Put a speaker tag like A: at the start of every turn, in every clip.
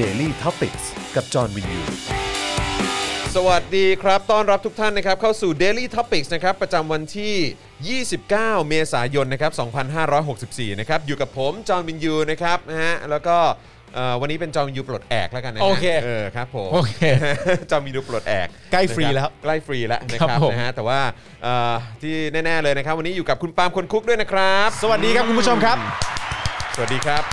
A: Daily t o p i c กกับจอห์นวินยู
B: สวัสดีครับ ต้อนรับทุกท่านนะครับ เข้าสู่ Daily Topics นะครับ ประจำวันที่ 29 เมษายน นะครับ 2564 นะครับ อยู่กับผม จอห์นวินยูนะครับนะฮะ แล้วก็เอ่อวันนี้เป็นจอห์นวินยูปลดแอกแล้วกันนะฮะ
C: โอเค
B: เออครับผม
C: โอเค
B: จอห์นวินยูปลดแอก
C: ใกล้ฟรีแล้ว
B: นะครับใกล้ฟรีแล้วนะค
C: ครั
B: รับบ
C: ผม
B: นะฮะ แต่ว่าเอ่อที่แน่ ๆ เลยนะครับ วันนี้อยู่กับคุณปาล์มคนคุกด้วยนะครับ
C: สวัสดีครับคุณผู้ชมครับ
B: สวัสดีครับ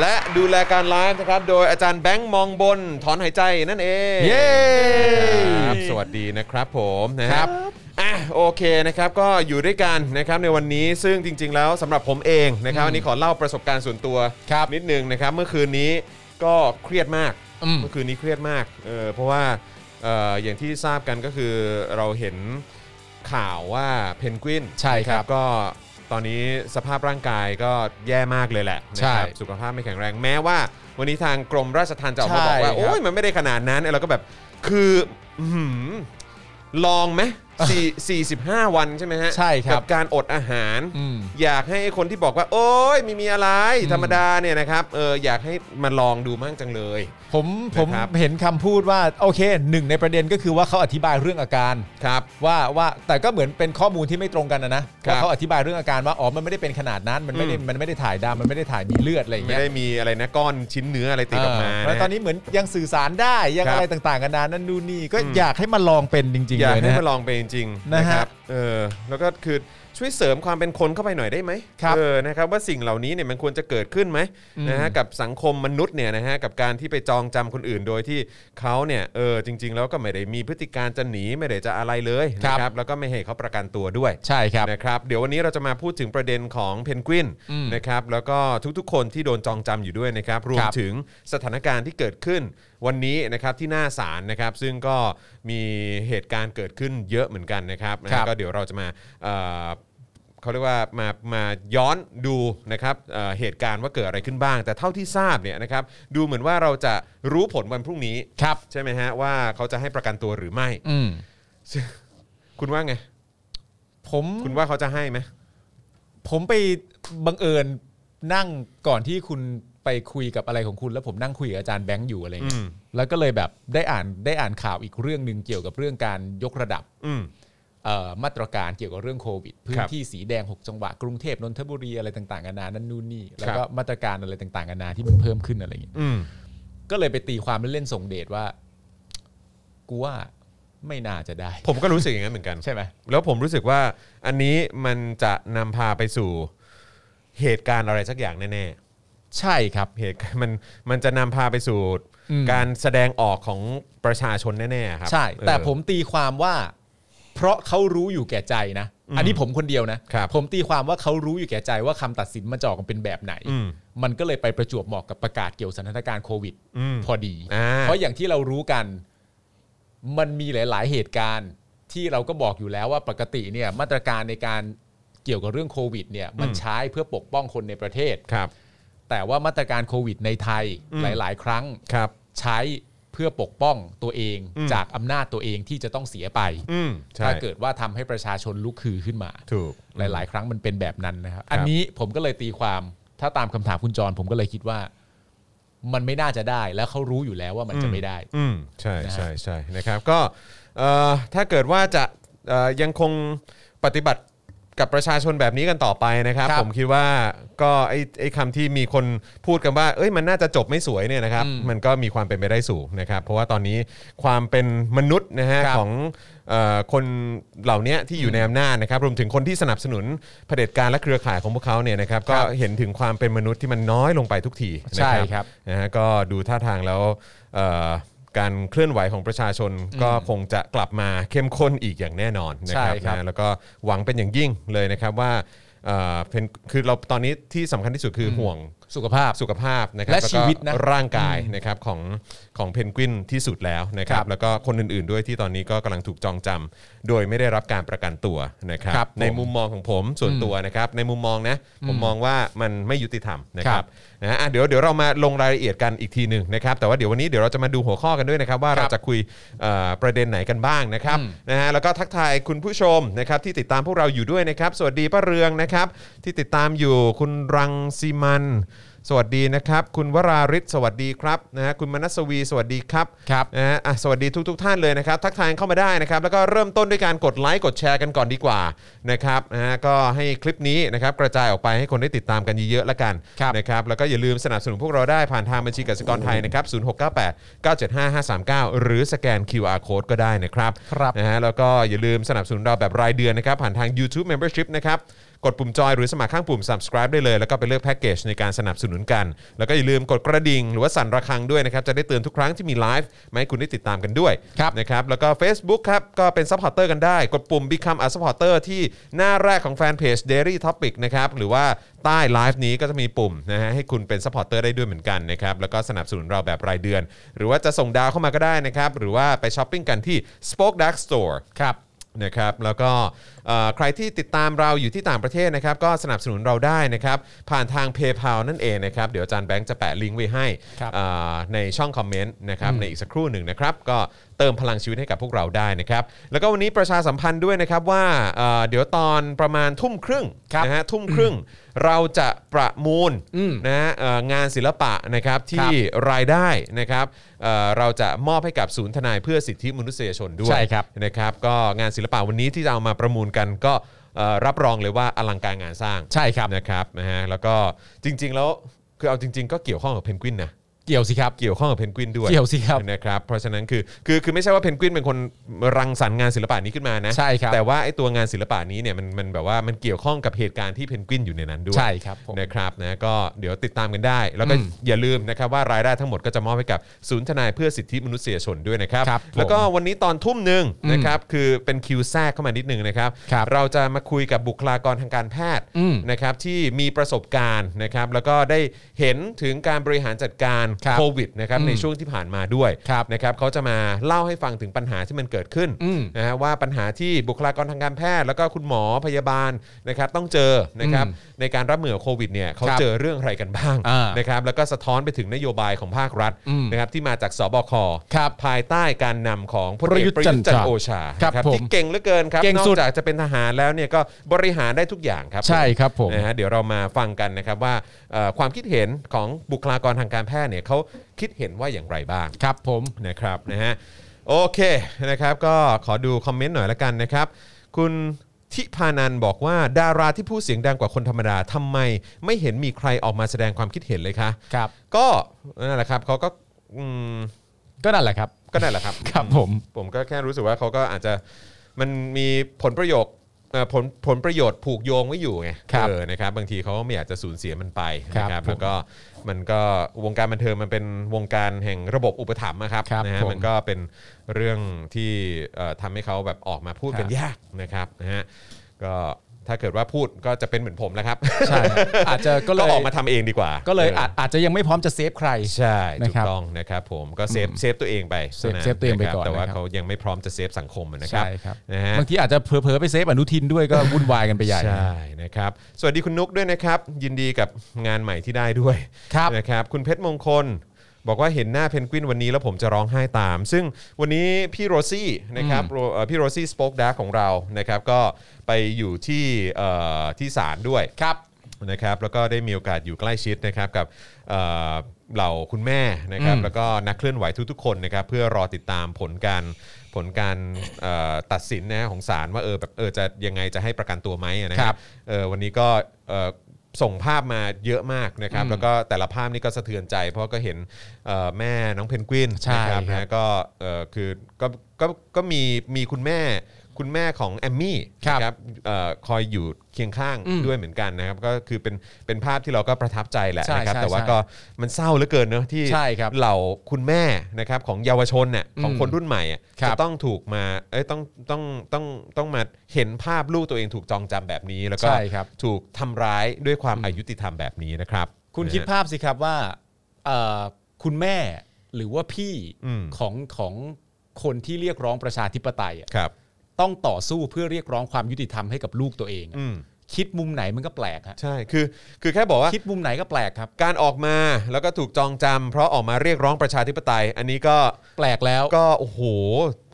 B: และดูแลการไลฟ์นะครับ โดยอาจารย์แบงค์มองบนถอนหายใจนั่นเอง
C: เย้
B: ครับสวัสดีนะครับผมนะครับอ่ะโอเคนะครับก็อยู่ด้วยกันนะครับในวันนี้ซึ่งจริง ๆ แล้วสำหรับผมเองนะครับอันนี้ขอเล่าประสบการณ์ส่วนตัว
C: ครับ
B: นิดนึงนะครับ เมื่อคืนนี้ก็เครียดมาก
C: อืม
B: เมื่อคืนนี้เครียดมากเออเพราะว่าเอ่ออย่างที่ทราบกันก็คือเราเห็นข่าวว่าเพนกวิน
C: ใช่ครับ
B: ก็ตอนนี้สภาพร่างกายก็แย่มากเลยแหละ
C: ใช่
B: นะครับสุขภาพไม่แข็งแรงแม้ว่า วันนี้ทางกรมราชทัณฑ์จะออกมา
C: ใช่
B: บอกว่า
C: ครับ
B: โอ้ยมันไม่ได้ขนาดนั้นเราก็แบบคืออื้อหือลองไหมสี่สี่สิบห้าวันใช่ไหมฮะ
C: ใช่ครับ
B: กัการอดอาหาร
C: อืม
B: อยากให้ไอ้คนที่บอกว่า โอ้ยไม่มีอะไร
C: อืม
B: ธรรมดาเนี่ยนะครับเอออยากให้มาลองดูมั่งจังเลย
C: ผมผม
B: นะครับ
C: เห็นคำพูดว่าโอเคหนึ่งในประเด็นก็คือว่าเขาอธิบายเรื่องอาการ
B: ครับ
C: ว่าว่าแต่ก็เหมือนเป็นข้อมูลที่ไม่ตรงกันนะนะครับ ว่าเขาอธิบายเรื่องอาการว่าอ๋อมันไม่ได้เป็นขนาดนั้นมันไม่ได้
B: อืม
C: มันไม่ได้ถ่ายดำมันไม่ได้ถ่ายมีเลือดอะไรอย่าง
B: ไม่
C: เงี้ย
B: ได้มีอะไรนะก้อนชิ้นเนื้ออะไรติดออกมา
C: เแล้ว
B: นะ
C: ตอ
B: ฮะ
C: นนี้เหมือนยังสื่อสารได้ยัง
B: ครับ
C: อะไรต่างๆกันานานั่นนู่นนี่ก็
B: อืม
C: อยากให้มาลองเป็นจริง
B: อ
C: ๆ
B: ยาก
C: เลย
B: ให้
C: นะ
B: มาลองไปจริงๆ
C: นะฮะ
B: นะครับเออแล้วก็คือช่วยเสริมความเป็นคนเข้าไปหน่อยได้ไหม
C: ครับ
B: เออนะครับว่าสิ่งเหล่านี้เนี่ยมันควรจะเกิดขึ้นไหม
C: อืม
B: นะฮะกับสังคมมนุษย์เนี่ยนะฮะกับการที่ไปจองจำคนอื่นโดยที่เขาเนี่ยเออจริง ๆ แล้วก็ไม่ได้มีพฤติการจะหนีไม่ได้จะอะไรเลย
C: ครับ
B: นะครับแล้วก็ไม่ให้เขาประกันตัวด้วย
C: ใช่ครับ
B: นะครับเดี๋ยววันนี้เราจะมาพูดถึงประเด็นของเพนกวิน
C: อืม
B: นะครับแล้วก็ทุกๆ คนที่โดนจองจำอยู่ด้วยนะครับรวม
C: ครับ
B: ถึงสถานการณ์ที่เกิดขึ้นวันนี้นะครับที่หน้าศาลนะครับซึ่งก็มีเหตุการณ์เกิดขึ้นเยอะเหมือนกันนะครับนะฮะ
C: ครับ
B: ก็เดี๋ยวเราจะมาเอ่อเขาเรียกว่ามามาย้อนดูนะครับเอ่อเหตุการณ์ว่าเกิดอะไรขึ้นบ้าง แต่เท่าที่ทราบเนี่ยนะครับดูเหมือนว่าเราจะรู้ผลวันพรุ่งนี้
C: ครับ
B: ใช่ไหมฮะว่าเขาจะให้ประกันตัวหรือไม่
C: อืม
B: คุณว่าไง
C: ผม
B: คุณว่าเขาจะให้ไหม
C: ผมไปบังเอิญนั่งก่อนที่คุณไปคุยกับอะไรของคุณ แล้วผมนั่งคุยกับอาจารย์แบงค์อยู่อะไรอย่างเงี้
B: อืม
C: ยแล้วก็เลยแบบได้อ่านได้อ่านข่าวอีกเรื่องหนึ่งเกี่ยวกับเรื่องการยกระดับ
B: อืม
C: เอ่อมาตรการเกี่ยวกับเรื่องโควิด พื้
B: คน รับ
C: ที่สีแดง 6 จังหวัดกรุงเทพนนทบุรีอะไรต่างๆนานานั่นนู่นนี่ แล้ว
B: ค
C: ก็
B: รับ
C: มาตรการอะไรต่างๆนานาที่มันเพิ่มขึ้นอะไรอย่างเงี้ย
B: อืม
C: ก็เลยไปตีความเล่นๆส่งเดชว่า กูว่าไม่น่าจะได้
B: ผมก็รู้สึกอย่างนั้นเหมือนกัน
C: ใช่ไหม
B: แล้วผมรู้สึกว่าอันนี้มันจะนำพาไปสู่เหตุการณ์อะไรสักอย่างแน่
C: ใช่ครับ
B: ๆ เหตุ การณ์มันมันจะนำพาไปสู่
C: อืม
B: การแสดงออกของประชาชนแน่ๆครั
C: ใช่ แต่
B: เออ
C: ผมตีความว่า เพราะเขารู้อยู่แก่ใจนะ อันนี้ผมคนเดียวนะ
B: ครับ
C: ผมตีความว่าเขารู้อยู่แก่ใจว่าคำตัดสินมาจะออกมาเป็นแบบไหน
B: อืม
C: มันก็เลยไปประจวบเหมาะกับประกาศเกี่ยวสถานการณ์โควิด
B: อืม
C: พอดี
B: อ่า
C: เพราะอย่างที่เรารู้กัน มันมีหลาย ๆ เหตุการณ์ที่เราก็บอกอยู่แล้วว่าปกติเนี่ยมาตรการในการเกี่ยวกับเรื่องโควิดเนี่ยมันใช้เพื่อปกป้องคนในประเทศ
B: ครับ
C: แต่ว่ามาตรการโควิดในไทย
B: อืม
C: หลาย ๆ ครั้ง
B: ครับ
C: ใช้เพื่อปกป้องตัวเอง
B: อืม
C: จากอำนาจตัวเองที่จะต้องเสียไป
B: อืมใช่
C: ถ้าเกิดว่าทำให้ประชาชนลุกคือขึ้นมา
B: ถูก
C: หลาย ๆ ครั้งมันเป็นแบบนั้นนะครับ อันนี้ผมก็เลยตีความถ้าตามคำถามคุณจร ผมก็เลยคิดว่า มันไม่น่าจะได้ แล้วเขารู้อยู่แล้วว่ามันจะไม่ได้
B: อืมใช่
C: นะฮะ
B: ใช่ใช่นะครับก็เอ่อถ้าเกิดว่าจะเอ่อยังคงปฏิบัติกับประชาชนแบบนี้กันต่อไปนะครับ
C: ครับ
B: ผมคิดว่าก็ไอ้ไอ้คำที่มีคนพูดกันว่า เอ้ยมันน่าจะจบไม่สวยเนี่ยนะครับ
C: อืม
B: มันก็มีความเป็นไปได้สูงนะครับ เพราะว่าตอนนี้ความเป็นมนุษย์นะฮะ
C: ครับ
B: ของเอ่อคนเหล่านี้ที่อยู่ในอำนาจนะครับ รวมถึงคนที่สนับสนุนเผด็จการและเครือข่ายของพวกเขาเนี่ยนะครับ ก็เห็นถึงความเป็นมนุษย์ที่มันน้อยลงไปทุกทีนะ
C: ใช่ครับ
B: นะฮะก็ดูท่าทางแล้วเอ่อการเคลื่อนไหวของประชาชนก็คงจะกลับมาเข้มข้นอีกอย่างแน่นอนนะครั
C: ใช่ครับ บ
B: นะแล้วก็หวังเป็นอย่างยิ่งเลยนะครับว่าเอ่อเป็นคือเราตอนนี้ที่สำคัญที่สุดคือห่วง
C: สุขภาพ
B: สุขภาพนะครับ
C: และ
B: ก็
C: ชีวิตนะ
B: ร่างกายนะครับของของเพนกวินที่สุดแล้วนะครับ
C: ครับ
B: แล้วก็คนอื่นๆด้วยที่ตอนนี้ก็กำลังถูกจองจำโดยไม่ได้รับการประกันตัวนะครับ
C: ครับผม
B: ในมุมมองของผมส่วน
C: อืม
B: ตัวนะครับ ในมุมมองนะผมมองว่ามันไม่ยุติธรรม นะค
C: ครั
B: รับบ นะฮะอ่ะเดี๋ยวเดี๋ยวเรามาลงรายละเอียดกันอีกทีหนึ่งนะครับแต่ว่าเดี๋ยววันนี้เดี๋ยวเราจะมาดูหัวข้อกันด้วยนะครับว่าเราจะคุยเอ่อประเด็นไหนกันบ้างนะครับ
C: อืม
B: นะฮะแล้วก็ทักทายคุณผู้ชมนะครับที่ติดตามพวกเราอยู่ด้วยนะครับ สวัสดีป้าเรืองนะ นะครับ ที่ติดตามอยู่คุณรังสีมัน สวัสดีนะครับ คุณวราริศสวัสดีครับนะฮะคุณมนัสวีสวัสดีครับ
C: ครับ
B: นะฮะอ่ะสวัสดีทุกๆทท่านเลยนะครับ ทักทายเข้ามาได้นะครับ แล้วก็เริ่มต้นด้วยการกดไลค์กดแชร์กันก่อนดีกว่านะครับนะฮะก็ให้คลิปนี้นะครับกระจายออกไปให้คนได้ติดตามกันเยอะๆละกัน
C: ครับ
B: นะครับแล้วก็อย่าลืมสนับสนุนพวกเราได้ผ่านทางบัญชีกสิกรไทยนะครับ0698 975 539 หรือสแกน QR code ก็ได้นะครับ
C: ครับ
B: นะฮะแล้วก็อย่าลืมสนับสนุนเราแบบรายเดือนนะครับ ผ่านทาง YouTube Membership นะครับ กดปุ่มจอยหรือสมัครข้างปุ่ม subscribe ได้เลย แล้วก็ไปเลือกแพ็กเกจในการสนับสนุนกัน แล้วก็อย่าลืมกดกระดิ่งหรือว่าสั่นระฆังด้วยนะครับ จะได้เตือนทุกครั้งที่มีไลฟ์มาให้คุณได้ติดตามกันด้วย
C: ครับ
B: นะครับแล้วก็ Facebook ครับ ก็เป็นซัพพอร์เตอร์กันได้ กดปุ่ม Become a supporter ที่หน้าแรกของแฟนเพจ Daily Topic นะครับหรือว่าใต้ไลฟ์นี้ก็จะมีปุ่มนะฮะให้คุณเป็นซัพพอร์เตอร์ได้ด้วยเหมือนกันนะครับแล้วก็สนับสนุนเราแบบรายเดือน หรือว่าจะส่งดาวเข้ามาก็ได้นะครับหรือว่าไปช้อปปิ้งกันที่ Spoke Dark Store
C: ครับ
B: นะครับแล้วก็เอ่อใครที่ติดตามเราอยู่ที่ต่างประเทศนะครับก็สนับสนุนเราได้นะครับผ่านทาง PayPal นั่นเองนะครับเดี๋ยวอาจารย์แบงค์จะแปะลิงก์ไว้ให้
C: ครับ
B: เอ่อในช่องคอมเมนต์นะครับในอีกสักครู่หนึ่งนะครับก็เติมพลังชีวิตให้กับพวกเราได้นะครับแล้วก็วันนี้ประชาสัมพันธ์ด้วยนะครับว่าเอ่อเดี๋ยวตอนประมาณทุ่มครึ่ง
C: ครับ
B: นะฮะทุ่มครึ่งเราจะประมูล
C: อืม
B: นะฮะเอ่องานศิลปะนะครับที่รายได้นะครับเอ่อเราจะมอบให้กับศูนย์ทนายเพื่อสิทธิมนุษยชนด้วย ด้วย
C: ใช่ครับ
B: นะครับก็งานศิลปะวันนี้ที่จะเอามาประมูลกันก็เอ่อรับรองเลยว่าอลังการงานสร้าง
C: ใช่ครับ
B: นะครับนะฮะแล้วก็จริง ๆ แล้วคือเอาจริง ๆ ก็เกี่ยวข้องกับเพนกวินนะ
C: เกี่ยวสิครับ
B: เกี่ยวข้องกับเพนกวินด้วย
C: เกี่ยวสิครับ
B: นะครับเพราะฉะนั้นคือคือคือไม่ใช่ว่าเพนกวินเป็นคนรังสรรค์งานศิลปะนี้ขึ้นมานะ
C: ใช่ครับ
B: แต่ว่าไอ้ตัวงานศิลปะนี้เนี่ยมันมันแบบว่ามันเกี่ยวข้องกับเหตุการณ์ที่เพนกวินอยู่ในนั้นด้วย
C: ใช่ครับผม
B: นะครับนะก็เดี๋ยวติดตามกันได้ แล้วก็
C: อืม
B: อย่าลืมนะครับว่ารายได้ทั้งหมดก็จะมอบให้กับศูนย์ทนายเพื่อสิทธิมนุษยชนด้วยนะครับ
C: ครับผม
B: แล้วก็วันนี้ตอนทุ่มหนึ่ง
C: อืม
B: นะครับคือเป็นคิวแทรกเข้ามานิดนึงนะครับ
C: ครับ
B: เราจะมาคุยกับบุคลากรทางการแพทย์
C: อืม
B: นะครับที่มีประสบการณ์นะครับแล้วก็ได้เห็นถึงการบริหารจัดการ
C: ครับ
B: โควิดนะครับ
C: อืม
B: ในช่วงที่ผ่านมาด้วย
C: ครับ
B: นะครับเขาจะมาเล่าให้ฟังถึงปัญหาที่มันเกิดขึ้น
C: อืม
B: นะฮะว่าปัญหาที่บุคลากรทางการแพทย์ แล้วก็คุณหมอพยาบาลนะครับต้องเจอนะครับ
C: อืม
B: ในการรับมือกับโควิดเนี่ยเขา
C: ครับ
B: เจอ เจอเรื่องอะไรกันบ้าง
C: อ่า
B: นะครับแล้วก็สะท้อนไปถึงนโยบายของภาครัฐ
C: อืม
B: นะครับที่มาจากสบค
C: ครับ
B: ภายใต้การนำของพล
C: ประ
B: เอ
C: ยุ
B: ก
C: ทธ์
B: ประยุทธ์จันทร์โอชา
C: ครับ
B: นะ
C: ผม
B: ที่เก่งเหลือเกินครับ
C: เก่ง
B: นอก
C: สุด
B: จากจะเป็นทหารแล้วเนี่ยก็บริหารได้ทุกอย่างครับ
C: ใช่ครับผม
B: นะฮะเดี๋ยวเรามาฟังกันนะครับว่าเอ่อความคิดเห็นของบุคลากรทางการแพทย์เนี่ยเขาคิดเห็นว่าอย่างไรบ้าง
C: ครับผม
B: นะครับนะฮะโอเคนะครับก็ขอดูคอมเมนต์หน่อยละกันนะครับ คุณทิพานันบอกว่าดาราที่พูดเสียงดังกว่าคนธรรมดาทำไมไม่เห็นมีใครออกมาแสดงความคิดเห็นเลยคะ
C: ครับ
B: ก็นั่นแหละครับเขาก็อืม
C: ก็นั่นแหละครับ
B: ก็นั่นแหละครับ
C: ครับผม
B: ผมก็แค่รู้สึกว่าเขาก็อาจจะมันมีผลประโยชน์เอ่อผลผลประโยชน์ผูกโยงไว้อยู่ไง
C: ครับ
B: เออนะครับบางทีเขาก็ไม่อยากจะสูญเสียมันไป
C: ครับ
B: นะครับ
C: ผม
B: แล้วก็มันก็วงการบันเทิงมันเป็นวงการแห่งระบบอุปถัมภ์นะครับ
C: ครับ
B: นะฮะ
C: ผม
B: มันก็เป็นเรื่องที่เอ่อทำให้เขาแบบออกมาพูด
C: ครับ
B: เป็นยากนะครับนะฮะก็ถ้าเกิดว่าพูดก็จะเป็นเหมือนผมแล้วครับ
C: ใช่ ครับอาจจะก็เล
B: ก็
C: ย
B: ออกมาทำเองดีกว่า
C: ก็เลย
B: ออ
C: อาจอาจจะยังไม่พร้อมจะเซฟใคร
B: ใช่
C: นะ
B: ถู
C: ค
B: ก
C: รับ
B: ต้องนะครับผมก็เซฟเซฟตัวเองไป
C: เซฟ
B: ท่านั้น
C: เซฟตัวเองไป
B: ะครับ
C: ก่อน
B: แต่ว่า
C: นะครับ
B: เขายังไม่พร้อมจะเซฟสังคมนะครั
C: ใช่
B: บ
C: ครับ
B: นะฮะ
C: บางทีอาจจะเผลอๆไปเซฟอนุทินด้วยก็ วุ่นวายกันไปใหญ่
B: ใช่นะครับสวัสดีคุณนุกด้วยนะครับ ยินดีกับงานใหม่ที่ได้ด้วย
C: ครับ
B: นะครับคุณเพชรมงคล บอกว่าเห็นหน้าเพนกวินวันนี้แล้วผมจะร้องไห้ตาม ซึ่งวันนี้พี่โรซี่นะครับโรเอ่อพี่โรซี่สป็อกดาของเรานะครับก็ไปอยู่ที่เอ่อที่ศาลด้วย
C: ครับ
B: นะครับแล้วก็ได้มีโอกาสอยู่ใกล้ชิดนะครับกับเอ่อเหล่าคุณแม่นะครับ
C: อืม
B: แล้วก็นักเคลื่อนไหวทุกๆคนนะครับเพื่อรอติดตามผลการผลการเอ่อตัดสินนะฮะของศาลว่าเออแบบเออจะยังไงจะให้ประกันตัวไหมอะนะค
C: ครั
B: รับบ เออวันนี้ก็เอ่อส่งภาพมาเยอะมากนะครับ
C: อืม
B: แล้วก็แต่ละภาพนี่ก็สะเทือนใจ เพราะก็เห็นเอ่อแม่น้องเพนกวิน
C: ใช่
B: นะครับ
C: ครับ
B: นะก็เอ่อคือก็ก็ก็มีมีคุณแม่คุณแม่ของแอมมี่
C: ครับ
B: นะครับเออคอยอยู่เคียงข้าง
C: อืม
B: ด้วย ด้วยเหมือนกันนะครับก็คือเป็นเป็นภาพที่เราก็ประทับใจแหละ
C: ใช่
B: นะครับ
C: ใช่
B: แต่ว่า
C: ใช่
B: ก็มันเศร้าเหลือเกินเนอะที่
C: ใช่ครับ
B: เหล่าคุณแม่นะครับของเยาวชนเนี่ยของ
C: อืม
B: คนรุ่นใหม่อะ
C: ครับ
B: จะต้องถูกมาเอ้ยต้องต้องต้องต้องมาเห็นภาพลูกตัวเองถูกจองจำแบบนี้ แล้วก็
C: ใช่ครับ
B: ถูกทำร้ายด้วยความอายุติธรรมแบบนี้นะครับ
C: คุณคิด
B: นะฮะ
C: ภาพสิครับว่าเอ่อคุณแม่หรือว่าพี่
B: อืม
C: ของของคนที่เรียกร้องประชาธิปไตยอะ
B: ครับ
C: ต้องต่อสู้เพื่อเรียกร้องความยุติธรรมให้กับลูกตัวเองอะ
B: อืม
C: คิดมุมไหนมันก็แปลกฮะ
B: ใช่คือคือแค่บอกว่า
C: คิดมุมไหนก็แปลกครับ
B: การออกมาแล้วก็ถูกจองจำเพราะออกมาเรียกร้องประชาธิปไตย อันนี้ก็
C: แปลกแล้ว
B: ก็โอ้โห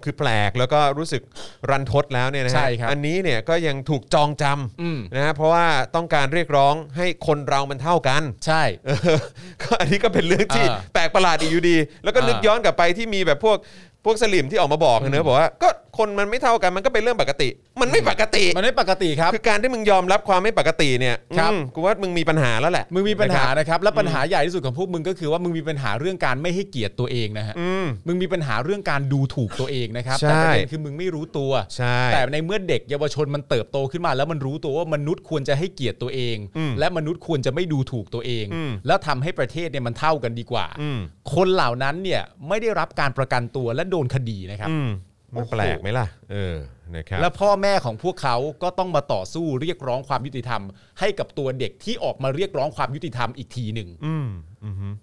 B: คือแปลกแล้วก็รู้สึกรันทดแล้วเนี่ยนะฮะ
C: ใช่ครับ
B: อันนี้เนี่ยก็ยังถูกจองจ
C: อืม
B: ำนะฮะเพราะว่าต้องการเรียกร้องให้คนเรามันเท่ากัน
C: ใช่
B: เออ ก็อันนี้ก็เป็นเรื่องที่
C: อ่า
B: แปลกประหลาดอีกอยู่ดี แล้วก็นึก
C: อ่า
B: ย้อนกลับไปที่มีแบบพวกพวกสลิมที่ออกมาบอกเนอะบอกว่าก็คนมันไม่เท่ากันมันก็เป็นเรื่องปกติ มันไม่
C: อืม
B: ปกติ
C: มันไม่ปกติครับ
B: คือการที่มึงยอมรับความไม่ปกติเนี่ย
C: ครับ
B: อืมกูว่ามึงมีปัญหาแล้วแหละ
C: มึงมีปัญหา
B: นะครับ
C: นะครับ และปัญหาใหญ่ที่สุดของพวกมึงก็คือว่ามึงมีปัญหาเรื่องการไม่ให้เกียรติตัวเองนะฮะ
B: อืม
C: มึงมีปัญหาเรื่องการดูถูกตัวเองนะครับ
B: ใช่
C: แต่ประเด็นคือมึงไม่รู้ตัว
B: ใช่
C: แต่ในเมื่อเด็กเยาวชนมันเติบโตขึ้นมา แล้วมันรู้ตัวว่ามนุษย์ควรจะให้เกียรติตัวเอง
B: อืม
C: และมนุษย์ควรจะไม่ดูถูกตัวเอง
B: อืม
C: แล้วทำให้ประเทศเนี่ยมันเท่ากันดีกว่า
B: อืม
C: คนเหล่านั้นเนี่ยไม่ได้รับการประกันตัวและโดนคดีนะครับ
B: อืมมัน
C: โอ้โห
B: แปลกไหมล่ะ เออนะครับ
C: และพ่อแม่ของพวกเขาก็ต้องมาต่อสู้เรียกร้องความยุติธรรม ให้กับตัวเด็กที่ออกมาเรียกร้องความยุติธรรมอีกทีหนึ่ง
B: อืมอืม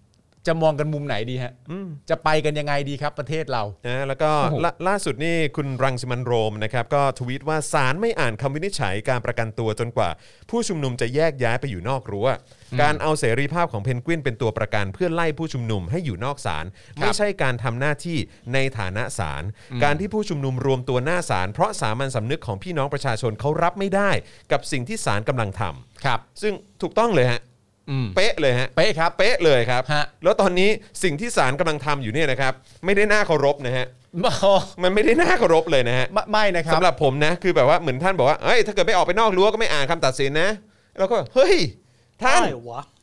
C: จะมองกันมุมไหนดีฮะ
B: อืม
C: จะไปกันยังไงดีครับประเทศเรา
B: นะแล้วก็
C: โอ้โห
B: ละล่าสุดนี่คุณรังสิมันโรมนะครับก็ทวีตว่าศาลไม่อ่านคำวินิจฉัยการประกันตัวจนกว่า ผู้ชุมนุมจะแยกย้ายไปอยู่นอกรั้วการเอาเสรีภาพของเพนกวินเป็นตัวประกันเพื่อไล่ผู้ชุมนุมให้อยู่นอกศาล
C: ครับ
B: ไม่ใช่การทำหน้าที่ในฐานะศาลการที่ผู้ชุมนุมรวมตัวหน้าศาลเพราะสามัญสำนึกของพี่น้องประชาชนเขารับไม่ได้ กับสิ่งที่ศาลกำลังทำ
C: ครับ
B: ซึ่งถูกต้องเลยฮะ
C: อืม
B: เป๊ะเลยฮะ
C: เป๊ะครับ
B: เป๊ะเลยครับ
C: ฮะ
B: แล้วตอนนี้สิ่งที่ศาลกำลังทำอยู่เนี่ยนะครับไม่ได้น่าเคารพนะฮะ
C: ไม่
B: มันไม่ได้น่าเคารพเลยนะฮะ
C: ไม่ไม่นะครับ
B: สำหรับผมนะคือแบบว่าเหมือนท่านบอกว่าเอ้ยถ้าเกิดไม่ออกไปนอกรั้วก็ไม่อ่านคำตัดสินนะเราก็แบบเฮ้ยท่าน
D: ได้เหรอวะ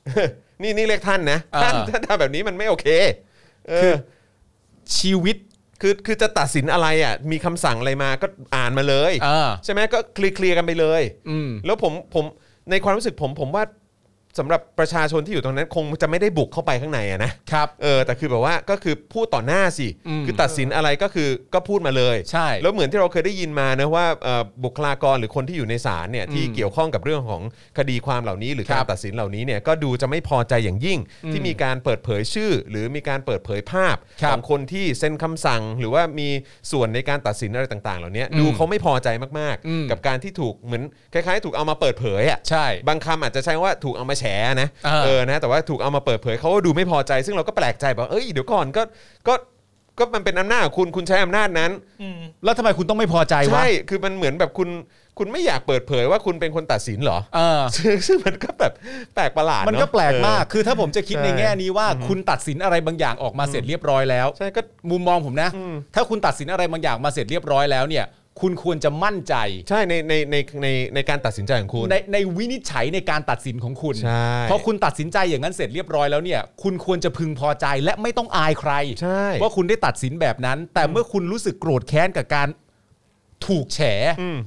B: นี่นี่เรียกท่านนะท่าน
C: อ่า
B: ท่านทำแบบนี้มันไม่โอเคเออ
C: ชีวิต
B: คือคือจะตัดสินอะไรอ่ะมีคำสั่งอะไรมาก็อ่านมาเลย
C: อ่า
B: ใช่ไหมก็เคลียร์ๆกันไปเลย
C: อืม
B: แล้วผมผมในความรู้สึกผมผมว่าสำหรับประชาชนที่อยู่ตรงนั้น คงจะไม่ได้บุกเข้าไปข้างในอะนะครับ เออแต่คือแบบว่าก็คือพูดต่อหน้าสิ
C: อืม
B: คือตัดสินอะไรก็คือก็พูดมาเลย
C: ใช่
B: แล้วเหมือนที่เราเคยได้ยินมานะว่าเอ่อบุคลากรหรือคนที่อยู่ในศาลเนี่ยที่
C: อืม
B: เกี่ยวข้องกับเรื่องของคดีความเหล่านี้ หรือ
C: ครั
B: การ
C: บ
B: ตัดสินเหล่านี้เนี่ยก็ดูจะไม่พอใจอย่างยิ่ง ที่มีการเปิดเผยชื่อ หรือมีการเปิดเผยภาพ
C: ครั
B: ข
C: บ
B: องคนที่เซ็นคำสั่ง หรือว่ามีส่วนในการตัดสินอะไรต่าง ๆ เหล่านี้ดูเขาไม่พอใจมาก
C: อืม
B: ๆ กับการที่ถูกเหมือนคล้ายๆ ถูกเอามาเปิดเผยอ่ะ
C: ใช่
B: บางคำอาจจะใช้ว่าถูกเอามาแฉนะ
C: อ่า
B: เออนะแต่ว่าถูกเอามาเปิดเผยเขาก็ดูไม่พอใจ ซึ่งเราก็แปลกใจบอกเอ้ยเดี๋ยวก่อนก็ก็ก็มันเป็นอำนาจของคุณคุณใช้อำนาจนั้น
D: อืม
C: แล้วทำไมคุณต้องไม่พอใจวะ
B: ใช่ คือมันเหมือนแบบคุณคุณไม่อยากเปิดเผยว่าคุณเป็นคนตัดสินเหรอ
C: เออ
B: ซึ่งซึ่งมันก็แบบแปลกประหลาด
C: มันก็
B: เอะ
C: แปลกมาก
B: เอ
C: คือถ้าผมจะคิด
B: ใช่
C: ในแง่นี้ว่าคุณตัดสินอะไรบางอย่างออกมาเสร็จเรียบร้อยแล้ว
B: อใช่ก็
C: มุมมองผมนะ
B: อืม
C: ถ้าคุณตัดสินอะไรบางอย่างมาเสร็จเรียบร้อยแล้วเนี่ย คุณควรจะมั่นใจ
B: ใช่ในในในในในการตัดสินใจของคุณ
C: ในในวินิจฉัยในการตัดสินของคุณ
B: ใช่
C: เพราะคุณตัดสินใจอย่างนั้นเสร็จเรียบร้อยแล้วเนี่ย คุณควรจะพึงพอใจและไม่ต้องอายใคร
B: ใช่
C: ว่าคุณได้ตัดสินแบบนั้น แต่เมื่อคุณรู้สึกโกรธแค้นกับการถูกแฉ
B: อืม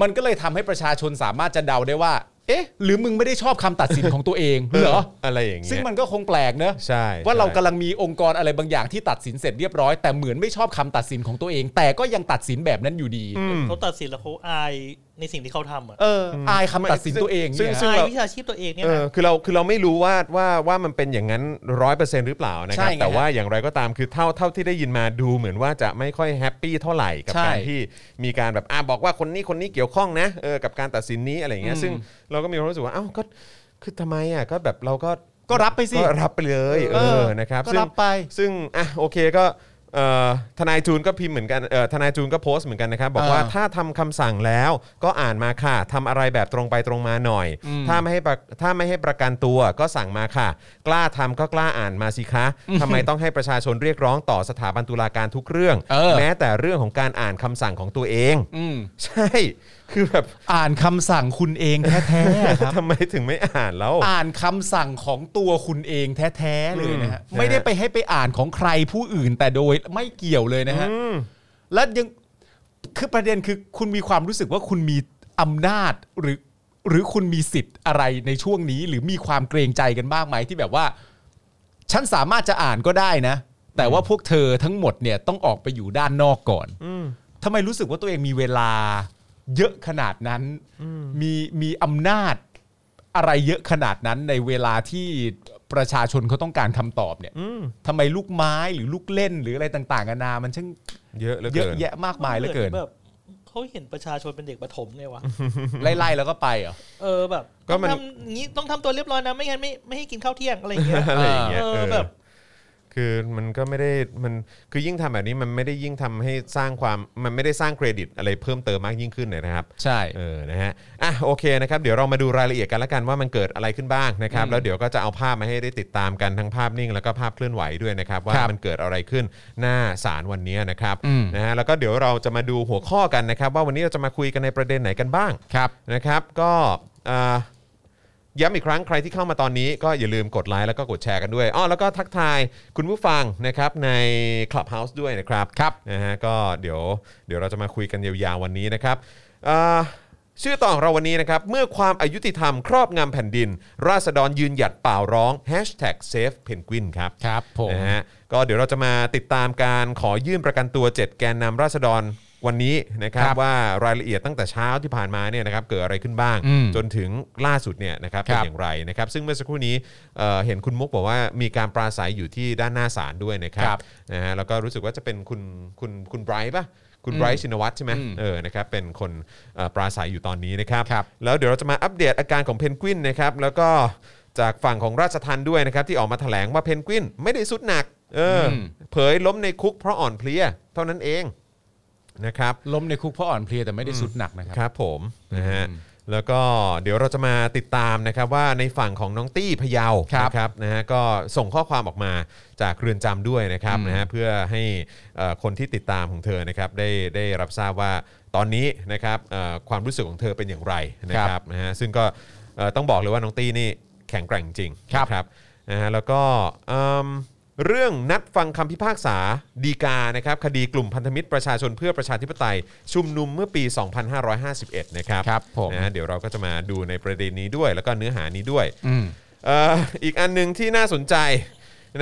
C: มันก็เลยทำให้ประชาชนสามารถจะเดาได้ว่า
B: เอ๊ะ
C: หรือมึงไม่ได้ชอบคำตัดสินของตัวเอง เหรอ
B: อะไรอย่างเงี้ย
C: ซึ่งมันก็คงแปลกเนอะ
B: ใช่
C: ว่าเรากำ
B: ใช่
C: ลังมีองค์กรอะไรบางอย่างที่ตัดสินเสร็จเรียบร้อยแต่เหมือนไม่ชอบคำตัดสินของตัวเอง แต่ก็ยังตัดสินแบบนั้นอยู่ดี
B: อืม
D: เขาตัดสินแล้วเขาอายในสิ่งที่เขาทำอ่ะ
C: เอออายคำตัดสินตัวเอง
B: ซึ่
C: เนี่
B: ง
C: ย
D: อายวิชาชีพตัวเองเนี่ย
B: เอ
D: นะ
B: อคือเราคือเราไม่รู้ว่าว่าว่ามันเป็นอย่างนั้นร้อยเปอร์เซ็นต์หรือเปล่านะครับ
C: ใช่ไง
B: แต่ว่าอย่างไรก็ตามคือเท่าเท่าที่ได้ยินมาดูเหมือนว่าจะไม่ค่อยแฮปปี้เท่าไหร่กับ
C: ใช่
B: การที่มีการแบบอ่ะบอกว่าคนนี้คนนี้เกี่ยวข้องนะเออกับการตัดสินนี้อะไรอย่างเงี้ย
C: อืม
B: ซึ่งเราก็มีความรู้สึกว่าเอ้าก็คือทำไมอ่ะก็แบบเราก็
C: ก็รับไปสิ
B: ก็รับไปเลยเอ
C: เออ
B: อนะครับ
C: ก็
B: ซึ่ง
C: รับไป
B: ซึ่งอ่ะโอเคก็เอ่อทนายจูนก็พิมพ์เหมือนกันเอ่อทนายจูนก็โพสต์เหมือนกันนะครับบอกว่า
C: อ่า
B: ถ้าทำคำสั่งแล้วก็อ่านมาค่ะทำอะไรแบบตรงไปตรงมาหน่อย ถ้าไม่ให้ประถ้าไม่ให้ประกันตัวก็สั่งมาค่ะ กล้าทำก็กล้าอ่านมาสิคะทำไมต้องให้ประชาชนเรียกร้องต่อสถาบันตุลาการทุกเรื่อง
C: เออ
B: แม้แต่เรื่องของการอ่านคำสั่งของตัวเอง
C: อืม
B: ใช่ คือแบบ
C: อ่านคำสั่งคุณเองแท้ๆครับ
B: ทำไมถึงไม่อ่านแล้ว
C: อ่านคำสั่งของตัวคุณเองแท้ๆเลยนะฮะ
B: อืม
C: ไม่ได้ไปให้ไปอ่านของใครผู้อื่นแต่โดยไม่เกี่ยวเลยนะฮะ
B: อืม
C: และยังคือประเด็นคือคุณมีความรู้สึกว่าคุณมีอำนาจหรือ หรือคุณมีสิทธิ์อะไรในช่วงนี้ หรือมีความเกรงใจกันบ้างไหมที่แบบว่า ฉันสามารถจะอ่านก็ได้นะ แต่ว่าพวกเธอทั้งหมดเนี่ยต้องออกไปอยู่ด้านนอกก่อน
B: อืม
C: ทำไมรู้สึกว่าตัวเองมีเวลาเยอะขนาดนั้น มีมีอำนาจอะไรเยอะขนาดนั้นในเวลาที่ประชาชนเขาต้องการคำตอบเนี่ย
B: อืม
C: ทำไมลูกไม้หรือลูกเล่นหรืออะไรต่างๆนานามันช่าง
B: เยอะเหลือ
C: เยอะ
B: เกิน
C: แยะมากมายเหลือเกิน
D: แบบเขาเห็นประชาชนเป็นเด็กประถมไงวะ
C: ไล่ๆแล้วก็ไปเหรอ
D: เออแบบ
B: ก็
D: ต้อง
B: มัน
D: ทำอย่างงี้ต้องทำตัวเรียบร้อยนะ ไม่งั้นไม่ไม่ให้กินข้าวเที่ยงอะไรอย่างเงี้ย
B: อะไรอย่างเงี้ย
D: เออ
B: เออ
D: แบบ
B: คือมันก็ไม่ได้มันคือยิ่งทำแบบนี้มันไม่ได้ยิ่งทำให้สร้างความมันไม่ได้สร้างเครดิตอะไรเพิ่มเติมมากยิ่งขึ้นเลยนะครับ
C: ใช่
B: เออ นะฮะ อ่ะ โอเคนะครับ เดี๋ยวเรามาดูรายละเอียดกันละกันว่ามันเกิดอะไรขึ้นบ้างนะครับ แล้วเดี๋ยวก็จะเอาภาพมาให้ได้ติดตามกันทั้งภาพนิ่งแล้วก็ภาพเคลื่อนไหวด้วยนะครับ ว่า
C: ครับ
B: มันเกิดอะไรขึ้นหน้าศาลวันนี้นะครับ
C: อืม
B: นะฮะ แล้วก็เดี๋ยวเราจะมาดูหัวข้อกันนะครับ ว่าวันนี้เราจะมาคุยกันในประเด็นไหนกันบ้าง
C: ครับ
B: นะครับก็เอ่อย้ำอีกครั้งใครที่เข้ามาตอนนี้ก็อย่าลืมกดไลค์แล้วก็กดแชร์กันด้วยอ้อแล้วก็ทักทายคุณผู้ฟังนะครับใน Clubhouse ด้วยนะครับ
C: ครับ
B: นะฮะก็เดี๋ยวเดี๋ยวเราจะมาคุยกันยาวๆวันนี้นะครับเอ่อชื่อต่อของเราวันนี้นะครับ เมื่อความอายุติธรรมครอบงำแผ่นดิน ราษฎรยืนหยัดเปล่าร้อง #save penguin ครับ
C: ครับผม
B: นะฮะก็เดี๋ยวเราจะมาติดตามการขอยื่นประกันตัว 7 แกนนำราษฎรวันนี้นะครับ
C: ครับ
B: ว่ารายละเอียดตั้งแต่เช้าที่ผ่านมาเนี่ยนะครับเกิดอะไรขึ้นบ้าง
C: อืม
B: จนถึงล่าสุดเนี่ยนะครับ
C: ค
B: เป็
C: รั
B: น
C: บ
B: อย่างไรนะครับซึ่งเมื่อสักครู่นี้เอ่อเห็นคุณมุกบอกว่ามีการปราศัยอยู่ที่ด้านหน้าศาลด้วยนะครั
C: ครับ บ
B: นะฮะแล้วก็รู้สึกว่าจะเป็นคุณคุณคุณไบรท์ป่ะคุณไบรท์ชินวัตรใช่ไหม
C: อืม
B: เออนะครับเป็นคนเอ่อปราศัยอยู่ตอนนี้นะครับ
C: ครับ
B: แล้วเดี๋ยวเราจะมาอัปเดตอาการของเพนกวินนะครับแล้วก็จากฝั่งของราชทันด้วยนะครับที่ออกมาแถลงว่าเพนกวินไม่ได้สุดหนักเอออ
C: ม
B: เผยล้มในคุกเพราะอ่อนเพลียเท่านั้นเองนะครับ
C: ล้มในคุกเพราะอ่อนเพลียแต่ไม่ได้สุดหนักนะครับ
B: ครับผมนะฮะ
C: อืม
B: แล้วก็เดี๋ยวเราจะมาติดตามนะครับว่าในฝั่งของน้องตี้พะเยา
C: ครับ
B: นะครับนะฮะก็ส่งข้อความออกมาจากเรือนจำด้วยนะครับ
C: อืม
B: นะฮะเพื่อให้เอ่อคนที่ติดตามของเธอนะครับได้ได้รับทราบว่าตอนนี้นะครับเอ่อความรู้สึกของเธอเป็นอย่างไรนะครับ นะครับนะฮะซึ่งก็เอ่อต้องบอกเลยว่าน้องตี้นี่แข็งแกร่งจริง
C: ครับ
B: นะครับนะฮะแล้วก็เอิ่มเรื่องนัดฟังคำพิพากษาดีกานะครับคดีกลุ่มพันธมิตรประชาชนเพื่อประชาธิปไตย ชุมนุมเมื่อปี 2551 นะครับ
C: ครับผม
B: นะฮะเดี๋ยวเราก็จะมาดูในประเด็นนี้ด้วย แล้วก็เนื้อหานี้ด้วย
C: อืม
B: เอ่ออีกอันหนึ่งที่น่าสนใจ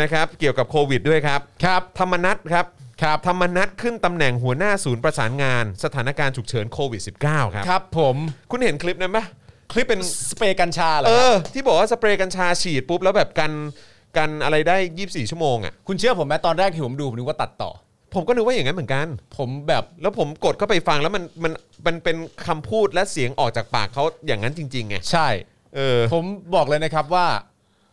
B: นะครับเกี่ยวกับโควิดด้วยครับ
C: ครับ
B: ธรรมนัตครับครับธรรมนัตขึ้นตำแหน่งหัวหน้าศูนย์ประสานงาน สถานการณ์ฉุกเฉินโควิด -19 ครับ
C: ครับผม
B: คุณเห็นคลิปนั้นปะคลิปเป็น
C: สเปรย์กัญชาเหรอ
B: เอ
C: ครับ
B: อ ที่บอกว่าสเปรย์กัญชาฉีดปุ๊บ แล้วแบบกันกันอะไรได้ 24 ชั่วโมงอ่ะ
C: คุณเชื่อผมไหมตอนแรกที่ผมดูผมนึกว่าตัดต่อ
B: ผมก็นึกว่าอย่างนั้นเหมือนกัน
C: ผมแบบ
B: แล้วผมกดเข้าไปฟังแล้วมันมันมันเป็นคำพูดและเสียงออกจากปากเขาอย่างนั้นจริงๆไง
C: ใช่
B: เออ
C: ผมบอกเลยนะครับว่า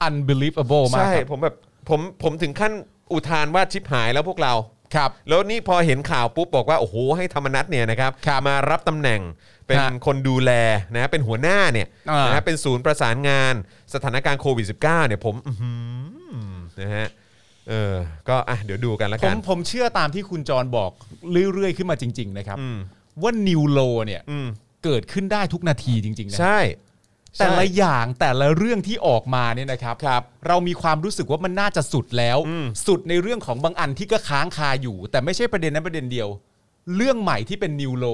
C: unbelievable มาก
B: ใช่
C: ครับ
B: ผมแบบผมผมถึงขั้นอุทานว่าชิบหายแล้วพวกเรา
C: ครับ
B: แล้วนี่พอเห็นข่าวปุ๊บบอกว่า โอ้โห ให้ธรรมนัตเนี่ยนะครับ
C: ครับ
B: มารับตำแหน่งเป็น
C: ฮะ
B: คนดูแลนะเป็นหัวหน้าเนี่ย
C: อ่าน
B: นะฮะเป็นศูนย์ประสานงานสถานการณ์โควิด -19 เนี่ยผมอื้อหือนะฮะเออก็อ่ะเดี๋ยวดูกันละ
C: ผ
B: กั
C: ม
B: น
C: ผมเชื่อตามที่คุณจรบอกเรื่อยๆขึ้นมาจริง ๆ นะครับ
B: อืม
C: ว่านิวโลเนี่ย
B: อืม
C: เกิดขึ้นได้ทุกนาทีจริง ๆ นะ
B: ใช่
C: แต่ละ
B: ใช่
C: อย่างแต่ละเรื่องที่ออกมาเนี่ยนะครับ เรามีความรู้สึกว่ามันน่าจะสุดแล้ว
B: อืม
C: สุดในเรื่องของบางอันที่ก็ค้างคาอยู่ แต่ไม่ใช่ประเด็นนั้นประเด็นเดียว เรื่องใหม่ที่เป็นนิวโล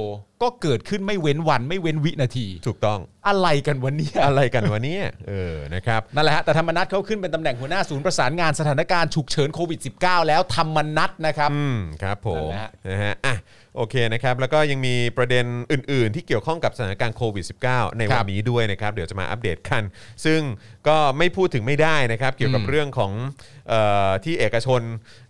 C: ก็เกิดขึ้นไม่เว้นวันไม่เว้นวินาที
B: ถูกต้อง
C: อะไรกันวันนี้
B: อะไรกันวะเนี่ยเออนะครับ
C: นั่นแหละฮะแต่ธรรมนัฐเขาขึ้นเป็นตำแหน่งหัวหน้าศูนย์ประสานงานสถานการณ์ฉุกเฉินโควิด -19 แล้วธรรมนัฐนะครับ
B: อืมครับผม
C: นั่นแหละฮะ
B: นะฮะอ่ะโอเคนะครับแล้วก็ยังมีประเด็นอื่น ๆ ที่เกี่ยวข้องกับสถานการณ์โควิด -19 ใน
C: ค
B: วั
C: รั
B: น
C: บ
B: นี้ด้วยนะครับ เดี๋ยวจะมาอัปเดตกัน ซึ่งก็ไม่พูดถึงไม่ได้นะครับ เกี่ยวกับ
C: อืม
B: เรื่องของเออที่เอกชน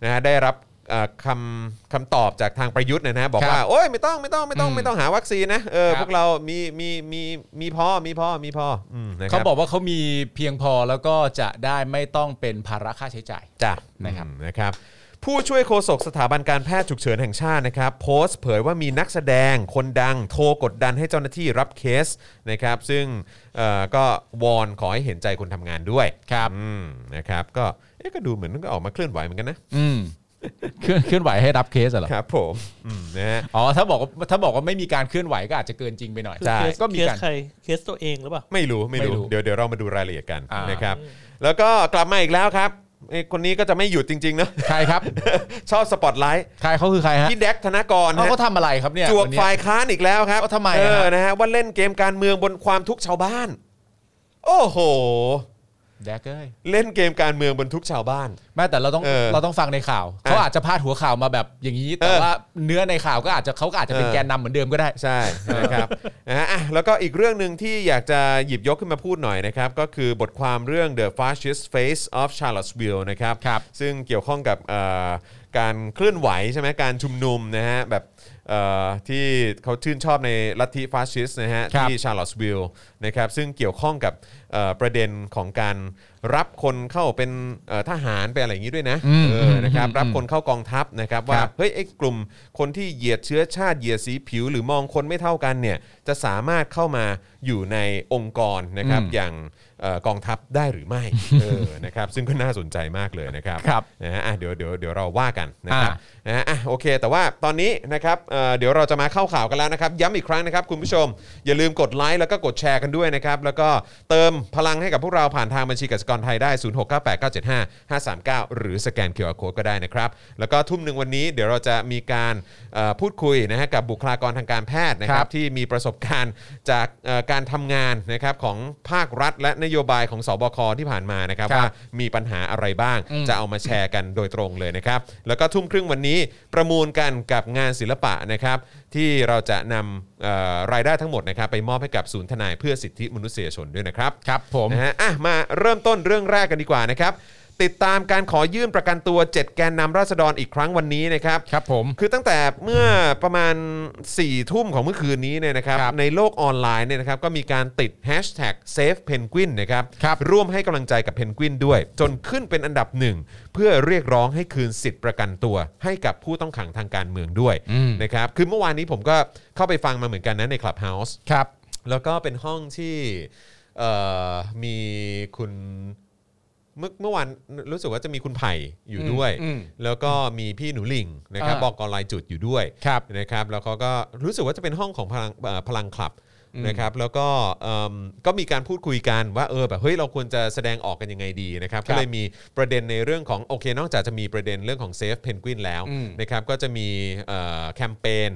B: นะฮะได้รับเอ่อคำคำตอบจากทางประยุทธ์นะฮะบอก
C: ครับ
B: ว่าโอ้ยไม่ต้องไม่ต้องไม่ต้อง
C: อืม
B: ไม่ต้องหาวัคซีนนะเออ
C: ครับ
B: พวกเรามีมีมีมีพอมีพอมีพออืมนะครั
C: เขาบอกว่าเขามีเพียงพอแล้วก็จะได้ไม่ต้องเป็นภาระค่าใช้จ่าย
B: จ้ะ
C: นะครับ
B: อืมนะครับ ผู้ช่วยโฆษกสถาบันการแพทย์ฉุกเฉินแห่งชาตินะครับ โพสต์เผยว่ามีนักแสดงคนดังโทรกดดันให้เจ้าหน้าที่รับเคสนะครับ ซึ่งเอ่อก็วอนขอให้เห็นใจคนทำงานด้วย
C: ครับ
B: อืมนะครับ ก็เอ๊ะก็ดูเหมือนก็ออกมาเคลื่อนไหวเหมือนกันนะ
C: อืมเคลื่อนเคลื่อนไหวให้รับเคสเหรอ
B: ครับผมอืมนะฮะ
C: อ๋อถ้าบอกว่าถ้าบอกว่าไม่มีการเคลื่อนไหวก็อาจจะเกินจริงไปหน่อย
D: คือ
B: ใช่
D: เคส
C: ก็มี
D: เคส
C: การ
D: ใครเคสตัวเองหรือเปล่า
B: ไม่รู้ไม่
C: ไม่รู้
B: รู้เดี๋ยวเดี๋ยวเรามาดูรายละเอียดกัน
C: อ่าน
B: นะครับ แล้วก็กลับมาอีกแล้วครับไอ้คนนี้ก็จะไม่หยุดจริงๆเนอะ
C: ใครครับ
B: ชอบสปอตไลท์
C: ใครเขาคือใครฮะ
B: พี่แดกธนกร
C: เขา
B: ฮะ
C: ก็ทำอะไรครับเนี่ย
B: จวก
C: นเนี้ย
B: ฝ่ายค้านอีกแล้วครับ
C: เอาทำไมอะ
B: เออ
C: ฮะ
B: นะฮะว่าเล่นเกมการเมืองบนความทุกข์ชาวบ้าน โอ้โห
C: แดกเอ้ย
B: เล่นเกมการเมืองบนทุกข์ชาวบ้าน
C: แม่แต่เราต้อง
B: เออ
C: เราต้องฟังในข่าวเขา
B: อ่ะ
C: อาจจะพาดหัวข่าวมาแบบอย่างนี้ แต่
B: เออ
C: ว่าเนื้อในข่าวก็อาจจะเขาก็อาจจะเป็น
B: เออ
C: แกนนำเหมือนเดิมก็ได้
B: ใช่ นะครับนะฮะอ่ะแล้วก็อีกเรื่องหนึ่งที่อยากจะหยิบยกขึ้นมาพูดหน่อยนะครับ ก็คือบทความเรื่อง The Fascist Face of Charlottesville นะครับ
C: ครับ
B: ซึ่งเกี่ยวข้องกับเอ่อการเคลื่อนไหวใช่ไหมการชุมนุมนะฮะแบบ เอ่อที่เขาชื่นชอบในลัทธิฟาสชิสต์นะฮะ
C: ครับ
B: ที่ชาร์ลอตสวิลล์นะครับซึ่งเกี่ยวข้องกับเอ่อประเด็นของการรับคนเข้าเป็นเอ่อทหารไปอะไรอย่างนี้ด้วยนะเออนะครับรับคนเข้ากองทัพนะครับว่าเฮ้ยไอ้กลุ่มคนที่เหยียดเชื้อชาติเหยียดสีผิว หรือมองคนไม่เท่ากันเนี่ยจะสามารถเข้ามาอยู่ในองค์กรนะครับอย่างเอ่อกองทัพได้หรือไม่ เออนะครับซึ่งก็น่าสนใจมากเลยนะครับ
C: ครับ
B: นะฮะอ่ะเดี๋ยวเดี๋ยวเดี๋ยวเราว่ากันนะครับ
C: อ่
B: นะฮะอ่ะโอเค แต่ว่าตอนนี้นะครับเอ่อเดี๋ยวเราจะมาเข้าข่าวกันแล้วนะครับ ย้ำอีกครั้งนะครับคุณผู้ชม อย่าลืมกดไลค์แล้วก็กดแชร์กันด้วยนะครับ แล้วก็เติมพลังให้กับพวกเราผ่านทางบัญชีกสิกรไทยได้ 0698975539 หรือสแกน QR Code ก็ได้นะครับ แล้วก็ทุ่มหนึ่งวันนี้เดี๋ยวเราจะมีการเอ่อพูดคุยนะฮะกับบุคลากรทางการแพทย์นะค
C: ค
B: รั
C: รับ บ
B: ที่มีประสบการณ์จากเอ่อการทำงานนะครับของภาครัฐ และนโยบายของสบคที่ผ่านมานะครับ
C: ครับ
B: ว่ามีปัญหาอะไรบ้าง จะเอามาแชร์กันโดยตรงเลยนะครับ แล้วก็ทุ่มครึ่งวันนี้ประมูลกันกับงานศิลปะนะครับ ที่เราจะนำเอ่อรายได้ทั้งหมดนะครับ ไปมอบให้กับศูนย์ทนายเพื่อสิทธิมนุษยชนด้วยนะครับ
C: ครับผม
B: นะฮะอ่ะมาเริ่มต้นเรื่องแรกกันดีกว่านะครับ ติดตามการขอยื่นประกันตัว 7 แกนนำราษฎรอีกครั้งวันนี้นะครับ
C: ครับผม
B: คือตั้งแต่เมื่อประมาณ4ี่ทุ่มของเมื่อคืนนี้เนี่ยนะครับ
C: ครับ
B: ในโลกออนไลน์เนี่ยนะครับ ก็มีการติด hashtag save penguin นะครับ
C: ครับ
B: ร่วมให้กำลังใจกับเพนกวินด้วย จนขึ้นเป็นอันดับหนึ่ง เพื่อเรียกร้องให้คืนสิทธิ์ประกันตัว ให้กับผู้ต้องขังทางการเมืองด้วย
C: อืม
B: นะครับคือเมื่อวานนี้ผมก็เข้าไปฟังมาเหมือนกันนะใน Clubhouse
C: ครับ
B: แล้วก็เป็นห้องที่เอ่อมีคุณเมื่อเมื่อวานรู้สึกว่าจะมีคุณไผ่อยู่ด้วย
C: อืมอืม
B: แล้วก็มีพี่หนูหลิงนะครับ
C: อ่า
B: บอกกอลายจุดอยู่ด้วย
C: ครับ
B: นะครับแล้วเขาก็รู้สึกว่าจะเป็นห้องของพลังเอ่อพลังคลับนะครับแล้วก็เอิ่มก็มีการพูดคุยกันว่าเออแบบเฮ้ยเราควรจะแสดงออกกันยังไงดีนะครับ
C: ครับ
B: ก็เลยมีประเด็นในเรื่องของโอเคนอกจากจะมีประเด็นเรื่องของเซฟเพนกวินแล้ว
C: อืม
B: นะครับก็จะมีเอ่อแคมเปญ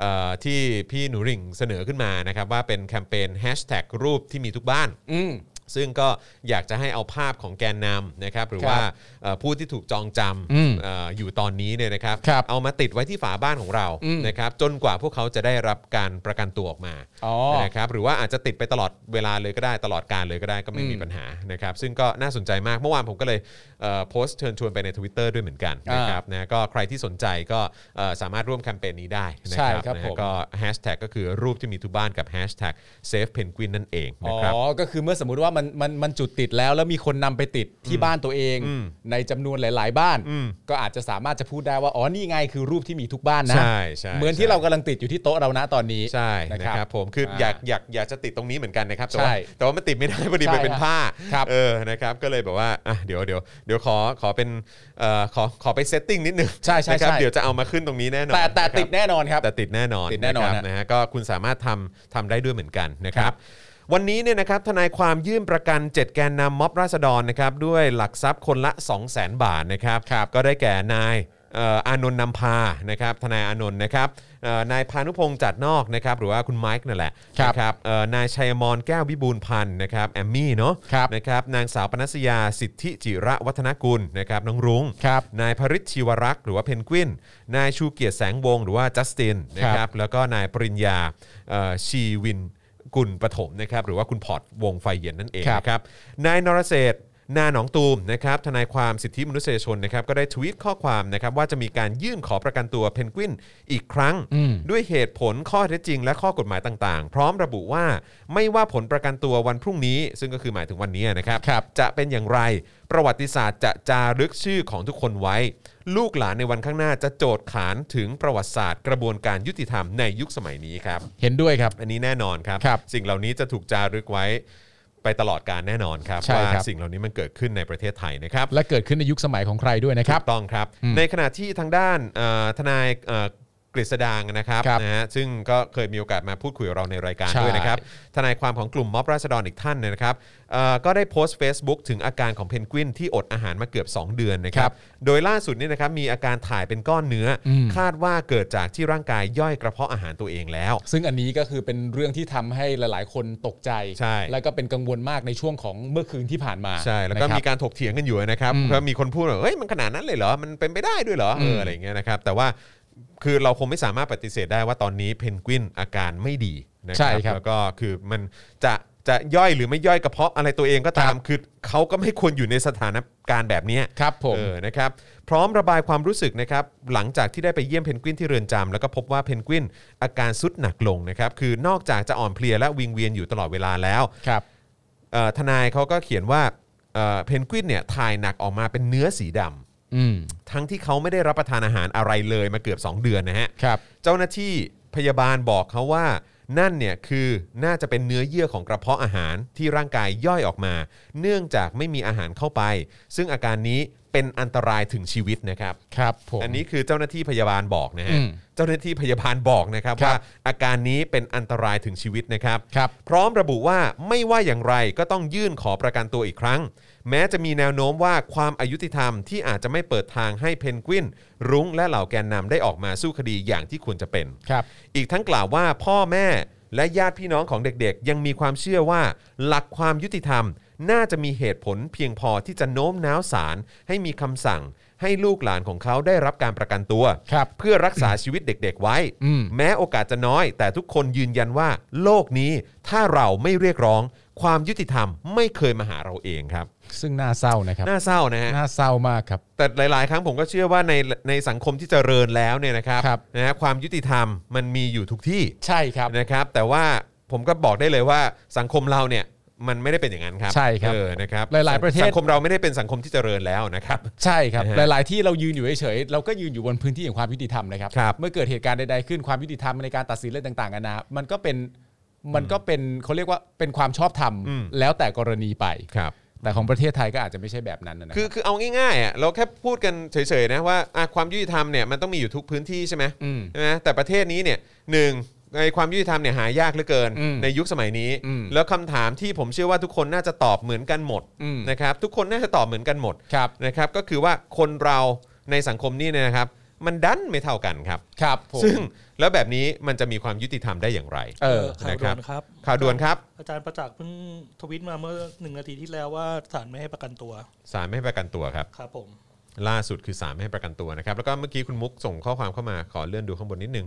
B: เอ่อที่พี่หนูหริ่งเสนอขึ้นมานะครับว่าเป็นแคมเปญแฮชแท็กรูปที่มีทุกบ้าน
C: อืม
B: ซึ่งก็อยากจะให้เอาภาพของแกนนำนะครับหรือว่า
C: ครับ
B: เอ่อผู้ที่ถูกจองจ
C: อืม
B: ำเอ่ออยู่ตอนนี้เนี่ยนะครับ
C: ครับ
B: เอามาติดไว้ที่ฝาบ้านของเรา
C: อืม
B: นะครับจนกว่าพวกเขาจะได้รับการประกันตัวออกมา
C: อ๋อ
B: นะครับหรือว่าอาจจะติดไปตลอดเวลาเลยก็ได้ตลอดการเลยก็ได้ก็ไม่มี
C: อืม
B: ปัญหานะครับซึ่งก็น่าสนใจมากเมื่อวานผมก็เลยเอ่อโพสต์เชิญชวนไปใน Twitter ด้วยเหมือนกัน
C: อ่าน
B: นะครับนะก็ใครที่สนใจก็เอ่อสามารถร่วมแคมเปญนี้ได้นะ
C: ใช่
B: ครับ
C: ครับ
B: นะ
C: ผม
B: ก็แฮชแท็กก็คือรูปที่มีทุกบ้านกับแฮชแท็กเซฟเพนกวินนั่นเองนะ
C: อ๋อ
B: ครับ
C: ก็คือเมื่อสมมติว่ามันมันมันจุดติดแล้ว แล้วมีคนนำไปติดที่บ้านตัวเอง
B: อืม
C: ในจำนวนหลาย ๆ บ้าน
B: อืม
C: ก็อาจจะสามารถจะพูดได้ว่า อ๋อ นี่ไงคือรูปที่มีทุกบ้านนะ
B: ใช่ใช่
C: เหมือนที่เรากำลังติดอยู่ที่โต๊ะเรานะตอนนี้
B: ใช่นะ
C: นะ
B: ค
C: ค
B: รับรับผมคืออาอยากอยากอยากจะติดตรงนี้เหมือนกันนะครับแต่ว่า
C: ใช่
B: แต่ว่ามันติดไม่ได้พอดีมัน
C: ใช่
B: เป็นผ้า
C: ครับ
B: เออนะครับก็เลยแบบว่าอ่ะเดี๋ยวเดี๋ยวเดี๋ยวขอขอเป็นเอ่อขอขอไปเซตติ้งนิดนึง
C: ใช่ใช่
B: นะครับ
C: ใช่
B: เดี๋ยวจะเอามาขึ้นตรงนี้แน่นอน
C: แต่แต่
B: นะครับ
C: ติดแน่นอนครับ
B: แต่ติดแน่นอน
C: ติดแน่นอนะครับ
B: นะฮะก็คุณสามารถทำทำได้ด้วยเหมือนกันนะครับ วันนี้เนี่ยนะครับทนายความยื่นประกัน 7 แกนนำม็อบราษฎรนะครับด้วยหลักทรัพย์คนละ 2 0 0 0 0 0 บาทนะครับ
C: ครับ
B: ก็ได้แก่นายเอ่ออานนท์นำพานะครับทนายอานนท์นะครับเอ่อนายพานุพงษ์จัดนอกนะครับหรือว่าคุณไมค์นั่นแหละ
C: ครับ
B: นะครับเอ่อนายชัยมรแก้ววิบูลย์พันธ์นะครับแอมมี่เนาะ
C: ครับ
B: นะครับนางสาวปนัสยาสิทธิจิระวัฒนกุลนะครับน้องรุง้ง
C: ครับ
B: นายพริชชีวรักษ์หรือว่าเพนกวิน นายชูเกียรติแสงวงศ์หรือว่าจัสตินนะค
C: ครั
B: รับบแล้วก็นายปริญญาเอ่อชีวินกุลปฐมนะครับหรือว่าคุณพอร์ตวงไฟเย็นนั่นเอง
C: ครับ
B: นะครับนายนรเศรษฐ์นาหนองตูมนะครับทนายความสิทธิมนุษยชนนะครับก็ได้ทวีตข้อความนะครับว่าจะมีการยื่นขอประกันตัวเพนกวินอีกครั้ง ด้วยเหตุผลข้อเท็จจริง และข้อกฎหมายต่าง ๆ พร้อมระบุว่าไม่ว่าผลประกันตัววันพรุ่งนี้ ซึ่งก็คือหมายถึงวันนี้นะครับ
C: ครับ
B: จะเป็นอย่างไร ประวัติศาสตร์จะจารึกชื่อของทุกคนไว้ ลูกหลานในวันข้างหน้าจะโจทย์ขานถึงประวัติศาสตร์กระบวนการยุติธรรมในยุคสมัยนี้ครับ
C: เห็นด้วยครับ
B: อันนี้แน่นอนครับ
C: ครับ
B: สิ่งเหล่านี้จะถูกจารึกไว้ไปตลอดการแน่นอนครับ
C: ใช่
B: ว่า
C: ครับ
B: สิ่งเหล่านี้มันเกิดขึ้นในประเทศไทยนะครับ
C: และเกิดขึ้นในยุคสมัยของใครด้วยนะครับ
B: ถูกต้องครับ ในขณะที่ทางด้านเอ่อทนายเอ่อกฤษดางนะครับ
C: ครับ
B: นะฮะซึ่งก็เคยมีโอกาสมาพูดคุยกับเราในรายการ
C: ใช่
B: ด้วยนะครับ ทนายความของกลุ่มม็อบราษฎรอีกท่านเนยนะครับเอ่อก็ได้โพสต์ Facebook ถึงอาการของเพนกวินที่อดอาหารมาเกือบ 2 เดือนนะครั
C: ครับ บ
B: โดยล่าสุดนี่นะครับมีอาการถ่ายเป็นก้อนเนื้ออ
C: ม
B: คาดว่าเกิดจากที่ร่างกายย่อยกระเพาะอาหารตัวเองแล้ว
C: ซึ่งอันนี้ก็คือเป็นเรื่องที่ทำให้หลาย ๆ คนตกใจ
B: ใช่
C: แล้วก็เป็นกังวลมากในช่วงของเมื่อคืนที่ผ่านมา
B: ใช่แล้วก็
C: นะครับ
B: มีการถกเถียงกันอยู่นะครับ
C: อืม
B: ก็มีคนพูดว่าเฮ้ยมันขนาดนั้นเลยเหรอมันเป็นไปได้ด้วยเหรอเออ
C: ม
B: อะไรอย่างเงี้ยนะครับแต่ว่าคือเราคงไม่สามารถปฏิเสธได้ว่าตอนนี้เพนกวินอาการไม่ดีนะค
C: ใช่
B: รั
C: ครับ
B: แล้วก็คือมันจะ จะย่อยหรือไม่ย่อยกระเพาะอะไรตัวเองก็ตาม
C: ครับ
B: คือเขาก็ไม่ควรอยู่ในสถานการณ์แบบเนี้ย
C: ครับผม
B: เออ นะครับ พร้อมระบายความรู้สึกนะครับ หลังจากที่ได้ไปเยี่ยมเพนกวินที่เรือนจำแล้วก็พบว่าเพนกวินอาการสุดหนักลงนะครับ คือนอกจากจะอ่อนเพลียและวิงเวียนอยู่ตลอดเวลาแล้ว
C: ครับ
B: เอ่อทนายเขาก็เขียนว่าเอ่อเพนกวินเนี่ยถ่ายหนักออกมาเป็นเนื้อสีดำ
C: อืม
B: ทั้งที่เขาไม่ได้รับประทานอาหารอะไรเลยมาเกือบ 2 เดือนนะฮะ
C: ครับ
B: เจ้าหน้าที่พยาบาลบอกเขาว่านั่นเนี่ยคือน่าจะเป็นเนื้อเยื่อของกระเพาะอาหารที่ร่างกายย่อยออกมา เนื่องจากไม่มีอาหารเข้าไป ซึ่งอาการนี้เป็นอันตรายถึงชีวิตนะครับ
C: ครับผม
B: อันนี้คือเจ้าหน้าที่พยาบาลบอกนะฮะ
C: อืม
B: เจ้าหน้าที่พยาบาลบอกนะครับ
C: ครับ
B: ว่าอาการนี้เป็นอันตรายถึงชีวิตนะครับ
C: ครับ
B: พร้อมระบุว่าไม่ว่าอย่างไรก็ต้องยื่นขอประกันตัวอีกครั้ง แม้จะมีแนวโน้มว่าความอายุติธรรมที่อาจจะไม่เปิดทางให้เพนกวิน รุ้งและเหล่าแกนนำได้ออกมาสู้คดีอย่างที่ควรจะเป็น
C: ครับ
B: อีกทั้งกล่าวว่าพ่อแม่และญาติพี่น้องของเด็กๆ ยังมีความเชื่อว่าหลักความยุติธรรม น่าจะมีเหตุผลเพียงพอที่จะโน้มน้าวศาลให้มีคำสั่ง ให้ลูกหลานของเขาได้รับการประกันตัว
C: ครับ
B: เพื่อรักษาชีวิตเด็กๆไว้
C: อืม
B: แม้โอกาสจะน้อย แต่ทุกคนยืนยันว่า โลกนี้ถ้าเราไม่เรียกร้อง ความยุติธรรมไม่เคยมาหาเราเองครับ
C: ซึ่งน่าเศร้านะครับ
B: น่าเศร้านะฮะ
C: น่าเศร้ามากครับ
B: แต่หลาย ๆ ครั้งผมก็เชื่อว่าในในสังคมที่เจริญแล้วเนี่ยนะครับ
C: ครับ
B: นะฮะความยุติธรรมมันมีอยู่ทุกที่
C: ใช่ครับ
B: นะครับแต่ว่าผมก็บอกได้เลยว่าสังคมเราเนี่ยมันไม่ได้เป็นอย่างนั้นครับ
C: ใช่ครับ
B: เออนะครับ
C: หลายๆประเทศ
B: สังคมเราไม่ได้เป็นสังคมที่เจริญแล้วนะครับ
C: ใช่ครับ
B: นะ
C: ห
B: ฮะ
C: ลาย ๆ ที่เรายืนอยู่เฉยๆเราก็ยืนอยู่บนพื้นที่ของความยุติธรรมนะครับ
B: ครับ
C: เมื่อเกิดเหตุการณ์ใด ๆ ขึ้นความยุติธรรมในการตัดสินเรื่องต่าง ๆ นานา มันก็เป็น มันก็เป็นเขาเรียกว่าเป็นความชอบธรรม
B: อืม
C: แล้วแต่กรณีไป
B: ครับ
C: แต่ของประเทศไทยก็อาจจะไม่ใช่แบบนั้นนะรับ
B: คือคือเอาง่ายๆอ่ะเราแค่พูดกันเฉยๆนะว่าอ่ะความยุติธรรมเนี่ยมันต้องมีอยู่ทุกพื้นที่ใช่ไหม
C: ม
B: ใช่ไหมแต่ประเทศนี้เนี่ยหนึ่งในความยุติธรรมเนี่ยหายากเหลือเกิน
C: อืม
B: ในยุคสมัยนี้
C: อืม
B: แล้วคำถามที่ผมเชื่อว่าทุกคนน่าจะตอบเหมือนกันหมด
C: อืม
B: นะครับทุกคนน่าจะตอบเหมือนกันหมด
C: ครับ
B: นะครับก็คือว่าคนเราในสังคมนี้เนี่ยนะครับ มันดันไม่เท่ากันครับ
C: ครับผม
B: ซึ่งแล้วแบบนี้มันจะมีความยุติธรรมได้อย่างไร
C: เออ
D: ข่าว
B: นะครั
D: ด่ว
B: บ
D: นครับ
B: ข่าวด่วนครับ
D: อาจารย์ประจักษ์เพิ่งทวิตมาเมื่อหนึ่งนาทีที่แล้วว่าศาลไม่ให้ประกันตัว
B: ศาลไม่ให้ประกันตัวครับ
D: ครับผม
B: ล่าสุดคือศาลไม่ให้ประกันตัวนะครับ แล้วก็เมื่อกี้คุณมุกส่งข้อความเข้ามาขอเลื่อนดูข้างบนนิดนึง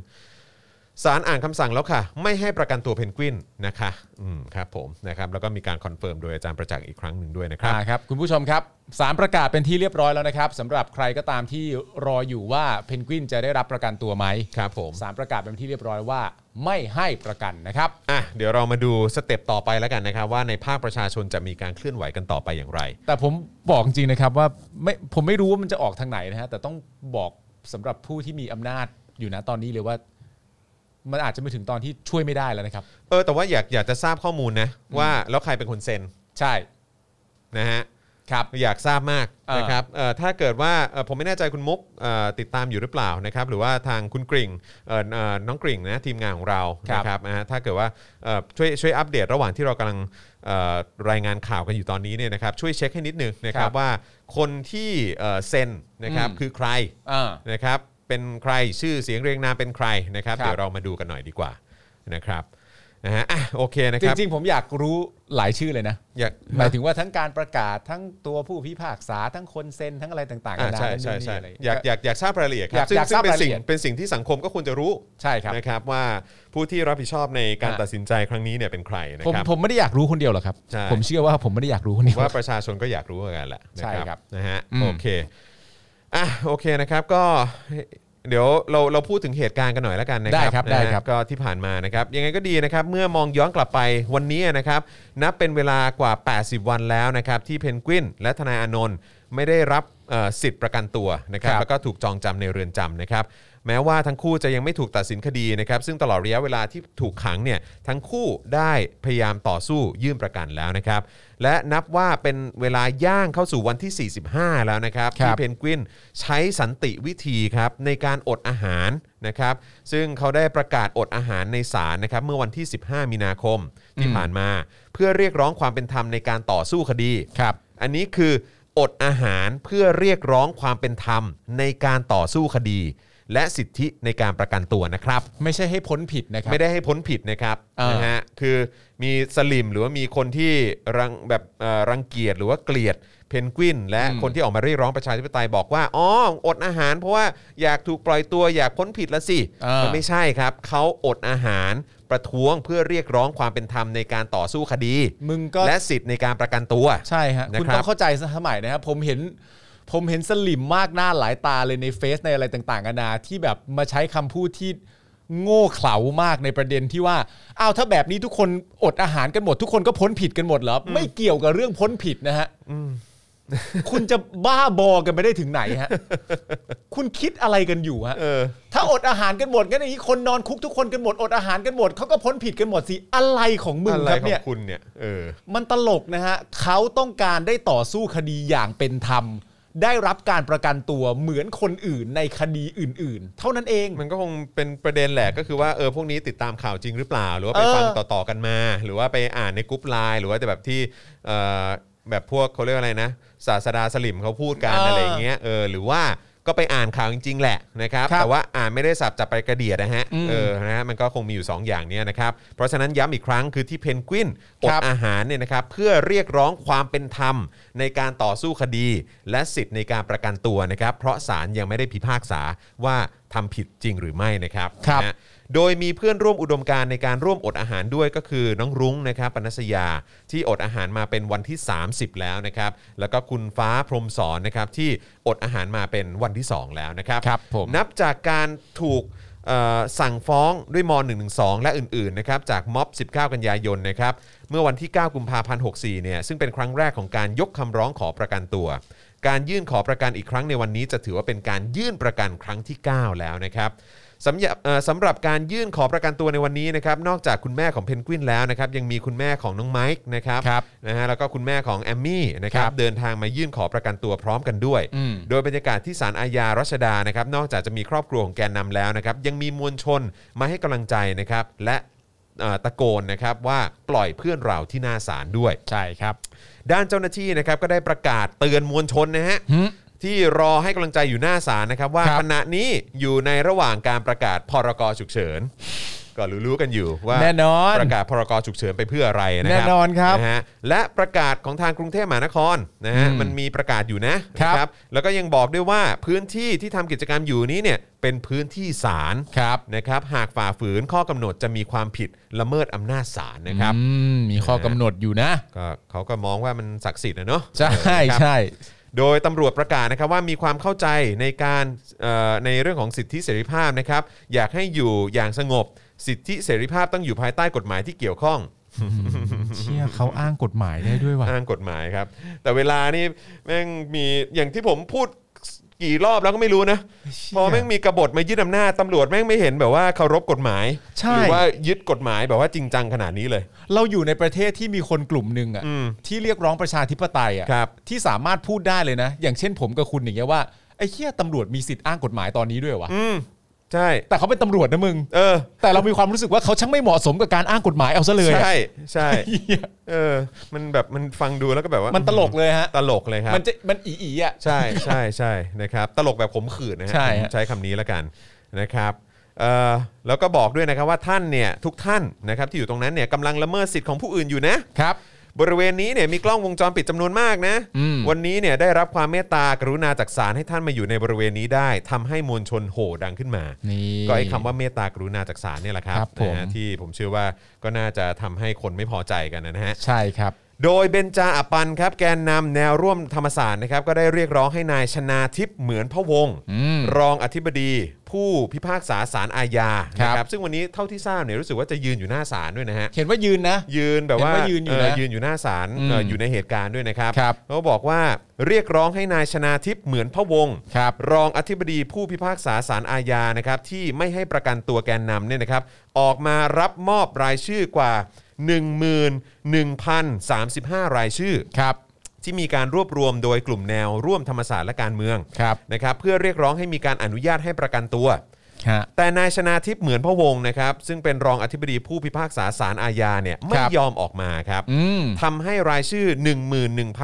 B: ศาลอ่านคำสั่งแล้วค่ะ ไม่ให้ประกันตัวเพนกวินนะคะอืมครับผมนะครับแล้วก็มีการคอนเฟิร์มโดยอาจารย์ประจักษ์อีกครั้งหนึ่งด้วยนะครับ
C: อ่าครับคุณผู้ชมครับสามประกาศเป็นที่เรียบร้อยแล้วนะครับสำหรับใครก็ตามที่รออยู่ว่าเพนกวินจะได้รับประกันตัวไหม
B: ครับผม
C: สามประกาศเป็นที่เรียบร้อยว่า ไม่ให้ประกันนะครับ
B: อ่ะเดี๋ยวเรามาดูสเต็ปต่อไปแล้วกันนะครับ ว่าในภาคประชาชนจะมีการเคลื่อนไหวกันต่อไปอย่างไร
C: แต่ผมบอกจริงนะครับว่าไม่ผมไม่รู้ว่ามันจะออกทางไหนนะฮะแต่ต้องบอกสำหรับผู้ที่มีอำนาจอยู่นะตอนนี้เลยว่า มันอาจจะไม่ถึงตอนที่ช่วยไม่ได้แล้วนะครับ
B: เออแต่ว่าอยากอยากจะทราบข้อมูลนะว่าแล้วใครเป็นคนเซ็น
C: ใช่
B: นะฮะ
C: ครับ
B: อยากทราบมาก
C: เออ
B: นะครับเอ่อถ้าเกิดว่าเอ่อผมไม่แน่ใจคุณมุกเอ่อติดตามอยู่หรือเปล่านะครับ หรือว่าทางคุณกริ่งเอ่อเอ่อน้องกริ่งนะทีมงานของเรา
C: ครับ
B: นะครับนะฮะถ้าเกิดว่าเอ่อช่วยช่วยอัปเดตระหว่างที่เรากำลังเอ่อรายงานข่าวกันอยู่ตอนนี้เนี่ยนะครับช่วยเช็คให้นิดนึงนะครั
C: ครับ บ
B: ว่าคนที่เอ่อเซ็นนะครับ
C: อืม
B: คือใคร
C: อ่า
B: นะครับเป็นใครชื่อเสียงเรียงนามเป็นใครนะครับ
C: ครับ
B: เดี๋ยวเรามาดูกันหน่อยดีกว่านะครับนะฮะอ่ะโอเคนะ
C: จ
B: ครับ
C: ริงๆ ผมอยากรู้หลายชื่อเลยนะ
B: อยาก
C: หมายถึงว่าทั้งการประกาศทั้งตัวผู้พิพากษาทั้งคนเซ็นทั้งอะไรต่างๆ
B: อ่า
C: นานา
B: ใช่
C: นั่น
B: ใช่
C: นี่
B: ใช่
C: อะไร
B: อยากอยากอยากทราบรายละเอียดค
C: อ
B: รั
C: ยา
B: บ
C: ก
B: ซึ่ง
C: อยาก
B: ซึ่
C: ท
B: ง
C: ราบ
B: เป็น
C: รายละ
B: สิ่ง
C: เอียด
B: เป็นสิ่งที่สังคมก็ควรจะรู้
C: ใช่ครับ
B: นะครับว่าผู้ที่รับผิดชอบในการ
C: อ่ะ
B: ตัดสินใจครั้งนี้เนี่ยเป็นใครนะ
C: ผม
B: ครับ
C: ผมไม่ได้อยากรู้คนเดียวหรอกครับ
B: ใช่
C: ผมเชื่อว่าผมไม่ได้อยากรู้คน
B: ผ
C: เดีย
B: ม
C: ว
B: ว่าประชาชนก็อยากรู้เหมือนกันแหละนะ
C: ใช่ครับ
B: นะฮะ
C: อืม
B: โอเคอ่ะโอเคนะครับก็เดี๋ยวเราเราพูดถึงเหตุการณ์กันหน่อยแล้วกันนะครั
C: ได้ครับได้ครับ
B: นะฮะก็ที่ผ่านมานะครับยังไงก็ดีนะครับเมื่อมองย้อนกลับไปวันนี้นะครับนับเป็นเวลากว่า 80 วันแล้วนะครับที่เพนกวินและทนายอานนท์ไม่ได้รับเอ่อสิทธิ์ประกันตัวนะครับ
C: ครับ
B: แล้วก็ ก็ถูกจองจำในเรือนจำนะครับแม้ว่าทั้งคู่จะยังไม่ถูกตัดสินคดีนะครับซึ่งตลอดระยะเวลาที่ถูกขังเนี่ยทั้งคู่ได้พยายามต่อสู้ยื่นประกันแล้วนะครับและนับว่าเป็นเวลาย่างเข้าสู่วันที่ 45 แล้วนะครับ
C: ครับ
B: ที่เพนกวินใช้สันติวิธีครับในการอดอาหารนะครับซึ่งเขาได้ประกาศอดอาหารในศาลนะครับเมื่อวันที่ 15 มีนาคมที่ผ่านมา เพื่อเรียกร้องความเป็นธรรมในการต่อสู้คดี
C: ครับ
B: อันนี้คืออดอาหารเพื่อเรียกร้องความเป็นธรรมในการต่อสู้คดี และสิทธิในการประกันตัวนะครับ
C: ไม่ใช่ให้พ้นผิดนะครับ
B: ไม่ได้ให้พ้นผิดนะครับ
C: อ่าน
B: นะฮะคือมีสลิมหรือว่ามีคนที่รังแบบเอ่อรังเกียจหรือว่าเกลียดเพนกวิน และคนที่ออกมาเรียกร้องประชาธิปไตยบอกว่าอ๋ออดอาหาร เพราะว่าอยากถูกปล่อยตัวอยากพ้นผิดละสิ
C: อ่ามั
B: มันไม่ใช่ครับเขาอดอาหารประท้วงเพื่อเรียกร้องความเป็นธรรมในการต่อสู้คดี
C: มึงก็
B: และสิทธิ์ในการประกันตัว
C: ใช่ฮะ
B: นะครับ
C: คุณต้องเข้าใจสมัยนะครับ ผมเห็น ผมเห็นสลิมมากหน้าหลายตาเลยในเฟซในอะไรต่างๆนานาที่แบบมาใช้คำพูดที่โง่เขลามากในประเด็นที่ว่าอ้าวถ้าแบบนี้ทุกคนอดอาหารกันหมด ทุกคนก็พ้นผิดกันหมดเหรอไม่เกี่ยวกับเรื่องพ้นผิดนะฮะคุณจะบ้าบอกันไปได้ถึงไหนฮะ คุณคิดอะไรกันอยู่ฮะ
B: เออ
C: ถ้าอดอาหารกันหมดงั้นอย่างนี้คนนอนคุกทุกคนกันหมดอดอาหารกันหมดเขาก็พ้นผิดกันหมดสิอะไรของมึง
B: อะไร
C: ครับ
B: ขอ
C: เนี่ย
B: งคุณเนี่ยเออ
C: มันตลกนะฮะเขาต้องการได้ต่อสู้คดีอย่างเป็นธรรม ได้รับการประกันตัวเหมือนคนอื่นในคดีอื่น ๆ เท่านั้นเอง
B: มันก็คงเป็นประเด็นแหละก็คือว่าเออพวกนี้ติดตามข่าวจริงหรือเปล่า หรือว่าไป
C: เออ
B: ฟังต่อๆกันมา หรือว่าไปอ่านในกรุ๊ปไลน์หรือว่าจะแบบที่เอ่อแบบพวกเขาเรียกว่าอะไรนะศาสดาสลิมเขาพูดกัน
C: เอออ
B: อะไรอย่างเงี้ยเออหรือว่าก็ไปอ่านข่าวจริงๆแหละนะครับ
C: ครับ
B: แต่ว่าอ่านไม่ได้สับจับไปกระเดียดนะฮะ
C: อืม
B: เออนะฮะมันก็คงมีอยู่ 2 อย่างเนี้ยนะครับเพราะฉะนั้นย้ำอีกครั้งคือที่เพนกวินอ
C: ค
B: ด
C: รับ
B: อาหารเนี่ยนะครับเพื่อเรียกร้องความเป็นธรรมในการต่อสู้คดี และสิทธิ์ในการประกันตัวนะครับ เพราะศาลยังไม่ได้พิพากษาว่าทำผิดจริงหรือไม่นะครับ
C: ครับ
B: นะ โดยมีเพื่อนร่วมอุดมการณ์ในการร่วมอดอาหารด้วยก็คือน้องรุ้งนะครับปนัสยาที่อดอาหารมาเป็นวันที่ 30 แล้วนะครับ แล้วก็คุณฟ้าพรหมสอนนะครับที่อดอาหารมาเป็นวันที่ 2 แล้วนะครับ
C: ครับผม
B: นับจากการถูกเอ่อสั่งฟ้องด้วยม .112 และอื่นๆนะครับจากม็อบ 19 กันยายนนะครับเมื่อวันที่ 9 กุมภาพันธ์ 64 เนี่ยซึ่งเป็นครั้งแรกของการยกคำร้องขอประกันตัว การยื่นขอประกันอีกครั้งในวันนี้จะถือว่าเป็นการยื่นประกันครั้งที่ 9 แล้วนะครับสำหรับเอ่อสำหรับการยื่นขอประกันตัวในวันนี้นะครับนอกจากคุณแม่ของเพนกวินแล้วนะครับยังมีคุณแม่ของน้องไมค์นะครับ
C: ครับ
B: นะฮะแล้วก็คุณแม่ของแอมมี่นะครับ
C: ครับ
B: เดินทางมายื่นขอประกันตัวพร้อมกันด้วย
C: อืม
B: โดยบรรยากาศที่ศาลอาญารัชดานะครับนอกจากจะมีครอบครัวของแกนนำแล้วนะครับยังมีมวลชนมาให้กำลังใจนะครับและเอ่อตะโกนนะครับว่าปล่อยเพื่อนเราที่หน้าศาลด้วย
C: ใช่ครับ
B: ด้านเจ้าหน้าที่นะครับก็ได้ประกาศเตือนมวลชนนะฮะที่รอให้กำลังใจอยู่หน้าศาลนะครับ ว่า
C: ครับ
B: ขณะนี้อยู่ในระหว่างการประกาศพรกฉุกเฉินก็รู้ๆกันอยู่ว่า
C: แน่นอน
B: ประกาศพรกฉุกเฉินไปเพื่ออะไรนะครั
C: แน่นอนครับ
B: นะฮะและประกาศของทางกรุงเทพมหานครนะฮะ
C: อืม
B: มันมีประกาศอยู่นะครับ นะแล้วก็ยังบอกด้วยว่าพื้นที่ที่ทำกิจกรรมอยู่นี้เนี่ยเป็นพื้นที่ศาล
C: ครับ
B: นะครับหากฝ่าฝืนข้อกำหนดจะมีความผิดละเมิดอำนาจศาลนะครับ
C: อืมมีข้อกำหนดอยู่นะ
B: ก็เขาก็มองว่ามันศักดิ์สิทธิ์นะเนาะ
C: ใช่
B: เออนะครับ
C: ใช่
B: โดยตำรวจประกาศนะครับว่ามีความเข้าใจในการเอ่อในเรื่องของสิทธิเสรีภาพนะครับ อยากให้อยู่อย่างสงบ สิทธิเสรีภาพต้องอยู่ภายใต้กฎหมายที่เกี่ยวข้อง
C: เชี่ยเขาอ้างกฎหมายได้ด้วยว่ะ
B: อ้างกฎหมายครับ แต่เวลานี่แม่งมีอย่างที่ผมพูดกี่รอบแล้วก็ไม่รู้นะพอแม่งมีกบฏมายึดอำนาจตำรวจแม่งไม่เห็นแบบว่าเคารพกฎหมาย
C: ใช่
B: หรือว่ายึดกฎหมายแบบว่าจริงจังขนาดนี้เลย
C: เราอยู่ในประเทศที่มีคนกลุ่มหนึ่งอ่ะที่เรียกร้องประชาธิปไตยอ่ะ
B: ครับ
C: ที่สามารถพูดได้เลยนะ อย่างเช่นผมกับคุณอย่างเงี้ยว่าไอ้เหี้ยตำรวจมีสิทธิ์อ้างกฎหมายตอนนี้ด้วยเหรอวะ
B: อืมใช่
C: แต่เขาเป็นตำรวจนะมึง
B: เออ
C: แต่เรามีความรู้สึกว่าเขาช่างไม่เหมาะสมกับการอ้างกฎหมายเอาซะเลยอะ
B: ใช่ใช่
C: เหี้ย
B: เออ มันแบบมันฟังดูแล้วก็แบบว่า
C: มั
B: มัน
C: ตลกเลยฮะ
B: ตลกเลยครับ
C: มันจะมันอีอีอ่ะ
B: ใช่ใช่ใช่นะครับ ตลกแบบขมขื่นนะฮะ
C: ใช่
B: ผ
C: ฮะ
B: มใช้คำนี้แล้วกันนะครับเอ่อแล้วก็บอกด้วยนะครับว่าท่านเนี่ยทุกท่านนะครับที่อยู่ตรงนั้นเนี่ยกำลังละเมิดสิทธิ์ของผู้อื่นอยู่นะ
C: ครับ
B: บริเวณนี้เนี่ยมีกล้องวงจรปิดจำนวนมากนะ
C: อืม
B: วันนี้เนี่ยได้รับความเมตตากรุณาจากศาลให้ท่านมาอยู่ในบริเวณนี้ได้ทำให้มวลชนโห่ดังขึ้นมา
C: นี่
B: ก็ไอ้คำว่าเมตตากรุณาจากศาลเนี่ยแหละครั
C: ครับผม
B: นะฮะที่ผมเชื่อว่าก็น่าจะทำให้คนไม่พอใจกันนะฮะ
C: ใช่ครับ
B: โดยเบนจาอปันครับแกนนำแนวร่วมธรรมศาสตร์นะครับก็ได้เรียกร้องให้นายชนาทิพย์เหมือนพะวงศ์
C: อืม
B: รองอธิบดีผู้พิพากษาศาลอาญา
C: ครับ
B: นะครับซึ่งวันนี้เท่าที่ทราบเนี่ยรู้สึกว่าจะยืนอยู่หน้าศาลด้วยนะฮะ
C: เห็นว่ายืนนะ
B: ยืนแบบว่า
C: เห็นว่ายืนอยู่นะ
B: เยืนอยู่หน้าศาล
C: อืม
B: เอ่ออยู่ในเหตุการณ์ด้วยนะครับ
C: ครับ
B: เขาบอกว่าเรียกร้องให้นายชนาทิพย์เหมือนพะวงศ์
C: ครับ
B: รองอธิบดีผู้พิพากษาศาลอาญานะครับที่ไม่ให้ประกันตัวแกนนำเนี่ยนะครับออกมารับมอบรายชื่อกว่า 11,035 รายชื่อ
C: ครับ
B: ที่มีการรวบรวมโดยกลุ่มแนวร่วมธรรมศาสตร์และการเมือง
C: ครับ
B: นะครับเพื่อเรียกร้องให้มีการอนุญาตให้ประกันตัว
C: ฮะ
B: แต่นายชนาทิพย์เหมือนพะวงศ์นะครับ ซึ่งเป็นรองอธิบดีผู้พิพากษาศาลอาญาเนี่ยไม่
C: ครับ
B: ยอมออกมาครับ
C: อืม
B: ทำให้รายชื่อ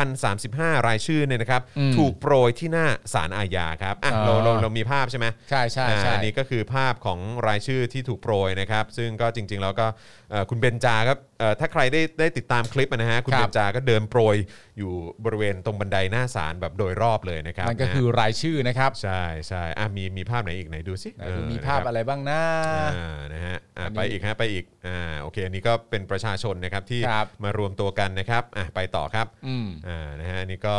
B: 11,035 รายชื่อเนี่ยนะครับ
C: อืม
B: ถูกโปรยที่หน้าศาลอาญาครับอ่ะ
C: อ๋อ
B: เราเราเรามีภาพใช่ไหม
C: ใช่ใช่
B: อ่า
C: ใช่
B: อันนี้ก็คือภาพของรายชื่อที่ถูกโปรยนะครับ ซึ่งก็จริง ๆ แล้วก็เอ่อคุณเบนจาครับเอ่อถ้าใครได้ได้ติดตามคลิปนะฮะ คุณเบนจาก็เดินโปรยอยู่บริเวณตรงบันไดหน้าศาลแบบโดยรอบเลยนะครับ
C: มันก็คือ
B: นะฮ
C: รายชื่อนะครับ
B: ะใช่ใช่อ่ะมีมีภาพไหนอีกไหนดูสิ
C: ไหน
B: เอ
C: ดู
B: อ
C: มีภาพ
B: นคบ
C: อะไรบ้างนะ
B: อ่านะฮะอ่ะ
C: อันนี้
B: ไปอีกฮะไปอีกอ่าโอเค อันนี้ก็เป็นประชาชนนะครับที่
C: ครับ
B: มารวมตัวกันนะครับอ่ะไปต่อครับ
C: อืม
B: อ่านะฮะอันนี้ก็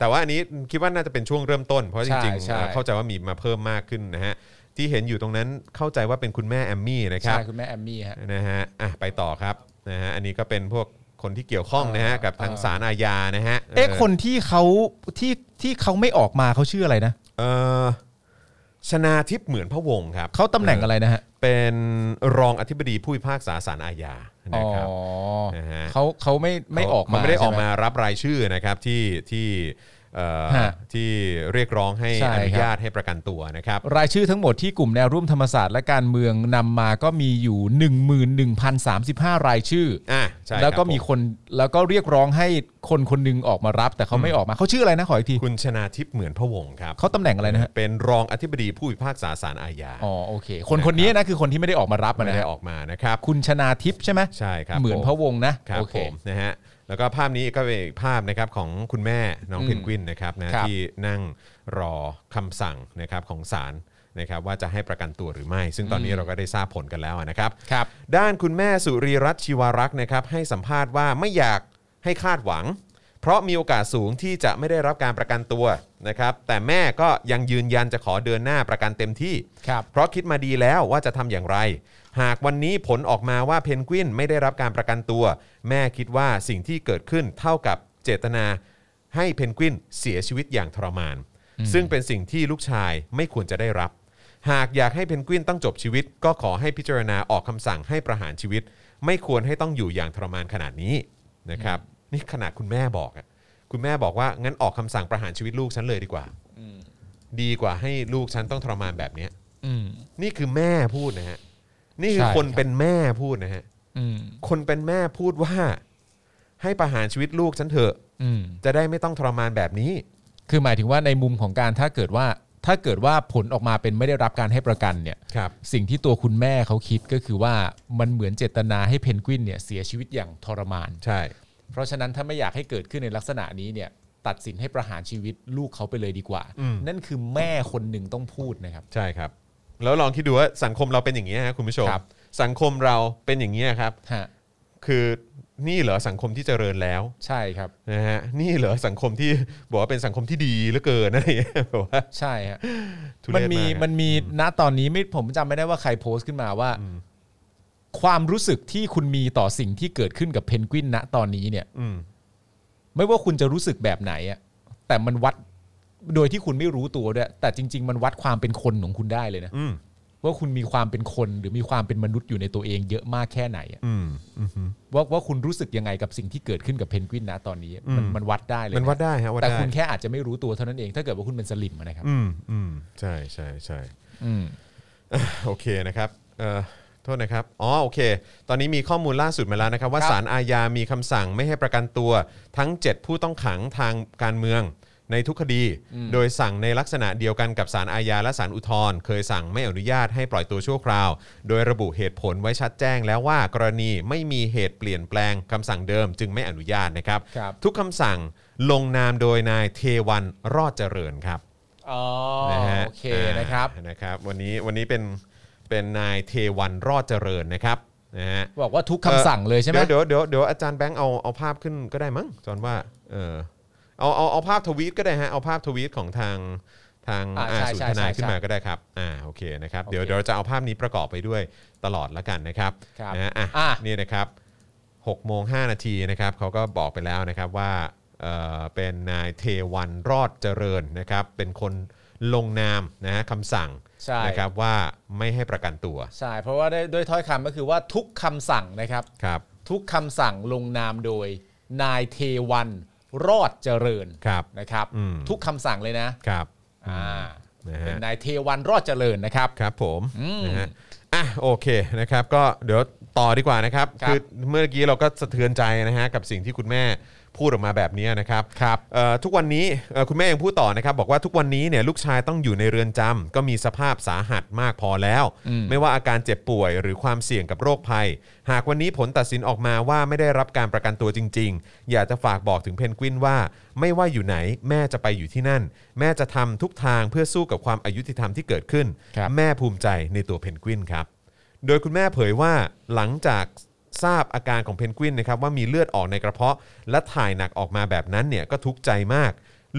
B: แต่ว่าอันนี้คิดว่าน่าจะเป็นช่วงเริ่มต้น เพราะจริงๆ
C: ใช่ใช่
B: เอ่อเข้าใจว่ามีมาเพิ่มมากขึ้นนะฮะที่เห็นอยู่ตรงนั้นเข้าใจว่าเป็นคุณแม่แอมมี่นะค
C: ใช่
B: รับ
C: คุณแม่แอมมี่ฮะ
B: นะฮะอ่ะไปต่อครับนะฮะอันนี้ก็เป็นพวกคนที่เกี่ยวข้องนะฮะ
C: เออ
B: กับทาง
C: เออ
B: ศาลอาญานะฮะ
C: เอ๊ะคนที่เขาที่ที่เขาไม่ออกมาเขาชื่ออะไรนะ
B: เออชนาทิพย์เหมือนพระวงศ์ครับ
C: เขาตำแหน่งอะไรนะฮะ
B: เป็นรองอธิบดีผู้พิพากษาศาลอาญา
C: อ๋อ
B: นะครับ นะฮะ
C: เขาเขาไม่ไม่ออกมา
B: เขไม่ได้ออก
C: ใช่ห
B: มารับรายชื่อนะครับที่ที่เอ่อ
C: ฮะ
B: ที่เรียกร้องให้
C: ใช่
B: อนุ
C: ครับ
B: ญาตให้ประกันตัวนะครับ
C: รายชื่อทั้งหมดที่กลุ่มแนวร่วมธรรมศาสตร์และการเมืองนำมาก็มีอยู่ 11,035 รายชื่อ
B: อ่ะใช่
C: แล้วก็
B: รับ
C: มี
B: ผ
C: คนแล้วก็เรียกร้องให้คนคนหนึงออกมารับ แต่เขาไม่ออกมาเขาชื่ออะไรนะขออีกที
B: คุณชนาทิพย์เหมือนพะวงศ์ครับ
C: เขาตำแหน่งอะไรนะฮะ
B: เป็นรองอธิบดีผู้พิพากษาศาลอาญา
C: อ๋อโอเค คนคนนี้นะคือคนที่ไม่ได้ออกมารับ
B: ไม่
C: นะ
B: ได้
C: ฮะ
B: ออกมานะครับ
C: คุณชนาทิพย์ใช่ไหม
B: ใช่ครับ
C: เหมือน
B: ผม
C: พระวงศ์นะครับ โอเค
B: ผมนะฮะแล้วก็ภาพนี้ก็เป็นอีกภาพนะครับของคุณแม่น้อง
C: อืม
B: เพนกวินนะครับนะครับ ที่นั่งรอคำสั่งนะครับของศาลนะครับว่าจะให้ประกันตัวหรือไม่ ซึ่งตอนนี้เราก็ได้ทราบผลกันแล้วนะครับ
C: ครับ
B: ด้านคุณแม่สุรีรัตน์ชีวารักษ์นะครับให้สัมภาษณ์ว่าไม่อยากให้คาดหวัง เพราะมีโอกาสสูงที่จะไม่ได้รับการประกันตัวนะครับแต่แม่ก็ยังยืนยันจะขอเดินหน้าประกันเต็มที่
C: ครับ
B: เพราะคิดมาดีแล้วว่าจะทำอย่างไร หากวันนี้ผลออกมาว่าเพนกวินไม่ได้รับการประกันตัว แม่คิดว่าสิ่งที่เกิดขึ้นเท่ากับเจตนา ให้เพนกวินเสียชีวิตอย่างทรมาน ซึ่งเป็นสิ่งที่ลูกชายไม่ควรจะได้รับ หากอยากให้เพนกวินต้องจบชีวิต ก็ขอให้พิจารณาออกคำสั่งให้ประหารชีวิต ไม่ควรให้ต้องอยู่อย่างทรมานขนาดนี้นะครับ นี่ขนาดคุณแม่บอกอะคุณแม่บอกว่างั้นออกคำสั่งประหารชีวิตลูกฉันเลยดีกว่าดีกว่าให้ลูกฉันต้องทรมานแบบเนี้ย
C: อืม
B: นี่คือแม่พูดนะฮะ นี่คือ
C: ใช่
B: คน
C: ครับ
B: เป็นแม่พูดนะฮะ
C: อืม
B: คนเป็นแม่พูดว่า ให้ประหารชีวิตลูกฉันเถอะ
C: อืม
B: จะได้ไม่ต้องทรมานแบบนี้
C: คือหมายถึงว่าในมุมของการถ้าเกิดว่าถ้าเกิดว่าผลออกมาเป็นไม่ได้รับการให้ประกันเนี่ย
B: ครับ
C: สิ่งที่ตัวคุณแม่เขาคิดก็คือว่ามันเหมือนเจตนาให้เพนกวินเนี่ยเสียชีวิตอย่างทรมาน
B: ใช่
C: เพราะฉะนั้นถ้าไม่อยากให้เกิดขึ้นในลักษณะนี้เนี่ย ตัดสินให้ประหารชีวิตลูกเขาไปเลยดีกว่า
B: อืม
C: นั่นคือแม่คนหนึ่งต้องพูดนะครับ
B: ใช่ครับ แล้วลองคิดดูว่าสังคมเราเป็นอย่างนี้ยฮะคุณผู้ชม
C: ครับ
B: สังคมเราเป็นอย่างนี้ยครับ
C: ฮะ
B: คือนี่เหรอสังคมที่เจริญแล้ว
C: ใช่ครับ
B: นะฮะ นี่เหรอสังคมที่บอกว่าเป็นสังคมที่ดีเหลือเกินอะไรอย่างเงี้ยแบบว่า
C: ใช่ฮะ
B: ทุ
C: มั
B: เรศ
C: มี
B: มากอะ
C: มันมีณตอนนี้ไม่ผมจำไม่ได้ว่าใครโพสต์ขึ้นมาว่า
B: อืม
C: ความรู้สึกที่คุณมีต่อสิ่งที่เกิดขึ้นกับเพนกวินณตอนนี้เนี่ย
B: อืม
C: ไม่ว่าคุณจะรู้สึกแบบไหนอะแต่มันวัดโดยที่คุณไม่รู้ตัวด้วย แต่จริง ๆ มันวัดความเป็นคนของคุณได้เลยนะ
B: อืม
C: ว่าคุณมีความเป็นคนหรือมีความเป็นมนุษย์อยู่ในตัวเองเยอะมากแค่ไหนอะ
B: อืมอืมฮึ
C: ว่าว่าคุณรู้สึกยังไงกับสิ่งที่เกิดขึ้นกับเพนกวินนะตอนนี้มัน
B: อืม
C: มันวัดได้เลย
B: มัน
C: นะ
B: วัดได้ฮะวัด
C: แต่
B: ได้
C: คุณแค่อาจจะไม่รู้ตัวเท่านั้นเอง ถ้าเกิดว่าคุณเป็นสลิมอะนะครับ
B: อืมอืมใช่ใช่ใช่
C: อืม
B: โอเคนะครับเอ่อโทษนะครับ อ๋อ โอเค ตอนนี้มีข้อมูลล่าสุดมาแล้วนะครับ ว่า
C: ครับ
B: ศาลอาญามีคำสั่งไม่ให้ประกันตัว ทั้ง 7 ผู้ต้องขังทางการเมืองในทุกคดี โดยสั่งในลักษณะเดียวกันกับศาลอาญาและศาลอุทธรณ์เคยสั่งไม่อนุญาตให้ปล่อยตัวชั่วคราว โดยระบุเหตุผลไว้ชัดแจ้งแล้วว่ากรณีไม่มีเหตุเปลี่ยนแปลงคำสั่งเดิมจึงไม่อนุญาตนะครับ
C: ครับ
B: ทุกคำสั่งลงนามโดยนายเทวันรอดเจริญครับ
C: อ๋อ
B: นะฮะ
C: โอเคนะครับ
B: อ่านะครับ วันนี้วันนี้เป็นเป็นนายเทวันรอดเจริญนะครับนะฮะ
C: บอกว่าทุกคำสั่งเลยใช่ไหม
B: เดี๋ยวเดี๋ยวเดี๋ยวอาจารย์แบงค์เอาเอาภาพขึ้นก็ได้มั้งจอนว่าเออเอาเอาเอาภาพทวีตก็ได้ฮะเอาภาพทวีตของทางทาง
C: อ่า
B: อ่า
C: ใช่
B: ศูน
C: ใช่
B: ย์ทนาย
C: ใช่
B: ขึ้นมาก็ได้ครับอ่าโอเคนะครับเดี๋ยว
C: โอเค
B: เดี๋ยวเราจะเอาภาพนี้ประกอบไปด้วยตลอดละกันนะครับ
C: ครับ
B: นะฮะอ่ะ
C: อ่ะ
B: นี่นะครับ6โมง5นาทีนะครับเขาก็บอกไปแล้วนะครับว่าเอ่อเป็นนายเทวันรอดเจริญนะครับเป็นคนลงนามนะฮะคำสั่ง
C: ใช่
B: นะครับว่าไม่ให้ประกันตัว
C: ใช่ เพราะว่าได้ด้วยถ้อยคำก็คือว่าทุกคำสั่งนะครับ
B: ครับ
C: ทุกคำสั่งลงนามโดย นายเทวันรอดเจริญ
B: ครับ
C: นะครับ
B: อืม
C: ทุกคำสั่งเลยนะ
B: ครับ
C: อ่า
B: นะ
C: เป็
B: ฮะ
C: นนายเทวันรอดเจริญนะครับ
B: ครับผม
C: อืม
B: นะฮะอ่ะโอเคนะครับก็เดี๋ยวต่อดีกว่านะครับ
C: ครับ
B: อเมื่อกี้เราก็สะเทือนใจนะฮะกับสิ่งที่คุณแม่พูดออกมาแบบนี้นะครับ
C: ครับ
B: เอ่อทุกวันนี้เอ่อคุณแม่ยังพูดต่อนะครับ บอกว่าทุกวันนี้เนี่ยลูกชายต้องอยู่ในเรือนจำก็มีสภาพสาหัสมากพอแล้ว
C: อืม
B: ไม่ว่าอาการเจ็บป่วยหรือความเสี่ยงกับโรคภัย หากวันนี้ผลตัดสินออกมาว่าไม่ได้รับการประกันตัวจริง ๆ อยากจะฝากบอกถึงเพนกวินว่า ไม่ว่าอยู่ไหนแม่จะไปอยู่ที่นั่น แม่จะทำทุกทางเพื่อสู้กับความอายุติธรรมที่เกิดขึ้น
C: ครับ
B: แม่ภูมิใจในตัวเพนกวินครับ โดยคุณแม่เผยว่าหลังจากทราบอาการของเพนกวินนะครับว่ามีเลือดออกในกระเพาะ และถ่ายหนักออกมาแบบนั้นเนี่ยก็ทุกข์ใจมาก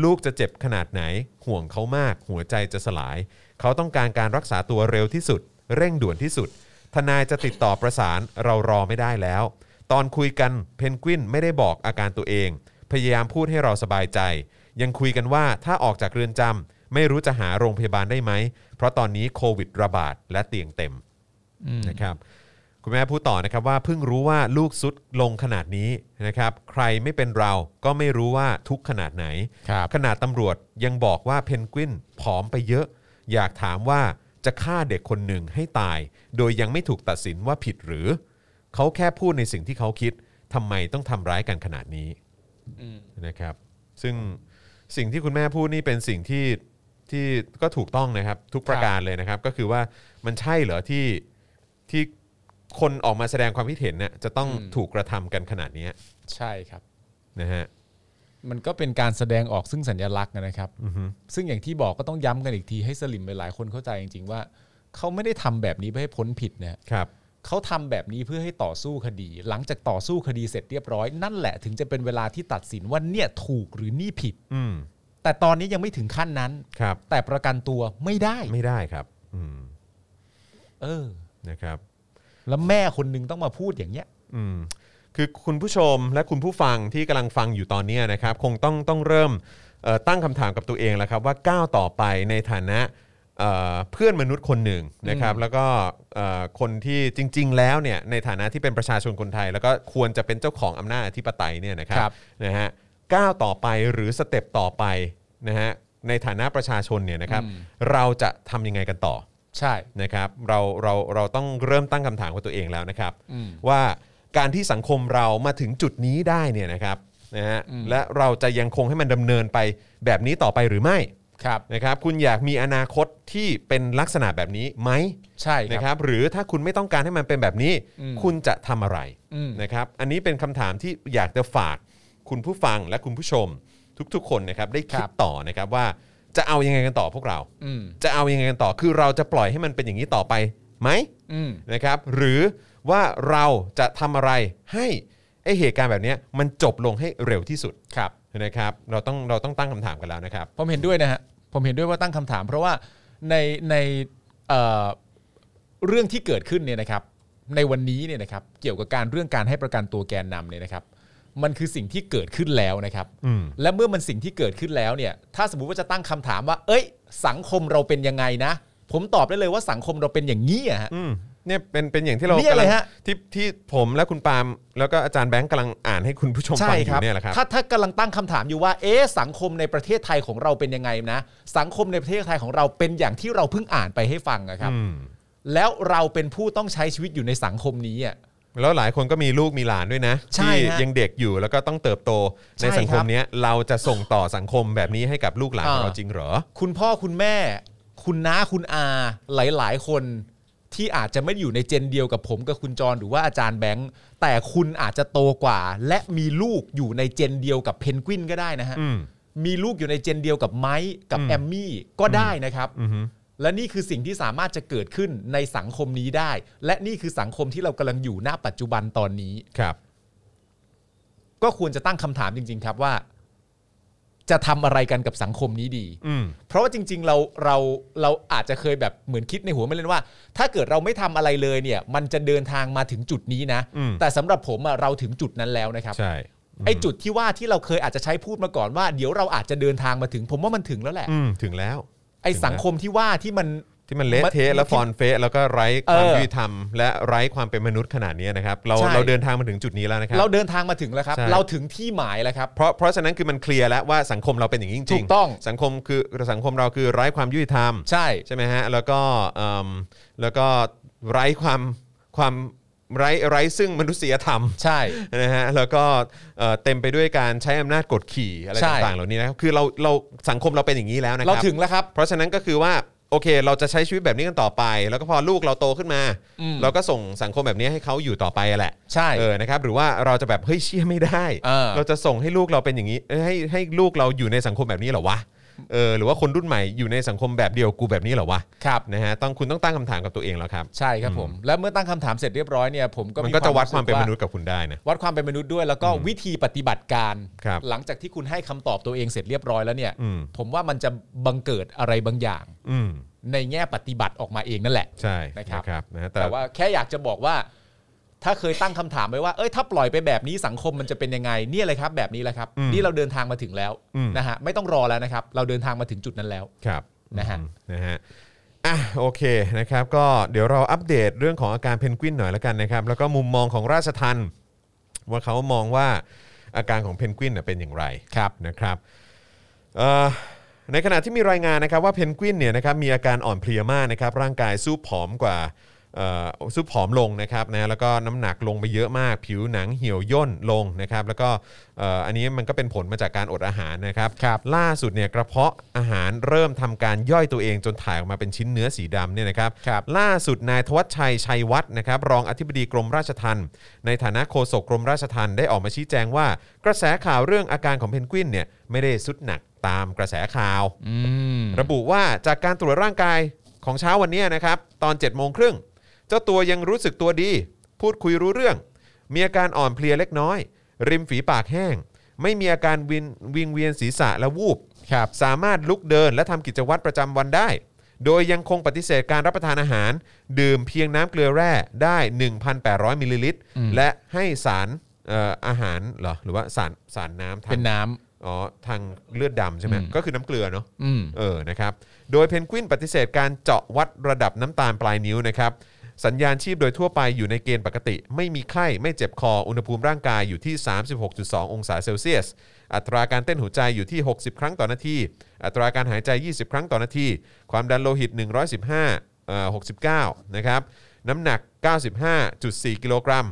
B: ลูกจะเจ็บขนาดไหน ห่วงเขามาก หัวใจจะสลาย เขาต้องการการรักษาตัวเร็วที่สุด เร่งด่วนที่สุด ทนายจะติดต่อประสานเรารอไม่ได้แล้ว ตอนคุยกันเพนกวินไม่ได้บอกอาการตัวเอง พยายามพูดให้เราสบายใจ ยังคุยกันว่าถ้าออกจากเรือนจำไม่รู้จะหาโรงพยาบาลได้ไหม เพราะตอนนี้โควิดระบาดและเตียงเต็ม นะครับคุณแม่พูดต่อนะครับว่าเพิ่งรู้ว่าลูกสุดลงขนาดนี้นะครับ ใครไม่เป็นเราก็ไม่รู้ว่าทุกข์ขนาดไหน
C: ครับ
B: ขนาดตำรวจยังบอกว่าเพนกวินผอมไปเยอะ อยากถามว่าจะฆ่าเด็กคนหนึ่งให้ตาย โดยยังไม่ถูกตัดสินว่าผิดหรือ เขาแค่พูดในสิ่งที่เขาคิดทำไมต้องทำร้ายกันขนาดนี้นะครับ ซึ่งสิ่งที่คุณแม่พูดนี่เป็นสิ่งที่ที่ก็ถูกต้องนะครับ ทุกประการเลยนะครับ ก็คือว่ามันใช่เหรอที่ที่คนออกมาแสดงความคิดเห็นเนี่ยจะต้อง
C: อืม
B: ถูกกระทำกันขนาดเนี้ย
C: ใช่ครับ
B: นะฮะ
C: มันก็เป็นการแสดงออกซึ่งสัญลักษณ์นะครับ
B: อือฮึ
C: ซึ่งอย่างที่บอกก็ต้องย้ำกันอีกทีให้สลิมหลายๆคนเข้าใจจริงๆว่า เขาไม่ได้ทำแบบนี้เพื่อให้พ้นผิดนะฮะ
B: ครับ
C: เขาทำแบบนี้เพื่อให้ต่อสู้คดี หลังจากต่อสู้คดีเสร็จเรียบร้อยนั่นแหละถึงจะเป็นเวลาที่ตัดสินว่าเนี่ยถูกหรือนี่ผิด
B: อืม
C: แต่ตอนนี้ยังไม่ถึงขั้นนั้น
B: ครับ
C: แต่ประกันตัวไม่ได้
B: ไม่ได้ครับอืม
C: เออ
B: นะครับ
C: แล้วแม่คนหนึงต้องมาพูดอย่างเนี้ย
B: อืมคือคุณผู้ชมและคุณผู้ฟังที่กำลังฟังอยู่ตอนเนี้ยนะครับ คงต้องต้องเริ่มเอ่อตั้งคำถามกับตัวเองแล้วครับว่าก้าวต่อไปในฐานะเอ่อเพื่อนมนุษย์คนหนึ่งนะครับแล้วก็เอ่อคนที่จริง ๆ แล้วเนี่ยในฐานะที่เป็นประชาชนคนไทย แล้วก็ควรจะเป็นเจ้าของอำนาจอธิปไตยเนี่ยนะครั
C: ครับ บ
B: นะฮะก้าวต่อไปหรือสเต็ปต่อไปนะฮะในฐานะประชาชนเนี่ยนะครับเราจะทำยังไงกันต่อ
C: ใช่
B: นะครับเราเราเราต้องเริ่มตั้งคำถามกับตัวเองแล้วนะครับ
C: อืม
B: ว่าการที่สังคมเรามาถึงจุดนี้ได้เนี่ยนะครับนะฮะ
C: อืม
B: และเราจะยังคงให้มันดำเนินไปแบบนี้ต่อไปหรือไม่
C: ครับ
B: นะครับคุณอยากมีอนาคตที่เป็นลักษณะแบบนี้ไหม
C: ใช่
B: นะ
C: ค
B: ครับ รับหรือถ้าคุณไม่ต้องการให้มันเป็นแบบนี้
C: อืม
B: คุณจะทำอะไร
C: อืม
B: นะครับอันนี้เป็นคำถามที่อยากจะฝากคุณผู้ฟังและคุณผู้ชมทุกๆ คนนะครับได้คิด
C: ครับ
B: ต่อนะครับว่าจะเอายังไงกันต่อพวกเรา
C: อืม
B: จะเอายังไงกันต่อ คือเราจะปล่อยให้มันเป็นอย่างนี้ต่อไปไหม
C: อืม
B: นะครับ หรือว่าเราจะทำอะไรให้ไอเหตุการณ์แบบเนี้ยมันจบลงให้เร็วที่สุด
C: ครับ
B: นะครับ เราต้องเราต้องตั้งคำถามกันแล้วนะครับ
C: ผมเห็นด้วยนะฮะ ผมเห็นด้วยว่าตั้งคำถาม เพราะว่าในในเอ่อเรื่องที่เกิดขึ้นเนี่ยนะครับ ในวันนี้เนี่ยนะครับ เกี่ยวกับการเรื่องการให้ประกันตัวแกนนำเนี่ยนะครับ มันคือสิ่งที่เกิดขึ้นแล้วนะครับ
B: อืม
C: และเมื่อมันสิ่งที่เกิดขึ้นแล้วเนี่ย ถ้าสมมติว่าจะตั้งคำถามว่า เอ้ย สังคมเราเป็นยังไงนะ ผมตอบได้เลยว่าสังคมเราเป็นอย่างนี้อะฮะ
B: อืมเนี่ยเป็นเป็นอย่างที่เรา
C: เนี่ย
B: กำลัง
C: เลยฮะ
B: ที่ที่ผมและคุณปาล์มแล้วก็อาจารย์แบงค์กำลังอ่านให้คุณผู้ชมฟังอยู่เนี่ยแหละครับ
C: ถ้าถ้ากำลังตั้งคำถามอยู่ว่า เอ๊ะสังคมในประเทศไทยของเราเป็นยังไงนะ สังคมในประเทศไทยของเราเป็นอย่างที่เราเพิ่งอ่านไปให้ฟังนะครับ
B: อืม
C: แล้วเราเป็นผู้ต้องใช้ชีวิตอยู่ในสังคมนี้อ่ะ
B: แล้วหลายคนก็มีลูกมีหลานด้วยนะ
C: ใช่
B: ที่
C: ฮะ
B: ยังเด็กอยู่แล้วก็ต้องเติบโต
C: ใช่
B: ในสังค
C: ครั
B: ม
C: บ
B: เนี้ยเราจะส่งต่อสังคมแบบนี้ให้กับลูกหลานของ
C: อ่า
B: เราจริงเหรอ
C: คุณพ่อคุณแม่ คุณน้าคุณอาหลาย ๆ คนที่อาจจะไม่ได้อยู่ในเจนเดียวกับผมกับคุณจรหรือว่าอาจารย์แบงค์แต่คุณอาจจะโตกว่า และมีลูกอยู่ในเจนเดียวกับเพนกวินก็ได้นะฮะ
B: อืม
C: มีลูกอยู่ในเจนเดียวกับไม้กับ
B: อืม
C: แอมมี่ก็ได้นะครับ
B: อือฮึ
C: และนี่คือสิ่งที่สามารถจะเกิดขึ้นในสังคมนี้ได้ และนี่คือสังคมที่เรากำลังอยู่ณปัจจุบันตอนนี้
B: ครับ
C: ก็ควรจะตั้งคำถามจริง ๆ ครับว่า จะทำอะไรกันกับสังคมนี้ดี
B: อืม
C: เพราะว่าจริง ๆ เราเราเราอาจจะเคยแบบเหมือนคิดในหัวไม่เล่นว่า ถ้าเกิดเราไม่ทำอะไรเลยเนี่ย มันจะเดินทางมาถึงจุดนี้นะ
B: อืม
C: แต่สำหรับผมอะเราถึงจุดนั้นแล้วนะครับ
B: ใช่
C: ไอ้จุดที่ว่าที่เราเคยอาจจะใช้พูดมาก่อนว่า เดี๋ยวเราอาจจะเดินทางมาถึง ผมว่ามันถึงแล้วแหละ
B: อืมถึงแล้ว
C: ไอ้สังคมที่ว่าที่มัน
B: ที่ ที่มันเละเทะและฟอนเฟะแล้วก็ไร้ความ
C: เออ
B: ยุติธรรม และไร้ความเป็นมนุษย์ขนาดนี้นะครับเรา
C: ใช่
B: เราเดินทางมาถึงจุดนี้แล้วนะครับ
C: เราเดินทางมาถึงแล้วครับ
B: ใช่
C: เราถึงที่หมายแล้วครับ
B: เพราะเพราะฉะนั้นคือมันเคลียร์แล้วว่าสังคมเราเป็นอย่างนี้จริงๆ
C: ถูกต้อง
B: สังคมคือสังคมเราคือไร้ความยุติธรรม
C: ใช่
B: ใช่ไหมฮะแล้วก็เอิ่มแล้วก็ไร้ความความไร้ไร้ซึ่งมนุษยธรรม
C: ใช่
B: นะฮะแล้วก็เอ่อเต็มไปด้วยการใช้อำนาจกดขี่อะไร
C: ใช่
B: ต่างๆเหล่านี้นะครับคือเราเราสังคมเราเป็นอย่างนี้แล้วนะค
C: เรา
B: รับ
C: ถึงแล้วครับ
B: เพราะฉะนั้นก็คือว่าโอเค เราจะใช้ชีวิตแบบนี้กันต่อไป แล้วก็พอลูกเราโตขึ้นมา
C: อืม
B: เราก็ส่งสังคมแบบนี้ให้เขาอยู่ต่อไปแหละ
C: ใช่
B: เออนะครับหรือว่าเราจะแบบเฮ้ยเชี่ยไม่ได้
C: เออ
B: เราจะส่งให้ลูกเราเป็นอย่างนี้เอ้ยให้ให้ลูกเราอยู่ในสังคมแบบนี้เหรอวะเออหรือว่าคนรุ่นใหม่อยู่ในสังคมแบบเดียวกูแบบนี้เหรอวะ
C: ครับ
B: นะฮะต้องคุณต้องตั้งคำถามกับตัวเองแล้วครับ
C: ใช่ครับผม แล้วเมื่อตั้งคำถามเสร็จเรียบร้อยเนี่ยผมก็
B: มันก็จะวัด
C: รู้สึ
B: ความเป็นมนุษย์กับคุณได้นะ
C: วัดความเป็นมนุษย์ด้วยแล้วก็วิธีปฏิบัติการ
B: ครับ
C: หลังจากที่คุณให้คำตอบตัวเองเสร็จเรียบร้อยแล้วเนี่ย
B: อืม
C: ผมว่ามันจะบังเกิดอะไรบางอย่าง
B: อืม
C: ในแง่ปฏิบัติออกมาเองนั่นแหละ
B: ใช่
C: นะครับ
B: นะครับนะฮะแต่
C: แต่ว่าแค่อยากจะบอกว่า ถ้าเคยตั้งคำถามไว้ว่า เอ้ยถ้าปล่อยไปแบบนี้สังคมมันจะเป็นยังไงเนี่ยเลยครับ แบบนี้แหละครับ นี่เราเดินทางมาถึงแล้วนะฮะไม่ต้องรอแล้วนะครับ เราเดินทางมาถึงจุดนั้นแล้ว
B: ครับ
C: นะฮะ
B: อืมนะฮะอ่ะโอเคนะครับก็เดี๋ยวเราอัปเดตเรื่องของอาการเพนกวินหน่อยละกันนะครับแล้วก็มุมมองของราชทันว่าเขามองว่าอาการของเพนกวินน่ะเป็นอย่างไร
C: ครับ
B: นะครับเอ่อในขณะที่มีรายงานนะครับว่าเพนกวินเนี่ยนะครับมีอาการอ่อนเพลียมากนะครับร่างกายสู้ผอมกว่าเอ่อสู้ผอมลงนะครับนะแล้วก็น้ำหนักลงไปเยอะมาก ผิวหนังเหี่ยวย่นลงนะครับแล้วก็เอ่ออันนี้มันก็เป็นผลมาจากการอดอาหารนะครับ
C: ครับ
B: ล่าสุดเนี่ยกระเพาะอาหารเริ่มทำการย่อยตัวเองจนถ่ายออกมาเป็นชิ้นเนื้อสีดำเนี่ยนะครับ
C: ครับ
B: ล่าสุดนายทวัชชัยชัยวัฒน์นะครับรองอธิบดีกรมราชทัณฑ์ในฐานะโฆษกกรมราชทัณฑ์ได้ออกมาชี้แจงว่า กระแสข่าวเรื่องอาการของเพนกวินเนี่ยไม่ได้สุดหนักตามกระแสข่าว
C: อืม
B: ระบุว่าจากการตรวจร่างกายของเช้าวันเนี้ยนะครับ ตอน7จ็ดโมงครึ่งเจ้าตัวยังรู้สึกตัวดี พูดคุยรู้เรื่อง มีอาการอ่อนเพลียเล็กน้อย ริมฝีปากแห้ง ไม่มีอาการวิงวิงเวียนศีรษะและวูบ
C: ครับ
B: สามารถลุกเดินและทำกิจวัตรประจำวันได้ โดยยังคงปฏิเสธการรับประทานอาหาร ดื่มเพียงน้ำเกลือแร่ได้ 1,800 มิลลิลิตร และให้สารเอ่ออาหารเหรอหรือว่าสารสารน้ำทา
C: เป็
B: ง
C: นน้ำ
B: อ๋อทางเลือดดำใช่ไหมก็คือน้ำเกลือเนาะ
C: อืม
B: เออ นะครับ โดยเพนกวินปฏิเสธการเจาะวัดระดับน้ำตาลปลายนิ้วนะครับ สัญญาณชีพโดยทั่วไปอยู่ในเกณฑ์ปกติ ไม่มีไข้ ไม่เจ็บคอ อุณหภูมิร่างกายอยู่ที่ 36.2 องศาเซลเซียส อัตราการเต้นหัวใจอยู่ที่ 60 ครั้งต่อนาที อัตราการหายใจ 20 ครั้งต่อนาที ความดันโลหิต 115เอ่อ69 นะครับ น้ำหนัก 95.4 กิโลกรัม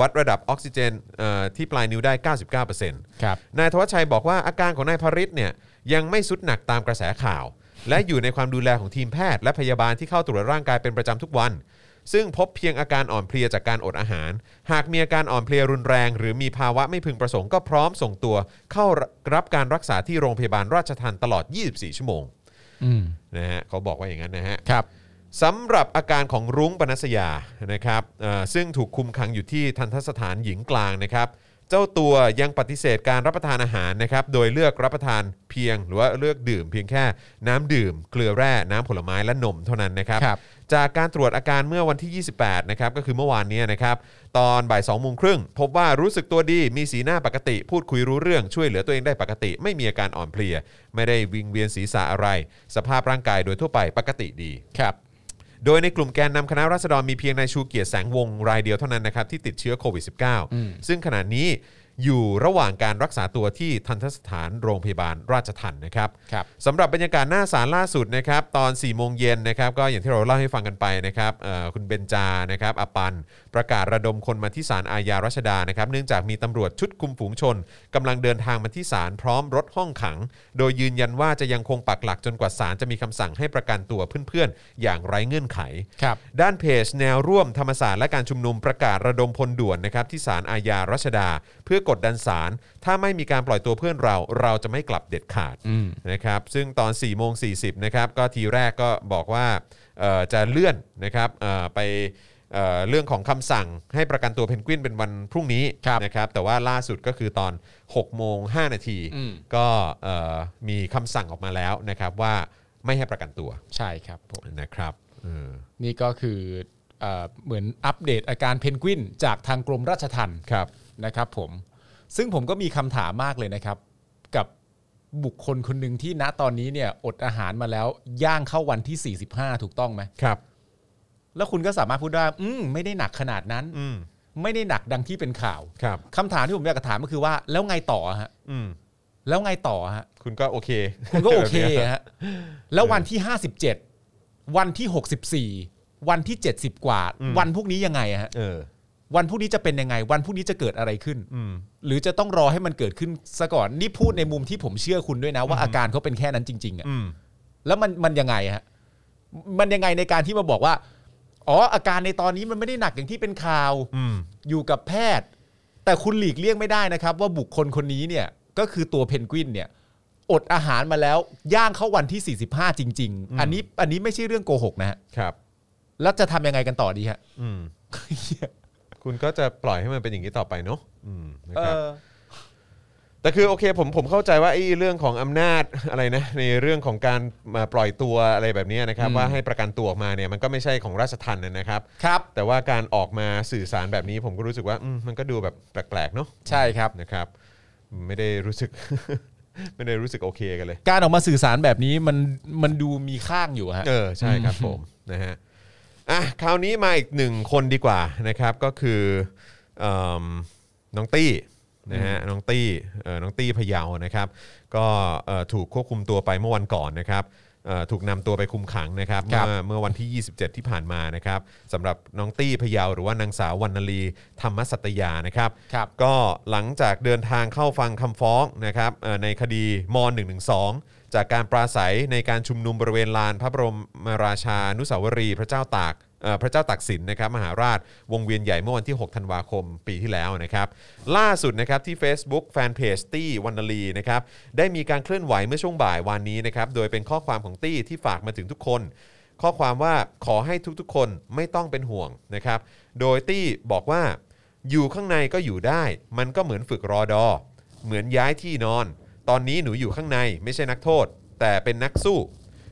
B: วัดระดับออกซิเจนเอ่อที่ปลายนิ้วได้ 99%
C: ครับ
B: นายธวัชชัยบอกว่าอาการของนายพริตเนี่ยยังไม่สุดหนักตามกระแสข่าว และอยู่ในความดูแลของทีมแพทย์ และพยาบาลที่เข้าตรวจร่างกายเป็นประจำทุกวัน ซึ่งพบเพียงอาการอ่อนเพลียจากการอดอาหาร หากมีอาการอ่อนเพลียรุนแรง หรือมีภาวะไม่พึงประสงค์ก็พร้อมส่งตัวเข้ารับการรักษาที่โรงพยาบาลราชทันตลอด 24 ชั่วโมง
C: อืม
B: นะฮะเขาบอกว่าอย่างนั้นนะฮะ
C: ครับ
B: สำหรับอาการของรุ้งปนัสยานะครับเอ่อซึ่งถูกคุมขังอยู่ที่ทันทสถานหญิงกลางนะครับ เจ้าตัวยังปฏิเสธการรับประทานอาหารนะครับ โดยเลือกรับประทานเพียงหรือว่าเลือกดื่มเพียงแค่น้ำดื่ม เกลือแร่น้ำผลไม้และนมเท่านั้นนะครับ
C: ครับ
B: จากการตรวจอาการเมื่อวันที่ 28 นะครับ ก็คือเมื่อวานเนี้ยนะครับ ตอนบ่าย2โมงครึ่งพบว่ารู้สึกตัวดี มีสีหน้าปกติ พูดคุยรู้เรื่องช่วยเหลือตัวเองได้ปกติ ไม่มีอาการอ่อนเพลีย ไม่ได้วิงเวียนศีรษะอะไร สภาพร่างกายโดยทั่วไปปกติดี
C: ครับ
B: โดยในกลุ่มแกนนำคณะราษฎรมีเพียงนายชูเกียรติแสงวงศ์รายเดียวเท่านั้นนะครับที่ติดเชื้อโควิด -19 ซึ่งขณะนี้อยู่ระหว่างการรักษาตัวที่ทันตสถานโรงพยาบาลราชทันนะครับ
C: ครับ
B: สำหรับบรรยากาศหน้าศาลล่าสุดนะครับตอน 4 โมงเย็นนะครับก็อย่างที่เราเล่าให้ฟังกันไปนะครับเอ่อคุณเบนจานะครับอปัน ประกาศระดมคนมาที่ศาลอาญารัชดานะครับเนื่องจากมีตำรวจชุดคุมฝูงชนกำลังเดินทางมาที่ศาลพร้อมรถห้องขัง โดยยืนยันว่าจะยังคงปักหลักจนกว่าศาลจะมีคำสั่งให้ประกันตัวเพื่อนๆ อย่างไร้เงื่อนไข
C: ครับ
B: ด้านเพจแนวร่วมธรรมศาสตร์และการชุมนุมประกาศระดมพลด่วนนะครับที่ศาลอาญารัชดา เพื่อกดดันศาลถ้าไม่มีการปล่อยตัวเพื่อนเรา เราจะไม่กลับเด็ดขาดนะครับซึ่งตอน4ี่โมงสีนะครับก็ทีแรกก็บอกว่าเอ่อจะเลื่อนนะครับเอ่อไปเอ่อเรื่องของคำสั่งให้ประกันตัวเพนกวินเป็นวันพรุ่งนี้
C: ครับ
B: นะครับแต่ว่าล่าสุดก็คือตอน6โมง5นาที
C: อืม
B: ก็เอ่อมีคำสั่งออกมาแล้วนะครับว่าไม่ให้ประกันตัว
C: ใช่ครับผม
B: นะครับเออ
C: นี่ก็คือเอ่อเหมือนอัปเดตอาการเพนกวินจากทางกรมราชทัณฑ์
B: ครับ
C: นะครับผม ซึ่งผมก็มีคำถามมากเลยนะครับ กับ บุคคลคนหนึ่งที่ณตอนนี้เนี่ยอดอาหารมาแล้วย่างเข้าวันที่ 45 ถูกต้องไหม
B: ครับ
C: แล้วคุณก็สามารถพูดได้ว่าอืมไม่ได้หนักขนาดนั้น
B: อืม
C: ไม่ได้หนักดังที่เป็นข่าว
B: ครับ
C: คำถามที่ผมอยากจะถามก็คือว่า แล้วไงต่อฮะ
B: อืม
C: แล้วไงต่อฮะ
B: คุณก็โอเค
C: คุณก็โอเค
B: แบบนี้
C: ฮะ แล้ววันที่ 57 วันที่ 64 วันที่ 70 กว่า วันพวกนี้ยังไงฮะ
B: เออ
C: วันพวกนี้จะเป็นยังไง วันพวกนี้จะเกิดอะไรขึ้น
B: อืม
C: หรือจะต้องรอให้มันเกิดขึ้นซะก่อนนี่พูดในมุมที่ผมเชื่อคุณด้วยนะว่าอาการเขาเป็นแค่นั้นจริงๆอะ
B: อืม
C: แล้วมันมันยังไงฮะมันยังไงในการที่มาบอกว่า อ๋ออาการในตอนนี้มันไม่ได้หนักอย่างที่เป็นข่าว
B: อืม
C: อยู่กับแพทย์ แต่คุณหลีกเลี่ยงไม่ได้นะครับ ว่าบุคคลคนนี้เนี่ยก็คือตัวเพนกวินเนี่ย อดอาหารมาแล้วย่างเข้าวันที่ 45 จริง
B: อืม
C: ๆ อันนี้อันนี้ไม่ใช่เรื่องโกหกนะฮะ
B: ครับ
C: แล้วจะทำยังไงกันต่อดีฮะ
B: อืม คุณก็จะปล่อยให้มันเป็นอย่างนี้ต่อไปเนาะอืมนะ
C: เอ
B: ครับ
C: อ
B: แต่คือโอเคผมผมเข้าใจว่าไอ้เรื่องของอำนาจ อะไรนะในเรื่องของการมาปล่อยตัวอะไรแบบเนี้ยนะครับ
C: อืม
B: ว่าให้ประกันตัวออกมาเนี่ยมันก็ไม่ใช่ของราชทันนะครับ
C: ครับ
B: แต่ว่าการออกมาสื่อสารแบบนี้ผมก็รู้สึกว่าอืมมันก็ดูแบบแปลกๆเนาะ
C: ใช่ครับ
B: นะครับ ไม่ได้รู้สึก ไม่ได้รู้สึกโอเคกันเลย
C: การออกมาสื่อสารแบบนี้มันมันดูมีข้างอยู่ฮะ
B: เออใช่ครับผมนะฮะอ่ะคราวนี้มาอีกหนึ่งคนดีกว่านะครับก็คือเอมน้องตี้นะฮะน้องตี้เออน้องตี้พะเยาวนะครับ ก็เอ่อถูกควบคุมตัวไปเมื่อวันก่อนนะครับเอ่อถูกนำตัวไปคุมขังนะครับ
C: ครั
B: เมื่อ
C: บ
B: เมื่อวันที่ 27 ที่ผ่านมานะครับสำหรับน้องตี้พะเยาวหรือว่านางสาววรรณลีธรรมสัตยานะครับ
C: ครับ
B: ก็หลังจากเดินทางเข้าฟังคำฟ้องนะครับเอ่อในคดีม .112 จากการปราศัยในการชุมนุมบริเวณลานพระบรมราชานุสาวรีย์พระเจ้าตากเอ่อพระเจ้าตากสินนะครับมหาราชวงเวียนใหญ่เมื่อวันที่ 6 ธันวาคมปีที่แล้วนะครับ ล่าสุดนะครับที่ Facebook Fanpage ตี้วันนลีนะครับได้มีการเคลื่อนไหวเมื่อช่วงบ่ายวานนี้นะครับโดยเป็นข้อความของตี้ที่ฝากมาถึงทุกคน ข้อความว่าขอให้ทุกๆ คนไม่ต้องเป็นห่วงนะครับ โดยตี้บอกว่า อยู่ข้างในก็อยู่ได้ มันก็เหมือนฝึกรอดอ เหมือนย้ายที่นอน ตอนนี้หนูอยู่ข้างในไม่ใช่นักโทษ แต่เป็นนักสู้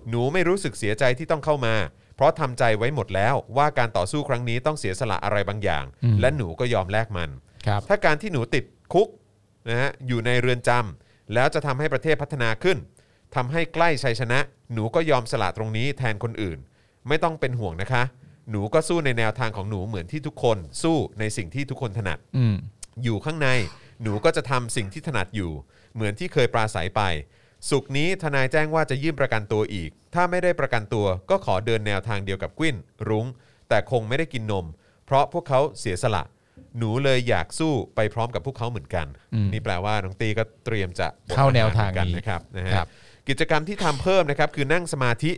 B: หนูไม่รู้สึกเสียใจที่ต้องเข้ามา เพราะทำใจไว้หมดแล้วว่าการต่อสู้ครั้งนี้ต้องเสียสละอะไรบางอย่าง
C: อืม
B: และหนูก็ยอมแลกมัน
C: ครับ
B: ถ้าการที่หนูติดคุกนะฮะอยู่ในเรือนจำแล้วจะทำให้ประเทศพัฒนาขึ้นทำให้ใกล้ชัยชนะ หนูก็ยอมสละตรงนี้แทนคนอื่น ไม่ต้องเป็นห่วงนะคะ หนูก็สู้ในแนวทางของหนูเหมือนที่ทุกคน สู้ในสิ่งที่ทุกคนถนัด
C: อืม
B: อยู่ข้างในหนูก็จะทำสิ่งที่ถนัดอยู่ เหมือนที่เคยปราศัยไป สุกร์นี้ทนายแจ้งว่าจะยื่นประกันตัวอีก ถ้าไม่ได้ประกันตัวก็ขอเดินแนวทางเดียวกับกุ้นรุ้ง แต่คงไม่ได้กินนม เพราะพวกเขาเสียสละ หนูเลยอยากสู้ไปพร้อมกับพวกเขาเหมือนกัน
C: อืม
B: นี่แปลว่าน้องตีก็เตรียมจะ
C: เข้าแนวทางนี้
B: เหมือกันนะครับนะฮะ
C: ครับ
B: กิจกรรมที่ทำเพิ่มนะครับคือนั่งสมาธิ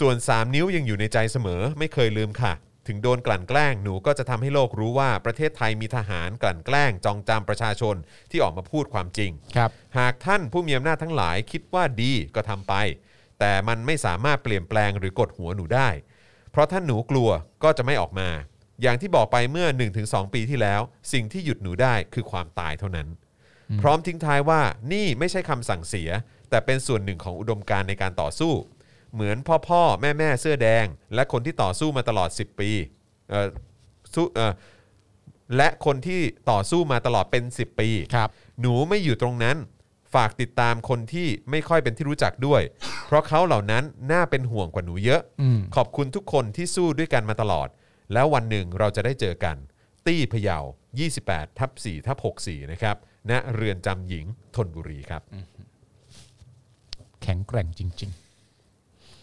B: ส่วน 3 นิ้วยังอยู่ในใจเสมอ ไม่เคยลืมค่ะ ถึงโดนกลั่นแกล้งหนูก็จะทำให้โลกรู้ว่าประเทศไทยมีทหารกลั่นแกล้ง จองจำประชาชนที่ออกมาพูดความจริง
C: ครับ
B: หากท่านผู้มีอำนาจทั้งหลายคิดว่าดีก็ทำไป แต่มันไม่สามารถเปลี่ยนแปลงหรือกดหัวหนูได้ เพราะท่านหนูกลัวก็จะไม่ออกมา อย่างที่บอกไปเมื่อ 1-2 ปีที่แล้ว สิ่งที่หยุดหนูได้คือความตายเท่านั้น พร้อมทิ้งท้ายว่านี่ไม่ใช่คำสั่งเสีย แต่เป็นส่วนหนึ่งของอุดมการณ์ในการต่อสู้ เหมือนพ่อพ่อแม่แม่เสื้อแดง และคนที่ต่อสู้มาตลอด 10 ปีเอ่อสู้เอ่อและคนที่ต่อสู้มาตลอดเป็น 10 ปี
C: ครับ
B: หนูไม่อยู่ตรงนั้น ฝากติดตามคนที่ไม่ค่อยเป็นที่รู้จักด้วย เพราะเขาเหล่านั้นน่าเป็นห่วงกว่าหนูเยอะ
C: อืม
B: ขอบคุณทุกคนที่สู้ด้วยกันมาตลอด แล้ววันหนึ่งเราจะได้เจอกัน ตี้พะเยา 28 ทับ4ทับ64 นะครับณเรือนจำหญิงธนบุรีครับ
C: แข็งแกร่งจริง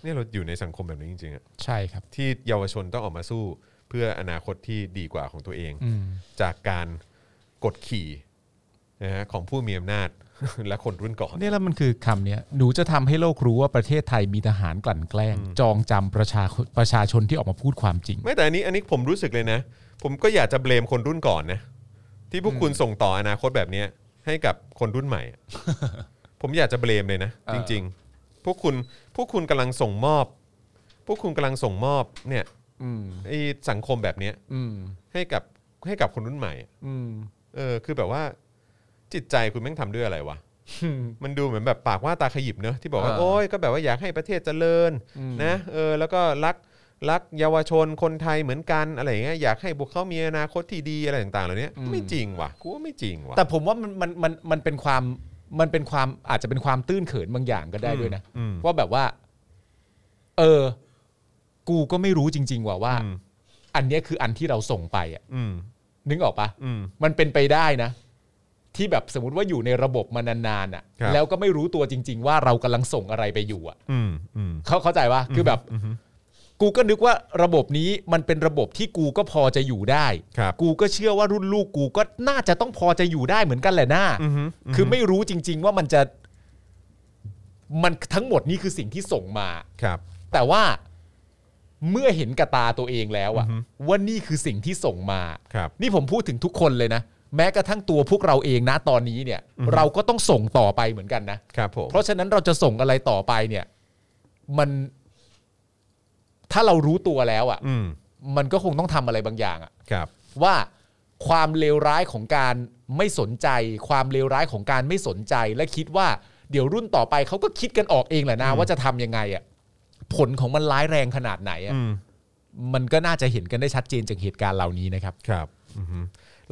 B: เนี่ยเราอยู่ในสังคมแบบนี้จริงๆอะ
C: ๆ ใช่ครับ
B: ที่เยาวชนต้องออกมาสู้เพื่ออนาคตที่ดีกว่าของตัวเอง
C: อืม
B: จากการกดขี่นะฮะของผู้มีอำนาจ และคนรุ่นก่อน
C: เนี่ยแล้วมันคือคำเนี้ยหนูจะทำให้โลกรู้ว่าประเทศไทยมีทหารกลั่นแกล้ง จองจำประชาประชาชนที่ออกมาพูดความจริง
B: ไม่แต่อันนี้อันนี้ผมรู้สึกเลยนะ ผมก็อยากจะเบลมคนรุ่นก่อนนะ ที่พวกคุณส่งต่ออนาคตแบบเนี้ยให้กับคนรุ่นใหม่ อะ ผมอยากจะเบลมเลยนะ
C: เออ
B: จริง ๆ พวกคุณพวกคุณกำลังส่งมอบ พวกคุณกำลังส่งมอบเนี่ย
C: อืม
B: ไอสังคมแบบเนี้ย
C: อืม
B: ให้กับให้กับคนรุ่นใหม่อะ
C: อื ม
B: เออคือแบบว่าจิตใจคุณแม่งทำด้วยอะไรวะ มันดูเหมือนแบบปากว่าตาขยิบเนอะที่บอกว่า
C: เออ
B: โอ้ยก็แบบว่าอยากให้ประเทศเจริญ
C: อืม
B: นะเออแล้วก็รักรักเยาวชนคนไทยเหมือนกันอะไรอย่างเงี้ยอยากให้พวกเขามีอนาคตที่ดีอะไรต่างๆเหล่านี้ไม่จริงว่ะกูว่าไม่จริงว่ะ
C: แต่ผมว่ามันมันมันมันเป็นความ มันเป็นความอาจจะเป็นความตื้นเขินบางอย่างก็ได้ด้วยนะ
B: อืม
C: ว่าแบบว่า เออ กูก็ไม่รู้จริง ๆ ว่าว่า
B: อืม
C: อันเนี้ยคืออันที่เราส่งไปอะ
B: อืม
C: นึกออกปะ
B: อืม
C: มันเป็นไปได้นะ ที่แบบสมมติว่าอยู่ในระบบมานานๆอ่ะ
B: ครับ
C: แล้วก็ไม่รู้ตัวจริง ๆ ว่าเรากำลังส่งอะไรไปอยู่อ่ะ
B: อืมอืม
C: เขาเข้าใจปะคือแบบ
B: อืม
C: กูก็นึกว่าระบบนี้มันเป็นระบบที่กูก็พอจะอยู่ได้
B: ครับ
C: กูก็เชื่อว่ารุ่นลูกกูก็น่าจะต้องพอจะอยู่ได้เหมือนกันแหละน้า
B: อืม
C: คือไม่รู้จริง ๆ ว่ามันจะ มันทั้งหมดนี่คือสิ่งที่ส่งมา
B: ครับ
C: แต่ว่าเมื่อเห็นกับตาตัวเองแล้วอะ
B: อือฮึ
C: ว่านี่คือสิ่งที่ส่งมา
B: ครับ
C: นี่ผมพูดถึงทุกคนเลยนะ แม้กระทั่งตัวพวกเราเองนะตอนนี้เนี่ย
B: อือฮึ
C: เราก็ต้องส่งต่อไปเหมือนกันนะ
B: ครับผม
C: เพราะฉะนั้นเราจะส่งอะไรต่อไปเนี่ย มัน ถ้าเรารู้ตัวแล้วอะ่ะ
B: อืม
C: มันก็คงต้องทำอะไรบางอย่างอะ่ะ
B: ครับ
C: ว่าความเลวร้ายของการไม่สนใจ ความเลวร้ายของการไม่สนใจ และคิดว่าเดี๋ยวรุ่นต่อไปเขาก็คิดกันออกเองแหละนะ
B: อืม
C: ว่าจะทำยังไงอะ่ะผลของมันร้ายแรงขนาดไหนอะ่ะ
B: อืม
C: มันก็น่าจะเห็นกันได้ชัดเจนจากเหตุการณ์เหล่านี้นะครับ
B: ครับอือฮึ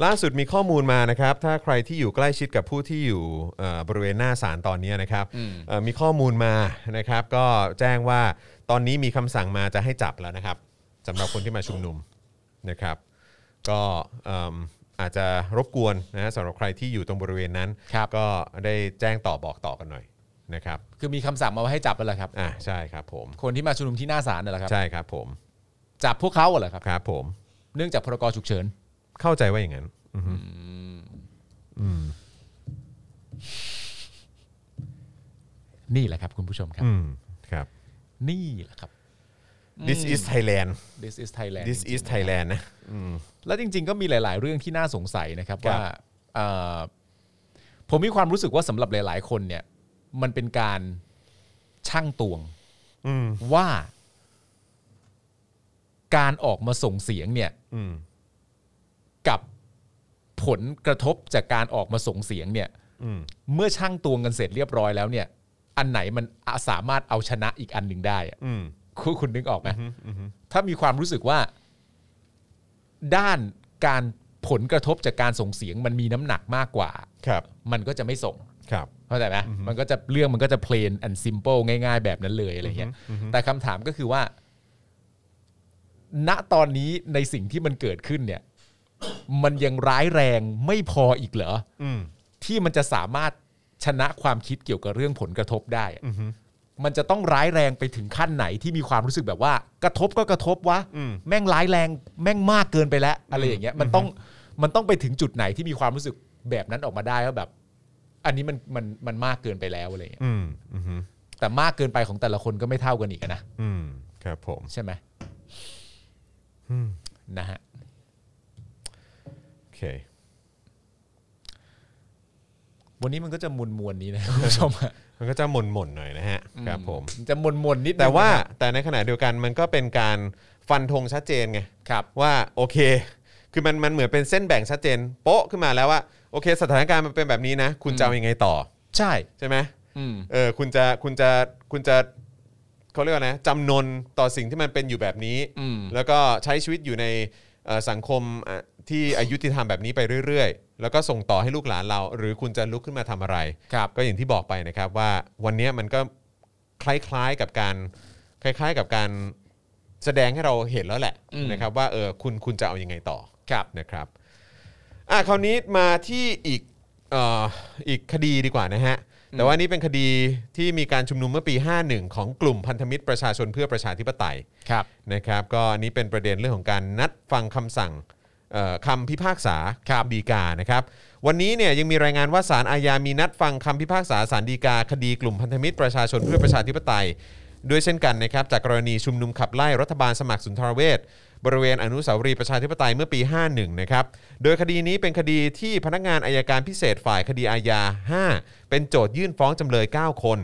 B: ล่าสุดมีข้อมูลมานะครับ ถ้าใครที่อยู่ใกล้ชิดกับผู้ที่อยู่เอ่อบริเวณหน้าศาลตอนนี้นะครับ
C: อืม
B: เอ่อมีข้อมูลมานะครับ ก็แจ้งว่าตอนนี้มีคำสั่งมาจะให้จับแล้วนะครับสำหรับคนที่มาชุมนุมนะครับ ก็เอิ่มอาจจะรบกวนนะฮะสำหรับใครที่อยู่ตรงบริเวณนั้น
C: ครับ
B: ก็ได้แจ้งต่อบอกต่อกันหน่อยนะครับ
C: คือมีคำสั่งมาว่าให้จับแล้วเหรอครับ
B: อ่าใช่ครับผม
C: คนที่มาชุมนุมที่หน้าศาลน่ะเหรอครับ
B: ใช่ครับผม
C: จับพวกเขาเหรอครับ
B: ครับผม
C: เนื่องจากพรกฉุกเฉิน
B: เข้าใจว่าอย่างนั้นอือฮึ
C: นี่แหละครับคุณผู้ชมครับ
B: อืมครับ
C: นี่แหละครับ
B: this is Thailand
C: this is Thailand
B: this
C: จริง
B: is
C: ๆ
B: Thailand นะอืม
C: แล้วจริง ๆ ก็มีหลาย ๆ เรื่องที่น่าสงสัยนะครับ
B: ครับ
C: ว่าเอ่อผมมีความรู้สึกว่าสำหรับหลาย ๆ คนเนี่ย มันเป็นการช่างตวง
B: อืม
C: ว่า การออกมาส่งเสียงเนี่ย
B: อืม
C: กับผลกระทบจากการออกมาส่งเสียงเนี่ย
B: อืม
C: เมื่อช่างตวงกันเสร็จเรียบร้อยแล้วเนี่ย อันไหนมันอ่ะสามารถเอาชนะอีกอันหนึ่งได้อะ
B: อืม
C: คุณคุณนึกออกไหม
B: อืม อืม
C: ถ้ามีความรู้สึกว่า ด้านการผลกระทบจากการส่งเสียงมันมีน้ำหนักมากกว่า
B: ครับ
C: มันก็จะไม่ส่ง
B: ครับ
C: เข้าใจไหมมันก็จะเรื่องมันก็จะ plain and simple ง่าย ๆ แบบนั้นเลยอะไรเงี้ยแต่คำถามก็คือว่า ณตอนนี้ในสิ่งที่มันเกิดขึ้นเนี่ย มันยังร้ายแรงไม่พออีกเหรอ
B: อืม
C: ที่มันจะสามารถชนะความคิดเกี่ยวกับเรื่องผลกระทบได้อะ
B: อืม
C: มันจะต้องร้ายแรงไปถึงขั้นไหนที่มีความรู้สึกแบบว่า กระทบก็กระทบวะ
B: อืม
C: แม่งร้ายแรง แม่งมากเกินไปแล้ว อะไรอย่างเงี้ย มันต้อง มันต้องไปถึงจุดไหนที่มีความรู้สึกแบบนั้นออกมาได้ว่าแบบ อันนี้มัน มัน มันมากเกินไปแล้วอะไรอย่างเงี้ย
B: อืม อืม
C: แต่มากเกินไปของแต่ละคนก็ไม่เท่ากันอีกอะนะ
B: อืม ครับผม
C: ใช่ไหม
B: อืม
C: นะฮะ
B: โอเค
C: วันนี้มันก็จะมวลมวลๆนี้นะคุณผู้ชมอะ
B: มันก็จะหม่นหม่นๆหน่อยนะฮะ ครับผม
C: นจะมวลมวลๆนิดนึง
B: แต่ว่า แต่ในขณะเดียวกันมันก็เป็นการฟันธงชัดเจนไง
C: ครับ
B: ว่าโอเค คือมัน มันเหมือนเป็นเส้นแบ่งชัดเจน โป๊ะขึ้นมาแล้วว่า โอเค สถานการณ์มันเป็นแบบนี้นะ คุณจะเอายังไงต่อ
C: ใช่
B: ใช่ไหม
C: อืม
B: เออคุณจะ คุณจะ คุณจะเขาเรียกว่านะจำนนต่อสิ่งที่มันเป็นอยู่แบบนี้
C: อืม
B: แล้วก็ใช้ชีวิตอยู่ในเอ่อสังคมอ่ะที่อายุติธรรมแบบนี้ไปเรื่อย ๆ แล้วก็ส่งต่อให้ลูกหลานเรา หรือคุณจะลุกขึ้นมาทำอะไร
C: ครับ
B: ก็อย่างที่บอกไปนะครับว่าวันเนี้ยมันก็คล้ายๆกับการคล้ายๆกับการแสดงให้เราเห็นแล้วแหละ
C: อืม
B: นะครับว่าเออคุณคุณจะเอายังไงต่อ
C: ครับ
B: นะครับอ่ะคราวนี้มาที่อีกเอ่ออีกคดีดีกว่านะฮะแต่ว่านี่เป็นคดีที่มีการชุมนุมเมื่อปี 51 ของกลุ่มพันธมิตรประชาชนเพื่อประชาธิปไตย
C: ครับ
B: นะครับก็อันนี้เป็นประเด็นเรื่องของการนัดฟังคำสั่งเอ่อคำพิพากษาครับดีกานะครับวันนี้เนี่ยยังมีรายงานว่าศาลอาญามีนัดฟังคำพิพากษาศาลฎีกา คดีกลุ่มพันธมิตรประชาชนเพื่อประชาธิปไตย ด้วยเช่นกันนะครับจากกรณีชุมนุมขับไล่รัฐบาลสมัครสุนทรเวชบริเวณอนุสาวรีย์ประชาธิปไตยเมื่อปี 51 นะครับโดยคดีนี้เป็นคดีที่พนักงานอายการพิเศษฝ่ายคดีอาญา 5 เป็นโจทยื่นฟ้องจำเลย 9 คน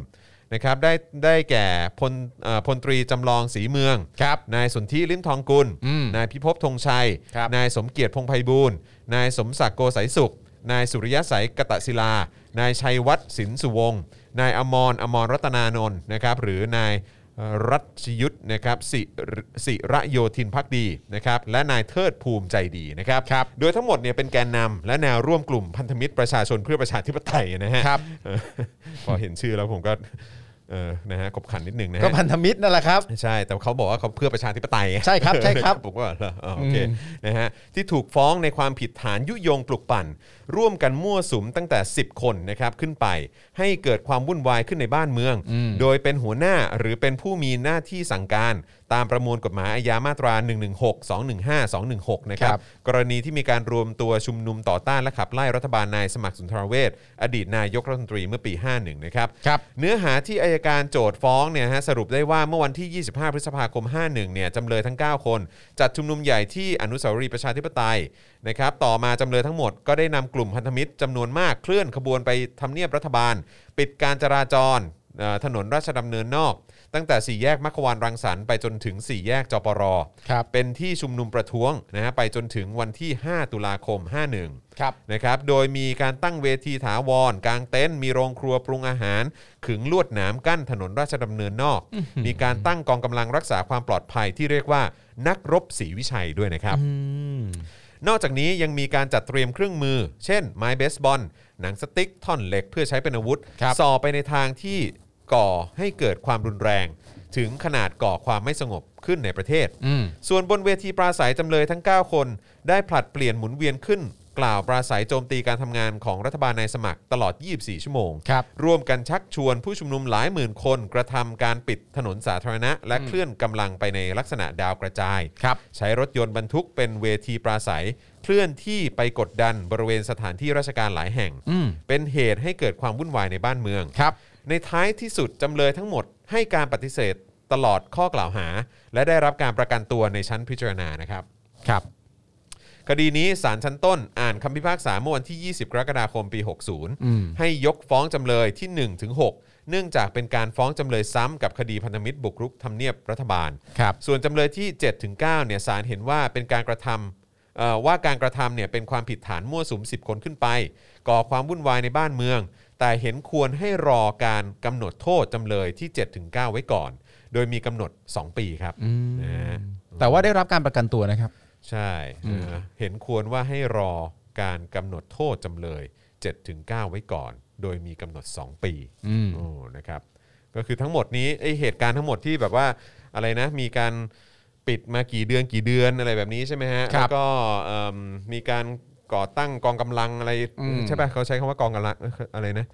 B: นะครับได้ได้แก่พลเอ่อพลตรีจำลองสีเมือง
C: ครับ
B: นายสนธิลิ้มทองกุล
C: อืม
B: นายพิภพธงชัย
C: ครับ
B: นายสมเกียรติพงไพบูลย์นายสมศักดิ์โกสัยสุข นายสุริยะสายกตศิลา นายชัยวัฒน์สินสุวงศ์นายอมรอมรรัตนานนท์นะครับ หรือนาย รัชยุทธนะครับสิสิระโยธินพักดีนะครับและนายเทิดภูมิใจดีนะครับ โดยทั้งหมดเนี่ยเป็นแกนนำและแนวร่วมกลุ่มพันธมิตรประชาชนเพื่อประชาธิปไตยนะฮะ
C: ครับ
B: เออพอเห็นชื่อแล้วผมก็เออนะฮะขบขันนิดนึงนะฮะ
C: ก็พันธมิตรนั่นแหละครับ
B: ใช่ แต่เขาบอกว่าเขาเพื่อประชาธิปไตยไง
C: ใช่ ครับใช่ครับ
B: ผมก็เหรออ๋อโอเคนะฮะที่ถูกฟ้องในความผิดฐานยุยงปลุกปั่น ร่วมกันมั่วสุมตั้งแต่ 10 คนนะครับขึ้นไป ให้เกิดความวุ่นวายขึ้นในบ้านเมือง โดยเป็นหัวหน้าหรือเป็นผู้มีหน้าที่สั่งการ ตามประมวลกฎหมายอาญามาตรา 116 215 216 นะครับ
C: ครับ
B: กรณีที่มีการรวมตัวชุมนุมต่อต้านและขับไล่รัฐบาลนายสมัครสุนทรเวชอดีตนายกรัฐมนตรีเมื่อปี 51 นะครับ
C: ครับ
B: เนื้อหาที่อายการโจทย์ฟ้องเนี่ยฮะสรุปได้ว่าเมื่อวันที่ 25 พฤษภาคม 51 เนี่ยจำเลยทั้ง 9 คน จัดชุมนุมใหญ่ที่อนุสาวรีย์ประชาธิปไตยนะครับต่อมาจำเลยทั้งหมดก็ได้นำกลุ่มพันธมิตรจำนวนมากเคลื่อนขบวนไปทำเนียบรัฐบาล ปิดการจราจรเอ่อถนนราชดำเนินนอก ตั้งแต่สี่แยกมัคควานรังสรรค์ไปจนถึงสี่แยกจปร
C: ครับ
B: เป็นที่ชุมนุมประท้วงนะฮะไปจนถึงวันที่ 5 ตุลาคม 51
C: ครับ
B: นะครับโดยมีการตั้งเวทีถาวรกางเต็นท์มีโรงครัวปรุงอาหาร ขึงลวดหนามกั้นถนนราชดำเนินนอก มีการตั้งกองกำลังรักษาความปลอดภัยที่เรียกว่านักรบศรีวิชัยด้วยนะครับ นอกจากนี้ยังมีการจัดเตรียมเครื่องมือ เช่น ไม้เบสบอลหนังสติ๊กท่อนเหล็กเพื่อใช้เป็นอาวุธ
C: ครับ
B: ส่อไปในทางที่ก่อให้เกิดความรุนแรง ถึงขนาดก่อความไม่สงบขึ้นในประเทศ
C: อืม
B: ส่วนบนเวทีปราศัยจำเลยทั้ง 9 คน ได้ผลัดเปลี่ยนหมุนเวียนขึ้น กล่าวปราศัยโจมตีการทำงานของรัฐบาลนายสมัครตลอด 24 ชั่วโมง
C: ครับ
B: ร่วมกันชักชวนผู้ชุมนุมหลายหมื่นคนกระทำการปิดถนนสาธารณะ และเคลื่อนกำลังไปในลักษณะดาวกระจาย
C: ครับ
B: ใช้รถยนต์บรรทุกเป็นเวทีปราศัย เคลื่อนที่ไปกดดันบริเวณสถานที่ราชการหลายแห่ง
C: อืม
B: เป็นเหตุให้เกิดความวุ่นวายในบ้านเมือง
C: ครับ
B: ในท้ายที่สุดจำเลยทั้งหมดให้การปฏิเสธตลอดข้อกล่าวหา และได้รับการประกันตัวในชั้นพิจารณานะครับ
C: ครับ
B: คดีนี้ศาลชั้นต้นอ่านคำพิพากษาเมื่อวันที่ 20 กรกฎาคมปี
C: อืม
B: 60 ให้ยกฟ้องจำเลยที่ 1 ถึง 6 เนื่องจากเป็นการฟ้องจำเลยซ้ำกับคดีพันธมิตรบุกรุกทำเนียบรัฐบาล
C: ครับ
B: ส่วนจำเลยที่ 7 ถึง 9 เนี่ยศาลเห็นว่าเป็นการกระทำเอ่อว่าการกระทำเนี่ยเป็นความผิดฐานมั่วสุม 10 คนขึ้นไป ก่อความวุ่นวายในบ้านเมือง แต่เห็นควรให้รอการกำหนดโทษจำเลยที่ 7 ถึง 9 ไว้ก่อน โดยมีกำหนด 2 ปีครับนะฮะ
C: แต่ว่าได้รับการประกันตัวนะครับ
B: ใช่เออเห็นควรว่าให้รอการกำหนดโทษจำเลย 7 ถึง 9 ไว้ก่อน โดยมีกำหนด 2 ปี
C: อืม
B: โอ้นะครับ ก็คือทั้งหมดนี้ไอเหตุการณ์ทั้งหมดที่แบบว่าอะไรนะ มีการปิดมากี่เดือนกี่เดือนอะไรแบบนี้ใช่ไหมฮะ
C: ครั
B: แล้
C: บ
B: วก็เอิ่มมีการก่อตั้งกองกำลังอะไร
C: อืม
B: ใช่ป่ะเขาใช้คำว่ากองกำลังเอ่ออะไรนะ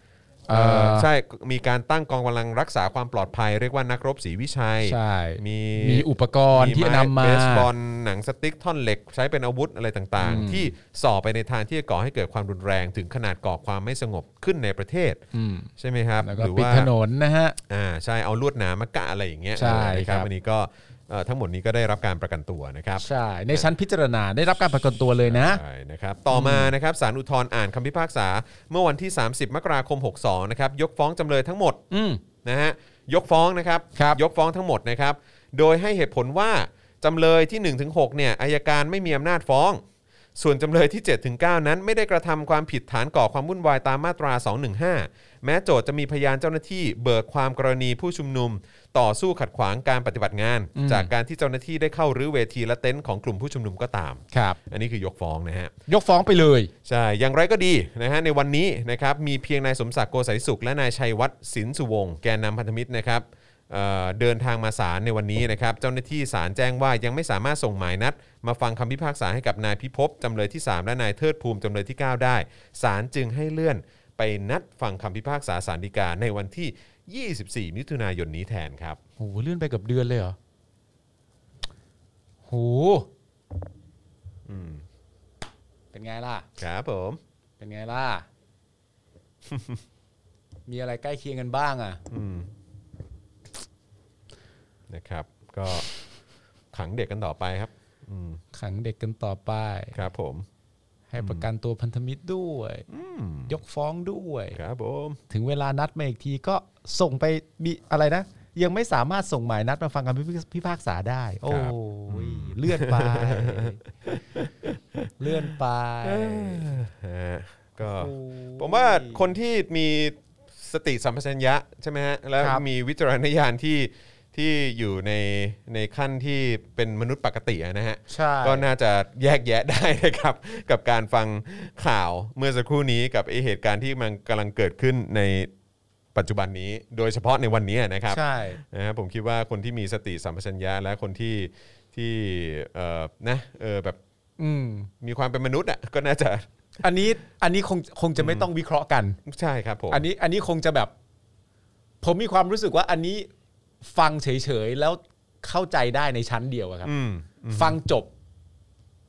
C: เอ่อ
B: เอ่อใช่ มีการตั้งกองกำลังรักษาความปลอดภัย เรียกว่านักรบศรีวิชัย
C: ใช่
B: มี
C: มีอุปกรณ์ที่นำมา
B: เบสบอลหนังสติ๊กท่อนเหล็กใช้เป็นอาวุธอะไรต่าง
C: อืม
B: ๆ ที่ส่อไปในทางที่จะก่อให้เกิดความรุนแรง ถึงขนาดก่อความไม่สงบขึ้นในประเทศ
C: อืม
B: ใช่ไหมครับ
C: แล้วก็
B: หรือ
C: ปิด
B: ว่า
C: ถนนนะฮะ
B: อ่าใช่เอาลวดหนามมากะอะไรอย่างเงี้ย
C: ใช่
B: นะค
C: ครั
B: รับบ อันนี้ก็เอ่อทั้งหมดนี้ก็ได้รับการประกันตัวนะครับ
C: ใช่ ในชั้นพิจารณาได้รับการประกันตัวเลยนะ
B: ใช่นะครับต่อมานะครับสารอุทธรณ์อ่านคำพิพากษาเมื่อวันที่ 30 มกราคม 62 นะครับยกฟ้องจำเลยทั้งหมด
C: อืม
B: นะฮะยกฟ้องนะครับ
C: ครับ
B: ยกฟ้องทั้งหมดนะครับโดยให้เหตุผลว่าจำเลยที่ 1-6เนี่ยอายการไม่มีอำนาจฟ้อง ส่วนจำเลยที่ 7-9 นั้นไม่ได้กระทำความผิดฐานก่อความวุ่นวายตามมาตรา 215 แม้โจทย์จะมีพยานเจ้าหน้าที่เบิกความกรณีผู้ชุมนุม ต่อสู้ขัดขวางการปฏิบัติงาน
C: อืม
B: จากการที่เจ้าหน้าที่ได้เข้ารื้อเวทีและเต็นท์ของกลุ่มผู้ชุมนุมก็ตาม
C: ครับ
B: อันนี้คือยกฟ้องนะฮะ
C: ยกฟ้องไปเลย
B: ใช่ อย่างไรก็ดีนะฮะ ในวันนี้นะครับ มีเพียงนายสมศักดิ์โกสัยสุข และนายชัยวัฒน์สินสุวงศ์แกนนำพันธมิตรนะครับเอ่อเดินทางมาศาลในวันนี้นะครับ เจ้าหน้าที่ศาลแจ้งว่ายังไม่สามารถส่งหมายนัด มาฟังคำพิพากษาให้กับนายพิภพจำเลยที่ 3 และนายเทิดภูมิจำเลยที่ 9 ได้ศาลจึงให้เลื่อนไปนัดฟังคำพิพากษาศาลฎีกาในวันที่ 24 มิถุนายนนี้แทนครับ
C: โหเลื่อนไปเกับเดือนเลยเหรอ โหเป็นไงล่ะ
B: ครับผม
C: เป็นไง ล่ะ มีอะไรใกล้เคียงกันบ้างอ่ะ
B: อืมนะครับ ก็ขังเด็กกันต่อไปครับ อืม
C: ขังเด็กกันต่อไป
B: ครับผม
C: ให้ประกันตัวพันธมิตรด้วย ยกฟ้องด้วย
B: ครับผม
C: ถึงเวลานัดมาอีกทีก็ส่งไปมีอะไรนะ ยังไม่สามารถส่งหมายนัดมาฟังคำพิพากษาได้ โอ้
B: ครับ
C: ยเลื่อน ไป เลื่อนไป
B: ฮะก็
C: โอ้ย
B: ผมว่าคนที่มีสติสัมปชัญญะใช่ไหมฮะแล้ว
C: ครับ
B: มีวิจารณญาณที่ ที่อยู่ในในขั้นที่เป็นมนุษย์ปกติอะนะฮะ
C: ใช่
B: ก็น่าจะแยกแยะได้นะครับ กับการฟังข่าวเมื่อสักครู่นี้กับไอเหตุการณ์ที่มันกำลังเกิดขึ้นในปัจจุบันนี้ โดยเฉพาะในวันนี้นะครับ
C: ใช่
B: นะฮะผมคิดว่าคนที่มีสติสัมปชัญญะและคนที่ที่เอ่อนะเออแบบ
C: อืม
B: มีความเป็นมนุษย์อ่ะก็น่าจะ
C: อันนี้อันนี้คงคงจะไม่ต้องวิเคราะห์กัน
B: ใช่ครับผม
C: อันนี้อันนี้คงจะแบบ ผมมีความรู้สึกว่าอันนี้ฟังเฉยๆแล้วเข้าใจได้ในชั้นเดียวอะครับ
B: อืม
C: ฟังจบ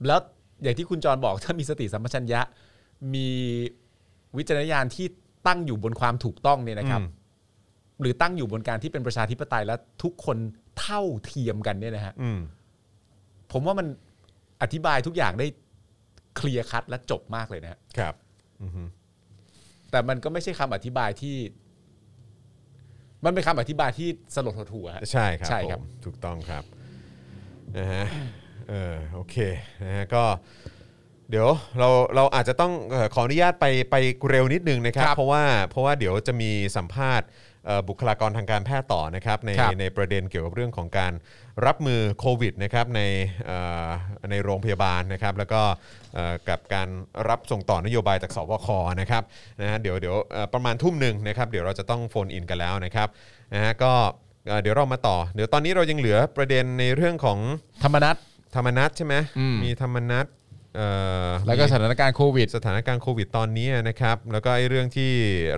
C: แล้วอย่างที่คุณจรบอกถ้ามีสติสัมปชัญญะ มีวิจารณญาณที่ตั้งอยู่บนความถูกต้องเนี่ยนะครับ
B: อืม
C: หรือตั้งอยู่บนการที่เป็นประชาธิปไตยและทุกคนเท่าเทียมกันเนี่ยนะฮะ
B: อืม
C: ผมว่ามันอธิบายทุกอย่างได้เคลียร์คัดและจบมากเลยนะฮะ
B: ครับอือฮึ
C: แต่มันก็ไม่ใช่คำอธิบายที่ มันเป็นคำอธิบายที่สลดหดหู่ฮะ
B: ใช่ครับ
C: ใช่ครับ
B: ผมถูกต้องครับนะฮะเออโอเคนะฮะก็เดี๋ยวเราเราอาจจะต้องเอ่อขออนุญาตไปไปเร็วนิดนึงนะครับ เพราะว่าเพราะว่าเดี๋ยวจะมีสัมภาษณ์เอ่อบุคลากรทางการแพทย์ต่อนะครับ ใน
C: ครับ
B: ในประเด็นเกี่ยวกับเรื่องของการรับมือโควิดนะครับในเอ่อในโรงพยาบาลนะครับ แล้วก็เอ่อกับการรับส่งต่อนโยบายจากสบคนะครับนะฮะเดี๋ยวเดี๋ยวเอ่อประมาณทุ่มหนึ่งนะครับ เดี๋ยวเราจะต้องโฟนอินกันแล้วนะครับนะฮะก็เอ่อเดี๋ยวเรามาต่อ เดี๋ยวตอนนี้เรายังเหลือประเด็นในเรื่องของ
C: ธรรมนัต
B: ธรรมนัตใช่ไหม
C: อืม
B: มีธรรมนัตเอ่อ
C: แล้วก็สถานการณ์โควิด
B: สถานการณ์โควิดตอนนี้นะครับ แล้วก็ไอ้เรื่องที่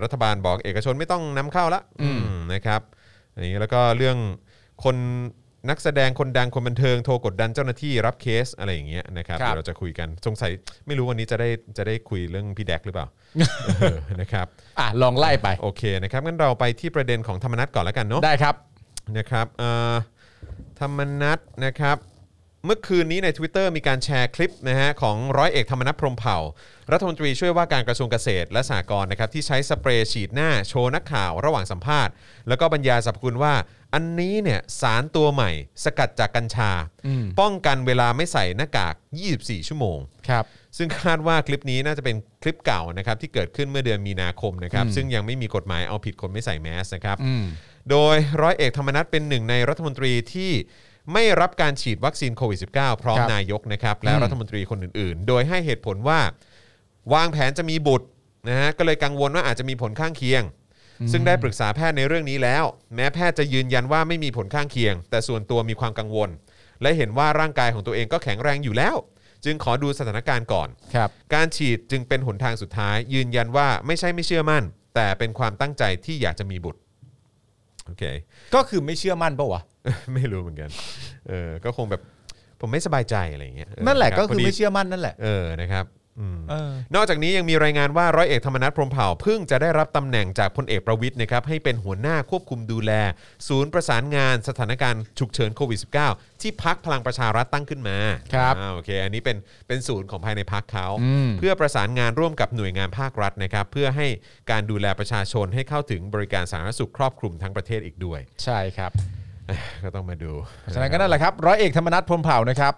B: รัฐบาลบอกเอกชนไม่ต้องนำเข้าละอืมนะครับอย่างนี้แล้วก็เรื่องคนนักแสดงคนดังคนบันเทิงโทรกดดันเจ้าหน้าที่รับเคสอะไรอย่างเงี้ยนะครับ
C: ครับ
B: เดี๋ยวเราจะคุยกันสงสัยไม่รู้วันนี้จะได้จะได้คุยเรื่องพี่แดกหรือเปล่ า เออนะครับ
C: อ่ะ ลองไล่ไป
B: โอเคนะครับงั้นเราไปที่ประเด็นของธรรมนัตก่อนแล้วกันเนาะ
C: ได้ครับ
B: นะครับเอ่อธรรมนัตนะครับ เมื่อคืนนี้ใน Twitter มีการแชร์คลิปนะฮะของร้อยเอกธรรมนัฐพรหมเผ่า รัฐมนตรีช่วยว่าการกระทรวงเกษตรและสหกรณ์นะครับที่ใช้สเปรย์ฉีดหน้าโชว์นักข่าวระหว่างสัมภาษณ์ แล้วก็บรรยายสรรพคุณว่า อันนี้เนี่ยสารตัวใหม่ สกัดจากกัญชา ป้องกันเวลาไม่ใส่หน้ากาก 24 ชั่วโมง
C: ครับ
B: ซึ่งคาดว่าคลิปนี้น่าจะเป็นคลิปเก่านะครับที่เกิดขึ้นเมื่อเดือนมีนาคมนะครับซึ่งยังไม่มีกฎหมายเอาผิดคนไม่ใส่แมสนะครับ
C: อืม
B: โดยร้อยเอกธรรมนัฐเป็นหนึ่งในรัฐมนตรีที่ไม่รับการฉีดวัคซีนโควิด -19 พร้อม
C: ครับ
B: นายกนะครับและ
C: อืม
B: รัฐมนตรีคนอื่นๆ โดยให้เหตุผลว่า วางแผนจะมีบุตรนะฮะก็เลยกังวลว่าอาจจะมีผลข้างเคียง ซึ่งได้ปรึกษาแพทย์ในเรื่องนี้แล้ว แม้แพทย์จะยืนยันว่าไม่มีผลข้างเคียง แต่ส่วนตัวมีความกังวล และเห็นว่าร่างกายของตัวเองก็แข็งแรงอยู่แล้ว จึงขอดูสถานการณ์ก่อน
C: ครับ
B: การฉีดจึงเป็นหนทางสุดท้าย ยืนยันว่าไม่ใช่ไม่เชื่อมั่น แต่เป็นความตั้งใจที่อยากจะมีบุตรโอเค
C: ก็คือไม่เชื่อมั่นปะวะ
B: ไม่รู้เหมือนกัน เออ ก็คงแบบผมไม่สบายใจอะไรอย่างเงี้ยเออ
C: นั่นแหละ
B: รับ
C: ก็คื
B: พ
C: อ
B: ดี
C: ไม่เชื่อมั่นนั่นแหละ
B: เออ นะครับอืม
C: เออ
B: นอกจากนี้ยังมีรายงานว่าร้อยเอกธรรมนัฐพรหมเผ่าเพิ่งจะได้รับตำแหน่งจากพลเอกประวิทย์นะครับให้เป็นหัวหน้าควบคุมดูแล ศูนย์ประสานงานสถานการณ์ฉุกเฉินโควิด -19 ที่พักพลังประชารัฐตั้งขึ้นมา
C: ครับ
B: อ่าโอเค อันนี้เป็นเป็นศูนย์ของภายในพักเขา
C: อืม
B: เพื่อประสานงานร่วมกับหน่วยงานภาครัฐนะครับ เพื่อให้การดูแลประชาชนให้เข้าถึงบริการสาธารณสุขครอบคลุมทั้งประเทศอีกด้วย
C: ใช่ครับ
B: ก็ต้องมาดู
C: ฉะนั้นก็นั่นแหละครับ ร้อยเอกธรรมนัฐพรหมเผ่านะครับ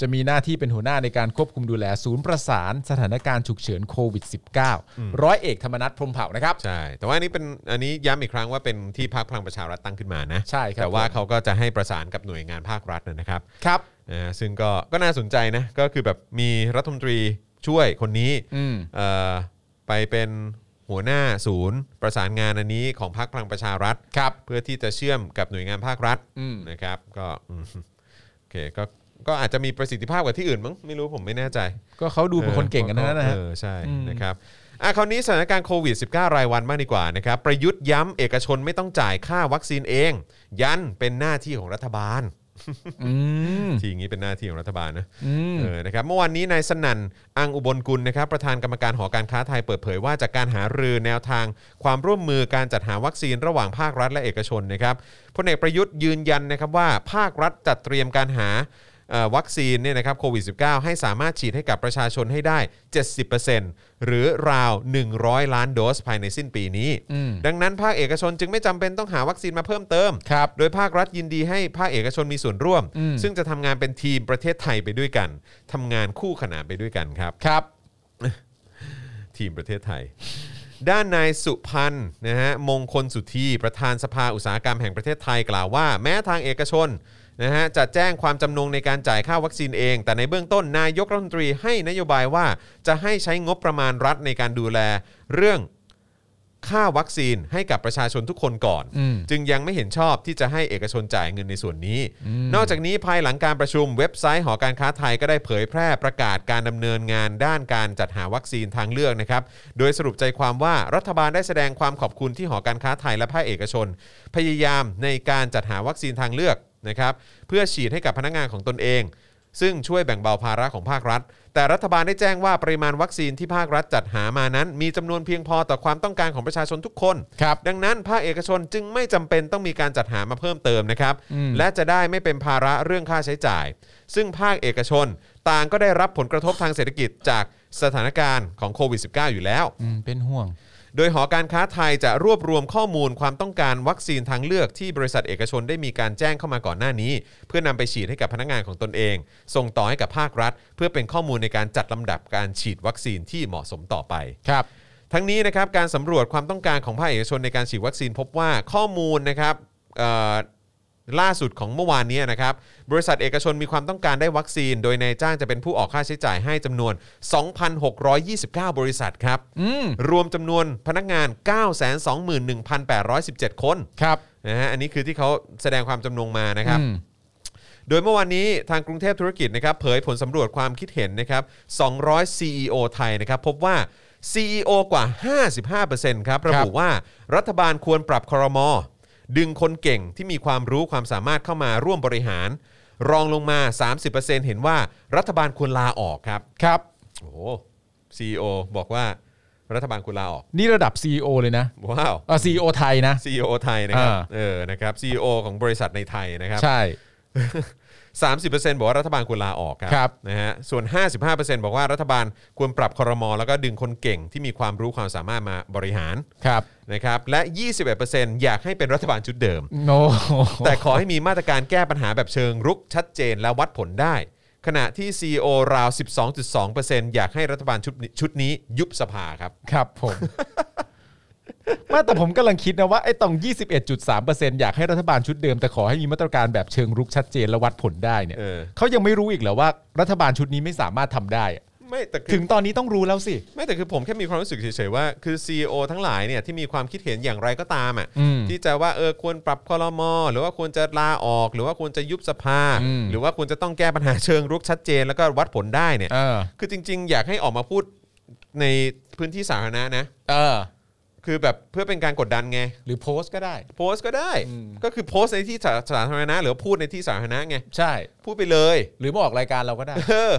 C: จะมีหน้าที่เป็นหัวหน้าในการควบคุมดูแล ศูนย์ประสานสถานการณ์ฉุกเฉินโควิด -19 ร้อยเอกธรรมนัฐพรหมเผ่านะครับ
B: ใช่ แต่ว่าอันนี้เป็นอันนี้ย้ำอีกครั้งว่าเป็นที่พักพลังประชารัฐตั้งขึ้นมานะ
C: ใช่ครับ
B: แต่ว่า
C: ผม
B: เขาก็จะให้ประสานกับหน่วยงานภาครัฐนะนะครับ
C: ครับ
B: นะฮะซึ่งก็ก็น่าสนใจนะก็คือแบบมีรัฐมนตรีช่วยคนนี้
C: อืม
B: เอ่อไปเป็นหัวหน้าศูนย์ ประสานงานอันนี้ของพรรคพลังประชารัฐ
C: ครับ
B: เพื่อที่จะเชื่อมกับหน่วยงานภาครัฐ
C: อืม
B: นะครับ ก็ อืมโอเคก็ก็อาจจะมีประสิทธิภาพกว่าที่อื่นมั้งไม่รู้ผมไม่แน่ใจ
C: ก็เขาดูเป็นคนเก่งกันทั้งนั้นนะฮะ
B: เออใช่
C: อืม
B: นะครับอ่ะคราวนี้สถานการณ์โควิด -19 รายวันมากดีกว่านะครับ ประยุทธ์ย้ำเอกชนไม่ต้องจ่ายค่าวัคซีนเอง ยันเป็นหน้าที่ของรัฐบาล
C: อืม
B: ทีอย่างนี้เป็นหน้าที่ของรัฐบาลนะ
C: อืม
B: เออ นะครับ เมื่อวานนี้นายสนั่น อังอุบลกุลนะครับ ประธานกรรมการหอการค้าไทยเปิดเผยว่าจากการหารือแนวทาง ความร่วมมือการจัดหาวัคซีนระหว่างภาครัฐและเอกชนนะครับพลเอกประยุทธ์ยืนยันนะครับว่าภาครัฐจัดเตรียมการหาเอ่อวัคซีนเนี่ยนะครับโควิด -19 ให้สามารถฉีดให้กับประชาชนให้ได้ 70%หรือราว 100 ล้านโดสภายในสิ้นปีนี้
C: อืม
B: ดังนั้นภาคเอกชนจึงไม่จำเป็นต้องหาวัคซีนมาเพิ่มเติม
C: ครับ
B: โดยภาครัฐยินดีให้ภาคเอกชนมีส่วนร่วม
C: อืม
B: ซึ่งจะทำงานเป็นทีมประเทศไทยไปด้วยกันทำงานคู่ขนานไปด้วยกันครับ
C: ครับ
B: ทีมประเทศไทย ด้านนายสุพันธ์นะฮะมงคลสุธีประธานสภาอุตสาหกรรมแห่งประเทศไทยกล่าวว่า แม้ทางเอกชนนะฮะจะแจ้งความจำนงในการจ่ายค่าวัคซีนเอง แต่ในเบื้องต้นนายกรัฐมนตรีให้นโยบายว่าจะให้ใช้งบประมาณรัฐในการดูแลเรื่อง ค่าวัคซีนให้กับประชาชนทุกคนก่อน
C: อืม
B: จึงยังไม่เห็นชอบที่จะให้เอกชนจ่ายเงินในส่วนนี้ นอกจากนี้ภายหลังการประชุมเว็บไซต์หอการค้าไทยก็ได้เผยแพร่ประกาศการดำเนินงานด้านการจัดหาวัคซีนทางเลือกนะครับ โดยสรุปใจความว่ารัฐบาลได้แสดงความขอบคุณที่หอการค้าไทยและภาคเอกชน พยายามในการจัดหาวัคซีนทางเลือกนะครับเพื่อฉีดให้กับพนักงานของตนเอง ซึ่งช่วยแบ่งเบาภาระของภาครัฐ แต่รัฐบาลได้แจ้งว่าปริมาณวัคซีนที่ภาครัฐจัดหามานั้น มีจำนวนเพียงพอต่อความต้องการของประชาชนทุกคน
C: ครับ
B: ดังนั้นภาคเอกชนจึงไม่จำเป็นต้องมีการจัดหามาเพิ่มเติมนะครับ
C: อืม
B: และจะได้ไม่เป็นภาระเรื่องค่าใช้จ่าย ซึ่งภาคเอกชนต่างก็ได้รับผลกระทบทางเศรษฐกิจจากสถานการณ์ของโควิด -19 อยู่แล้ว
C: อืมเป็นห่วง
B: โดยหอการค้าไทยจะรวบรวมข้อมูลความต้องการวัคซีนทางเลือกที่บริษัทเอกชนได้มีการแจ้งเข้ามาก่อนหน้านี้ เพื่อนำไปฉีดให้กับพนักงานของตนเอง ส่งต่อให้กับภาครัฐ เพื่อเป็นข้อมูลในการจัดลำดับการฉีดวัคซีนที่เหมาะสมต่อไป
C: ครับ
B: ทั้งนี้นะครับการสำรวจความต้องการของภาคเอกชนในการฉีดวัคซีนพบว่าข้อมูลนะครับเอ่อล่าสุดของเมื่อวานนี้นะครับบริษัทเอกชนมีความต้องการได้วัคซีน โดยนายจ้างจะเป็นผู้ออกค่าใช้จ่ายให้จำนวน 2,629 บริษัทครับ
C: อืม
B: รวมจำนวนพนักงาน 921,817 คน
C: ครับ
B: นะฮะอันนี้คือที่เขาแสดงความจำนงมานะครับ
C: อืม
B: โดยเมื่อวานนี้ทางกรุงเทพธุรกิจนะครับเผยผลสำรวจความคิดเห็นนะครับ 200 CEO ไทยนะครับ พบว่า CEO กว่า 55%ครับ ระบุว่ารัฐบาลควรปรับครม ดึงคนเก่งที่มีความรู้ความสามารถเข้ามาร่วมบริหาร รองลงมา 30%เห็นว่ารัฐบาลควรลาออกครับ
C: ครับ
B: โอ้โห CEO บอกว่ารัฐบาลควรลาออก
C: นี่ระดับ CEO เลยนะ
B: ว้าว
C: เออ CEO ไทยนะ
B: CEO ไทยนะครับ
C: อ่า
B: เออ นะครับ CEO ของบริษัทในไทยนะครับ
C: ใช่
B: 30%บอกว่ารัฐบาลควรลาออกครั
C: ครับ
B: นะฮะส่วน 55%บอกว่ารัฐบาลควรปรับคอรมอแล้วก็ดึงคนเก่งที่มีความรู้ความสามารถมาบริหาร
C: ครับ
B: นะครับและ 21%อยากให้เป็นรัฐบาลชุดเดิม
C: โน้
B: แต่ขอให้มีมาตรการแก้ปัญหาแบบเชิงรุกชัดเจนและวัดผลได้ ขณะที่ CEO ราว 12.2%อยากให้รัฐบาลชุดนี้ชุดนี้ยุบสภาครับ
C: ครับผม ไมาแต่ผมกำลังคิดนะว่าไอ้ตรง 21.3%อยากให้รัฐบาลชุดเดิม แต่ขอให้มีมาตรการแบบเชิงรุกชัดเจนและวัดผลได้เนี่ย
B: เออ
C: เขายังไม่รู้อีกเหรอว่ารัฐบาลชุดนี้ไม่สามารถทำได้อะ
B: ไม่แต่คื
C: ถึ
B: อง
C: ตอนนี้ต้องรู้แล้วสิ
B: ไม่แต่คือผมแค่มีความรู้สึกเฉยๆว่าคือ CEO ทั้งหลายเนี่ยที่มีความคิดเห็นอย่างไรก็ตามอ่ะ
C: อืม
B: ที่จะว่าเออควรปรับคอรมอหรือว่าควรจะลาออก หรือว่าควรจะยุบสภา
C: อืม
B: หรือว่าควรจะต้องแก้ปัญหาเชิงรุกชัดเจนแล้วก็วัดผลได้เนี่ย
C: เออ
B: คือจริง ๆ อยากให้ออกมาพูดในพื้นที่สาธารณะนะ
C: เออ
B: คือแบบเพื่อเป็นการกดดันไง
C: หรือโพสต์ก็ได้
B: โพสต์ก็ได้
C: อืม
B: ก็คือโพสต์ในที่สาสาธารณะหรือพูดในที่สาธารณะไง
C: ใช่
B: พูดไปเลย
C: หรือมาออกรายการเราก็ได้
B: เออ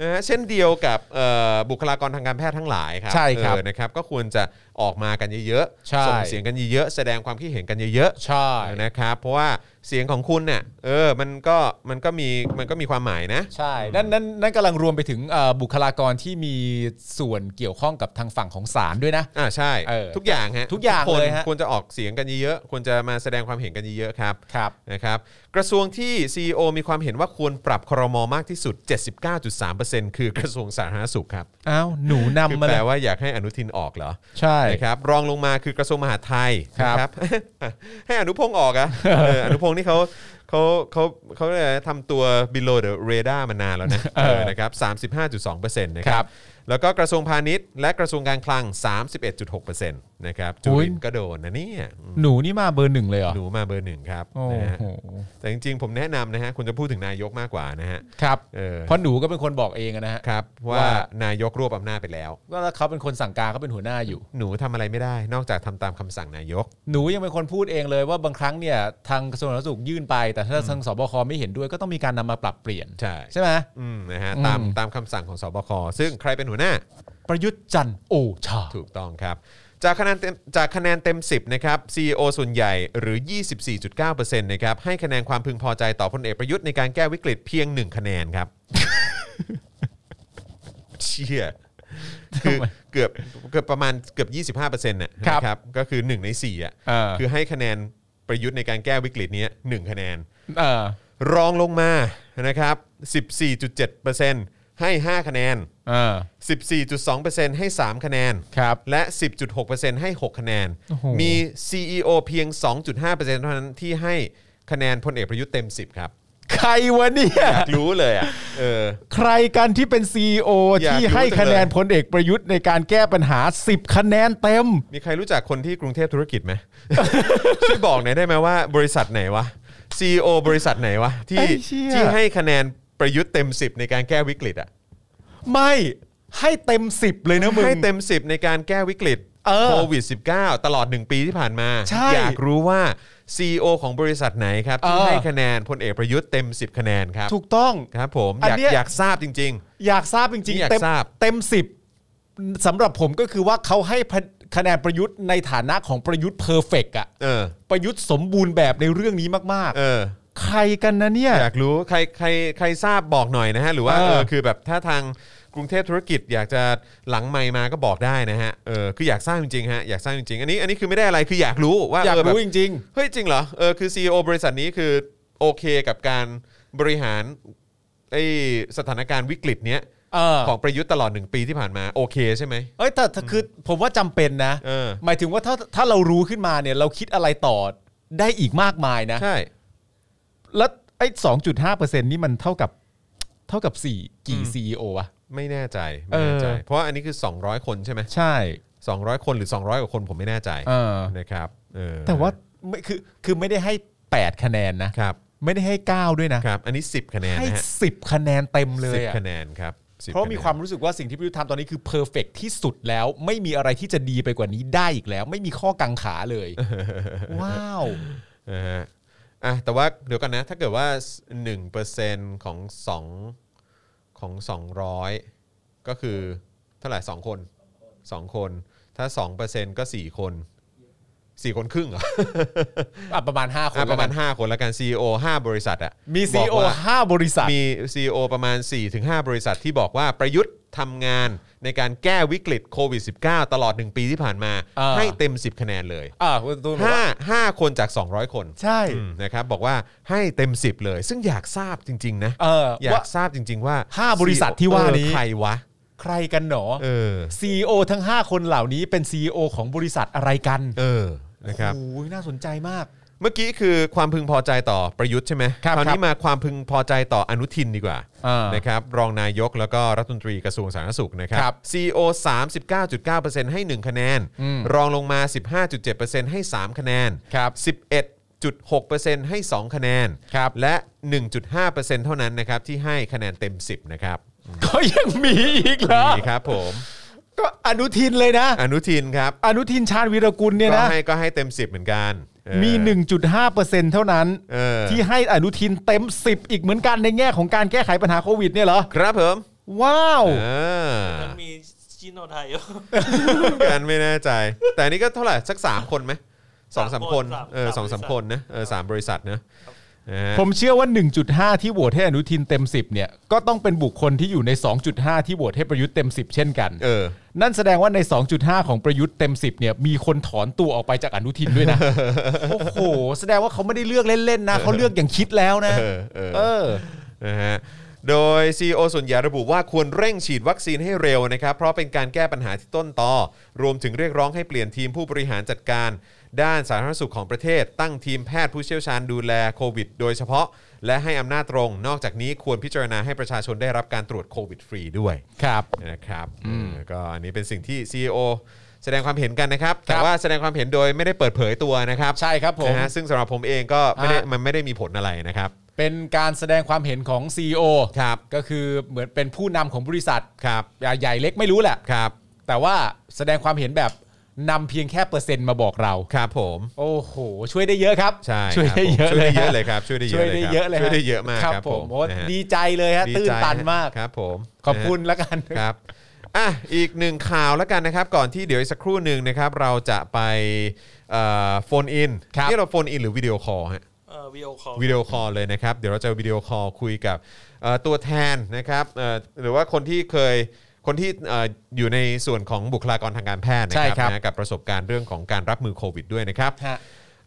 B: นะฮะเช่นเดียวกับเอ่อบุคลากรทางการแพทย์ทั้งหลายครั
C: ใช่ครับ
B: เออนะครับ ก็ควรจะออกมากันเยอะ
C: ใช่
B: ๆส่งเสียงกันเยอะๆแสดงความคิดเห็นกันเยอะๆ
C: ใช่
B: นะครับเพราะว่าเสียงของคุณเนี่ยเออมันก็มันก็มีมันก็มีความหมายนะ
C: ใช่ นั่นนั่นนั่นกำลังรวมไปถึงเอ่อบุคลากรที่มีส่วนเกี่ยวข้องกับทางฝั่งของศาลด้วยนะ
B: อ่าใช่
C: เออ
B: ทุกอย่างฮะ
C: ทุกอย่าง
B: คน
C: เลยฮะ
B: ควรจะออกเสียงกันเยอะๆควรจะมาแสดงความเห็นกันเยอะๆครับ
C: ครับ
B: นะครับกระทรวงที่ CEO มีความเห็นว่าควรปรับครมมากที่สุด 79.3%คือกระทรวงสาธารณสุขครับ
C: อ้าวหนู
B: คือน
C: ำมา
B: แปล
C: แล้ว
B: ว่าอยากให้อนุทินออกเหรอ
C: ใช่
B: นะครับรองลงมาคือกระทรวงมหาดไทย
C: ครับ
B: นะ ให้อนุพงศ์ออก อะเอออนุพงศ์นี่เขาเขาเขาเขาเรียกอะไรทำตัว below the radar มานานแล้วนะเออนะครับ35.2%นะค
C: ค
B: รั
C: รับ บ
B: แล้วก็กระทรวงพาณิชย์และกระทรวงการคลัง 31.6%นะครับจุ
C: อุ๊ย
B: ลินทร์ก็โดนนะเนี่ยอืม
C: หนูนี่มาเบอร์หนึ่งเลยเหรอ
B: หนูมาเบอร์หนึ่งครับ
C: โอ้
B: นะฮะ
C: โห
B: แต่จริงๆ ผมแนะนำนะฮะคุณจะพูดถึงนายกมากกว่านะฮะ
C: ครับ
B: เออ
C: เพราะหนูก็เป็นคนบอกเองอะนะฮะ
B: ครับว่า
C: ว่า
B: นายกรวบอำนาจไปแล้ว
C: ก็เขาเป็นคนสั่งการเขาเป็นหัวหน้าอยู่
B: หนูทำอะไรไม่ได้นอกจากทำตามคำสั่งนายก
C: หนูยังเป็นคนพูดเองเลยว่าบางครั้งเนี่ยทางกระทรวงสาธารณสุขยื่นไป แต่ถ้าทางสบคไม่เห็นด้วยก็ต้องมีการนำมาปรับเปลี่ยน
B: ใช่
C: ใช่ไหม
B: อืมนะฮะ
C: อืม
B: ตามตามคำสั่งของสบคซึ่งใครเป็นหัวหน้า
C: ประยุทธ์จันทร์โอชา
B: ถูกต้องครับ จากคะแนนเต็มจากคะแนนเต็ม 10 นะครับ CEO ส่วนใหญ่หรือ 24.9%นะครับให้คะแนนความพึงพอใจต่อพลเอกประยุทธ์ในการแก้วิกฤตเพียง 1 คะแนนครับ เชี่ยคือ
C: ทำไม
B: เกือบเกือบประมาณเกือบ 25%น่ะ
C: ครับ
B: นะครับก็คือ 1 ใน 4 อ่ะ
C: เออ
B: คือให้คะแนนประยุทธ์ในการแก้วิกฤตเนี้ย1คะแนน
C: เออ
B: รองลงมานะครับ 14.7%ร ให้ 5 คะแนน
C: เออ
B: 14.2%ให้ 3 คะแนน
C: ครับ
B: และ 10.6%ให้ 6 คะแนน
C: โอ้โห
B: มี CEO เพียง 2.5%เท่านั้นที่ให้คะแนนพลเอกประยุทธ์เต็ม 10 ครับ
C: ใครวะเนี่ย
B: อยากรู้เลยอ่ะ เออ
C: ใครกันที่เป็น CEO
B: อยากรู้
C: ที่ให้
B: จังเลย
C: คะแนนพลเอกประยุทธ์ในการแก้ปัญหา 10 คะแนนเต็ม
B: มีใครรู้จักคนที่กรุงเทพธุรกิจไหม ช่วยบอกหน่อยได้ไหมว่าบริษัทไหนวะ CEO บริษัทไหนวะ ที่
C: ไอ้เชี่ย
B: ที่ให้คะแนนประยุทธ์เต็ม 10 ในการแก้วิกฤตอ่ะ
C: ไม่ให้เต็ม 10 เลยนะมึง
B: ให้เต็ม 10 ในการแก้วิกฤต
C: เออ
B: โควิด -19 ตลอด 1 ปีที่ผ่านมา
C: ใช่
B: อยากรู้ว่า CEO ของบริษัทไหนครับ ที่
C: เออ
B: ให้คะแนนพลเอกประยุทธ์เต็ม 10 คะแนนครับ
C: ถูกต้อง
B: ครับผม
C: อั
B: อน ยาก
C: เนี้ย
B: อยากทราบจริง
C: อยากทราบจริง
B: อยาก
C: ๆ เต็ม
B: ทราบ
C: เต็ม 10สำหรับผมก็คือว่าเขาให้พะคะแนนประยุทธ์ในฐานะของประยุทธ์เพอร์เฟกอะ
B: ๆ เออ
C: ประยุทธ์สมบูรณ์แบบในเรื่องนี้มาก
B: เออ
C: ๆ ใครกันนะเนี่ย
B: อยากรู้ใครใครใครทราบบอกหน่อยนะฮะ หรือว่า
C: เออ
B: เออคือแบบถ้าทางกรุงเทพธุรกิจอยากจะหลังไมค์มาก็บอกได้นะฮะเออคืออยากทราบจริงๆฮะอยากทราบจริงๆอันนี้อันนี้คือไม่ได้อะไรคืออยากรู้ว่า
C: อยาก
B: เออแบบ
C: รู้จริง
B: เฮ้ยจริงเหรอเออคือ CEO บริษัทนี้คือโอเคกับการบริหารไอสถานการณ์วิกฤตเนี้ย
C: ๆ เออ
B: ของประยุทธ์ตลอด 1 ปีที่ผ่านมาโอเคใช่ไหม
C: เอ้ยแต่แต่คือผมว่าจำเป็นนะ
B: เออ
C: หมายถึงว่าถ้าถ้าเรารู้ขึ้นมาเนี่ยเราคิดอะไรต่อได้อีกมากมายนะ
B: ใช่
C: แล้วไอ้สองจุดห้าเปอร์เซ็นนี่มันเท่ากับเท่ากับสี่กี่ซีอีโอวะ
B: ไม่แน่ใจไม่แน่ใจ
C: เออ
B: เพราะว่าอันนี้คือ 200 คนใช่ไหม
C: ใช่
B: 200 คนหรือ 200 กว่าคนผมไม่แน่ใจ
C: เออ
B: นะครับเออ
C: แต่ว่าไม่คือคือไม่ได้ให้แปดคะแนนนะ
B: ครับ
C: ไม่ได้ให้เก้าด้วยนะ
B: ครับ อันนี้ 10 คะแนน
C: ให้
B: นะฮะ
C: สิบคะแนนเต็มเลย
B: สิบ
C: อะ
B: คะแนนครับสิบ
C: เพราะมี
B: นน
C: ความรู้สึกว่าสิ่งที่พี่ยุทธทำตอนนี้คือเพอร์เฟกที่สุดแล้ว ไม่มีอะไรที่จะดีไปกว่านี้ได้อีกแล้ว ไม่มีข้อกังขาเลย ว้าว
B: นะฮะอ่ะแต่ว่าเดี๋ยวกันนะ ถ้าเกิดว่า 1%ของ 2 ของ 200 ก็คือเท่าไหร่2คน 2 คน ถ้า 2%ก็ 4 คน 4 คนครึ่งเหรอ
C: อ่ะประมาณ 5 คน
B: อ่ะประมาณ
C: แล้วกัน
B: 5 คนแล้วกัน CEO 5 บริษัทอะ
C: มีซี
B: บ
C: อี
B: ก
C: โอ
B: ว่า
C: ห้าบริษัท
B: มี CEO ประมาณ 4-5 บริษัทที่บอกว่าประยุทธ์ทำงานในการแก้วิกฤตโควิด -19 ตลอด 1 ปีที่ผ่านมา
C: อ่า
B: ให้เต็ม 10 คะแนนเลย
C: อ่าคุณตูนบอก
B: ห้า
C: ว่า
B: ห้าคนจาก 200 คน
C: ใช่
B: อืมนะครับบอกว่าให้เต็ม 10 เลย ซึ่งอยากทราบจริง ๆ นะ
C: เออ
B: อยา
C: ว่า
B: กทราบจริง ๆ ว่า
C: ห้าบริษัทที่ว่านี้
B: เออใครวะ
C: ใครกันหนอ
B: เออ
C: ซีอทั้ง 5 คนเหล่านี้เป็น CEO ของบริษัทอะไรกัน
B: เออนะครับ
C: โอ้โหน่าสนใจมาก
B: เมื่อกี้คือความพึงพอใจต่อประยุทธ์ใช่ไหม
C: ครับ
B: คราว
C: ครั
B: นี้
C: บ
B: มาความพึงพอใจต่ออนุทินดีกว่า
C: อ่าน
B: นะครับรองนายกแล้วก็รัฐมนตรีกระทรวงสาธารณสุขนะครั
C: ครับ
B: CEO 39.9%ให้ 1 คะแนน รองลงมา 15.7%ให้ 3 คะแนน
C: ครับ
B: 11.6%ให้ 2 คะแนน
C: ครับ
B: และ 1.5%เท่านั้นนะครับที่ให้คะแนนเต็ม 10 นะครับ
C: ก็ยังมีอีกเหรอ
B: นี่ครับผม
C: ก็อนุทินเลยนะ
B: อนุทินครับ
C: อนุทินชาญวีรกุลเนี่ย
B: ก็
C: นะ
B: ให้ก็ให้เต็ม 10 เหมือนกันเออ
C: มี 1.5%เท่านั้น
B: เออ
C: ที่ให้อนุทินเต็ม 10 อีกเหมือนกันในแง่ของการแก้ไขปัญหาโควิดเนี่ยเหรอ
B: ครับผม
C: ว้าว
B: อ่
D: มั
B: า
D: นมีชิโนไทย
B: กันไม่แน่ใจ แต่อันนี้ก็เท่าไหร่สักสามคนไหมสองสามคน
D: สามคน
B: เออสองสา
D: สาม
B: ม
D: บริ
B: คน
D: ษัท
B: นะเออสามบริษัทนะนะฮะ
C: ผมเชื่อว่า 1.5 ที่โหวตให้อนุทินเต็ม 10 เนี่ย ก็ต้องเป็นบุคคลที่อยู่ใน 2.5 ที่โหวตให้ประยุทธ์เต็ม 10 เช่นกัน
B: เออ
C: นั่นแสดงว่าใน 2.5 ของประยุทธ์เต็ม 10 เนี่ย มีคนถอนตัวออกไปจากอนุทินด้วยนะ โอ้โห แสดงว่าเขาไม่ได้เลือกเล่น ๆ นะ เขาเลือกอย่างคิดแล้วนะ
B: เออเออ
C: เออ
B: นะฮะโดย CEO ส่วนใหญ่ระบุว่าควรเร่งฉีดวัคซีนให้เร็วนะครับ เพราะเป็นการแก้ปัญหาที่ต้นตอ รวมถึงเรียกร้องให้เปลี่ยนทีมผู้บริหารจัดการ ด้านสาธารณสุขของประเทศ ตั้งทีมแพทย์ผู้เชี่ยวชาญดูแลโควิดโดยเฉพาะ และให้อำนาจตรง นอกจากนี้ควรพิจารณาให้ประชาชนได้รับการตรวจโควิดฟรีด้วย
C: ครับ
B: นะครับเออก็อันนี้เป็นสิ่งที่ CEO แสดงความเห็นกันนะครับ แต่ว่าแสดงความเห็นโดยไม่ได้เปิดเผยตัวนะครับ
C: ใช่ครับผม
B: นะฮะซึ่งสำหรับผมเองก็ไม่ได้
C: ฮะ
B: มันไม่ได้มีผลอะไรนะครับ
C: เป็นการแสดงความเห็นของ CEO
B: ครับ
C: ก็คือเหมือนเป็นผู้นำของบริษัท
B: ครับ
C: ใหญ่ๆเล็กไม่รู้แหละ
B: ครับ
C: แต่ว่าแสดงความเห็นแบบนำเพียงแค่เปอร์เซ็นต์มาบอกเรา
B: ครับผม
C: โอ้โห ช่วยได้เยอะครับ
B: ใช่
C: ช่วย
B: ครับ
C: ได้
B: ผม
C: เยอะ
B: ช่วยได้
C: เลย
B: เยอะ
C: ฮะ
B: เลยครับช่วยได้เย
C: ช่
B: อะเล
C: วยได้
B: ยครับ
C: เยอะเลย
B: ช่วย
C: ฮะ
B: ได้เยอะมาก
C: ค
B: ค
C: รั
B: รั
C: บบผ
B: ผม ม
C: โอ้
B: นะฮะ
C: ดีใจเลยฮะ
B: ดี
C: ตื้น
B: ใจ
C: ตันมาก
B: ครับผม
C: ขอบคุณแล้วกัน
B: นะครับ อ่ะอีกหนึ่งข่าวแล้วกันนะครับ ก่อนที่เดี๋ยวอีกสักครู่หนึ่งนะครับ เราจะไปโฟนอิน
C: ครับ
B: นี่เราโฟนอินหรือวิดีโอคอลฮะ
D: วิโอคอล
B: วิดีโอคอลเลยนะครับ เดี๋ยวเราจะวิดีโอคอลคุยกับเอ่อตัวแทนนะครับเอ่อหรือว่าคนที่เคยคนที่เอ่ออยู่ในส่วนของบุคลากรทางการแพทย์นะ
C: ใช่
B: ค
C: ครั
B: รับบ นะกับประสบการณ์เรื่องของการรับมือโควิดด้วยนะครับ
C: ฮะ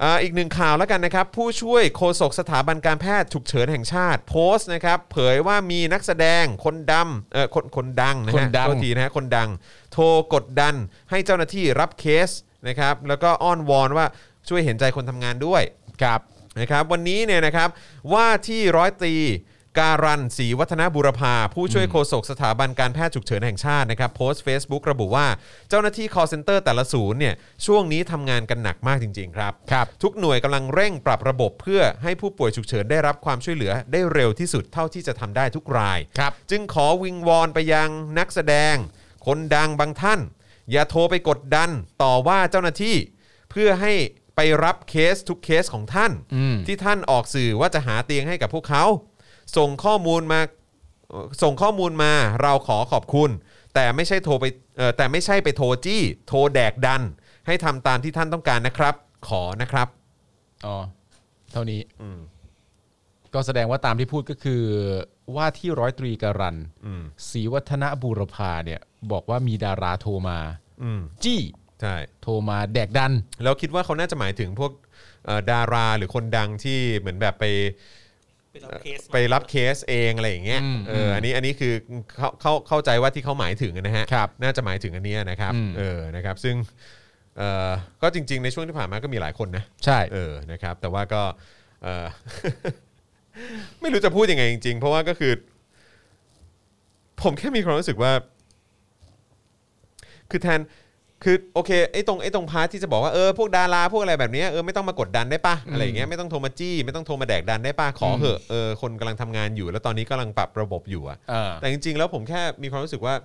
B: อ่าอีกหนึ่งข่าวแล้วกันนะครับ ผู้ช่วยโฆษกสถาบันการแพทย์ฉุกเฉินแห่งชาติ โพสต์นะครับ เผยว่ามีนักแสดงคนดำเออคนคนดังนะ
C: คน
B: ฮะ
C: ดัง
B: โทษทีนะฮะคนดัง โทรกดดันให้เจ้าหน้าที่รับเคสนะครับ แล้วก็อ้อนวอนว่าช่วยเห็นใจคนทำงานด้วย
C: ครับ
B: นะครับวันนี้เนี่ยนะครับว่าที่ร้อยตรีการันศรีวัฒนบุรพา ผู้ช่วยโฆษกสถาบันการแพทย์ฉุกเฉินแห่งชาตินะครับโพสต์ Facebook ระบุว่าเจ้าหน้าที่ call center แต่ละศูนย์เนี่ยช่วงนี้ทำงานกันหนักมากจริง ๆ ครับ
C: ครับ
B: ทุกหน่วยกำลังเร่งปรับระบบเพื่อให้ผู้ป่วยฉุกเฉินได้รับความช่วยเหลือได้เร็วที่สุดเท่าที่จะทำได้ทุกราย
C: ครับ
B: จึงขอวิงวอนไปยังนักแสดง คนดังบางท่าน อย่าโทรไปกดดันต่อว่าเจ้าหน้าที่ เพื่อให้ไปรับเคสทุกเคสของท่าน
C: อืม
B: ที่ท่านออกสื่อว่าจะหาเตียงให้กับพวกเขา ส่งข้อมูลมาเอ่อส่งข้อมูลมาเราขอขอบคุณ แต่ไม่ใช่โทรไปเอ่อแต่ไม่ใช่ไปโทรจี้ โทรแดกดัน ให้ทำตามที่ท่านต้องการนะครับ ขอนะครับ
C: อ๋อ เท่านี้ก็แสดงว่าตามที่พูดก็คือ ว่าที่ร้อยตรีการัน
B: อืม
C: ศรีวัฒนบุรพาเนี่ย บอกว่ามีดาราโทรมา
B: อืม
C: จี้
B: ใช่
C: โทรมาแดกดัน
B: แล้วคิดว่าเขาน่าจะหมายถึงพวกเอ่อดาราหรือคนดังที่เหมือนแบบไป
D: ไปรับเคสมา
B: ไปรับเคสเองอะไรอย่างเงี้ย
C: อืม
B: เอออันนี้อันนี้คือเขาเขาเข้าใจว่าที่เขาหมายถึงนะฮะ
C: ครับ
B: น่าจะหมายถึงอันเนี้ยนะครับ
C: อืม
B: เออนะครับซึ่งเออก็จริง ๆ ในช่วงที่ผ่านมาก็มีหลายคนนะ
C: ใช่
B: เออนะครับแต่ว่าก็เออ ไม่รู้จะพูดยังไงจริง ๆ เพราะว่าก็คือ ผมแค่มีความรู้สึกว่า คือแทนคือโอเคไอ้ตรงไอ้ตรงพาร์ทที่จะบอกว่าเออพวกดาราพวกอะไรแบบเนี้ยเออไม่ต้องมากดดันได้ปะอะไรอย่างเงี้ยไม่ต้องโทรมาจี้ไม่ต้องโทรมาแดกดันได้ปะขอเหอะเออคนกำลังทำงานอยู่ แล้วตอนนี้กำลังปรับระบบอยู่อะ
C: เออ
B: แต่จริงๆ แล้วผมแค่มีความรู้สึกว่า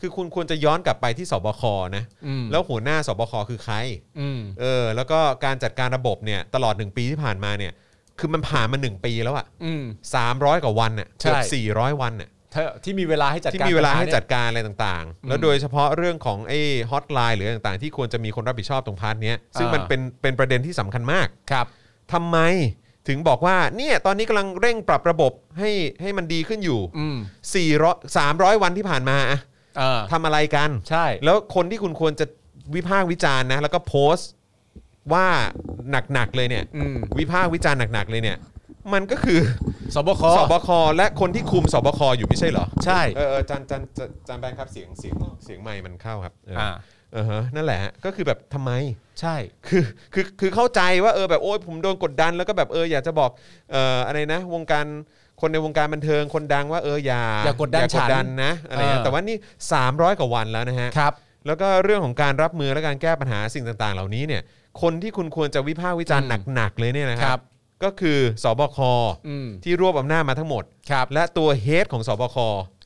B: คือคุณควรจะย้อนกลับไปที่สบคนะ
C: อืม
B: แล้วหัวหน้าสบคคือใคร
C: อืม
B: เออแล้วก็การจัดการระบบเนี่ยตลอด 1 ปีที่ผ่านมาเนี่ย คือมันผ่านมา 1 ปีแล้วอะ
C: อืม
B: สามร้อยกว่าวันอะ
C: ใช่
B: เกือบสี่ร้อยวันอะ
C: ถ้าที่มีเวลาให้จัด
B: ที่
C: การ
B: มีเวลาให้
C: ปัญนี่ย
B: จัดการอะไรต่างๆ แล้วโดยเฉพาะเรื่องของไอ้ฮอตไลน์หรืออะไรต่างๆ ที่ควรจะมีคนรับผิดชอบตรงพาร์ทเนี้ยซึ่ง
C: อ่ามั
B: มันเป็นเป็นประเด็นที่สำคัญมาก
C: ครับ
B: ทำไมถึงบอกว่าเนี่ยตอนนี้กำลังเร่งปรับระบบให้ให้มันดีขึ้นอยู่
C: อืม
B: 400 300 วันที่ผ่านมาอะ
C: เออ
B: ทำอะไรกัน
C: ใช่
B: แล้วคนที่คุณควรจะวิพากษ์วิจารณ์นะแล้วก็โพสต์ว่าหนักๆเลยเนี่ย
C: อืม
B: วิพากษ์วิจารณ์หนักๆเลยเนี่ย มันก็คือ
C: สบค
B: สบคและคนที่คุมสบคอยู่ไม่ใช่เหรอ
C: ใช่
B: เออเออจานจานจานจานแบงค์ครับเสียงเสียงเสียงไมค์มันเข้าครับเอออ่
C: า
B: เออฮะนั่นแหละฮะก็คือแบบทำไม
C: ใช่
B: คือคือคือเข้าใจว่าเออแบบโอ้ยผมโดนกดดันแล้วก็แบบเอออยากจะบอกเอ่ออะไรนะ วงการคนในวงการบันเทิงคนดังว่าเอออย่า
C: อย่ากดดันฉัน
B: นะอะไรเงี้ย
C: เออ
B: แต่ว่านี่ 300 กว่าวันแล้วนะฮะ
C: ครับ
B: แล้วก็เรื่องของการรับมือและการแก้ปัญหาสิ่งต่าง ๆ เหล่านี้เนี่ย คนที่คุณควรจะวิพากษ์วิจารณ์
C: อืม
B: หนักๆเลยเนี่ยนะค
C: ค
B: รั
C: รับ บ
B: ก็คือสบค
C: อืม
B: ที่รวบอำนาจมาทั้งหมด
C: ครับ
B: และตัวเฮดของสบค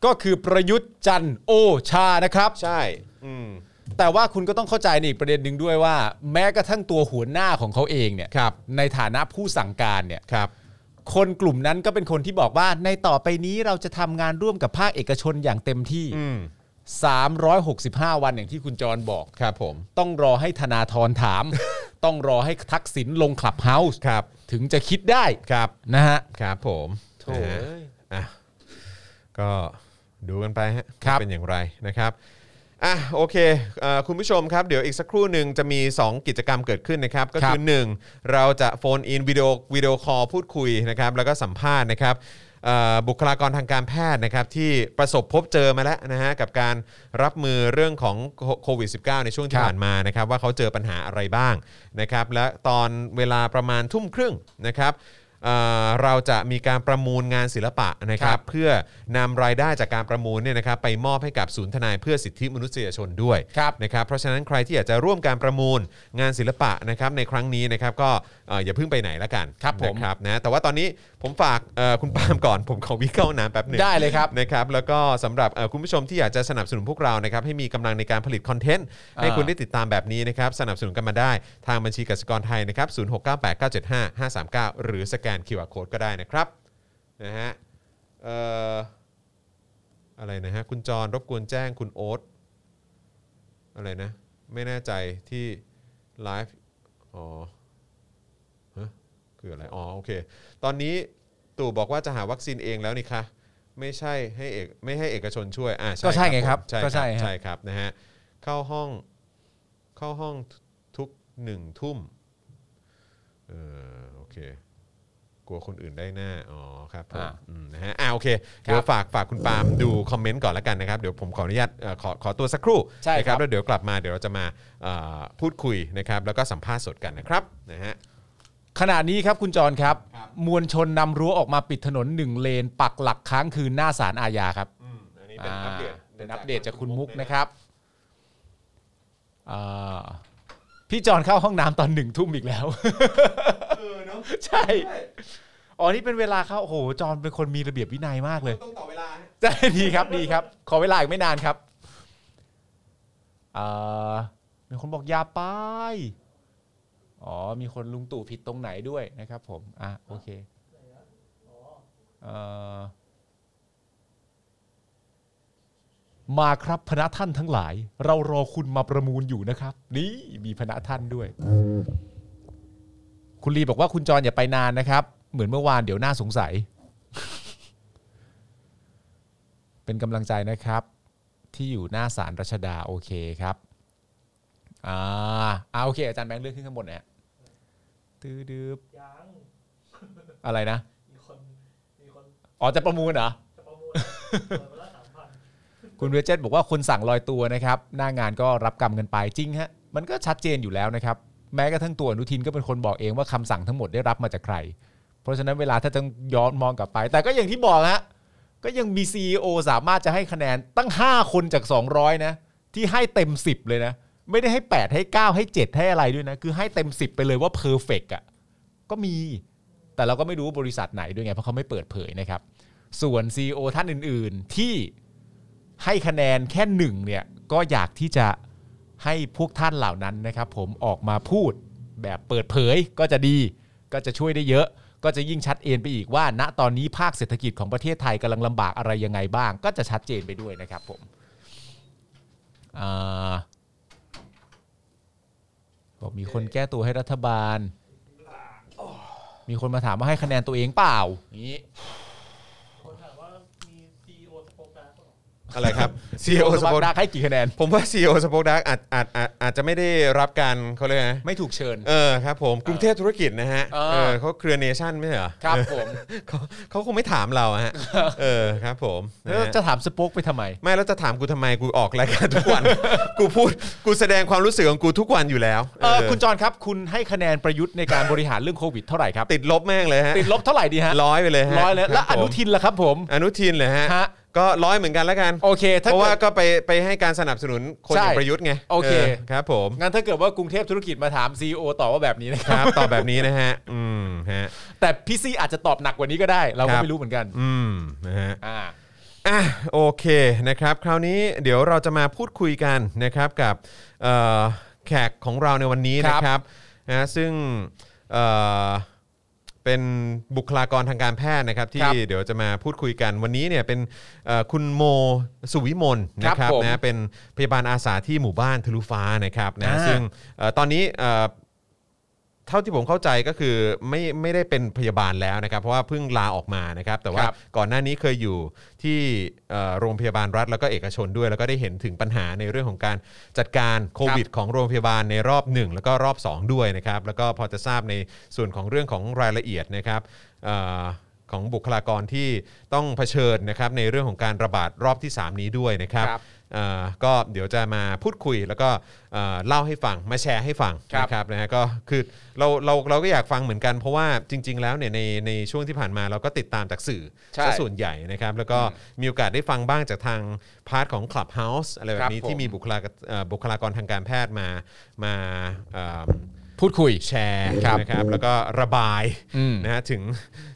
C: ก็คือประยุทธ์จันทร์โอชานะครับ
B: ใช่อืม
C: แต่ว่าคุณก็ต้องเข้าใจในอีกประเด็นหนึ่งด้วยว่า แม้กระทั่งตัวหัวหน้าของเขาเองเนี่ย
B: ครับ
C: ในฐานะผู้สั่งการเนี่ย
B: ครับ
C: คนกลุ่มนั้นก็เป็นคนที่บอกว่าในต่อไปนี้เราจะทำงานร่วมกับภาคเอกชนอย่างเต็มที่
B: อืม
C: 365 วันอย่างที่คุณจรบอก
B: ครับผม
C: ต้องรอให้ธนาธรถาม ต้องรอให้ทักษิณลงคลับเฮาส์
B: ครับ
C: ถึงจะคิดได้
B: ครับ
C: นะฮะ
B: ครับผม
C: โถ่
B: นะฮะอ่ะก็ดูกันไปฮะ
C: ครับ
B: ว่าเป็นอย่างไรนะครับ อ่ะโอเคเอ่อคุณผู้ชมครับ เดี๋ยวอีกสักครู่หนึ่งจะมี 2 กิจกรรมเกิดขึ้นนะครับ ก็คือ 1 เราจะโฟนอินวิดีโอวิดีโอคอลพูดคุยนะครับ แล้วก็สัมภาษณ์นะครับเอ่อบุคลากรทางการแพทย์นะครับ ที่ประสบพบเจอมาแล้วนะฮะกับการรับมือเรื่องของโควิด -19 ในช่วงที่
C: ครับ
B: ผ่านมานะครับ ว่าเขาเจอปัญหาอะไรบ้างนะครับ และตอนเวลาประมาณทุ่มครึ่งนะครับเอ่อเราจะมีการประมูลงานศิลปะนะครับ เพื่อนำรายได้จากการประมูลเนี่ยนะครับไปมอบให้กับศูนย์ทนายเพื่อสิทธิมนุษยชนด้วย
C: ครับ
B: นะครับเพราะฉะนั้นใครที่อยากจะร่วมการประมูลงานศิลปะนะครับในครั้งนี้นะครับก็เอ่ออย่าเพิ่งไปไหนละกัน
C: ครับผม
B: นะครับนะแต่ว่าตอนนี้ผมฝากเอ่อคุณปาล์มก่อนผมขอวิ่งเข้าห้องน้ำแป๊บหนึง
C: ได้เลยครับ
B: นะครับแล้วก็สำหรับเอ่อคุณผู้ชมที่อยากจะสนับสนุนพวกเรานะครับให้มีกำลังในการผลิตคอนเทนต์ให้
C: อ่า
B: คุณได้ติดตามแบบนี้นะครับสนับสนุนกันมาได้ทางบัญชีกสิกรไทยนะครับศูนย์หกเก้หรือสแกน QR Code ก็ได้นะครับนะฮะเอ่ออะไรนะฮะคุณจรรบกวนแจ้งคุณโอ๊ตอะไรนะ ไม่แน่ใจที่ไลฟ์อ๋อฮะคืออะไรอ๋อโอเค ตอนนี้ตู่บอกว่าจะหาวัคซีนเองแล้วนี่คะไม่ใช่ให้เอกไม่ให้เอกชนช่วยอ่า
C: ก็ใช่ไงครับ
B: ใช่
C: ก็ใช่
B: ใช่
C: ฮะ
B: ใช่ครับนะฮะเข้าห้องเข้าห้องทุกหนึ่งทุ่ม เออโอเค กลัวคนอื่นได้หน้าอ๋อครับผม
C: อ่า
B: อืมนะฮะอ่าโอเคเดี๋ยวฝากฝากคุณปาล์มดูคอมเมนต์ก่อนละกันนะครับเดี๋ยวผมขออนุญาตเอ่อขอขอตัวสักครู่
C: ใช่ครับ
B: นะแล้วเดี๋ยวกลับมาเดี๋ยวเราจะมาเอ่อพูดคุยนะครับแล้วก็สัมภาษณ์สดกันนะครับนะฮะ
C: ขณะนี้ครับคุณจรครับ มวลชนนำรั้วออกมาปิดถนนหนึ่งเลน ปักหลักค้างคืนหน้าศาลอาญาครับ
B: อืมอันนี้เป็นอัปเดต
C: อ่าเป็นอัปเดตจากคุณมุกนะครับอ่าพี่จอนเข้าห้องน้ำตอนหนึ่งทุ่มอีกแล้ว
B: เออเนาะ
C: ใช่ อ๋อ นี่เป็นเวลาเข้า โอ้โห จอนเป็นคนมีระเบียบวินัยมากเลย
B: ต้องต่อเวลาฮะ
C: ได้ดีครับดีครับ ขอเวลาอีกไม่นานครับอ่ามีคนบอกอยาไปอ๋อ มีคนลุงตู่ผิดตรงไหนด้วยนะครับผม อ่ะ โอเคเอ่อมาครับพระท่านทั้งหลาย เรารอคุณมาประมูลอยู่นะครับ นี่มีพระท่านด้วย คุณลีบอกว่าคุณจรอย่าไปนานนะครับ เหมือนเมื่อวานเดี๋ยวน่าสงสัย เป็นกำลังใจนะครับ ที่อยู่หน้าศาลรัชดาโอเคครับอ่าอ่าโอเค อาจารย์แบงค์เลื่อนขึ้นข้างบนนะฮะตื้อดืบ
D: ยัง
C: อะไรนะ
D: มีคน มีคน
C: อ๋อจะประมูลเหรอ
D: จะประมูลเปิดมาละสามพัน
C: คุณเวจเจตบอกว่าคนสั่งลอยตัวนะครับ หน้างานก็รับกรรมกันไปจริงฮะมันก็ชัดเจนอยู่แล้วนะครับ แม้กระทั่งตัวอนุทินก็เป็นคนบอกเองว่าคำสั่งทั้งหมดได้รับมาจากใคร เพราะฉะนั้นเวลาถ้าจะย้อนมองกลับไป แต่ก็อย่างที่บอกฮะก็ยังมี CEO สามารถจะให้คะแนนตั้ง 5 คนจาก 200 นะ ที่ให้เต็ม 10 เลยนะ ไม่ได้ให้ 8 ให้ 9 ให้ 7 ให้อะไรด้วยนะ คือให้เต็ม 10 ไปเลยว่าเพอร์เฟกอ่ะก็มี แต่เราก็ไม่รู้ว่าบริษัทไหนด้วยไงเพราะเขาไม่เปิดเผยนะครับส่วน CEO ท่านอื่น ๆ ที่ ให้คะแนนแค่หนึ่งเนี่ยก็อยากที่จะให้พวกท่านเหล่านั้นนะครับ ผมออกมาพูดแบบเปิดเผยก็จะดี ก็จะช่วยได้เยอะ ก็จะยิ่งชัดเจนไปอีกว่า ณตอนนี้ภาคเศรษฐกิจของประเทศไทยกำลังลำบากอะไรยังไงบ้าง ก็จะชัดเจนไปด้วยนะครับผมอ่าบอกมีคนแก้ตัวให้รัฐบาล มีคนมาถามว่าให้คะแนนตัวเองเปล่าอย่างนี้
D: คนถามว่ามีซีโอสปอคดาร์ก
B: อะไรครับ CEO ส
C: สป
B: ป
C: อ
B: อ
C: ค
B: ค
C: ดั
B: ดั
C: ก
B: ก
C: ให้กี่คะแนน
B: ผมว่า CEO สปอคดักอาจอาจอาจอาจจะไม่ได้รับการเขาเรียกไง
C: ไม่ถูกเชิญ
B: เออครับผมกรุงเทพธุรกิจนะฮะ
C: เออ
B: เออเขาเครือเนชั่นไม่ใช่เหรอ
C: ครับ
B: เออ
C: ผม
B: เขาเขาคงไม่ถามเราอะฮะเออครับผมนะ
C: แล้ว
B: ฮะ
C: จะถามสปอคไปทำไม
B: ไม่แล้วจะถามกูทำไมกูออกรายการทุกวัน กูพูดกูแสดงความรู้สึกของกูทุกวันอยู่แล้ว
C: เออ
B: เออ
C: คุณจรครับ คุณให้คะแนนประยุทธ์ในการบริหารเรื่องโควิดเท่าไหร่ครับ
B: ติดลบแม่งเลยฮะ
C: ติดลบเท่าไหร่ดีฮะ
B: ร้อยไปเลยฮะ
C: ร้อยเลยแล้ว
B: ค
C: อ
B: รับผม
C: นุทินล่ะครับผม
B: อนุทินเลยฮะ
C: ฮะ
B: ก็ร้อยเหมือนกันแล้วกัน
C: โอเค ถ้า
B: เพราะ
C: เกิ
B: ว่า
C: ด
B: ก็ไปไปให้การสนับสนุนคนอ
C: ใช่
B: ย่างประยุทธ์ไง
C: โอเค
B: ครับผม
C: งั้นถ้าเกิดว่ากรุงเทพธุรกิจมาถามซีอต่อว่าแบบนี้นะค
B: ครับ รับตอบแบบนี้นะฮะ อืมฮะ
C: แต่พี่ซีอาจจะตอบหนักกว่านี้ก็ได้ เรา
B: ค
C: ก็
B: รับ
C: ไม่รู้เหมือนกัน
B: อืมนะฮะ
C: อ่า
B: อ่ะโอเคนะครับ คราวนี้เดี๋ยวเราจะมาพูดคุยกันนะครับกับเอ่อแขกของเราในวันนี้
C: ครั
B: นะ
C: บ
B: ครับนะซึ่งเอ่อเป็นบุคลากรทางการแพทย์นะครับ
C: ค
B: ที่
C: รับ
B: เดี๋ยวจะมาพูดคุยกันวันนี้เนี่ยเป็นเอ่อคุณโมสุวิมลนะค
C: ครั
B: รับบ
C: ผม
B: นะเป็นพยาบาลอาสาที่หมู่บ้านทะลุฟ้านะครับนะ
C: อ่า
B: ซึ่งเอ่อตอนนี้เอ่อ เท่าที่ผมเข้าใจก็คือไม่ไม่ได้เป็นพยาบาลแล้วนะครับ เพราะว่าเพิ่งลาออกมานะครับ แต่ว่า
C: ครับ
B: ก่อนหน้านี้เคยอยู่ที่เอ่อโรงพยาบาลรัฐแล้วก็เอกชนด้วย แล้วก็ได้เห็นถึงปัญหาในเรื่องของการจัดการโควิด ของโรงพยาบาลในรอบ 1 แล้วก็รอบ 2 ด้วยนะครับ แล้วก็พอจะทราบในส่วนของเรื่องของรายละเอียดนะครับเอ่อของบุคลากรที่ต้องเผชิญนะครับในเรื่องของการระบาดรอบที่ 3 นี้ด้วยนะครับ
C: ครับ
B: เอ่อก็เดี๋ยวจะมาพูดคุยแล้วก็เอ่อเล่าให้ฟังมาแชร์ให้ฟัง
C: ครับ
B: นะครับ ครับนะฮะก็คือเราเราเราก็อยากฟังเหมือนกันเพราะว่าจริง ๆ แล้วเนี่ยในในช่วงที่ผ่านมาเราก็ติดตามจากสื่อ
C: ใช่
B: ซะส่วนใหญ่นะครับ แล้วก็มีโอกาสได้ฟังบ้างจากทางพาร์ทของ Clubhouse อะไรแบ
C: ครับ
B: บนี้
C: ผม
B: ที่มีบุคลากรเอ่อบุคลากรทางการแพทย์มามาเอ่อ
C: พูดคุย
B: แชร์
C: ครับ
B: นะครับแล้วก็ระบาย
C: อืม
B: นะฮะถึง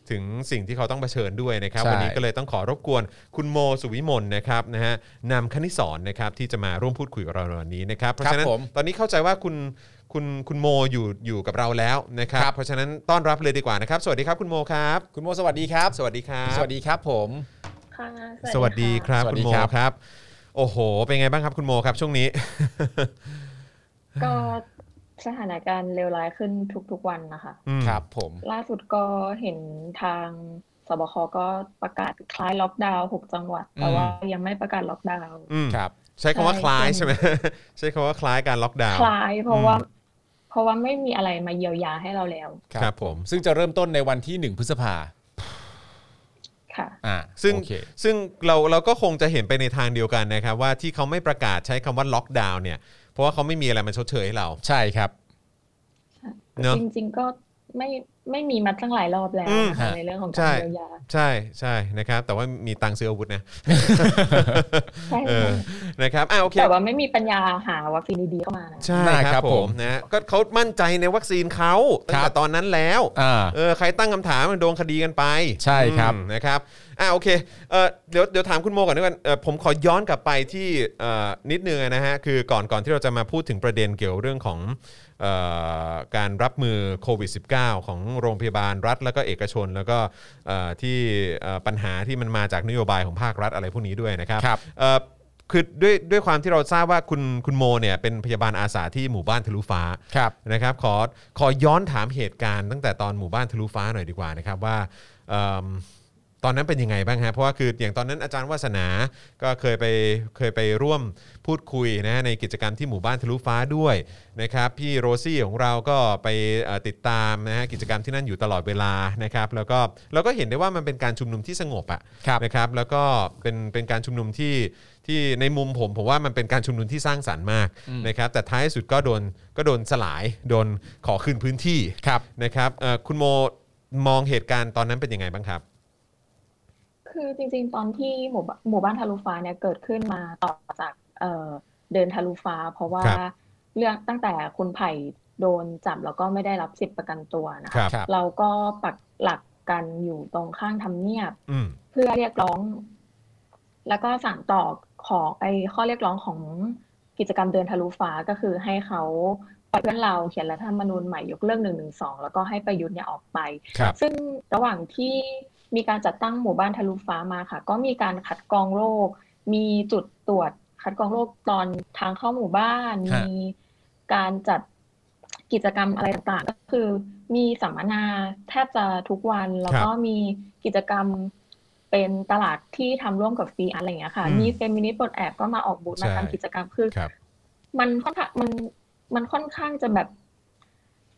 B: ถึงสิ่งที่เขาต้องเผชิญด้วยนะครับ
C: ใช่
B: วันนี้ก็เลยต้องขอรบกวนคุณโมสุวิมลนะครับนะฮะนำคณิสอนนะครับที่จะมาร่วมพูดคุยกับเราในวันนี้นะครับ เพราะฉะนั้น
C: ครับผม
B: ตอนนี้เข้าใจว่าคุณคุณคุณโมอยู่อยู่กับเราแล้วนะครับ
C: ครับ
B: เพราะฉะนั้นต้อนรับเลยดีกว่านะครับ สวัสดีครับคุณโมครับ
C: คุณโมสวัสดีครับ
B: สวัสดีครับ
C: สวัสดีครับผม
E: ค่ะ
B: สวัสดีค
E: ค่ะ
B: รับ
C: สวัส
B: คุ
C: ดี
B: ณโม
C: ครับ
B: ครับ โอ้โห เป็นไงบ้างครับคุณโมครับช่วงนี้
E: ก็สถานการณ์เลวร้ายขึ้นทุกๆวันนะคะ
B: อืม
C: ครับผม
E: ล่าสุดก็เห็นทางสบคก็ประกาศคล้ายล็อกดาวน์หกจังหวัด แต่
C: อืม
E: ว่ายังไม่ประกาศล็อกดาวน์
B: อืม
C: ครับ
B: ใช้คำว่าคล้าย
E: ใช่
B: ใช่ไหม ใช้คำว่าคล้ายการล็อกดาวน์
E: คล้ายเพราะว่า เพราะว่าไม่มีอะไรมาเยียวยาให้เราแล้ว
B: ครับผม
C: ซึ่งจะเริ่มต้นในวันที่ 1 พฤษภา
E: ค่ะ
C: อ่า
B: ซึ่ง
C: โอเค
B: ซึ่งเราเราก็คงจะเห็นไปในทางเดียวกันนะครับ ว่าที่เขาไม่ประกาศใช้คำว่าล็อกดาวน์เนี่ย เพราะว่าเขาไม่มีอะไรมาชดเชยให้เรา
C: ใช่ครับ
B: เนอะ
E: จริงๆก็ไม่ไม่มีมาตั้งหลายรอบแล้ว
B: อืม
E: นะคะ
C: ฮะ
E: ในเรื่องของ
B: ใช่
E: การเยียวยา
B: ใช่ใช่นะครับ แต่ว่ามีตังค์ซื้ออาวุธนะ
E: ใช่
B: เออนะครับอ่าโอเค
E: แต่ว่าไม่มีปัญญาหาวัคซีนดีๆเข้ามานะ
B: ใช่
C: ได้
B: ค
C: ครั
B: รับบ ผ
C: ผม ม
B: นะก็เขามั่นใจในวัคซีนเขาตั้ง
C: ครั
B: แต่
C: บ
B: ตอนนั้นแล้ว
C: อ่า
B: เออใครตั้งคำถามมันโดนคดีกันไป
C: ใช่ครับ
B: อืมนะครับอ่าโอเคเออเดี๋ยวเดี๋ยวถามคุณโมก่อนด้วยกันเออผมขอย้อนกลับไปที่เอ่อนิดนึงนะฮะคือก่อนก่อนที่เราจะมาพูดถึงประเด็นเกี่ยวเรื่องของเอ่อการรับมือโควิด -19 ของโรงพยาบาลรัฐ แล้วก็เอกชน แล้วก็เอ่อที่เอ่อปัญหาที่มันมาจากนโยบายของภาครัฐอะไรพวกนี้ด้วยนะครับ
C: ครับ
B: เอ่อคือด้วยด้วยความที่เราทราบว่าคุณคุณโมเนี่ยเป็นพยาบาลอาสาที่หมู่บ้านทะลุฟ้า
C: ครับ
B: นะครับขอขอย้อนถามเหตุการณ์ตั้งแต่ตอนหมู่บ้านทะลุฟ้าหน่อยดีกว่านะครับว่าเอิ่มตอนนั้นเป็นยังไงบ้างฮะเพราะว่าคืออย่างตอนนั้นอาจารย์วาสนาก็เคยไปเคยไปร่วมพูดคุยนะฮะในกิจกรรมที่หมู่บ้านทะลุฟ้าด้วยนะครับพี่โรซี่ของเราก็ไปเอ่อติดตามนะฮะกิจกรรมที่นั่นอยู่ตลอดเวลานะครับแล้วก็เราก็เห็นได้ว่ามันเป็นการชุมนุมที่สงบอะ
C: ครับ
B: นะครับแล้วก็เป็นเป็นการชุมนุมที่ที่ในมุมผมผมว่ามันเป็นการชุมนุมที่สร้างสรรค์มากนะครับแต่ท้ายสุดก็โดนก็โดนสลายโดนขอคืนพื้นที่
C: ครับ
B: นะครับเอ่อคุณโมมองเหตุการณ์ตอนนั้นเป็นยังไงบ้างครับ
E: คือจริงๆ ตอนที่หมู่บ้านหมู่บ้านทะลุฟ้าเนี่ยเกิดขึ้นมาต่อจากเอ่อเดินทะลุฟ้า เพราะว่า
B: ครับ
E: เรื่องตั้งแต่คุณไผ่โดนจับแล้วก็ไม่ได้รับสิทธิประกันตัวนะ
B: ค
E: คะ
B: รับ
C: ครับ
E: เราก็ปักหลักกันอยู่ตรงข้างทำเนียบ
B: อืม
E: เพื่อเรียกร้อง แล้วก็สานต่อของไอข้อเรียกร้องของกิจกรรมเดินทะลุฟ้าก็คือให้เขาปล่อยเพื่อนเราเขียนรัฐธรรมนูญใหม่ยกเลิกหนึ่งหนึ่งสองแล้วก็ให้ประยุทธ์เนี่ยออกไป
C: ครับ
E: ซึ่งระหว่างที่มีการจัดตั้งหมู่บ้านทะลุฟ้ามาค่ะ ก็มีการคัดกรองโรค มีจุดตรวจคัดกรองโรคตอนทางเข้าหมู่บ้าน
C: ฮะ
E: มีการจัดกิจกรรมอะไรต่างๆก็คือมีสัมมนาแทบจะทุกวัน แล้วก็มีกิจกรรมเป็นตลาดที่ทำร่วมกับฟรีอาร์ตอะไรอย่างเงี้ยค่ะ
B: อืม
E: มีเฟมินิสต์ปลดแอบก็มาออกบูธมา
B: ใช่
E: ทำกิจกรรมคือ
B: ครับ
E: มันค่อนข้างมันมันค่อนข้างจะแบบ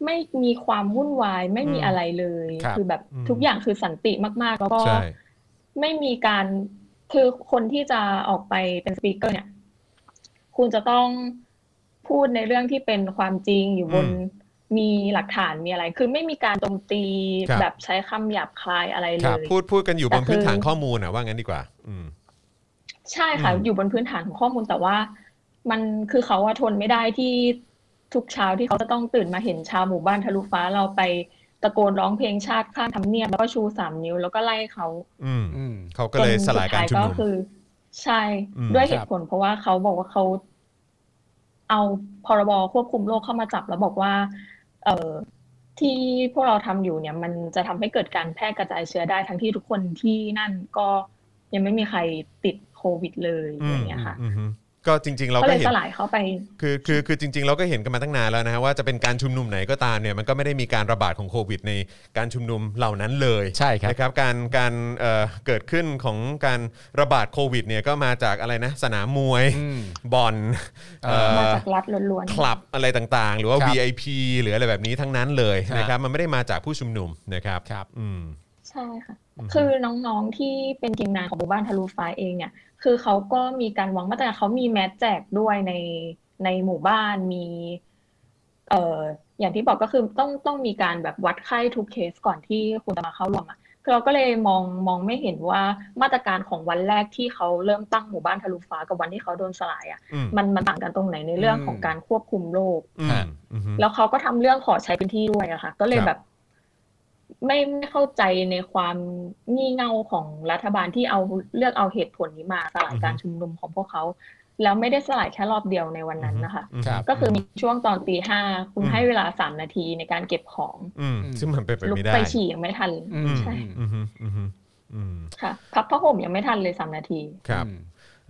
E: ไม่มีความวุ่นวาย ไม่มี
B: อืม
E: อะไรเลย
C: ครับ
E: อแบบ
B: อืม
E: ทุกอย่างคือสันติมากๆ แล้วก็
B: ใช่
E: ไม่มีการคือคนที่จะออกไปเป็นสปีกเกอร์เนี่ย คุณจะต้องพูดในเรื่องที่เป็นความจริงอยู่บนมีหลักฐานมีอะไร คือไม่มีการโจมตี
C: ครับ
E: แบบใช้คำหยาบคายอะไร
B: ค
E: เล
B: รับ
E: ย
B: พูดพูดกันอยู่บ
E: แต่
B: น
E: คือ
B: พื้นฐานข้อมูลนะว่างั้นดีกว่าอืม
E: ใช่ค่ะ
B: อืม
E: อยู่บนพื้นฐานของข้อมูลแต่ว่า มันคือเขาว่าทนไม่ได้ที่ทุกเช้าที่เขาจะต้องตื่นมาเห็นชาวหมู่บ้านทะลุฟ้าเราไปตะโกนร้องเพลงชาติข้างทำเนียบแล้วก็ชูสามนิ้วแล้วก็ไล่เขา
B: อืม
C: อืม
B: เขาก็เลย
E: จน
B: สลายการชุม
E: สุดท้
B: นุม
E: ก็คือ ใช่
B: อืม
E: ด้วย
C: ค
E: เห
C: รั
E: ตุ
C: บ
E: ผลเพราะว่าเขาบอกว่าเขาเอาพรบควบคุมโรคเข้ามาจับแล้วบอกว่า เอ่อที่พวกเราทำอยู่เนี่ย มันจะทำให้เกิดการแพร่กระจายเชื้อได้ทั้งที่ทุกคนที่นั่นก็ยังไม่มีใครติดโควิดเลยอะไรอย่างเงี้ยค่ะ
B: อืมอืมก็จริง ๆ เรา
E: ก็
B: ก็
E: เลย
B: เห็น
E: สลายเข้าไป
B: คือคือคือจริงๆ เราก็เห็นกันมาตั้งนานแล้วนะฮะว่าจะเป็นการชุมนุมไหนก็ตามเนี่ยมันก็ไม่ได้มีการระบาดของโควิด ในการชุมนุมเหล่านั้นเลย
C: ใช่ครับ
B: นะครับการการเอ่อเกิดขึ้นของการระบาดโควิดเนี่ยก็มาจากอะไรนะสนามมวย
C: อืม
B: บ่อนเอ่อ
E: มาจากรัฐล้วน
B: คลับอะไรต่างๆ หรือว่า
C: ครับ
B: VIP หรืออะไรแบบนี้ทั้งนั้นเลย
C: ครับ
B: นะครับมันไม่ได้มาจากผู้ชุมนุมนะครับ
C: ครับ
B: อืม
E: ๆ ใช่ค่ะ
B: อือฮึ
E: คือน้องๆที่เป็นทีมงานของหมู่บ้านทะลุฟ้าเองเนี่ย คือเขาก็มีการวางมาตรการเขามีแมสแจกด้วยในในหมู่บ้านมี เอ่ออย่างที่บอกก็คือต้องต้องมีการแบบวัดไข้ทุกเคสก่อนที่คุณจะมาเข้าร่วมอ่ะคือเราก็เลยมองมองไม่เห็นว่ามาตรการของวันแรกที่เขาเริ่มตั้งหมู่บ้านทะลุฟ้ากับวันที่เขาโดนสลายอ่ะ
B: อืม
E: มันมันต่างกันตรงไหนในเรื่องของการควบคุมโรค
B: อืมอืม
E: แล้วเขาก็ทำเรื่องขอใช้พื้นที่ด้วยอะค่ะ ก็เลย
B: ครับ
E: แบบ ไม่ไม่เข้าใจในความงี่เง่าของรัฐบาลที่เอาเลือกเอาเหตุผลนี้มาสลายการชุมนุมของพวกเขา แล้วไม่ได้สลายแค่รอบเดียวในวันนั้นนะคะ
B: อืม
C: ครับ
E: ก็คือมีช่วงตอนตีห้าคุณ
B: อืม
E: ให้เวลาสามนาทีในการเก็บของ
B: อืมซึ่งมันเป็นไป
E: ลุก
B: ไม่ได้
E: ไปฉี่ยังไม่ทัน
C: อืม
E: ใช่
B: อืมอืมอืมอืม
E: ค่ะพับผ้าห่มยังไม่ทันเลยสามนาที
B: ครับ
C: อืม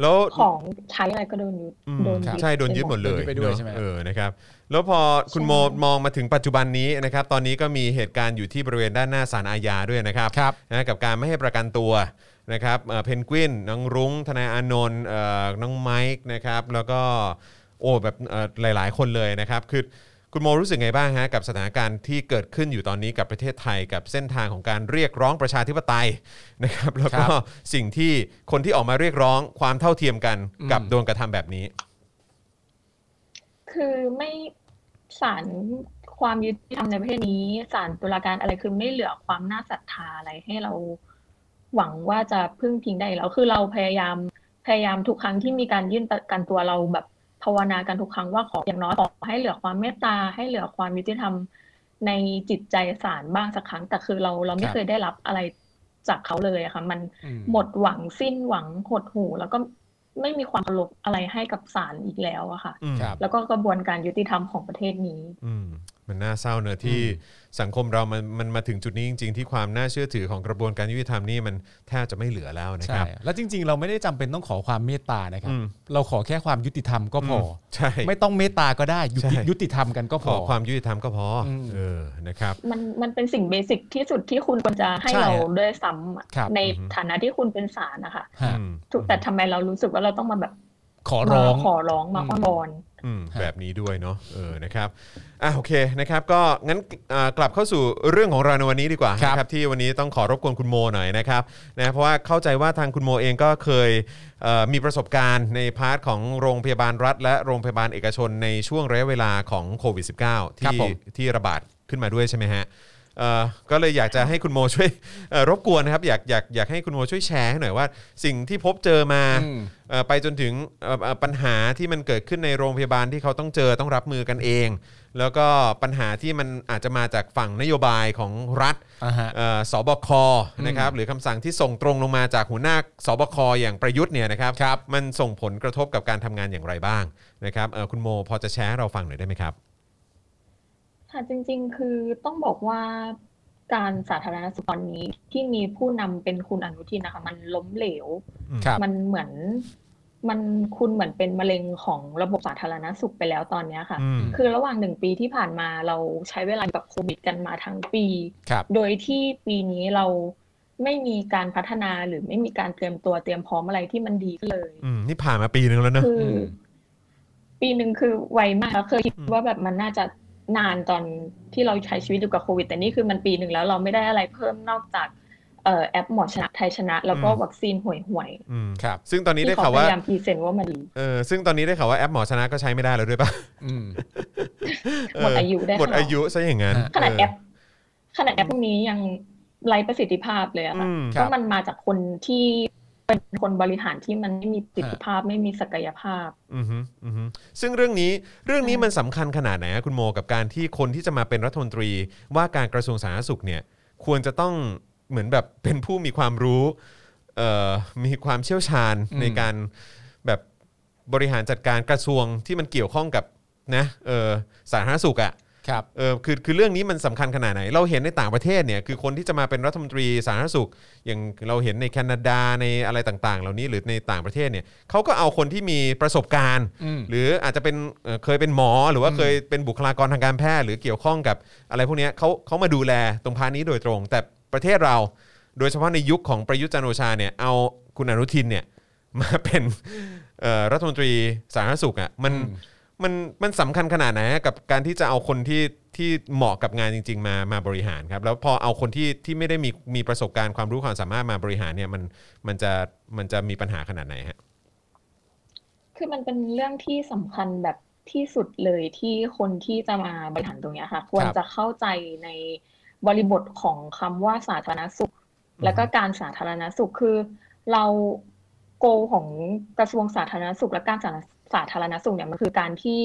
B: แล้ว
E: ของใช้อะไรก็โดนยึด
B: อืม
E: โดน
C: ครับ
E: ยึด
B: ใช่โดนยึดหมดเลย
C: โดนยึดไปด้วย
B: เนอะ
C: ใช่ไหม
B: เออนะครับแล้วพอคุณโมมองมาถึงปัจจุบันนี้นะครับตอนนี้ก็มีเหตุการณ์อยู่ที่บริเวณด้านหน้าศาลอาญาด้วยนะครับ
C: ครับ
B: นะกับการไม่ให้ประกันตัวนะครับเอ่อเพนกวินน้องรุ้งทนายอานนท์เอ่อน้องไมค์นะครับแล้วก็โอ้แบบเอ่อหลาย ๆ คนเลยนะครับคือ คุณโมรู้สึกไงบ้างฮะกับสถานการณ์ที่เกิดขึ้นอยู่ตอนนี้กับประเทศไทยกับเส้นทางของการเรียกร้องประชาธิปไตย นะครับ แล้วก็
C: ครับ
B: สิ่งที่คนที่ออกมาเรียกร้องความเท่าเทียมกันกับ
C: อืม
B: โดนกระทำแบบนี้
E: คือไม่ศาลความยุติธรรมในประเทศนี้ศาลตุลาการอะไรคือไม่เหลือความน่าศรัทธาอะไรให้เราหวังว่าจะพึ่งพิงได้อีกแล้วคือเราพยายามพยายามทุกครั้งที่มีการยื่นประกันตัวเราแบบภาวนากันทุกครั้งว่าขออย่างน้อยขอให้เหลือความเมตตาให้เหลือความยุติธรรมในจิตใจศาลบ้างสักครั้ง แต่คือเราเรา
C: ค
E: ไม่
C: รับ
E: เคยได้รับอะไรจากเขาเลยอะค่ะมัน
C: อื
E: หมดหวังสิ้นหวังหดหู่แล้วก็ไม่มีความเคารพอะไรให้กับศาลอีกแล้วอะค่ะ
B: อืม
C: ครับ
E: แล้วก็กระบวนการยุติธรรมของประเทศนี้
B: อืมมันน่าเศร้าเนอะที่
C: อื
B: สังคมเรามันมันมาถึงจุดนี้จริง ๆ ที่ความน่าเชื่อถือของกระบวนการยุติธรรมนี่มันแทบจะไม่เหลือแล้วนะค
C: ใช่
B: รับ
C: แล้วจริง ๆ เราไม่ได้จำเป็นต้องขอความเมตตานะครับ
B: อืม
C: เราขอแค่ความยุติธรรมก็พออ
B: ใช่
C: ไม่ต้องเมตตาก็ได้ยุติ
B: ใช่
C: ยุติธรรมกันก็พ
B: ข
C: อ
B: อความยุติธรรมก็พออ
C: ม
B: เออนะครับ
E: มันมันเป็นสิ่งเบสิกที่สุดที่คุณควรจะให้
C: ใช่
E: เรา
C: ฮะ
E: ด้วยซ้ำอะ
C: ครับ
E: ใน
B: อือฮึ
E: ฐานะที่คุณเป็นศาลนะคะ
C: ฮะ
B: อืม
E: ถูกแต่ทำไมเรารู้สึกว่าเราต้องมาแบบ
C: ขอร้อง
E: มาขอร้องมา
C: อืม
E: อ้อนวอน
B: อืม
C: ฮะ
B: แบบนี้ด้วยเนาะเออนะครับอ่ะโอเคนะครับ ก็งั้นอ่ากลับเข้าสู่เรื่องของเราในวันนี้ดีกว่า
C: ครับ
B: นะครับที่วันนี้ต้องขอรบกวนคุณโมหน่อยนะครับนะเพราะว่าเข้าใจว่าทางคุณโมเองก็เคยเอ่อมีประสบการณ์ในพาร์ทของโรงพยาบาลรัฐ และโรงพยาบาลเอกชนในช่วงระยะเวลาของโควิด -19
C: ครับ
B: ที่
C: ผม
B: ที่ระบาดขึ้นมาด้วยใช่ไหมฮะเอ่อก็เลยอยากจะให้คุณโมช่วยเอ่อรบกวนนะครับอยากอยากอยากให้คุณโมช่วยแชร์ให้หน่อยว่าสิ่งที่พบเจอมา
C: อืม
B: เอ่อไปจนถึงเอ่อเอ่อปัญหาที่มันเกิดขึ้นในโรงพยาบาลที่เขาต้องเจอต้องรับมือกันเอง แล้วก็ปัญหาที่มันอาจจะมาจากฝั่งนโยบายของรัฐ
C: อ่าฮะ
B: เอ่อสบคนะครับหรือคำสั่งที่ส่งตรงลงมาจากหัวหน้าสบคอย่างประยุทธ์เนี่ยนะครับ
C: ครับ
B: มันส่งผลกระทบกับการทำงานอย่างไรบ้างนะครับเอ่อคุณโมพอจะแชร์ให้เราฟังหน่อยได้ไหมครับ
E: ค่ะจริงๆ คือต้องบอกว่าการสาธารณสุขตอนนี้ที่มีผู้นำเป็นคุณอนุทินนะคะ มันล้มเหลว
C: ครับ
E: มันเหมือนมันคุณเหมือนเป็นมะเร็งของระบบสาธารณสุขไปแล้วตอนเนี้ยค่ะ
B: อืม
E: คือระหว่างหนึ่งปีที่ผ่านมาเราใช้เวลากับโควิดกันมาทั้งปี
C: ครับ
E: โดยที่ปีนี้เราไม่มีการพัฒนาหรือไม่มีการเตรียมตัวเตรียมพร้อมอะไรที่มันดีขึ้นเลย
B: อืมนี่ผ่านมาปีนึงแล้วเนอะ
E: คือ
C: ม
E: อปีหนึ่งคือไวมากแล้วเคยคิดว่าแบบมันน่าจะนานตอนที่เราใช้ชีวิตอยู่กับโควิด แต่นี่คือมันปีหนึ่งแล้วเราไม่ได้อะไรเพิ่มนอกจากเอ่อแอปหมอชนะไทยชนะ แล้วก็
B: อืม
E: วัคซีนห่วยห่วยๆ
B: อืม
C: ครับ
B: ซึ่งตอนนี้ได้
E: ที่เขา
B: ข่าวว่าย
E: พายามพรีเซนต์ว่ามันดี
B: เออซึ่งตอนนี้ได้ข่าวว่าแอปหมอชนะก็ใช้ไม่ได้แล้วด้วยป่ะ
C: อืม
B: เห
E: มดอายุได้
B: หมดอายุซะอย่างนั้น
E: ขนาด
B: เ
E: แอปขนาดแอปพวกนี้ยังไร้ประสิทธิภาพเลยอะค่ะ
B: อืม
C: ค
E: เพ
C: รับ
E: ราะมันมาจากคนที่เป็นคนบริหารที่มันไม่มีประสิทธิภาพไม่มีศักยภาพ
B: อือฮึอือฮึซึ่งเรื่องนี้เรื่องนี้
E: ใช่
B: มันสำคัญขนาดไหนอะคุณโมกับการที่คนที่จะมาเป็นรัฐมนตรีว่าการกระทรวงสาธารณสุขเนี่ยควรจะต้องเหมือนแบบเป็นผู้มีความรู้เอ่อมีความเชี่ยวชาญ
C: อืม
B: ในการแบบบริหารจัดการกระทรวงที่มันเกี่ยวข้องกับนะเออสาธารณสุขอะ
C: ครับ
B: เออคือคือเรื่องนี้มันสำคัญขนาดไหน เราเห็นในต่างประเทศเนี่ยคือคนที่จะมาเป็นรัฐมนตรีสาธารณสุข อย่างเราเห็นในแคนาดาในอะไรต่างๆ เหล่านี้หรือในต่างประเทศเนี่ยเขาก็เอาคนที่มีประสบการณ์
C: อืม
B: หรืออาจจะเป็นเอ่อเคยเป็นหมอหรือว่า
C: อืม
B: เคยเป็นบุคลากรทางการแพทย์ หรือเกี่ยวข้องกับอะไรพวกเนี้ยเขาเขามาดูแลตรงพาร์ทนี้โดยตรง แต่ประเทศเรา โดยเฉพาะในยุคของประยุทธ์จันทร์โอชาเนี่ยเอาคุณอนุทินเนี่ยมาเป็นเอ่อรัฐมนตรีสาธารณสุขอ่ะมัน มันมันสำคัญขนาดไหนกับการที่จะเอาคนที่ที่เหมาะกับงานจริง ๆ มามาบริหารครับ แล้วพอเอาคนที่ที่ไม่ได้มีมีประสบการณ์ความรู้ความสามารถมาบริหารเนี่ยมันมันจะมันจะมีปัญหาขนาดไหนฮะ
E: คือมันเป็นเรื่องที่สำคัญแบบที่สุดเลยที่คนที่จะมาบริหารตรงเนี้ยค่ะ ควรจะเข้าใจในบริบทของคำว่าสาธารณสุข แล้วก็การสาธารณสุขคือเราโกของกระทรวงสาธารณสุข และการสาสาธารณสุขเนี่ยมันคือการที่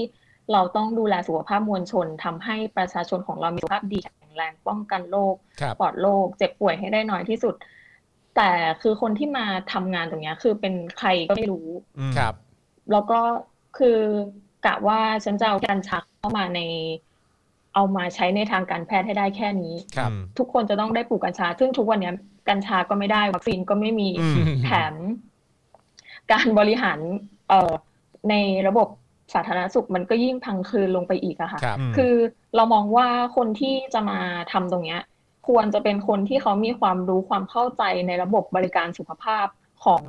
E: เราต้องดูแลสุขภาพมวลชนทำให้ประชาชนของเรามีสุขภาพดีแข็งแรงป้องกันโรค
C: ครับ
E: ปลอดโรคเจ็บป่วยให้ได้น้อยที่สุด แต่คือคนที่มาทำงานตรงเนี้ยคือเป็นใครก็ไม่รู้
C: ครับ
E: แล้วก็คือกะว่าฉันจะเอากัญชาเข้ามาใน เอามาใช้ในทางการแพทย์ให้ได้แค่นี้
C: ครับ
E: ทุกคนจะต้องได้ปลูกกัญชา ซึ่งทุกวันเนี้ยกัญชาก็ไม่ได้วัคซีนก็ไม่มี
B: อืม
E: แถม การบริหารเอ่อในระบบสาธารณสุขมันก็ยิ่งพังคลืนลงไปอีกอะค่ะ
C: ครับ
B: ม
E: คือเรามองว่าคนที่จะมาทำตรงเนี้ย ควรจะเป็นคนที่เขามีความรู้ความเข้าใจในระบบบริการสุขภาพของ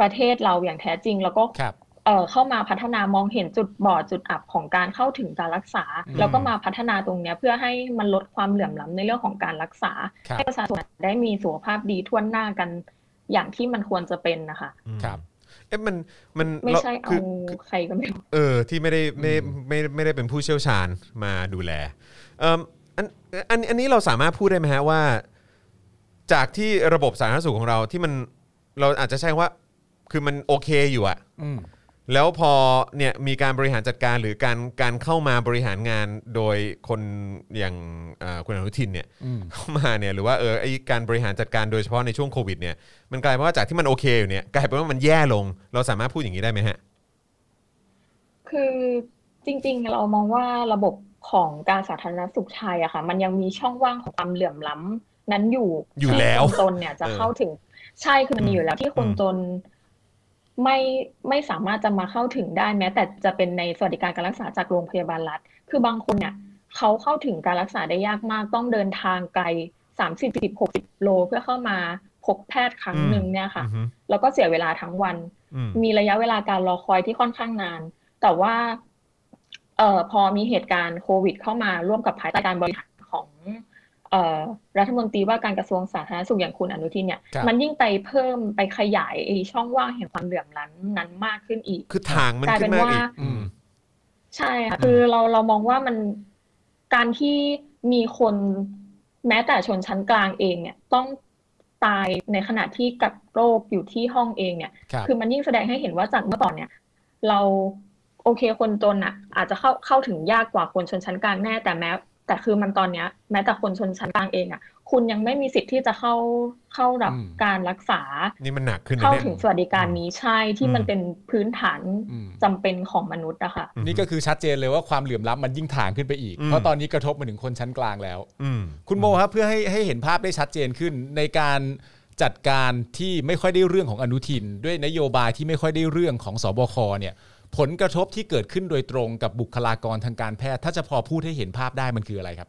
E: ประเทศเราอย่างแท้จริง แล้วก็
C: ครับ
E: เ เอ่อเข้ามาพัฒนามองเห็นจุดบอดจุดอับของการเข้าถึงการรักษา
C: อืม
E: แล้วก็มาพัฒนาตรงเนี้ยเพื่อให้มันลดความเหลื่อมล้ำในเรื่องของการรักษา
C: ครับ
E: ให้ประชาชนได้มีสุขภาพดีทั่วหน้ากันอย่างที่มันควรจะเป็นนะคะ
B: อืม
C: ครับ
B: เอ๊ะมันมัน
E: ไม่
B: ร
E: ใช่เอา
B: คือคือ
E: ใครก็ไม่รู้
B: เออที่ไม่ได้ไม่ไม่ไม่ไม่ได้เป็นผู้เชี่ยวชาญมาดูแลเอิ่มอันอันอันนี้เราสามารถพูดได้ไหมฮะว่า จากที่ระบบสาธารณสุขของเราที่มันเราอาจจะใช้ว่าคือมันโอเคอยู่อะ
C: อืม
B: แล้วพอเนี่ยมีการบริหารจัดการหรือการการเข้ามาบริหารงานโดยคนอย่างเอ่อคุณอนุทินเนี่ย
C: อืม
B: เข้ามาเนี่ยหรือว่าเออไอการบริหารจัดการโดยเฉพาะในช่วงโควิดเนี่ยมันกลายเป็นว่าจากที่มันโอเคอยู่เนี่ยกลายเป็นว่ามันแย่ลง เราสามารถพูดอย่างนี้ได้ไหมฮะ
E: คือจริงๆ เรามองว่าระบบของการสาธารณสุขไทยอะค่ะ มันยังมีช่องว่างของความเหลื่อมล้ำนั้นอยู่
B: อยู่แล้ว
E: ที่คนจนเนี่ยจะ
B: เออ
E: เข้าถึงใช่คือมันมีอยู่แล้วที่คน
B: อืม
E: จนไม่ไม่สามารถจะมาเข้าถึงได้แม้ แต่จะเป็นในสวัสดิการการรักษาจากโรงพยาบาลรัฐ คือบางคนเนี่ยเขาเข้าถึงการรักษาได้ยากมาก ต้องเดินทางไกลสามสิบสิบหกสิบโลเพื่อเข้ามาพบแพทย์ครั้งหนึ่งเนี่ยค่ะ
B: อือฮึ
E: แล้วก็เสียเวลาทั้งวัน
B: อืม
E: มีระยะเวลาการรอคอยที่ค่อนข้างนาน แต่ว่าเอ่อพอมีเหตุการณ์โควิดเข้ามาร่วมกับภายใต้การบริหารของเอ่อรัฐมนตรีว่าการกระทรวงสาธารณสุขอย่างคุณอนุทินเนี่ย
C: ครับ
E: มันยิ่งไปเพิ่มไปขยายไอ้ช่องว่างแห่งความเหลื่อมล้ำนั้นมากขึ้นอีก
B: คือทางมัน
E: กลาย
B: ขึ้
E: เป็นน
B: มาก
E: ว่า
B: อีก
C: อืม
E: ใช่ค่ะคือเราเรามองว่ามันการที่มีคนแม้แต่ชนชั้นกลางเองเนี่ยต้องตายในขณะที่กักโรคอยู่ที่ห้องเองเนี่ย
C: ครับ
E: คือมันยิ่งแสดงให้เห็นว่าจากเมื่อก่อนเนี่ย เราโอเคคนจนอ่ะ อาจจะเข้าเข้าถึงยากกว่าคนชนชั้นกลางแน่แต่แม้ แต่คือมันตอนเนี้ย แม้แต่คนชนชั้นกลางเองอ่ะ คุณยังไม่มีสิทธิ์ที่จะเข้าเข้ารับ
C: อืม
E: การรักษา
B: นี่มันหนักขึ้นนะ
E: เข้า
B: เนี่ย
E: ถึงสวัสดิการนี้ใช่ที่มันเป็นพื้นฐาน
C: อืม
E: จำเป็นของมนุษย์นะคะ
B: อืม
C: นี่ก็คือชัดเจนเลยว่าความเหลื่อมล้ำมันยิ่งถ่างขึ้นไปอีก
B: อืม
C: เพราะตอนนี้กระทบมาถึงคนชั้นกลางแล้ว
B: อืม
C: คุณโมครับเพื่อให้ให้เห็นภาพได้ชัดเจนขึ้น ในการจัดการที่ไม่ค่อยได้เรื่องของอนุทิน ด้วยนโยบายที่ไม่ค่อยได้เรื่องของสบคเนี่ย ผลกระทบที่เกิดขึ้นโดยตรงกับบุคลากรทางการแพทย์ ถ้าจะพอพูดให้เห็นภาพได้มันคืออะไรครับ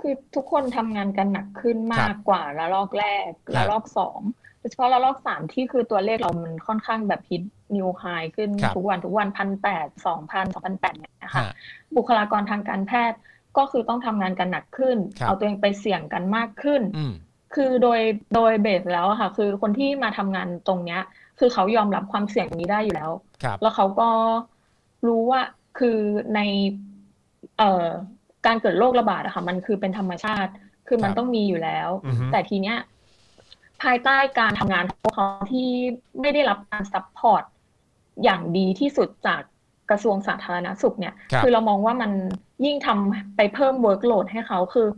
E: คือทุกคนทำงานกันหนักขึ้น
C: ครั
E: มาก
C: บ
E: กว่าระลอกแรก
C: ครั
E: ระ
C: บ
E: ลอกสองโดยเฉพาะระลอกสามที่คือตัวเลขเรามันค่อนข้างแบบฮิตนิวไฮขึ้น
C: ครับ
E: ทุกวันทุกวันพันแปดสองพันสองพันแปดเนี่ยนะคะ
C: ฮะ
E: บุคลากรทางการแพทย์ก็คือต้องทำงานกันหนักขึ้น
C: ครับ
E: เอาตัวเองไปเสี่ยงกันมากขึ้น
C: อืม
E: คือโดยโดยเบสแล้วอะค่ะ คือคนที่มาทำงานตรงเนี้ย คือเขายอมรับความเสี่ยงนี้ได้อยู่แล้ว
C: ครับ
E: แล้วเขาก็รู้ว่าคือในเอ่อการเกิดโรคระบาดอะค่ะมันคือเป็นธรรมชาติ คือมัน
C: ครับ
E: ต้องมีอยู่แล้ว
B: อือฮึ
E: แต่ทีเนี้ยภายใต้การทำงานของพวกเขาที่ไม่ได้รับการซัพพอร์ตอย่างดีที่สุดจากกระทรวงสาธารณสุขเนี่ย
C: ครับ
E: คือเรามองว่ามันยิ่งทำไปเพิ่มเวิร์กโหลดให้เขาคือ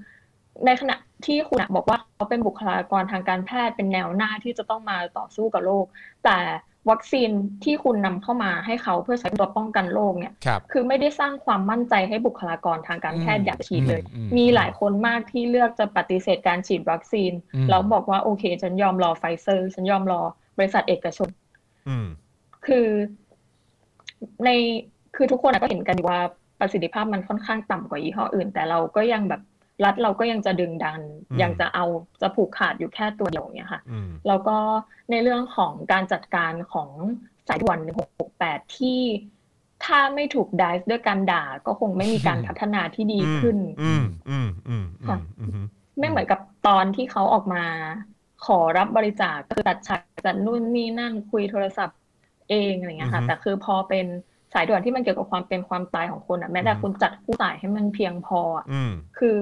E: ในขณะที่คุณอะบอกว่าเขาเป็นบุคลากรทางการแพทย์เป็นแนวหน้าที่จะต้องมาต่อสู้กับโรค แต่วัคซีนที่คุณนำเข้ามาให้เขาเพื่อใช้เป็นตัวป้องกันโรคเนี่ย
C: ครับ
E: คือไม่ได้สร้างความมั่นใจให้บุคลากรทางการแพทย์อยากฉีดเลย
C: อืมอืม
E: มีหลายคนมากที่เลือกจะปฏิเสธการฉีดวัคซีน
C: อืม
E: แล้วบอกว่าโอเค ฉันยอมรอไฟเซอร์ ฉันยอมรอบริษัทเอกชน
B: อืม
E: คือในคือทุกคนอะก็เห็นกันอยู่ว่าประสิทธิภาพมันค่อนข้างต่ำกว่ายี่ห้ออื่น แต่เราก็ยังแบบรัฐเราก็ยังจะดึงดัน
B: อืม
E: ยังจะเอาจะผูกขาดอยู่แค่ตัวเดียวอย่างเนี้ยค่ะ
B: อืม
E: แล้วก็ในเรื่องของการจัดการของสายด่วน1668 ที่ถ้าไม่ถูกดิสด้วยการด่าก็คงไม่มีการพัฒนาที่ดีขึ้น
B: อืมอืมอืมอืม
E: ค่ะ
B: อืม
E: ไม่เหมือนกับตอนที่เขาออกมา ขอรับบริจาคก็คือตัดฉากจัดนู่นนี่นั่นคุยโทรศัพท์เองอะไรเงี้ย
B: อื
E: ค่ะ
B: อฮึ
E: แต่คือพอเป็นสายด่วนที่มันเกี่ยวกับความเป็นความตายของคนอ่ะแม้แต่
B: อือฮึ
E: คุณจัดผู้ตายให้มันเพียงพออะ
B: อืม
E: คือ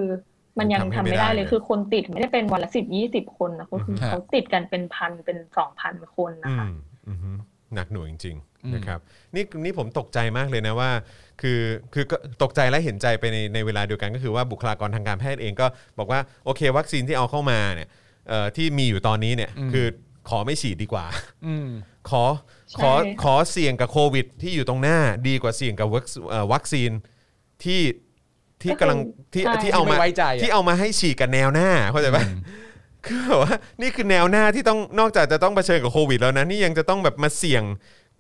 E: มันยัง
B: ทำ
E: ทำ
B: ให้ไม่
E: ไม่
B: ได้
E: ได้เล
B: เลย
E: ยคือคนติดไม่ได้เป็นวันละสิบยี่สิบคนนะคุณ
B: อือฮึ
E: เขาติดกันเป็นพันเป็นสองพันคนนะคะ
B: อืมอือฮึหนักหน่วงจริง
C: อืม
B: ๆนะครับนี่นี่ผมตกใจมากเลยนะว่า คือคือก็ตกใจและเห็นใจไปในในเวลาเดียวกันก็คือว่าบุคลากรทางการแพทย์เองก็บอกว่าโอเค วัคซีนที่เอาเข้ามาเนี่ยเอ่อที่มีอยู่ตอนนี้เนี่ย
C: อืม
B: คือขอไม่ฉีดดีกว่า
C: อืม
B: ขอ
E: ใช่
B: ขอ
E: ค่ะ
B: ขอเสี่ยงกับโควิด ที่อยู่ตรงหน้าดีกว่าเสี่ยงกับวัคซเอ่อวัคซีนที่ที่กำลังที่
E: ใช่
B: ที่เอามา
C: ที่ไม่ไว้ใจอะ
B: ที่เอามาให้ฉีดกับแนวหน้าเข้าใจปะคือแบบว่านี่คือแนวหน้าที่ต้องนอกจากจะต้องเผชิญกับโควิดแล้วนะนี่ยังจะต้องแบบมาเสี่ยง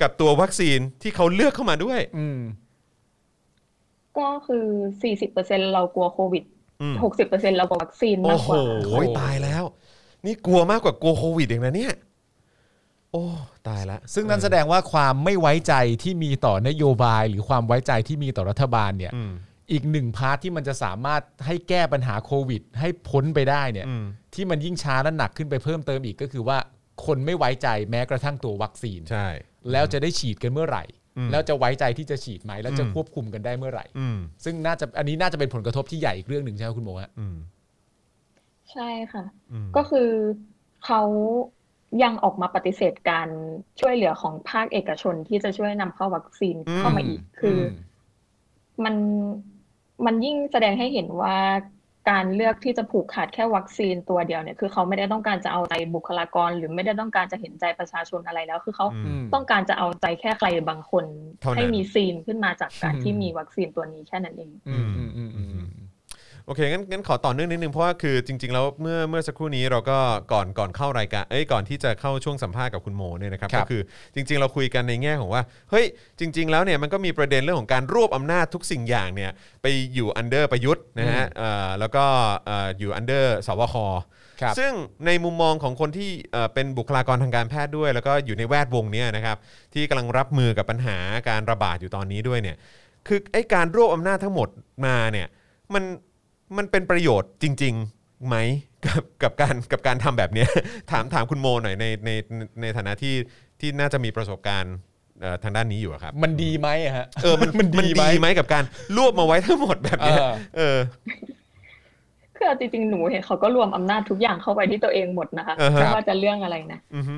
B: กับตัววัคซีนที่เขาเลือกเข้ามาด้วย
C: อืม
E: ก็คือสี่สิบเปอร์เซ็นเรากลัวโควิด
B: อืม
E: หกสิบเปอร์เซ็นเรากลัววัคซีนมา
B: โอ้
E: ก
B: โห
E: กว่า
B: ตายแล้ว นี่กลัวมากกว่ากลัวโควิดเองนะเนี่ย โอ้ตายละ
C: ซึ่งนั่นแสดงว่าความไม่ไว้ใจที่มีต่อนโยบาย หรือความไว้ใจที่มีต่อรัฐบาลเนี่ย
B: อืม
C: อีกหนึ่งพาร์ทที่มันจะสามารถให้แก้ปัญหาโควิด ให้พ้นไปได้เนี่ย
B: อืม
C: ที่มันยิ่งช้าและหนักขึ้นไปเพิ่มเติมอีกก็คือว่าคนไม่ไว้ใจแม้กระทั่งตัววัคซีน
B: ใช่
C: แล้วจะได้ฉีดกันเมื่อไหร่
B: อืม
C: แล้วจะไว้ใจที่จะฉีดไหมแล้วจะ
B: อืม
C: ควบคุมกันได้เมื่อไหร่
B: อืม
C: ซึ่งน่าจะอันนี้น่าจะเป็นผลกระทบที่ใหญ่อีกเรื่องหนึ่งใช่ไหมคุณโมฮะ
B: อืม
E: ใช่ค่ะ
B: อืม
E: ก็คือเขายังออกมาปฏิเสธการช่วยเหลือของภาคเอกชนที่จะช่วยนำเข้าวัคซีนเข้ามาอีก คืออ
C: ม
E: มันมันยิ่งแสดงให้เห็นว่าการเลือกที่จะผูกขาดแค่วัคซีนตัวเดียวเนี่ย คือเขาไม่ได้ต้องการจะเอาใจบุคลากร หรือไม่ได้ต้องการจะเห็นใจประชาชนอะไรแล้ว คือเขา
B: อืม
E: ต้องการจะเอาใจแค่ใครบางคน
B: เท่านั้น
E: ให้มีซีนขึ้นมาจากการ
C: อืม
E: ที่มีวัคซีนตัวนี้แค่นั้นเอง
C: อืมอืมอืมอืมอืม
B: โอเคงั้นงั้นขอต่อเนื่องนิดนึงเพราะว่าคือจริง ๆ แล้วเมื่อเมื่อสักครู่นี้เราก็ก่อนก่อนเข้ารายการเอ้ยก่อนที่จะเข้าช่วงสัมภาษณ์กับคุณโมเนี่ยนะครับ
C: ครั
B: ก็
C: บ
B: คือจริง ๆ เราคุยกันในแง่ของว่าเฮ้ยจริง ๆ แล้วเนี่ยมันก็มีประเด็นเรื่องของการรวบอำนาจทุกสิ่งอย่างเนี่ยไปอยู่อันเดอร์ประยุทธ์นะฮะเอ่อแล้วก็เอ่ออยู่อันเดอร์สวค
C: ครับ
B: ซึ่งในมุมมองของคนที่เอ่อเป็นบุคลากรทางการแพทย์ด้วย แล้วก็อยู่ในแวดวงเนี้ยนะครับที่กำลังรับมือกับปัญหาการระบาดอยู่ตอนนี้ด้วยเนี่ยคือไอ้การรวบอำนาจทั้งหมดมาเนี่ยมันมันเป็นประโยชน์จริงๆไหมกับกับการกับการทำแบบเนี้ย ถามถามคุณโมหน่อยในในในในฐานะที่ที่น่าจะมีประสบการณ์เอ่อทางด้านนี้อยู่อะครับ
C: มันดีไหมอะฮะ
B: เออมันมันดีไหมกับการรวบมาไว้ทั้งหมดแบบ
C: เอ
B: เนี้ย
C: อ
B: เออ
E: คือเอาจริงๆหนูเห็นเขาก็รวมอำนาจทุกอย่างเข้าไปที่ตัวเองหมดนะคะ
B: อ่าฮะ
E: ไม่ว่าจะเรื่องอะไรนะ
B: อือฮึ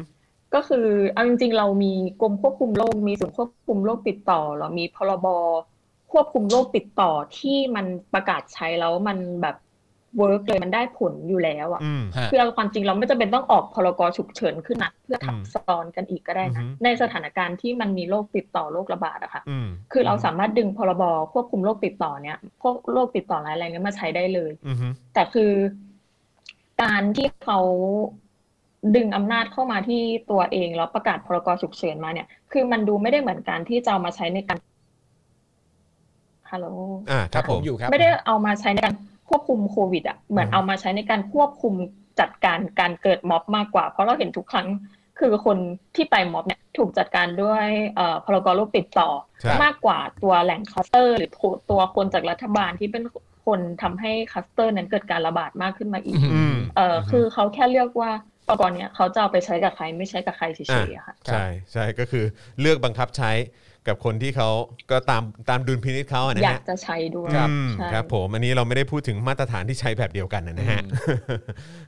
E: ก็คือเอาจริงๆ เรามีกรมควบคุมโรคมีศูนย์ควบคุมโรคติดต่อเรามีพรบควบคุมโรคติดต่อที่มันประกาศใช้แล้วมันแบบเวิร์กเลยมันได้ผลอยู่แล้วอะ
B: อืม
C: ฮะ
E: คือความจริงเราไม่จำเป็นต้องออกพรกฉุกเฉินขึ้นนะเพื่อทับซ้อนกันอีกก็ได้
B: อือ
E: นะ
B: ฮึ
E: ในสถานการณ์ที่มันมีโรคติดต่อโรคระบาดอะค่ะ
B: อืม
E: คือเราสามารถดึงพรบควบคุมโรคติดต่อเนี่ยพวกโรคติดต่อร้ายแรงเนี้มาใช้ได้เลย
B: อือฮึ
E: แต่คือการที่เขาดึงอำนาจเข้ามาที่ตัวเองแล้วประกาศพรกฉุกเฉินมาเนี่ย คือมันดูไม่ได้เหมือนการที่จะเอามาใช้ในการฮัลโหล
B: อ่าครับผม
C: อยู่ครับ
E: ไม่ได้เอามาใช้ในการควบคุมโควิดอ่ะเหมือน
B: อืม
E: เอามาใช้ในการควบคุมจัดการการเกิดม็อบมากกว่า เพราะเราเห็นทุกครั้งคือคนที่ไปม็อบเนี่ยถูกจัดการด้วยเอ่อพรกโรคติดต่อ
B: ใช่
E: มากกว่าตัวแหล่งคลัสเตอร์ หรือตัวคนจากรัฐบาลที่เป็นคนทำให้คลัสเตอร์นั้นเกิดการระบาดมากขึ้นมาอีก
B: อืม
E: เออคือเขาแค่เลือกว่าอุปกรณ์เนี้ยเขาจะเอาไปใช้กับใครไม่ใช้กับใครเฉยๆอะค่ะ
B: ใช่ใช่ก็คือเลือกบังคับใช้กับคนที่เขาก็ตามตามดุลพินิจเขาอะนะ
E: อยาก
B: ฮะ
E: จะใช้ด้วย
B: อืม
E: ใช่
B: ครับผมอันนี้เราไม่ได้พูดถึงมาตรฐานที่ใช้แบบเดียวกันนะฮะ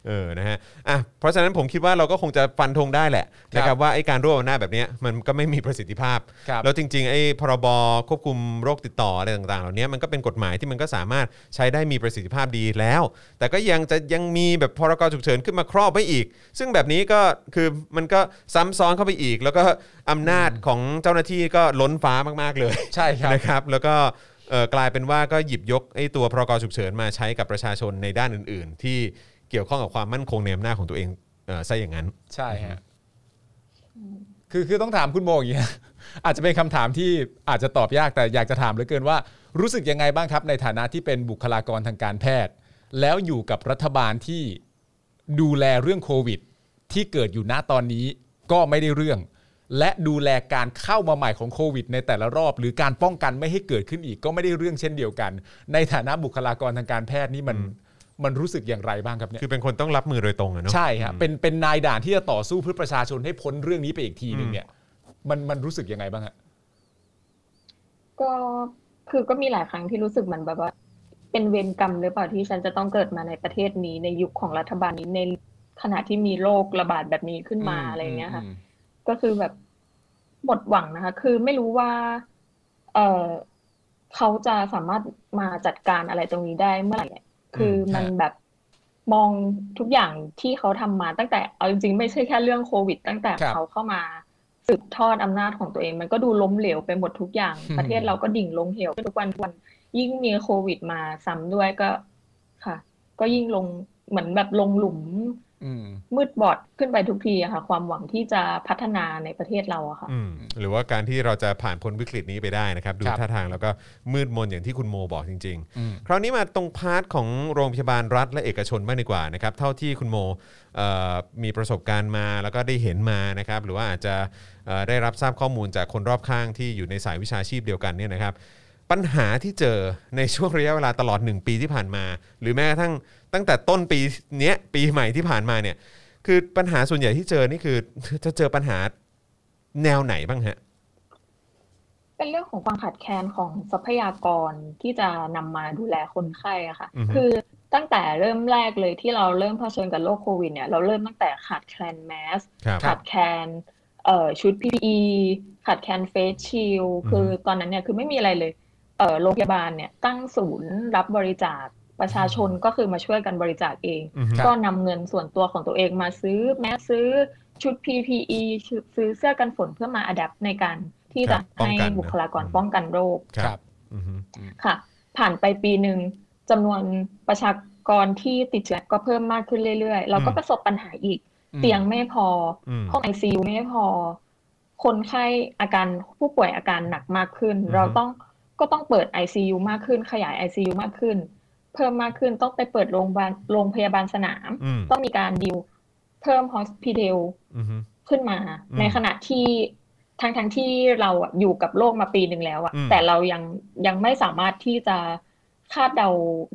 B: เออนะฮะอ่ะเพราะฉะนั้นผมคิดว่าเราก็คงจะฟันธงได้แหละ
C: ครับ
B: นะครับว่าไอ้การรวบอำนาจแบบเนี้ยมันก็ไม่มีประสิทธิภาพ
C: ครับ
B: แล้วจริงๆไอ้พรบควบคุมโรคติดต่ออะไรต่างๆ เหล่านี้มันก็เป็นกฎหมายที่มันก็สามารถใช้ได้มีประสิทธิภาพดีแล้ว แต่ก็ยังจะยังมีแบบพรกฉุกเฉินขึ้นมาครอบไว้อีก ซึ่งแบบนี้ก็คือมันก็ซ้ำซ้อนเข้าไปอีก แล้วก็อำนาจของเจ้าหน้าที่ก็ล้นฟ้ามากๆเลย
C: ใช่ครับ
B: นะครับ แล้วก็เอ่อกลายเป็นว่าก็หยิบยกไอ้ตัวพรกฉุกเฉินมาใช้กับประชาชนในด้านอื่น ๆ ที่เกี่ยวข้องกับความมั่นคงในอำนาจของตัวเองเอ่อซะอย่างนั้น
C: ใช่ฮะ คือคือต้องถามคุณโมอย่างเงี้ ย อาจจะเป็นคำถามที่อาจจะตอบยากแต่อยากจะถามเหลือเกินว่า รู้สึกยังไงบ้างครับ ในฐานะที่เป็นบุคลากรทางการแพทย์ แล้วอยู่กับรัฐบาลที่ดูแลเรื่องโควิด ที่เกิดอยู่ณตอนนี้ก็ไม่ได้เรื่อง และดูแลการเข้ามาใหม่ของโควิด ในแต่ละรอบ หรือการป้องกันไม่ให้เกิดขึ้นอีกก็ไม่ได้เรื่องเช่นเดียวกัน ในฐานะบุคลากรทางการแพทย์นี่มันมันรู้สึกอย่างไรบ้างครับเนี่ย
B: คือเป็นคนต้องรับมือโดยตรงอะเนาะ
C: ใช่ครับเป็นเป็นนายด่านที่จะต่อสู้เพื่อประชาชนให้พ้นเรื่องนี้ไปอีกทีหนึ่งเนี่ย มันมันรู้สึกยังไงบ้างฮะ
E: ก็คือก็มีหลายครั้งที่รู้สึกเหมือนแบบว่า เป็นเวรกรรมหรือเปล่าที่ฉันจะต้องเกิดมาในประเทศนี้ในยุคของรัฐบาลนี้ในขณะที่มีโรคระบาดแบบนี้ขึ้นมาอะไรอย่างเงี้ยค่ะ ก็คือแบบหมดหวังนะคะ คือไม่รู้ว่า เออเขาจะสามารถมาจัดการอะไรตรงนี้ได้เมื่อไหร่ คือมัน
C: ฮะ
E: แบบมองทุกอย่างที่เขาทำมาตั้งแต่เอาจริงๆไม่ใช่แค่เรื่องโควิด ตั้งแต่เขาเข้ามาสืบทอดอำนาจของตัวเอง มันก็ดูล้มเหลวไปหมดทุกอย่าง ประเทศเราก็ดิ่งลงเหวทุกวันทุกวันยิ่งมีโควิดมาซ้ำด้วยก็ค่ะ ก็ยิ่งลงเหมือนแบบลงหลุม
C: อืม
E: มืดบอดขึ้นไปทุกทีอะค่ะ ความหวังที่จะพัฒนาในประเทศเราอะค่ะ
B: อืมหรือว่าการที่เราจะผ่านพ้นวิกฤตนี้ไปได้นะครับ ดู
C: ครับ
B: ท่าทางแล้วก็มืดมนอย่างที่คุณโมบอกจริง ๆ
C: อืม
B: คราวนี้มาตรงพาร์ทของโรงพยาบาลรัฐและเอกชนบ้างดีกว่านะครับเท่าที่คุณโมเอ่อมีประสบการณ์มาแล้วก็ได้เห็นมานะครับหรือว่าอาจจะเอ่อได้รับทราบข้อมูลจากคนรอบข้างที่อยู่ในสายวิชาชีพเดียวกันเนี่ยนะครับ ปัญหาที่เจอในช่วงระยะเวลาตลอด 1 ปีที่ผ่านมา หรือแม้กระทั่งตั้งแต่ต้นปีเนี้ยปีใหม่ที่ผ่านมาเนี่ยคือปัญหาส่วนใหญ่ที่เจอนี่คือ จะเจอปัญหาแนวไหนบ้างฮะ
E: เป็นเรื่องของความขาดแคลนของทรัพยากรที่จะนำมาดูแลคนไข้อะค่ะ
B: อือฮึ
E: คือตั้งแต่เริ่มแรกเลยที่เราเริ่มเผชิญกับโรคโควิดเนี่ยเราเริ่มตั้งแต่ขาดแคลนแมส
B: ครับ
E: ขาดแคลนเอ่อชุด PPE ขาดแคลนเฟสชิล
B: อืม
E: คือตอนนั้นเนี่ยคือไม่มีอะไรเลยเอ่อโรงพยาบาลเนี่ยตั้งศูนย์รับบริจาคประชาชนก็คือมาช่วยกันบริจาคเอง
B: อือฮึ
C: ครับ
E: ก็นำเงินส่วนตัวของตัวเองมาซื้อแม้ซื้อชุด PPE ชุดซื้อเสื้อกันฝนเพื่อมาอัดแอปในการที่จะให้บุคลากรป้องกันโรค
C: ครับ
B: อือฮึ
E: ค่ะ ผ่านไปปีหนึ่งจำนวนประชากรที่ติดเชื้อก็เพิ่มมากขึ้นเรื่อยๆ เราก็
B: อืม
E: ประสบปัญหาอีก
C: อืม
E: เตียงไม่พออ
B: อืม
E: ห้องไอซียูไม่พอ คนไข้อาการผู้ป่วยอาการหนักมากขึ้น
B: อือฮึ
E: เราต้องก็ต้องเปิด ICU มากขึ้น ขยาย ICU มากขึ้น เพิ่มมากขึ้นต้องไปเปิดโรงพยาบาลโรงพยาบาลสนาม
B: อืม
E: ต้องมีการดิวเพิ่ม hospital
B: อือฮึ
E: ขึ้นมา
B: อืม
E: ในขณะที่ทั้งทั้งที่เราอะอยู่กับโลกมาปีหนึ่งแล้วอะ
B: อืม
E: แต่เรายังยังไม่สามารถที่จะคาดเดา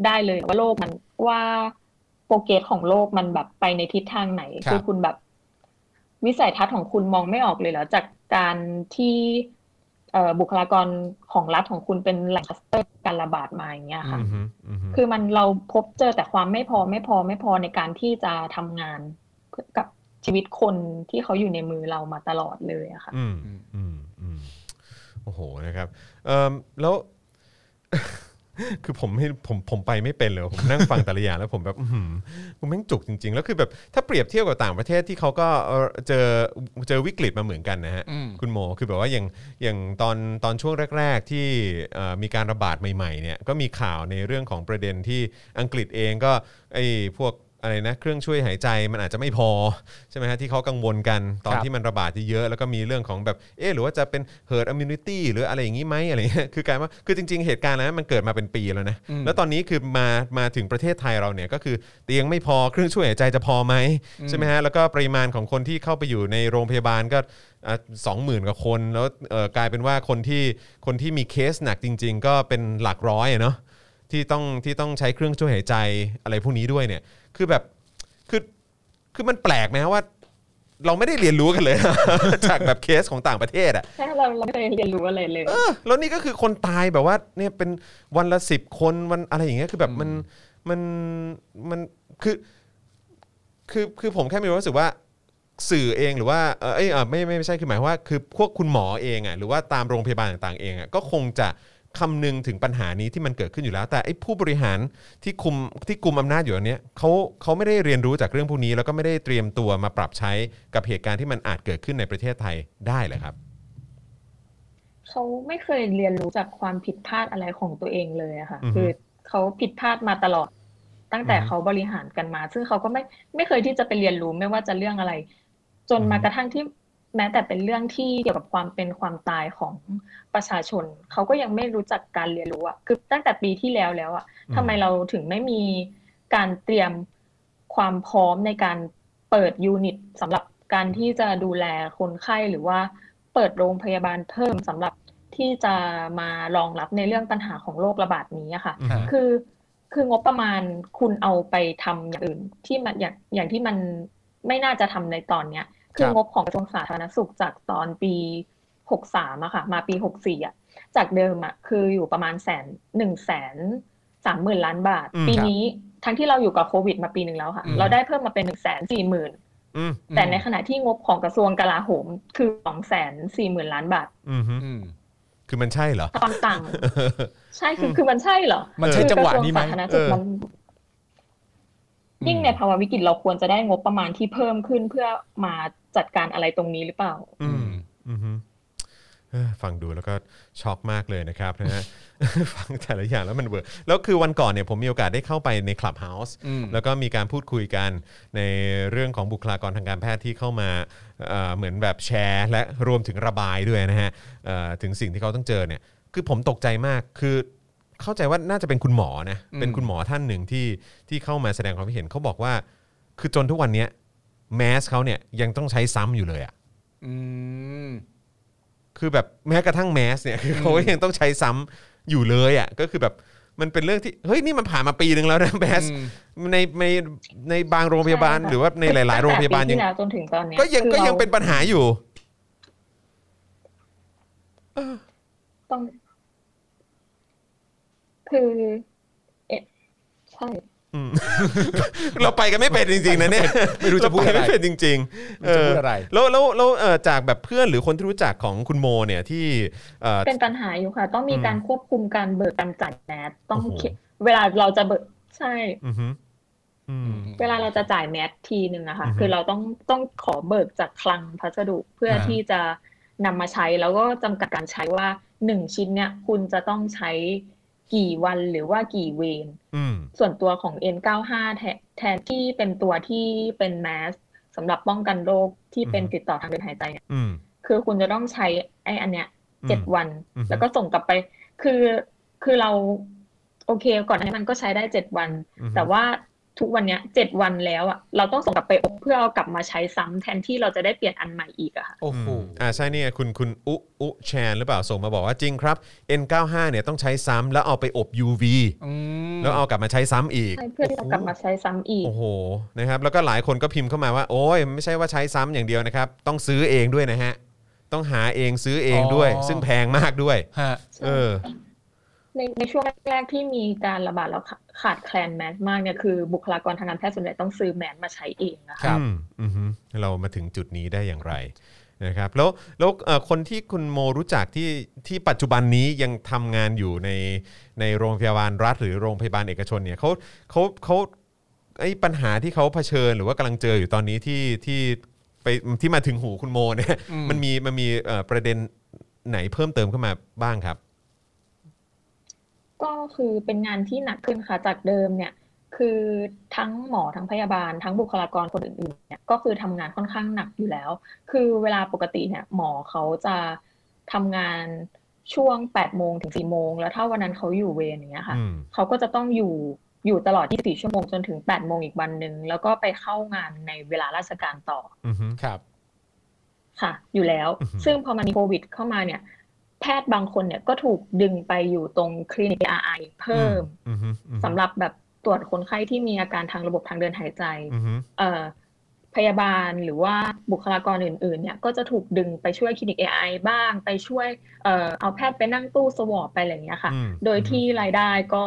E: ได้เลยว่าโลกมันว่าโปรเกรสของโลกมันแบบไปในทิศทางไหน
C: ครับ
E: อคุณแบบวิสัยทัศน์ของคุณมองไม่ออกเลยเหรอจากการที่เอ่อบุคลากรของรัฐของคุณเป็นแหล่งคลัสเตอร์การระบาดมาอย่างเงี้ยค่ะ
B: อือฮึอือฮึ
E: คือมันเราพบเจอแต่ความไม่พอไม่พอไม่พอในการที่จะทำงานเพื่อกับชีวิตคนที่เขาอยู่ในมือเรามาตลอดเลยอะค่ะ
B: อืม
C: อืม
B: อืมอืมโอ้โหนะครับเอิ่มแล้ว คือผมไม่ผมผมไปไม่เป็นเลยผมนั่งฟังแต่ละอย่างแล้วผมแบบ อืมกูแม่งจุกจริง ๆ แล้วคือแบบถ้าเปรียบเทียบกับต่างประเทศที่เขาก็เอ่อเจอเจอวิกฤตมาเหมือนกันนะฮะ
C: อืม
B: คุณโมคือแบบว่าอย่างอย่างตอนตอนช่วงแรก ๆ ที่เอ่อมีการระบาดใหม่ๆเนี่ยก็มีข่าวในเรื่องของประเด็นที่อังกฤษเองก็ไอ้พวกอะไรนะเครื่องช่วยหายใจมันอาจจะไม่พอใช่ไหมฮะที่เขากังวลกันตอน
C: ครับ
B: ที่มันระบาดเยอะๆแล้วก็มีเรื่องของแบบเออหรือว่าจะเป็น herd immunity หรืออะไรอย่างนี้ไหมอะไรเงี้ยคือการว่าคือจริง ๆ เหตุการณ์นั้นมันเกิดมาเป็นปีแล้วนะ
C: อืม
B: แล้วตอนนี้คือมามาถึงประเทศไทยเราเนี่ยก็คือเตียงไม่พอเครื่องช่วยหายใจจะพอไหม
C: อืม
B: ใช่ไหมฮะแล้วก็ปริมาณของคนที่เข้าไปอยู่ในโรงพยาบาลก็สองหมื่นกว่าคนแล้วเอ่อกลายเป็นว่าคนที่คนที่มีเคสหนักจริง ๆ ก็เป็นหลักร้อยอะเนาะที่ต้องที่ต้องใช้เครื่องช่วยหายใจอะไรพวกนี้ด้วยเนี่ยคือแบบคือคือมันแปลกไหมฮะว่า เราไม่ได้เรียนรู้กันเลย จากแบบเคสของต่างประเทศอะ
E: ใช่เราเราไม่เคยเรียนรู้อะไรเลย
B: เออแล้วนี่ก็คือคนตายแบบว่าเนี่ยเป็นวันละสิบคนวันอะไรอย่างเงี้ยคือแบบมันมันมันคือคือคือผมแค่มีความรู้สึกว่าสื่อเองหรือว่าเออเอยเอ่อไม่ไม่ไม่ใช่คือหมายความว่าคือพวกคุณหมอเองอ่ะหรือว่าตามโรงพยาบาลต่างๆเองอ่ะก็คงจะคำนึงถึงปัญหานี้ที่มันเกิดขึ้นอยู่แล้ว แต่ไอ้ผู้บริหารที่คุมที่กุมอำนาจอยู่อันเนี้ยเขาเขาไม่ได้เรียนรู้จากเรื่องพวกนี้ แล้วก็ไม่ได้เตรียมตัวมาปรับใช้กับเหตุการณ์ที่มันอาจเกิดขึ้นในประเทศไทยได้เหรอครับ
E: เขาไม่เคยเรียนรู้จากความผิดพลาดอะไรของตัวเองเลยอะค่ะ
B: อือฮึ
E: คือเขาผิดพลาดมาตลอด ตั้งแต่
B: อือฮึ
E: เขาบริหารกันมา ซึ่งเขาก็ไม่ไม่เคยที่จะไปเรียนรู้ไม่ว่าจะเรื่องอะไร จน
B: อือฮึ
E: มากระทั่งที่แม้แต่เป็นเรื่องที่เกี่ยวกับความเป็นความตายของประชาชน เขาก็ยังไม่รู้จักการเรียนรู้อะคือตั้งแต่ปีที่แล้วแล้วอะทำไมเราถึงไม่มีการเตรียมความพร้อมในการเปิดยูนิตสำหรับการที่จะดูแลคนไข้หรือว่า เปิดโรงพยาบาลเพิ่มสำหรับที่จะมารองรับในเรื่องปัญหาของโรคระบาดนี้อะค่ะ
B: อือฮึ
E: คือคืองบประมาณคุณเอาไปทำอย่างอื่น ที่มันอย่างอย่างที่มันไม่น่าจะทำในตอนเนี้ย คืองบของกระทรวงสาธารณสุขจากตอนปีหกสามอะค่ะ มาปีหกสี่อะจากเดิมอะคืออยู่ประมาณแสนหนึ่งแสนสามหมื่นล้านบาท
B: อืม
E: ปีนี้ทั้งที่เราอยู่กับโควิดมาปีหนึ่งแล้วค่ะ
C: อืม
E: เราได้เพิ่มมาเป็นหนึ่งแสนสี่หมื่น
B: อืม
E: แต่ในขณะที่งบของกระทรวงกลาโหมคือสองแสนสี่หมื่นล้านบาท
B: อืมฮึ
C: อืม
B: คือมันใช่เหรอ
E: ความต่าง ใช่คือคือมันใช่เหรอ
C: มันใช่
E: คือ
C: จังหวะนี้ไหม
E: กรทรวงสาธารณสุข
B: เออ
E: มันยิ่งในภาวะวิกฤตเราควรจะได้งบประมาณที่เพิ่มขึ้นเพื่อมาจัดการอะไรตรงนี้หรือเปล่า
B: อืมอืมฮึ เอ้อฟังดูแล้วก็ช็อกมากเลยนะครับนะฮ ะ ฟังแต่ละอย่างแล้วมันเวอร์แล้วคือวันก่อนเนี่ยผมมีโอกาสได้เข้าไปในคลับเฮาส์
C: อืม
B: แล้วก็มีการพูดคุยกันในเรื่องของบุคลากรทางการแพทย์ที่เข้ามาเอ่อเหมือนแบบแชร์ และรวมถึงระบายด้วยนะฮะเอ่อถึงสิ่งที่เขาต้องเจอเนี่ย คือผมตกใจมากคือเข้าใจว่าน่าจะเป็นคุณหมอนะ
C: อืม
B: เป็นคุณหมอท่านหนึ่งที่ที่เข้ามาแสดงความคิดเห็นเขาบอกว่า คือจนทุกวันเนี้ยแมสเขาเนี่ยยังต้องใช้ซ้ำอยู่เลยอะ
C: อืม
B: คือแบบแม้กระทั่งแมสเนี่ย คือเขาก็ยังต้องใช้ซ้ำอยู่เลยอ่ะก็คือแบบมันเป็นเรื่องที่เฮ้ยนี่มันผ่านมาปีนึงแล้วนะแม ส
C: อืม
B: ในในในบางโรงพยาบาล
E: ใช่ค่ะ
B: หรือว่าในหลาย ๆ โรงพยาบาล
E: ตั้
B: ยัง ง
E: แต่ปีที่แล้วจนถึงตอนเนี้ย
B: ก็ยัง
E: คือ
B: ก็ยัง
E: รา
B: เป็นปัญหาอยู่
E: ต้องคือเอะใช่
B: เราไปกันไม่เป็นจริงๆนะเนี่ย
C: ไม่รู้จะพูดอะไร
B: เาปม่เป็นจริงๆ
C: ไม่รู้จะพูดอะไร
B: เแล้วแล้วแล้วเอ่อจากแบบเพื่อนหรือคนที่รู้จักของคุณโมเนี่ยที่เอ่อ
E: เป็นปัญหาอยู่ค่ะ ต้องมีการควบคุมการเบิกการจ่ายแมสต้อง
B: โอ้โห
E: เขียนเวลาเราจะเบิกใช่
B: อือหืออืม
E: เวลาเราจะจ่ายแมสทีหนึ่งอะค่ะ
B: อือฮึ
E: คือเราต้องต้องขอเบิกจากคลังพัสดุเพื่ออา ที่จะนำมาใช้แล้วก็จำกัดการใช้ว่าหนึ่งชิ้นเนี่ย คุณจะต้องใช้กี่วันหรือว่ากี่เวร
B: อืม
E: ส่วนตัวของ N95 แทนแทนที่เป็นตัวที่เป็นแมสสำหรับป้องกันโรคที่เป็น
B: อือฮึ
E: ติดต่อทางเดินหายใจเนี่ย
B: อืม
E: คือคุณจะต้องใช้ไอ้อันเนี้ย เจ็ดวัน
B: อือฮึ
E: แล้วก็ส่งกลับไป คือคือเราโอเคก่อนหนานี้มันก็ใช้ได้เจ็ดวัน
B: อือฮึ
E: แต่ว่าทุกวันเนี้ยเจ็ดวันแล้วอ่ะเราต้องส่งกลับไปอบเพื่อเอากลับมาใช้ซ้ำแทนที่เราจะได้เปลี่ยนอันใหม่อีกอะค่ะ
C: โอ้โห
B: อืมอ่าใช่เนี่ยคุณคุณอุอุแชนหรือเปล่าส่งมาบอกว่าจริงครับ N95 เนี่ยต้องใช้ซ้ำแล้วเอาไปอบ UV
C: อืม
B: แล้วเอากลับมาใช้ซ้ำอีก
E: ใช่เพื่อที่จะกลับมาใช้ซ้ำอีก
B: โอ้โหนะครับแล้วก็หลายคนก็พิมพ์เข้ามาว่า โอ้ยไม่ใช่ว่าใช้ซ้ำอย่างเดียวนะครับ ต้องซื้อเองด้วยนะฮะ ต้องหาเองซื้อเองด้วย
C: อ๋อ
B: ซึ่งแพงมากด้วย
C: ฮะ
B: เออ
E: ในในช่วงแรกๆที่มีการระบาดแล้วขาขาดแคลนแมสมากเนี่ยคือบุคลากรทางการแพทย์ส่วนใหญ่ต้องซื้อแมสมาใช้เองนะ
C: ครั
E: คะ
C: บ
B: อืมอือฮึเรามาถึงจุดนี้ได้อย่างไรนะครับ แล้วแล้วเอ่อคนที่คุณโมรู้จักที่ที่ปัจจุบันนี้ยังทำงานอยู่ในในโรงพยาบาลรัฐ หรือโรงพยาบาลเอกชนเนี่ยเขาเขาเขาไอ้ปัญหาที่เขาเผชิญหรือว่ากำลังเจออยู่ตอนนี้ที่ที่ไปที่มาถึงหูคุณโมเนี่ย
C: อืม
B: มันมีมันมีเอ่อประเด็นไหนเพิ่มเติมเข้ามาบ้างครับ
E: ก็คือเป็นงานที่หนักขึ้นค่ะจากเดิมเนี่ย คือทั้งหมอทั้งพยาบาล ทั้งบุคลากรคนอื่นๆเนี่ยก็คือทำงานค่อนข้างหนักอยู่แล้ว คือเวลาปกติเนี่ยหมอเขาจะทำงานช่วง8โมงถึง4โมงแล้วถ้าวันนั้นเขาอยู่เวรอย่างเงี้ยค่ะ
B: อืม
E: เขาก็จะต้องอยู่อยู่ตลอด 24 ชั่วโมงจนถึง8โมงอีกวันหนึ่งแล้วก็ไปเข้างานในเวลาราชการต่อ
B: อือฮึ
C: ครับ
E: ค่ะอยู่แล้ว
B: อือหือ
E: ซึ่งพอมันมีโควิดเข้ามาเนี่ย แพทย์บางคนเนี่ยก็ถูกดึงไปอยู่ตรงคลินิก ARI เพิ่ม
B: อือฮึอือฮึ
E: สำหรับแบบตรวจคนไข้ที่มีอาการทางระบบทางเดินหายใจ
B: อือฮึ
E: เอ่อพยาบาลหรือว่าบุคลากรอื่นๆเนี่ยก็จะถูกดึงไปช่วยคลินิก AI บ้างไปช่วยเอ่อเอาแพทย์ไปนั่งตู้สวอปไปอะไรอย่างเงี้ยค่ะ
B: อืม
E: โดยที่รายได้ก็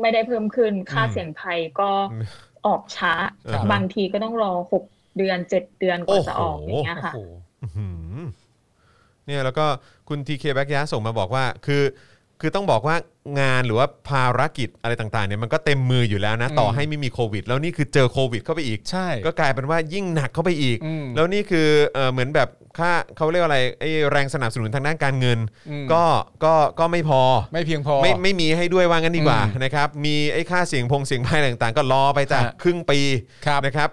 E: ไม่ได้เพิ่มขึ้น ค่าเสี่ยงภัยก็
B: อืม
E: ออกช้า
B: อ่าฮะ
E: บางทีก็ต้องรอหกเดือนเจ็ดเดือนกว่าจะออกอย่างเงี้ยค่ะ
B: อื้อหือเนี่ยแล้วก็คุณทีเคแบ็กยะส่งมาบอกว่าคือ คือต้องบอกว่างานหรือว่าภารกิจอะไรต่างๆเนี่ยมันก็เต็มมืออยู่แล้วนะ
C: อืม
B: ต่อให้ไม่มีโควิด แล้วนี่คือเจอโควิดเข้าไปอีก
C: ใช่
B: ก็กลายเป็นว่ายิ่งหนักเข้าไปอีก
C: อืม
B: แล้วนี่คือเอ่อเหมือนแบบค่าเขาเรียกว่าอะไรไอ้แรงสนับสนุนทางด้านการเงิน
C: อืม
B: ก็ก็ก็ไม่พอ
C: ไม่เพียงพอ
B: ไม่ไม่มีให้ด้วยว่างั้นดีกว่า
C: อืม
B: นะครับ มีไอ้ค่าเสียงพงเสียงไพ่อะไรต่างๆ ก็รอไปจาก
C: ฮะ
B: ครึ่งปี
C: ครับ
B: นะครับ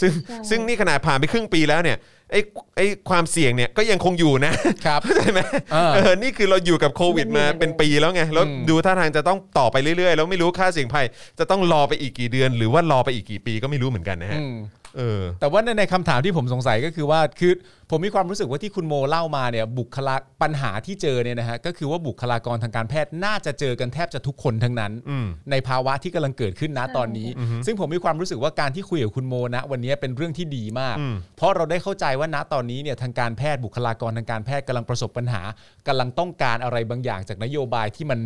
B: ซึ่ง
E: ใช่
B: ซึ่งนี่ขนาดผ่านไปครึ่งปีแล้วเนี่ยไอ้ไอ้ความเสี่ยงเนี่ยก็ยังคงอยู่นะ
C: ครับ
B: ใช่ไหม
C: เออ
B: เออนี่คือเราอยู่กับโควิดมาเป็นปีแล้วไงแล้ว
C: อืม
B: ดูท่าทางจะต้องต่อไปเรื่อยๆ แล้วไม่รู้ค่าเสี่ยงภัยจะต้องรอไปอีกกี่เดือน หรือว่ารอไปอีกกี่ปีก็ไม่รู้เหมือนกันนะฮะ
C: อืม
B: เออ
C: แต่ว่าในในคำถามที่ผมสงสัยก็คือว่าคือผมมีความรู้สึกว่าที่คุณโมเล่ามาเนี่ยบุคลาปัญหาที่เจอเนี่ยนะฮะก็คือว่าบุคลากรทางการแพทย์น่าจะเจอกันแทบจะทุกคนทั้งนั้น
B: อืม
C: ในภาวะที่กำลังเกิดขึ้นนะตอนนี้
B: อือฮึ
C: ซึ่งผมมีความรู้สึกว่าการที่คุยกับคุณโมนะวันนี้เป็นเรื่องที่ดีมาก
B: อืม
C: เพราะเราได้เข้าใจว่าณตอนนี้เนี่ยทางการแพทย์บุคลากรทางการแพทย์กำลังประสบปัญหากำลังต้องการอะไรบางอย่างจากนโยบายที่มัน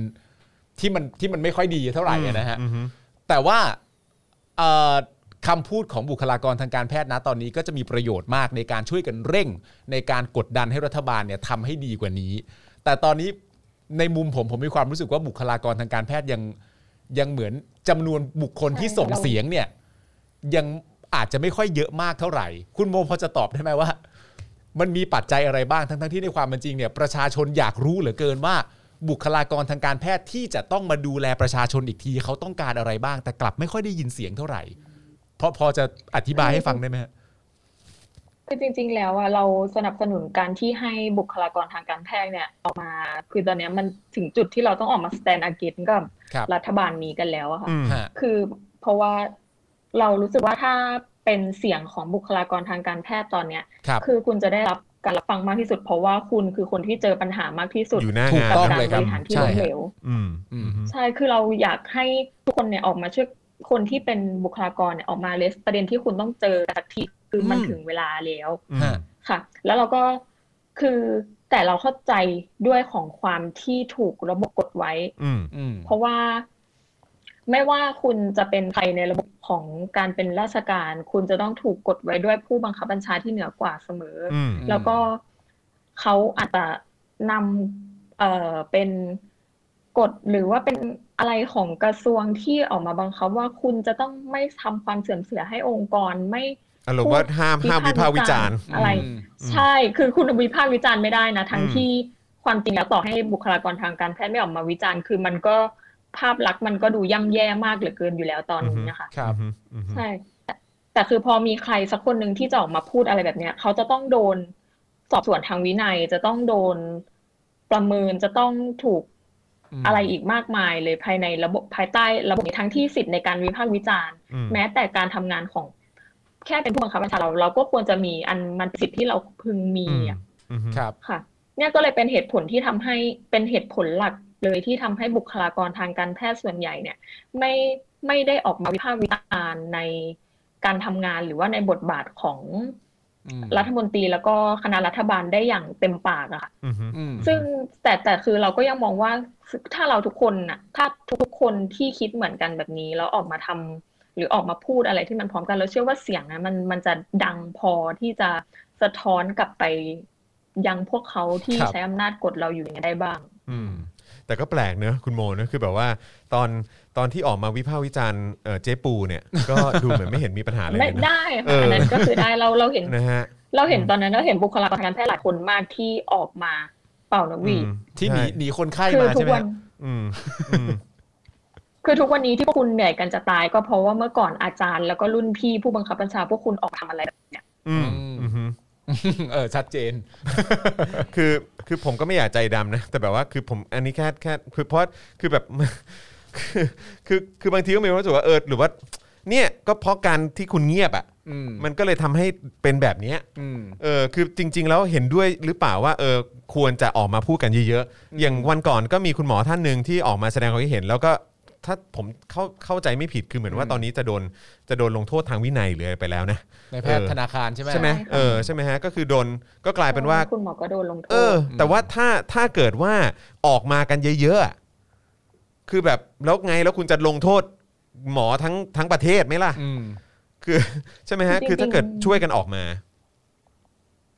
C: ที่มันที่มันไม่ค่อยดีเท่าไหร่อะนะฮะ
B: อือฮึ
C: แต่ว่าเอ่อคำพูดของบุคลากรทางการแพทย์นะตอนนี้ก็จะมีประโยชน์มากในการช่วยกันเร่ง ในการกดดันให้รัฐบาลเนี่ยทำให้ดีกว่านี้ แต่ตอนนี้ในมุมผมผมมีความรู้สึกว่าบุคลากรทางการแพทย์ยังยังเหมือนจำนวนบุคคลที่ส่งเสียงเนี่ยยังอาจจะไม่ค่อยเยอะมากเท่าไหร่ คุณโมพอจะตอบได้ไหมว่า มันมีปัจจัยอะไรบ้างทั้งๆที่ในความเป็นจริงเนี่ยประชาชนอยากรู้เหลือเกินว่า บุคลากรทางการแพทย์ที่จะต้องมาดูแลประชาชนอีกทีเขาต้องการอะไรบ้าง แต่กลับไม่ค่อยได้ยินเสียงเท่าไหร่ เพราะพอจะอธิบายให้ฟังได้ไหมฮะ
E: คือจริง ๆ แล้วอะเราสนับสนุนการที่ให้บุคลากรทางการแพทย์เนี่ยออกมา คือตอนเนี้ยมันถึงจุดที่เราต้องออกมาสแตนด์อากิกับ
C: ครับ
E: รัฐบาลนี้กันแล้วอะค่ะ
B: อืม
C: ฮะ
E: คือเพราะว่าเรารู้สึกว่าถ้าเป็นเสียงของบุคลากรทางการแพทย์ตอนเนี้ย
C: ครับ
E: คือคุณจะได้รับการรับฟังมากที่สุด เพราะว่าคุณคือคนที่เจอปัญหามากที่สุด
B: อยู่หน้า
C: ถูก
B: งาน
C: ต้อง
E: การ
C: เลยครับ
E: ริหารที่
C: ใช่
E: ล้ม
C: ฮะ
E: เหลว
B: อืม
C: อืม
E: ใช่ คือเราอยากให้ทุกคนเนี่ยออกมาช่วยคนที่เป็นบุคลากรเนี่ยออกมาเลสประเด็นที่คุณต้องเจอสักทีคือมัน
C: อืม
E: ถึงเวลาแล้ว
B: อืม
C: ฮะ
E: ค่ะ แล้วเราก็คือแต่เราเข้าใจด้วยของความที่ถูกระบบกดไว้
B: อืม
C: อืม
E: เพราะว่าไม่ว่าคุณจะเป็นใครในระบบของการเป็นราชการ คุณจะต้องถูกกดไว้ด้วยผู้บังคับบัญชาที่เหนือกว่าเสมออ
B: อืม
E: แล้วก็เขาอาจจะนำเอ่อเป็นกฎหรือว่าเป็นอะไรของกระทรวงที่ออกมาบังคับว่าคุณจะต้องไม่ทำความเสื่อมเสียให้องค์กรไม่
B: อารมณ์ว่าห้ามห้ามวิพากษ์วิจารณ์
E: อะไร
C: ม
E: ใช่ คือคุณวิพากษ์วิจารณ์ไม่ได้นะ ทั้ง
B: อืม
E: ที่ความจริงแล้วต่อให้บุคลากรทางการแพทย์ไม่ออกมาวิจารณ์ คือมันก็ภาพลักษณ์มันก็ดูย่ำแย่มากเหลือเกินอยู่แล้วตอนนี้นะคะ
C: ครับ
B: อืมอืม
E: ใช่แต่แต่คือพอมีใครสักคนหนึ่งที่จะออกมาพูดอะไรแบบเนี้ย เขาจะต้องโดนสอบสวนทางวินัย จะต้องโดนประเมินจะต้องถูก
C: ม
E: อะไรอีกมากมายเลยภายในระบบภายใต้ระบบนี้ทั้งที่สิทธิ์ในการวิพากษ์วิจารณ์
B: อืม
E: แม้แต่การทำงานของ แค่เป็นผู้บังคับบัญชาเรา เราก็ควรจะมีอันมันเป็นสิทธิ์ที่เราพึงมีอะ
B: อืม
C: ครับ
E: ค่ะ เนี่ยก็เลยเป็นเหตุผลที่ทำให้เป็นเหตุผลหลักเลยที่ทำให้บุคลากรทางการแพทย์ส่วนใหญ่เนี่ย ไม่ไม่ได้ออกมาวิพากษ์วิจารณ์ในการทำงานหรือว่าในบทบาทของ
C: อืม
E: รัฐมนตรีแล้วก็คณะรัฐบาลได้อย่างเต็มปากอะค่ะ
B: อืม
C: อืม
E: ซึ่งแต่แต่คือเราก็ยังมองว่าถ้าเราทุกคนน่ะถ้าทุกๆคนที่คิดเหมือนกันแบบนี้แล้วออกมาทำหรือออกมาพูดอะไรที่มันพร้อมกันเราเชื่อว่าเสียงนะมันมันจะดังพอที่จะสะท้อนกลับไปยังพวกเขาที่ใช้อำนาจกดเราอยู่อย่างไรได้บ้าง
B: อืมแต่ก็แปลกเนอะคุณโมเนอะคือแบบว่าตอนตอนที่ออกมาวิพากษ์วิจารณ์เอ่อเจ๊ปูเนี่ย ก็ดูเหมือนไม่เห็นมีปัญหาเลย
E: ไม่
B: นะ
E: ได้
B: เออ
E: ค่ะ
B: อั
E: อันนั้นก็คือได้เราเราเห็น
B: นะฮะ
E: เราเห็นตอนนั้นเราเห็นบุคลากรทางการแพทย์หลายคนมากที่ออกมาเป่านกหวีด
B: อืม
C: ที่หนี
B: ใช่
C: หนีคนไข้
E: คือ
C: มา
E: ทุ
C: ใช่
E: ก
C: ไหม
E: วั
C: ฮะ
E: น
B: อืมอืม
E: คือทุกวันนี้ที่พวกคุณเหนื่อยกันจะตาย ก็เพราะว่าเมื่อก่อนอาจารย์ แล้วก็รุ่นพี่ผู้บังคับบัญชาพวกคุณออกมาทำอะไรแบบเนี้ย
B: อืมอืม
C: เออชัดเจน
B: คือคือผมก็ไม่อยากใจดำนะ แต่แบบว่าคือผมอันนี้แค่แค่คือเพราะคือแบบ คือคือคือบางทีก็มีความรู้สึกว่าเออหรือว่า เนี่ยก็เพราะการที่คุณเงียบอ่ะ
C: อืม
B: มันก็เลยทำให้เป็นแบบเนี้ย
C: อืม
B: เออคือจริง ๆ แล้วเห็นด้วยหรือเปล่าว่าเออควรจะออกมาพูดกันเยอะ
C: อื
B: ๆ
C: ม
B: อย่างวันก่อนก็มีคุณหมอท่านหนึ่งที่ออกมาแสดงความคิดเห็น แล้วก็ถ้าผมเข้าเข้าใจไม่ผิดคือเหมือนว่าตอนนี้จะโดนจะโดนลงโทษทางวินัยหรืออะไรไปแล้วนะ
C: ในแพทย์ธนาคารใช่ไหม
B: ใช่ไหมเออใช่ไหมฮะก็คือโดนก็กลายเป็นว่า
E: คุณหมอก็โดนลงโท
B: เออ
E: ษ
B: แต่ว่าถ้าถ้าเกิดว่าออกมากันเยอะๆอะคือแบบแล้วไงแล้วคุณจะลงโทษหมอทั้งทั้งประเทศไหมล่ะ
C: อืม
B: คือใช่ไหมฮะ คือถ้าเกิดช่วยกันออกมา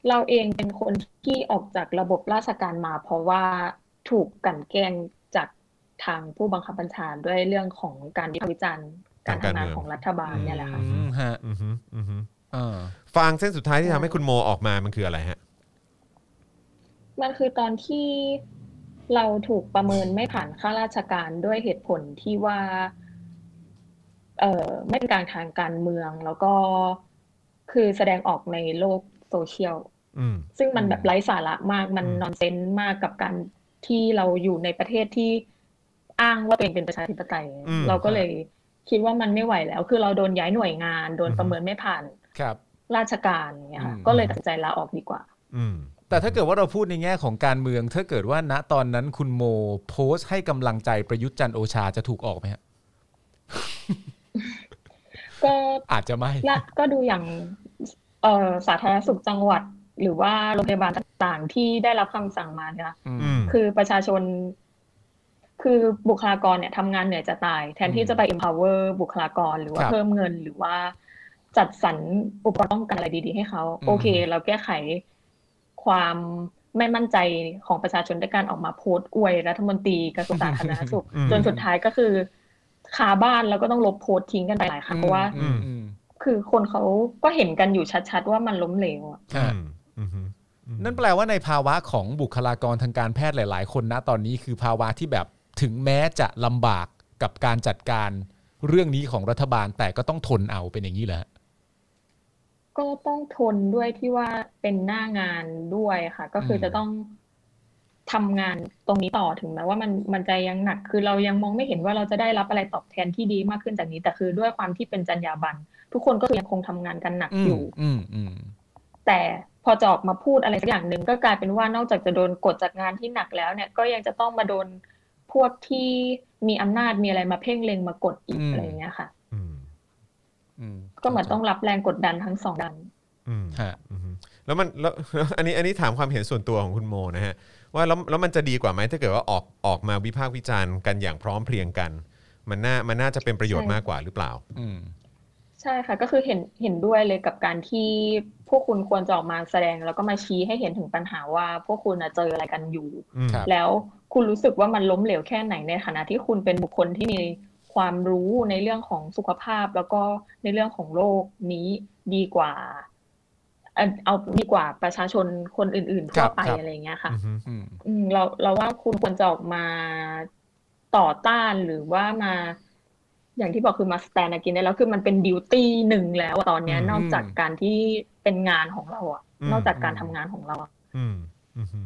E: เราเองเป็นคนที่ออกจากระบบราชการมา เพราะว่าถูกกลันแกล้งจากทางผู้บังคับบัญชาด้วยเรื่องของการวิพากษ์วิจารณ์การทำงานของรัฐบาลเนี่ยแหละค่ะ
C: อืมฮะ
B: อือฮึอือฮึ
C: อ่า
B: ฟางเส้นสุดท้ายที่ทำให้คุณโมออกมามันคืออะไรฮะ
E: มันคือตอนที่เราถูกประเมินไม่ผ่านข้าราชการด้วยเหตุผลที่ว่า เอ่อไม่เป็นกลางทางการเมืองแล้วก็คือแสดงออกในโลกโซเชียล
B: อืม
E: ซึ่งมันแบบไร้สาระมากมัน
B: อืม
E: นอนเซนมากกับการที่เราอยู่ในประเทศที่อ้างว่าตัวเองเป็นประชาธิปไตย
B: อืม
E: เราก็เลยคิดว่ามันไม่ไหวแล้ว คือเราโดนย้ายหน่วยงาน โดนประเมินไม่ผ่าน
C: ครับ
E: ราชการอย่างเนี่ยค่ะ
C: อืม
E: ก็เลยตัดสินใจลาออกดีกว่า
B: อืม
C: แต่ถ้าเกิดว่าเราพูดในแง่ของการเมือง ถ้าเกิดว่าณตอนนั้นคุณโมโพสต์ให้กำลังใจประยุทธ์จันทร์โอชาจะถูกออกไหมฮะ
E: ก็
C: อาจจะไม่
E: และก็ดูอย่างเอ่อสาธารณสุขจังหวัด หรือว่าโรงพยาบาลต่างๆ ที่ได้รับคำสั่งมาเนี่ยนะ
C: อื
B: อื
C: ม
B: ม
E: คือประชาชน คือบุคลากรเนี่ยทำงานเหนื่อยจะตาย แทนที่จะไป empower บุคลากร หรือว่า
C: ครับ
E: เพิ่มเงิน หรือว่าจัดสรรอุปกรณ์ป้องกันอะไรดีๆให้เขา
C: อืม
E: โอเค เราแก้ไขความไม่มั่นใจของประชาชนด้วยการออกมาโพสต์อวยรัฐมนตรีกระทรวงสาธารณสุข
B: อืม
E: จนสุดท้ายก็คือคาบ้านแล้วก็ต้องลบโพสต์ทิ้งกันไปหลายครั้งเพราะว่า
C: อืมอืม
E: คือคนเขาก็เห็นกันอยู่ชัดๆ ว่ามันล้มเหลวอะ
C: ฮะ
B: อืม
C: นั่นแปลว่าในภาวะของบุคลากรทางการแพทย์หลาย ๆ คนนะตอนนี้คือภาวะที่แบบถึงแม้จะลำบากกับการจัดการเรื่องนี้ของรัฐบาลแต่ก็ต้องทนเอาเป็นอย่างนี้แหละ
E: ก็ต้องทนด้วยที่ว่าเป็นหน้างานด้วยค่ะ ก็คือจะต้องทำงานตรงนี้ต่อถึงแม้ว่ามันมันจะยังหนัก คือเรายังมองไม่เห็นว่าเราจะได้รับอะไรตอบแทนที่ดีมากขึ้นจากนี้ แต่คือด้วยความที่เป็นจรรยาบรรณทุกคนก็คือยังคงทำงานกันหนัก
C: อื
E: อ
C: ม
E: ยู่
C: อืมอืม
E: แต่พอจะออกมาพูดอะไรสักอย่างหนึ่งก็กลายเป็นว่านอกจากจะโดนกดจากงานที่หนักแล้วเนี่ยก็ยังจะต้องมาโดนพวกที่มีอำนาจมีอะไรมาเพ่งเล็งมากดอีกอะไรอย่างเงี้ยค่ะ
B: อืม
C: อืม
E: ก็เหมือนต้องรับแรงกดดันทั้งสองด้าน
B: อืม
C: ฮะ
B: อือฮึแล้วมันแล้ว อันนี้อันนี้ถามความเห็นส่วนตัวของคุณโมนะฮะว่าแล้วแล้วมันจะดีกว่าไหมถ้าเกิดว่าออกออกมาวิพากษ์วิจารณ์กันอย่างพร้อมเพรียงกัน มันน่ามันน่าจะเป็นประโยชน์
E: ใช่
B: มากกว่าหรือเปล่า
C: อืม
E: ใช่ค่ะ ก็คือเห็นเห็นด้วยเลยกับการที่พวกคุณควรจะออกมาแสดง แล้วก็มาชี้ให้เห็นถึงปัญหาว่า พวกคุณน่ะเจออะไรกันอยู่
B: อืม
C: ครับ
E: แล้วคุณรู้สึกว่ามันล้มเหลวแค่ไหนในฐานะที่คุณเป็นบุคคลที่มีความรู้ในเรื่องของสุขภาพ แล้วก็ในเรื่องของโรคนี้ดีกว่าเอ่อเอาดีกว่าประชาชนคนอื่นๆทั่วไป
C: ครับครับ
E: อะไรอย่างเงี้ยค่ะ
B: อือฮึ
C: อืม
E: อืมเราเราว่าคุณควรจะออกมาต่อต้านหรือว่ามา อย่างที่บอกคือมาสแตนกินได้แล้วคือมันเป็นดิวตี้หนึ่งแล้วอะตอนเนี้ย
C: อืม
E: นอกจากการที่เป็นงานของเราอะนอกจากการทำงานของเราอะ
B: อืมอือฮึ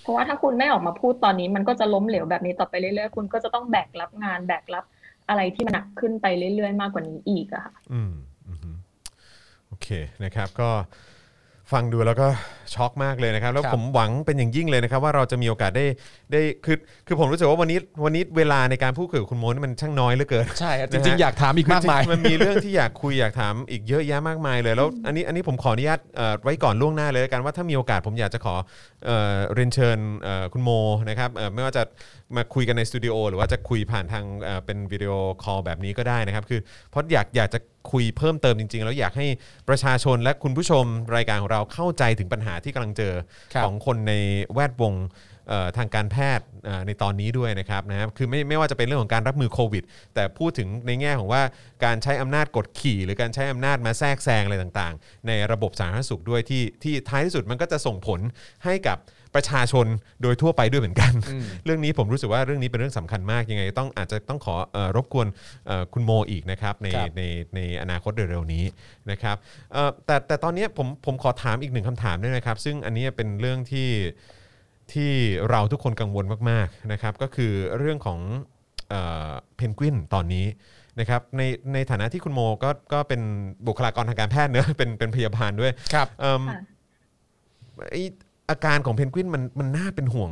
E: เพราะว่าถ้าคุณไม่ออกมาพูดตอนนี้มันก็จะล้มเหลวแบบนี้ต่อไปเรื่อยๆคุณก็จะต้องแบกรับงานแบกรับอะไรที่มันหนักขึ้นไปเรื่อยๆมากกว่านี้อีกอะค่ะ
B: อืมอือฮึโอเคนะครับ ก็ฟังดูแล้วก็ช็อกมากเลยนะครับ แล้ว
C: ครับ
B: ผมหวังเป็นอย่างยิ่งเลยนะครับ ว่าเราจะมีโอกาสได้ได้คือคือผมรู้สึกว่าวันนี้วันนี้เวลาในการพูดคุยกับคุณโมนี่มันช่างน้อยเหลือเกิน
C: ใช่อะจ
B: นะ
C: ริง
B: ฮะ
C: ๆ อยากถามอีกมากมาย
B: คือจริงๆมันมีเรื่องที่อยากคุยอยากถามอีกเยอะแยะมากมายเลยแล้วอันนี้อันนี้ผมขออนุญาตเอ่อไว้ก่อนล่วงหน้าเลยละกันว่าถ้ามีโอกาสผมอยากจะขอเอ่อเรียนเชิญเอ่อคุณโมนะครับเอ่อไม่ว่าจะมาคุยกันในสตูดิโอหรือว่าจะคุยผ่านทางเอ่อเป็นวิดีโอคอลแบบนี้ก็ได้นะครับคือเพราะอยากอยากจะคุยเพิ่มเติมจริง ๆ แล้วอยากให้ประชาชนและคุณผู้ชมรายการของเราเข้าใจถึงปัญหาที่กำลังเจอ
C: ครับ
B: ของคนในแวดวง เอ่อทางการแพทย์เอ่อในตอนนี้ด้วยนะครับนะครับคือไม่ไม่ว่าจะเป็นเรื่องของการรับมือโควิด แต่พูดถึงในแง่ของว่าการใช้อำนาจกดขี่ หรือการใช้อำนาจมาแทรกแซงอะไรต่างๆ ในระบบสาธารณสุขด้วยที่ที่ท้ายที่สุดมันก็จะส่งผลให้กับประชาชนโดยทั่วไปด้วยเหมือนกัน
C: อืม
B: เรื่องนี้ผมรู้สึกว่าเรื่องนี้เป็นเรื่องสำคัญมากยังไงต้องอาจจะต้องขอเอ่อรบกวนเอ่อคุณโมอีกนะครับใน
C: ครับ
B: ในในอนาคตเร็วๆนี้นะครับเอ่อแต่แต่ตอนเนี้ยผมผมขอถามอีกหนึ่งคำถามด้วยนะครับ ซึ่งอันนี้เป็นเรื่องที่ที่เราทุกคนกังวลมากๆนะครับ ก็คือเรื่องของเอ่อเพนกวินตอนนี้นะครับในในฐานะที่คุณโมก็ก็เป็นบุคลากรทางการแพทย์เนอะ เป็นเป็นพยาบาลด้วย
C: ครับ
B: เอิ่ม
E: ค่ะ
B: ไออาการของเพนกวินมันมันน่าเป็นห่วง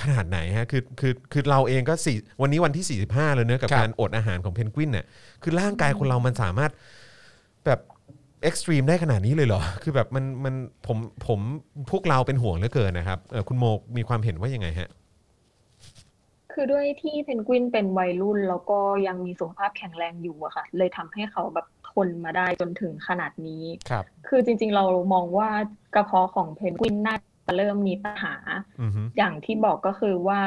B: ขนาดไหนฮะคือคือคือเราเองก็สี่วันนี้วันที่ 45 แล้วเนอะกับ
C: ครับ
B: การอดอาหารของเพนกวินเนี่ยคือร่างกายคนเรามันสามารถแบบเอ็กซ์ตรีมได้ขนาดนี้เลยเหรอ คือแบบมันมันผมผมพวกเราเป็นห่วงเหลือเกินนะครับเออคุณโมมีความเห็นว่ายังไงฮะ
E: คือด้วยที่เพนกวินเป็นวัยรุ่น แล้วก็ยังมีสุขภาพแข็งแรงอยู่อะค่ะ เลยทำให้เขาแบบทนมาได้จนถึงขนาดนี้
C: ครับ
E: คือจริงๆเรามองว่ากระเพาะของเพนกวินน่าจะเริ่มมีปัญหา
B: อือฮึ
E: อย่างที่บอกก็คือว่า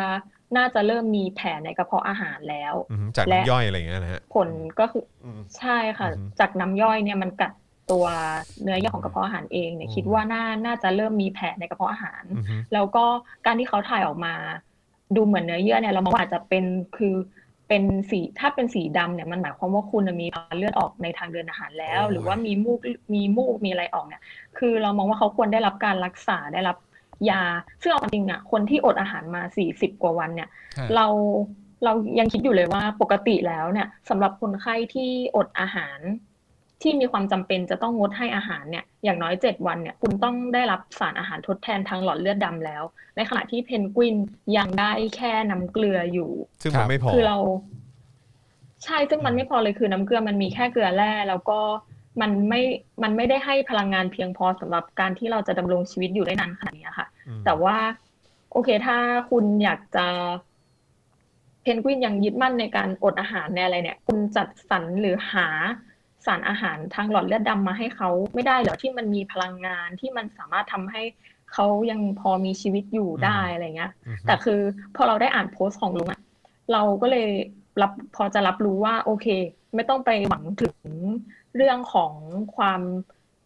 E: น่าจะเริ่มมีแผลในกระเพาะอาหารแล้ว
B: อือฮึจากน้ำย่อยอะไรอย่างเงี้ยนะฮะ
E: ผลก็คือ
B: อืม
E: ใช่ค่ะ
B: อือฮึ
E: จากน้ำย่อยเนี่ยมันกัดตัวเนื้อย่อยของกระเพาะอาหารเองเนี่ย
B: อืม
E: คิดว่าน่าน่าจะเริ่มมีแผลในกระเพาะอาหาร
B: อือฮึ
E: แล้วก็การที่เขาถ่ายออกมา ดูเหมือนเนื้อเยื่อเนี่ยเรามองว่าอาจจะเป็นคือเป็นสีถ้าเป็นสีดำเนี่ยมันหมายความว่าคุณน่ะมีภาวะเลือดออกในทางเดินอาหารแล้ว
B: โอ้ย
E: หรือว่ามีมูกมีมูกมีอะไรออกเนี่ยคือเรามองว่าเขาควรได้รับการรักษาได้รับยาซึ่งเอาจริงๆอ่ะคนที่อดอาหารมาสี่สิบกว่าวันเนี่ย
C: ฮะ
E: เราเรายังคิดอยู่เลยว่าปกติแล้วเนี่ยสำหรับคนไข้ที่อดอาหาร ที่มีความจำเป็นจะต้องงดให้อาหารเนี่ยอย่างน้อยเจ็ดวันเนี่ยคุณต้องได้รับสารอาหารทดแทนทางหลอดเลือดดำแล้ว ในขณะที่เพนกวินยังได้แค่น้ำเกลืออยู่
B: ซึ่ง
C: ค
B: มั
C: รั
B: น
C: บ
B: ไม่พอ
E: คือเรา ใช่ซึ่งมันไม่พอเลยคือน้ำเกลือมันมีแค่เกลือแร่แล้วก็มันไม่มันไม่ได้ให้พลังงานเพียงพอสำหรับการที่เราจะดำรงชีวิตอยู่ได้นานขนาดเนี้ยค่ะ
B: อืม
E: แต่ว่า โอเคถ้าคุณอยากจะเพนกวินยังยึดมั่นในการอดอาหารในอะไรเนี่ย คุณจัดสรรหรือหาสารอาหารทางหลอดเลือดดำมาให้เขาไม่ได้เหรอที่มันมีพลังงานที่มันสามารถทำให้เขายังพอมีชีวิตอยู่ได้อะไรเงี้ย
B: อือฮึ
E: แต่คือพอเราได้อ่านโพสต์ของลุงอะเราก็เลยรับพอจะรับรู้ว่า โอเค ไม่ต้องไปหวังถึงเรื่องของความ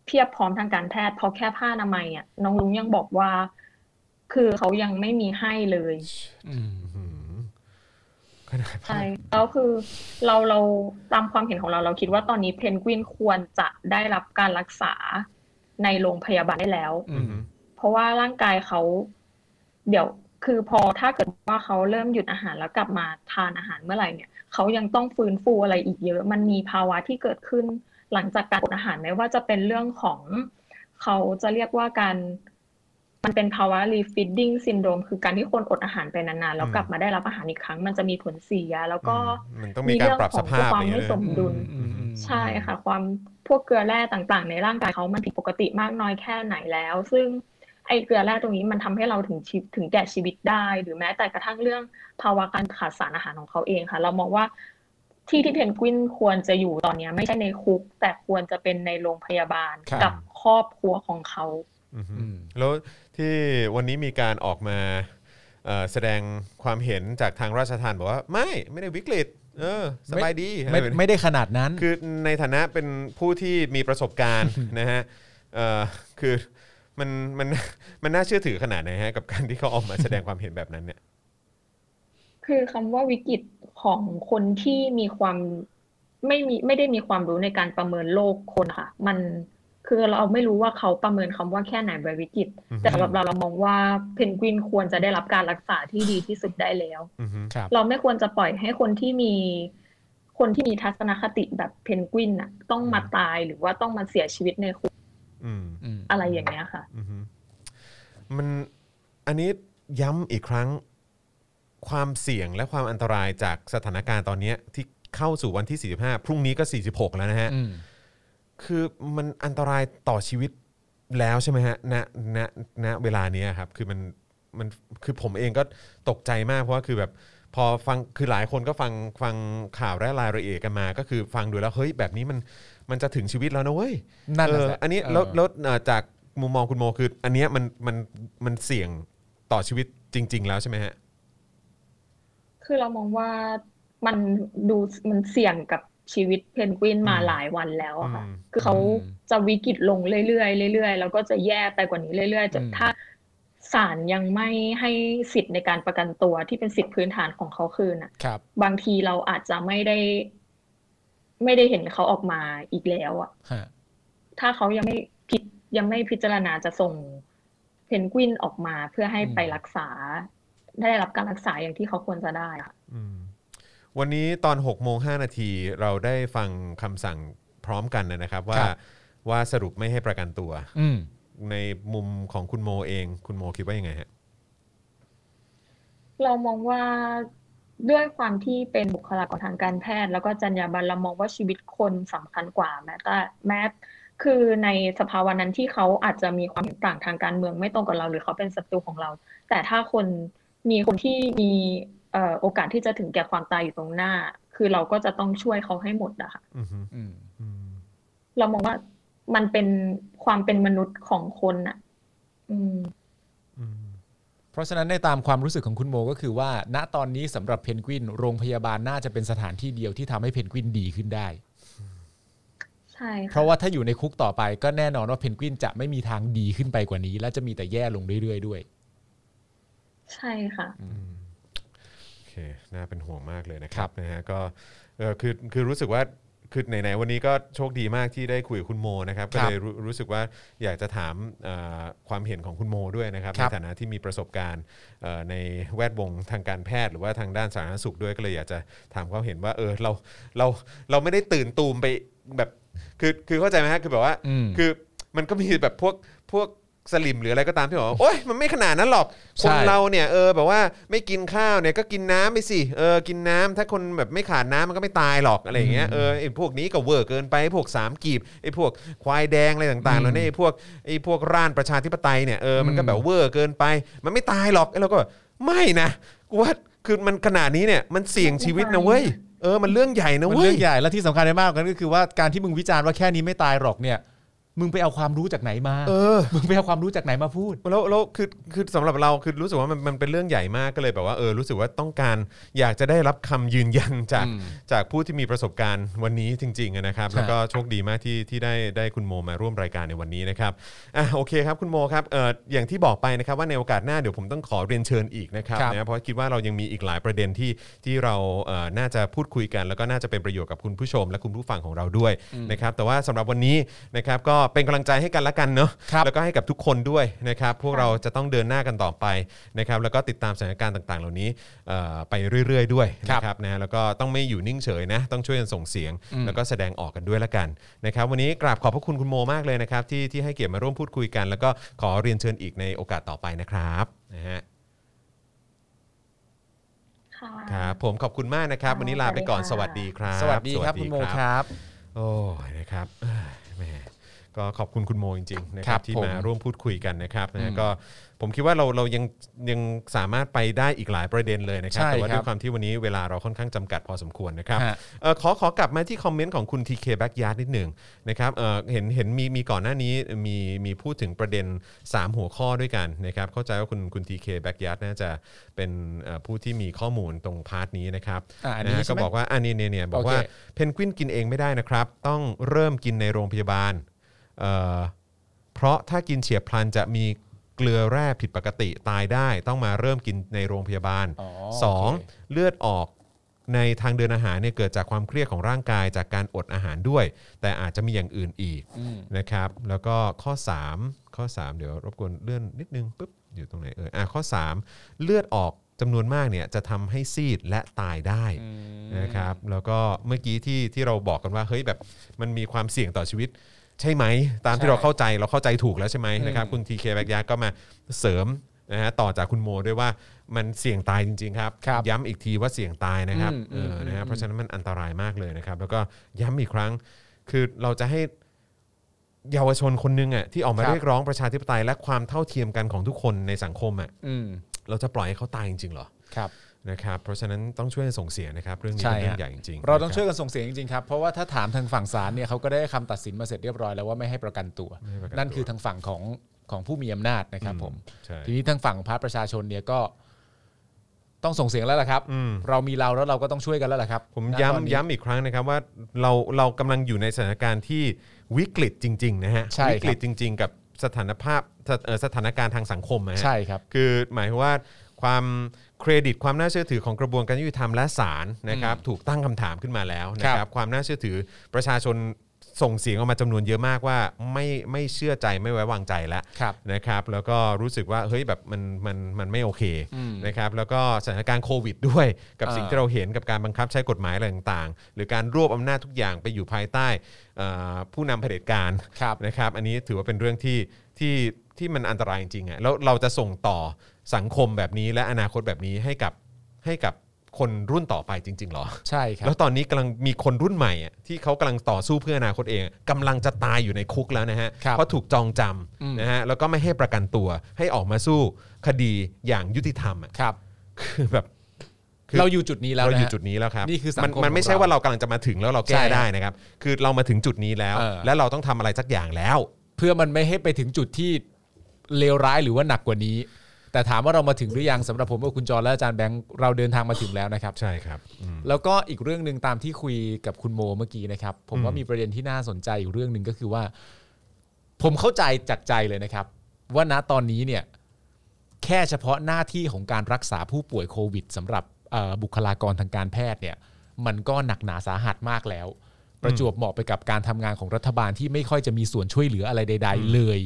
E: เพียบพร้อมทางการแพทย์เพราะแค่ผ้าอนามัยอ่ะน้องลุงยังบอกว่า คือเขายังไม่มีให้เลย
C: อืม
B: หืมขนาด
E: ใช่แล้วคือเราเราตามความเห็นของเราเราคิดว่าตอนนี้เพนกวินควรจะได้รับการรักษาในโรงพยาบาลได้แล้ว
C: อื
B: อื
C: ม
B: ม
E: เพราะว่าร่างกายเขา เดี๋ยวคือพอถ้าเกิดว่าเขาเริ่มหยุดอาหารแล้วกลับมาทานอาหารเมื่อไหร่เนี่ยเขายังต้องฟื้นฟูอะไรอีกเยอะ มันมีภาวะที่เกิดขึ้นหลังจากการอดอาหารไม่ว่าจะเป็นเรื่องของ เขาจะเรียกว่าการมันเป็นภาวะ refeeding syndrome คือการที่คนอดอาหารไปนานๆแล้วกลับมาได้รับอาหารอีกครั้ง มันจะมีผลเสียแล้วก็
B: มันต้องมีการปรับสภาพอ
E: มี
B: ย่าง
E: เรื่
B: เงี้
E: อง
B: ย
E: ของความไม่สม ดุล
C: อืมอืม
E: ใช่ค่ะ ความพวกเกลือแร่ต่างๆ ในร่างกายเขามันผิดปกติมากน้อยแค่ไหนแล้ว ซึ่งไอ้เกลือแร่ตรงนี้มันทำให้เราถึงชีวิตถึงแก่ชีวิตได้ หรือแม้แต่กระทั่งเรื่องภาวะการขาดสารอาหารของเขาเองค่ะ เรามองว่าที่ที่เพนกวินควรจะอยู่ตอนเนี้ยไม่ใช่ในคุก แต่ควรจะเป็นในโรงพยาบาล
C: ครับ
E: กัครอบครัวของเขา
B: อืม
C: อืม
B: แล้วที่วันนี้มีการออกมาเอ่อแสดงความเห็นจากทางราชทานบอกว่า ไม่ไม่ได้วิกฤต เออสบายดีอะร
C: ไม่
B: แบบนี้
C: ไม่ได้ขนาดนั้น
B: คือในฐานะเป็นผู้ที่มีประสบการณ์ นะฮะเอ่อคือมันมันมันน่าเชื่อถือขนาดไหนฮะกับการที่เขาออกมาแสดงความเห็นแบบนั้นเนี่ย
E: คือคำว่าวิกฤตของคนที่มีความไม่มีไม่ได้มีความรู้ในการประเมินโลกคนค่ะ มันคือเราไม่รู้ว่าเขาประเมินคำว่าแค่ไหนเป็นวิกฤต
B: อือฮึ
E: แต่สำหรับเราเรามองว่าเพนกวินควรจะได้รับการรักษาที่ดีที่สุดได้แล้ว
B: อือฮึ
C: ครับ
E: เราไม่ควรจะปล่อยให้คนที่มีคนที่มีทัศนคติแบบเพนกวินน่ะ ต้องมาตายหรือว่าต้องมาเสียชีวิตในคุก
B: อืม
C: อืม
E: อะไรอย่างเงี้ยค่ะ
B: อือฮึมันอันนี้ย้ำอีกครั้งความเสี่ยงและความอันตรายจากสถานการณ์ตอนเนี้ยที่เข้าสู่วันที่ 45 พรุ่งนี้ก็ 46 แล้วนะฮะ
C: อืม
B: คือมันอันตรายต่อชีวิตแล้วใช่ไหมฮะณณณเวลาเนี้ยครับ คือมันมันคือผมเองก็ตกใจมากเพราะว่าคือแบบพอฟังคือหลายคนก็ฟังฟังข่าวและรายละเอียดกันมา ก็คือฟังดูแล้วเฮ้ยแบบนี้มันมันจะถึงชีวิตแล้วนะเว้ย
C: นั่น
B: เออ
C: น่ะสิ
B: อันนี้
C: เออ
B: แล้วแล้วเอ่อจากมุมมองคุณโมคือ อันเนี้ยมันมันมันเสี่ยงต่อชีวิตจริง ๆ แล้วใช่ไหมฮะ
E: คือเรามองว่ามันดูมันเสี่ยงกับชีวิตเพนกวินมา
B: อืม
E: หลายวันแล้วอะค่ะ
B: อืม
E: คือเขาจะวิกฤตลงเรื่อยๆเรื่อยๆ แล้วก็จะแย่ไปกว่านี้เรื่อยๆจนถ้าศาลยังไม่ให้สิทธิ์ในการประกันตัวที่เป็นสิทธิพื้นฐานของเขาคืนน่ะ
C: ครับ
E: บางทีเราอาจจะไม่ได้ ไม่ได้เห็นเขาออกมาอีกแล้วอะ
C: ฮะ
E: ถ้าเขายังไม่พิจยังไม่พิจารณาจะส่งเพนกวินออกมาเพื่อให้
C: อืม
E: ไปรักษา ได้รับการรักษาอย่างที่เขาควรจะได้อะ
B: อืมวันนี้ตอน6กโมงหนาทีเราได้ฟังคำสั่งพร้อมกันนะครับ ว่า
C: ครับ
B: ว่าสรุปไม่ให้ประกันตัว
C: อืม
B: ในมุมของคุณโมเอง คุณโมคิดว่ายังไงฮะ
E: เรามองว่าด้วยความที่เป็นบุคลากรทางการแพทย์ แล้วก็จรรยาบรรณเรามองว่าชีวิตคนสำคัญกว่าแม้แต่แม้คือในสภาวะนั้นที่เขาอาจจะมีความเห็นต่างทางการเมืองไม่ตรงกับเราหรือเขาเป็นศัตรูของเรา แต่ถ้าคนมีคนที่มีเอ่อโอกาสที่จะถึงแก่ความตายอยู่ตรงหน้า คือเราก็จะต้องช่วยเขาให้หมดอะค่ะ
B: อือฮึ
C: อืม
B: อืม
E: เรามองว่ามันเป็นความเป็นมนุษย์ของคนอะอืม
B: อืม
C: เพราะฉะนั้นในตามความรู้สึกของคุณโมก็คือว่า ณตอนนี้สำหรับเพนกวิน โรงพยาบาลน่าจะเป็นสถานที่เดียวที่ทำให้เพนกวินดีขึ้นได้
E: ใช่
C: เพ
E: ค่ะ
C: ราะว่าถ้าอยู่ในคุกต่อไปก็แน่นอนว่าเพนกวินจะไม่มีทางดีขึ้นไปกว่านี้ และจะมีแต่แย่ลงเรื่อยๆด้วย
E: ใช่ค่ะ
B: โอเค น่าเป็นห่วงมากเลยนะค
C: ครั
B: รับบ นะฮะก็เออคือคือรู้สึกว่าคือไหนๆวันนี้ก็โชคดีมากที่ได้คุยกับคุณโมนะครับก็เลยรู้รู้สึกว่าอยากจะถามเอ่อความเห็นของคุณโมด้วยนะครับในฐานะที่มีประสบการณ์เอ่อในแวดวงทางการแพทย์ หรือว่าทางด้านสาธารณสุขด้วยก็เลยอยากจะถามความเห็นว่าเออเราเราเราไม่ได้ตื่นตูมไปแบบคือคือเข้าใจไหมฮะคือแบบว่า
C: อืม
B: คือมันก็มีแบบพวกพวกสลิมหรืออะไรก็ตามที่บอกว่าโอ๊ยมันไม่ขนาดนั้นหรอก คน
C: ใช่
B: เราเนี่ยเออแบบว่าไม่กินข้าวเนี่ยก็กินน้ำไปสิเออกินน้ำถ้าคนแบบไม่ขาดน้ำมันก็ไม่ตายหรอกอะไรอย่างเงี้ยเออไอ้พวกนี้ก็เวอร์เกินไปไอ้พวกสามกีบไอ้พวกควายแดงอะไรต่างๆแล้วเนี่ยไอ้พวกไอ้พวกร่านประชาธิปไตยเนี่ยเออมันก็แบบเวอร์เกินไป มันไม่ตายหรอกไอ้เราก็แบบไม่นะกูว่าคือมันขนาดนี้เนี่ยมันเสี่ยงชีวิตนะเว้ยเออมันเรื่องใหญ่นะ
C: มัน
B: เว้
C: เรื่
B: ย
C: องใหญ่และที่สำคัญไปมากกว่านั้นก็คือว่าการที่มึงวิจารณ์ว่าแค่นี้ไม่ตายหรอกเนี่ย มึงไปเอาความรู้จากไหนมา
B: เออ
C: มึงไปเอาความรู้จากไหนมาพูด
B: แล้วแล้วคือคือสำหรับเราคือรู้สึกว่ามันมันเป็นเรื่องใหญ่มากก็เลยแบบว่าเออรู้สึกว่าต้องการอยากจะได้รับคำยืนยันจาก
C: อืม
B: จากผู้ที่มีประสบการณ์วันนี้จริงๆอะนะครับ
C: ใช่
B: แล้วก็โชคดีมากที่ที่ได้ได้คุณโมมาร่วมรายการในวันนี้นะครับอ่ะโอเคครับคุณโมครับเอออย่างที่บอกไปนะครับว่าในโอกาสหน้าเดี๋ยวผมต้องขอเรียนเชิญอีกนะครับ
C: ครับ
B: นะเพราะคิดว่าเรายังมีอีกหลายประเด็นที่ที่เราเอ่อน่าจะพูดคุยกัน แล้วก็น่าจะเป็นประโยชน์กับคุณผู้ชม และคุณผู้ฟังของเราด้วยนะครับแต่ว่าสำหรับวันนี้นะครับก็เป็นกำลังใจให้กันละกันเนาะ
C: ครับ
B: แล้วก็ให้กับทุกคนด้วยนะครับ พวก
E: ค่ะ
B: เราจะต้องเดินหน้ากันต่อไปนะครับ แล้วก็ติดตามสถานการณ์ต่างๆ เหล่านี้เอ่อไปเรื่อย ๆ ด้วย
C: ครับ
B: นะครับนะแล้วก็ต้องไม่อยู่นิ่งเฉยนะ ต้องช่วยกันส่งเสียง
C: อืม
B: แล้วก็แสดงออกกันด้วยละกันนะครับ วันนี้กราบขอบพระคุณคุณโมมากเลยนะครับ ที่ที่ให้เกียรติมาร่วมพูดคุยกัน แล้วก็ขอเรียนเชิญอีกในโอกาสต่อไปนะครับนะฮะ
E: ค่ะ
B: ครับผมขอบคุณมากนะครับ
E: ค่ะ
B: วันนี้ลาไปก่อนส
E: สวั
B: วัส
E: ส
B: ดี
E: ดี
B: ค
E: ค่ะ
B: รับ
C: สวัสดีครับคุณโมครับ
B: โอ้ยนะครับเอ้ยแหมก็ขอบคุณคุณโมจริงๆนะค
C: ครั
B: รับบ ที่
C: ผม
B: มาร่วมพูดคุยกันนะครับนะ
C: อื
B: ฮะ
C: ม
B: ก็ผมคิดว่าเราเรายังยังสามารถไปได้อีกหลายประเด็นเลยนะครับ
C: ใช่
B: แต่ว่าด้ว
C: ค
B: ย
C: รับ
B: ความที่วันนี้เวลาเราค่อนข้างจำกัดพอสมควรนะครับ
C: ฮะ
B: เอ่อขอขอกลับมาที่คอมเมนต์ของคุณ TK Backyard นิดหนึ่งนะครับเอ่อเห็นเห็นมีมีก่อนหน้านี้มีมีพูดถึงประเด็น 3 หัวข้อด้วยกันนะครับเข้าใจว่าคุณคุณ TK Backyard น่าจะเป็นเอ่อผู้ที่มีข้อมูลตรงพาร์ทนี้นะครับ
C: อ่ะอัน
B: นะ
C: นี้
B: ฮะ
C: ใช่
B: ก็
C: ไหม
B: บอกว่าอันนี้เนี่ยเนี่ยบอกว่า
C: โอเค
B: เพนกวินกินเองไม่ได้นะครับ ต้องเริ่มกินในโรงพยาบาลเอ่อเพราะถ้ากินเฉียบพลันจะมีเกลือแร่ผิดปกติตายได้ ต้องมาเริ่มกินในโรงพยาบาล
C: อ๋อ
B: สอง
C: โเค
B: เลือดออกในทางเดินอาหารเนี่ยเกิดจากความเครียดของร่างกายจากการอดอาหารด้วย แต่อาจจะมีอย่างอื่นอีก
C: อืม
B: นะครับ แล้วก็ข้อ 3 ข้อ 3 เดี๋ยวรบกวนเลื่อนนิดนึงปุ๊บอยู่ตรงไหนเอออ่ะข้อ 3 เลือดออกจำนวนมากเนี่ยจะทำให้ซีดและตายได้นะครับแล้วก็เมื่อกี้ที่ที่เราบอกกันว่าเฮ้ยแบบมันมีความเสี่ยงต่อชีวิต ใช่ไหม ตามที่
C: ใช่
B: เราเข้าใจเราเข้าใจถูกแล้วใช่ไหมนะครับ
C: อืม
B: คุณทีเคแบกยาก็มาเสริมนะฮะต่อจากคุณโมด้วยว่ามันเสี่ยงตายจริง ๆ ครับ
C: ครับ
B: ย้ำอีกทีว่าเสี่ยงตายนะครับ
C: อืม
B: เออ
C: ม
B: นะฮะ
C: อืม
B: เพราะฉะนั้นมันอันตรายมากเลยนะครับ แล้วก็ย้ำอีกครั้ง คือเราจะให้เยาวชนคนหนึงอ่ะที่ออกมาเรียกร้องประชาธิปไตยและความเท่าเทียมกันของทุกคนในสังคมอ่ะ
C: อืม
B: เราจะปล่อยให้เขาตายจริงๆเหรอ
C: ครับ
B: นะครับเพราะฉะนั้นต้องช่วยส่งเสียงนะครับ เรื่องนี้
C: ใช่
B: เป็นเรื่อง
C: ฮะ
B: ใหญ่จริงๆ
C: เราต้อง
B: นะคบ
C: ช่วยกันส่งเสียงจริงๆครับ เพราะว่าถ้าถามทางฝั่งศาลเนี่ยเขาก็ได้คำตัดสินมาเสร็จเรียบร้อยแล้วว่าไม่ให้ประกันตัว
B: ไม่ให้ประกันตัว
C: นั่นคือทางฝั่งของของผู้มีอำนาจนะครับผม
B: ใช่
C: ทีนี้ทางฝั่งของพรรคประชาชนเนี่ยก็ต้องส่งเสียงแล้วล่ะครับ
B: อืม
C: เรามีเราแล้วเราก็ต้องช่วยกันแล้วล่ะครับ
B: ผม
C: ณตอนนี้
B: ย้ำย้ำอีกครั้งนะครับว่าเราเรากำลังอยู่ในสถานการณ์ที่วิกฤตจริง ๆ นะฮะ
C: ใช่ครับ
B: วิกฤตจริง ๆ กับสถานภาพสถเอ่อสถานการณ์ทางสังคมนะฮะ
C: ใช่ครับ
B: คือหมายความว่าความเครดิตความน่าเชื่อถือของกระบวนการยุติธรรมและศาลนะครับถูกตั้งคำถามขึ้นมาแล้วนะค
C: ค
B: รั
C: รั
B: บบ ความน่าเชื่อถือประชาชนส่งเสียงออกมาจำนวนเยอะมากว่าไม่ไม่เชื่อใจไม่ไว้วางใจแล้ว
C: ครับ
B: นะครับแล้วก็รู้สึกว่าเฮ้ยแบบมันมันมันไม่โอเค
C: อืม
B: นะครับแล้วก็สถานการณ์โควิดด้วย กับ
C: อ่า
B: สิ่งที่เราเห็นกับการบังคับใช้กฎหมายอะไรต่างๆ หรือการรวบอำนาจทุกอย่างไปอยู่ภายใต้เอ่อผู้นำเผด็จการ
C: ครับ
B: นะครับอันนี้ถือว่าเป็นเรื่องที่ที่ที่มันอันตรายจริงๆอ่ะแล้วเราจะส่งต่อสังคมแบบนี้และอนาคตแบบนี้ให้กับให้กับคนรุ่นต่อไปจริงๆเหรอ
C: ใช่ครับ
B: แล้วตอนนี้กำลังมีคนรุ่นใหม่อะที่เขากำลังต่อสู้เพื่ออนาคตเองอะกำลังจะตายอยู่ในคุกแล้วนะฮะ
C: ครับ
B: เพราะถูกจองจ
C: อืม
B: ำนะฮะแล้วก็ไม่ให้ประกันตัวให้ออกมาสู้คดีอย่างยุติธรรมอะ
C: ครับ
B: คือแบบคื
C: เราอยู่จุดนี้แล้ว
B: เรา
C: นะ
B: อยู่
C: ฮะ
B: จุดนี้แล้วครับ
C: นี่คือสังคม
B: มันมันไม่ใช่
C: ของเรา
B: ว่าเรากำลังจะมาถึงแล้วเราแก้
C: ใช่ฮะ
B: ได้นะครับ คือเรามาถึงจุดนี้แล้ว
C: เออ
B: และเราต้องทำอะไรสักอย่างแล้ว
C: เพื่อมันไม่ให้ไปถึงจุดที่เลวร้ายหรือว่าหนักกว่านี้ แต่ถามว่าเรามาถึงหรือยังสำหรับผมกับคุณจรและอาจารย์แบงค์เราเดินทางมาถึงแล้วนะครับ
B: ใช่ครับอืม
C: แล้วก็อีกเรื่องหนึ่งตามที่คุยกับคุณโมเมื่อกี้นะครับ ผมว่ามีประเด็นที่น่าสนใจอยู่เรื่องหนึ่งก็คือว่า ผมเข้าใจจากใจเลยนะครับ ว่าณตอนนี้เนี่ย แค่เฉพาะหน้าที่ของการรักษาผู้ป่วยโควิดสำหรับเอ่อบุคลากรทางการแพทย์เนี่ย มันก็หนักหนาสาหัสมากแล้ว ประจวบเหมาะไปกับการทำงานของรัฐบาลที่ไม่ค่อยจะมีส่วนช่วยเหลืออะไรใด ๆ เลย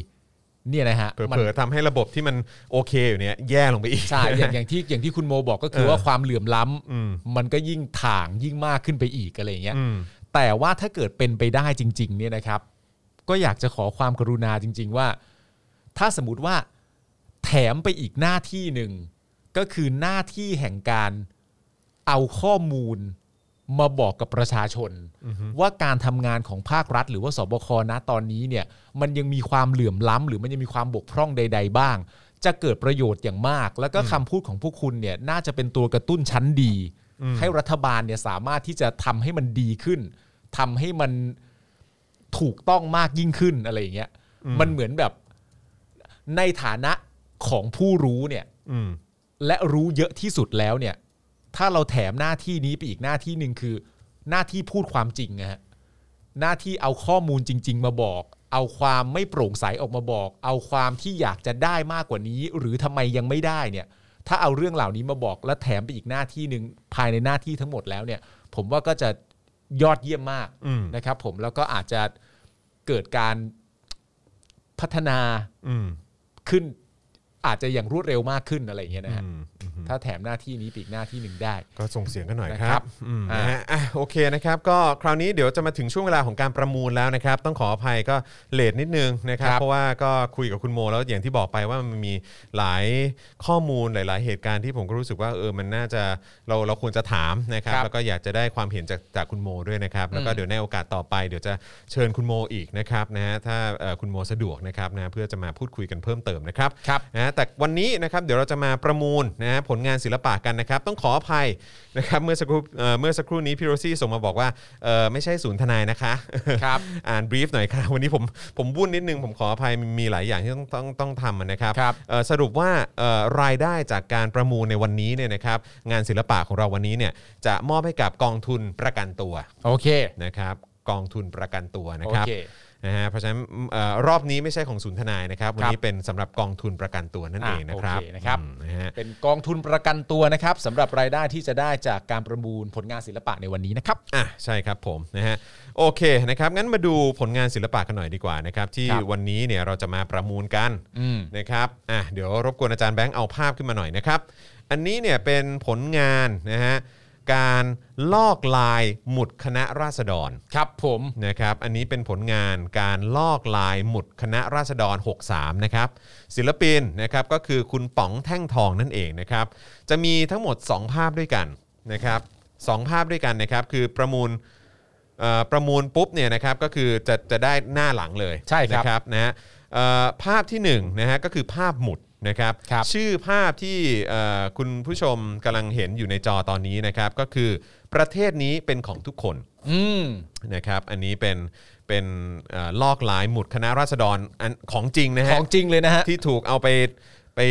C: เนี่ยนะฮะ
B: เผล
C: มัน
B: อๆทำให้ระบบที่มันโอเคอยู่เนี่ยแย่ลงไปอีก
C: ใช่อย่างอย่างที่อย่างที่คุณโมบอกก็คือ
B: เออ
C: ว่าความเหลื่อมล้ำ
B: อืม
C: มันก็ยิ่งถ่างยิ่งมากขึ้นไปอีกอะไรอย่างเงี้ย
B: อืม
C: แต่ว่าถ้าเกิดเป็นไปได้จริง ๆ เนี่ยนะครับ ก็อยากจะขอความกรุณาจริง ๆ ว่า ถ้าสมมติว่าแถมไปอีกหน้าที่หนึ่ง ก็คือหน้าที่แห่งการเอาข้อมูลมาบอกกับประชาชน ว่าการทำงานของภาครัฐ หรือว่าสบคนะตอนนี้เนี่ย มันยังมีความเหลื่อมล้ำหรือมันยังมีความบกพร่องใด ๆ บ้าง จะเกิดประโยชน์อย่างมาก แล้วก็คำพูดของพวกคุณเนี่ยน่าจะเป็นตัวกระตุ้นชั้นดี ให้รัฐบาลเนี่ยสามารถที่จะทำให้มันดีขึ้นทำให้มัน ถูกต้องมากยิ่งขึ้นอะไรอย่างเงี้ย
B: อืม
C: มันเหมือนแบบในฐานะของผู้รู้เนี่ย
B: อืม
C: และรู้เยอะที่สุดแล้วเนี่ย ถ้าเราแถมหน้าที่นี้ไปอีกหน้าที่หนึ่งคือ หน้าที่พูดความจริงนะฮะหน้าที่เอาข้อมูลจริง ๆ มาบอก เอาความไม่โปร่งใสออกมาบอก เอาความที่อยากจะได้มากกว่านี้ หรือทำไมยังไม่ได้เนี่ย ถ้าเอาเรื่องเหล่านี้มาบอกและแถมไปอีกหน้าที่หนึ่งภายในหน้าที่ทั้งหมดแล้วเนี่ย ผมว่าก็จะยอดเยี่ยมมาก
B: อืม
C: นะครับผมแล้วก็อาจจะเกิดการพัฒนา
B: อืม
C: ขึ้น อาจจะอย่างรวดเร็วมากขึ้นอะไรอย่างเงี้ยนะฮะ
B: อืมอืม
C: ถ้าแถมหน้าที่นี้ไปอีกหน้าที่หนึ่งได้
B: ก็ส่งเสียงกันหน่อยค
C: นะค
B: รั
C: รั
B: บบ อืม
C: อ่าน
B: นะฮะอ่ะโอเคนะครับ ก็คราวนี้เดี๋ยวจะมาถึงช่วงเวลาของการประมูลแล้วนะครับ ต้องขออภัยก็เลทนิดนึงนะครับ เพราะว่าก็คุยกับคุณโม แล้วอย่างที่บอกไปว่ามันมีหลายข้อมูลหลาย ๆ เหตุการณ์ที่ผมก็รู้สึกว่าเออมันน่าจะเราเราควรจะถามนะครับ
C: ครับ
B: แล้วก็อยากจะได้ความเห็นจากจากคุณโมด้วยนะครับ แล้วก็
C: อืม
B: เดี๋ยวในโอกาสต่อไปเดี๋ยวจะเชิญคุณโมอีกนะครับนะฮะถ้าเอ่อคุณโมสะดวกนะครับนะเพื่อจะมาพูดคุยกันเพิ่มเติมนะครับ
C: ครับ
B: นะฮะแต่วันนี้นะครับเดี๋ยวเราจะมาประมูลนะฮะผลงานศิลปะกันนะครับ ต้องขออภัยนะครับเมื่อสักครู่เอ่อเมื่อสักครู่นี้พี่โรซี่ส่งมาบอกว่าเอ่อไม่ใช่ศูนย์ทนายนะคะ
C: ครับ
B: อ่านบรีฟหน่อยค่ะวันนี้ผมผมวุ่นนิดนึงผมขออภัยมีหลายอย่างที่ต้องต้องต้องทำนะครับ
C: ครับ
B: เอ่อสรุปว่าเอ่อรายได้จากการประมูลในวันนี้เนี่ยนะครับงานศิลปะของเราวันนี้เนี่ยจะมอบให้กับกองทุนประกันตัว
C: โอเค
B: นะครับกองทุนประกันตัวนะ
C: โอ
B: ครับ
C: เค
B: นะฮะเพราะฉะนั้นเอ่อรอบนี้ไม่ใช่ของศูนย์ทนายนะครับ วันนี้เป็นสำหรับกองทุนประกันตัวนั่นเองนะครับ
C: อ่ะโอเคนะครับ
B: อืมนะฮะ
C: เป็นกองทุนประกันตัวนะครับสำหรับรายได้ที่จะได้จากการประมูลผลงานศิลปะในวันนี้นะครับ
B: อ่ะใช่ครับผมนะฮะโอเคนะครับงั้นมาดูผลงานศิลปะกันหน่อยดีกว่านะครับที่
C: ครับ
B: วันนี้เนี่ยเราจะมาประมูลกัน
C: อืม
B: นะครับอ่ะเดี๋ยวรบกวนอาจารย์แบงค์เอาภาพขึ้นมาหน่อยนะครับ อันนี้เนี่ยเป็นผลงานนะฮะการลอกลายหมุดคณะราษฎร
C: ครับผม
B: นะครับ อันนี้เป็นผลงานการลอกลายหมุดคณะราษฎร 63 นะครับ ศิลปินนะครับก็คือคุณป๋องแท่งทองนั่นเองนะครับ จะมีทั้งหมด 2 ภาพด้วยกันนะครับสองภาพด้วยกันนะครับ คือประมูลเอ่อประมูลปุ๊บเนี่ยนะครับก็คือจะจะได้หน้าหลังเลย
C: ใช่ครับ
B: นะ ครับนะฮะเอ่อภาพที่1นะฮะก็คือภาพหมุดนะครับ
C: ครับ
B: ชื่อภาพที่เอ่อคุณผู้ชมกำลังเห็นอยู่ในจอตอนนี้นะครับ ก็คือประเทศนี้เป็นของทุกคน
C: อืม
B: นะครับ อันนี้เป็นเป็นเอ่อลอกลายหมุดคณะราษฎรอันของจริงนะ
C: ข
B: ฮะ
C: องจริงเลยนะฮะ
B: ที่ถูกเอาไปไป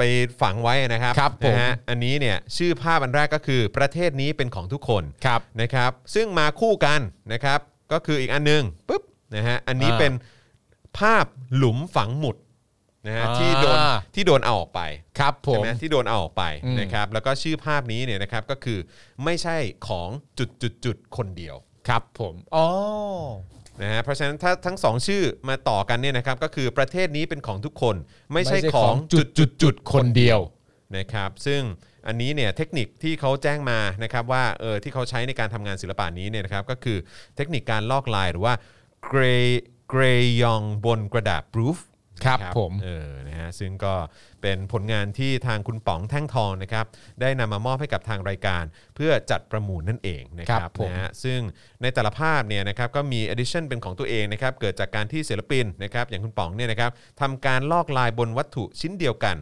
B: ไปฝังไว้นะครับ
C: ครับผม
B: นะฮะอันนี้เนี่ยชื่อภาพอันแรกก็คือประเทศนี้เป็นของทุกคน
C: ครับ
B: นะครับซึ่งมาคู่กันนะครับก็คืออีกอันหนึงปุ๊บนะฮะอันนี้
C: อ่า
B: เป็นภาพหลุมฝังหมุดนะฮะ
C: อ่า
B: ที่โดนที่โดนเอาออกไป
C: ครับผ
B: ใช่
C: ม
B: ไหมที่โดนเอาออกไป
C: อืม
B: นะครับแล้วก็ชื่อภาพนี้เนี่ยนะครับก็คือไม่ใช่ของจุดจุดจุดๆๆคนเดียว
C: ครับผม อ๋อ
B: นะฮะเพราะฉะนั้นถ้าทั้งสองชื่อมาต่อกันเนี่ยนะครับก็คือประเทศนี้เป็นของทุกคน ไม่ใช่ของ
C: จุ
B: จุ
C: ด
B: ด
C: จุดจุดคนเดียว
B: นะครับซึ่งอันนี้เนี่ยเทคนิคที่เขาแจ้งมานะครับว่าเออที่เขาใช้ในการทำงานศิลปะนี้เนี่ยนะครับก็คือเทคนิคการลอกลายหรือว่าเกรเกรยองบนกระดาษบรูฟ
C: ครับผม
B: เออนะฮะซึ่งก็เป็นผลงานที่ทางคุณป๋องแท่งทองนะครับได้นำมามอบให้กับทางรายการ เพื่อจัดประมูลนั่นเองนะค
C: ค
B: รั
C: รั
B: บบ
C: ผม
B: นะฮะซึ่งในแต่ละภาพเนี่ยนะครับก็มีอดิชั่นเป็นของตัวเองนะครับเกิดจากการที่ศิลปินนะครับอย่างคุณป๋องเนี่ยนะครับทำการลอกลายบนวัตถุชิ้นเดียวกัน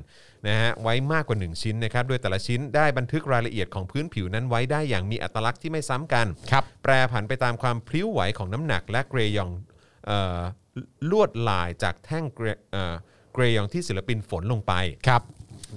B: นะฮะไว้มากกว่า 1 ชิ้นนะครับ โดยแต่ละชิ้นได้บันทึกรายละเอียดของพื้นผิวนั้นไว้ได้อย่างมีอัตลักษณ์ที่ไม่ซ้ำกัน
C: ครับ
B: แปรผันไปตามความพลิ้วไหวของน้ำหนัก และเกรยองเอ่อลวดลายจากแท่งเกรเอ่อเกรยองที่ศิลปินฝนลงไป
C: ครับ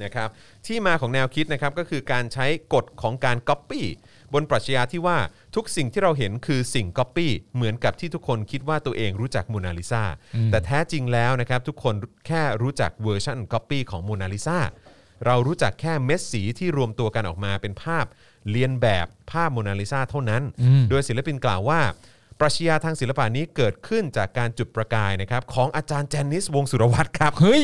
B: นะครับที่มาของแนวคิดนะครับก็คือการใช้กฎของการก๊อปปี้บนปรัชญาที่ว่าทุกสิ่งที่เราเห็นคือสิ่งก๊อปปี้เหมือนกับที่ทุกคนคิดว่าตัวเองรู้จักโมนาลิซาแต่แท้จริงแล้วนะครับทุกคนแค่รู้จักเวอร์ชันก๊อปปี้ของโมนาลิซาเรารู้จักแค่เม็ดสีที่รวมตัวกันออกมาเป็นภาพเลียนแบบภาพโมนาลิซาเท่านั้น โดยศิลปินกล่าวว่า ปรัชญาทางศิลปะนี้เกิดขึ้นจากการจุดประกายนะครับของอาจารย์แจนนิสวงศ์สุรวัตรครับ
C: เฮ้ย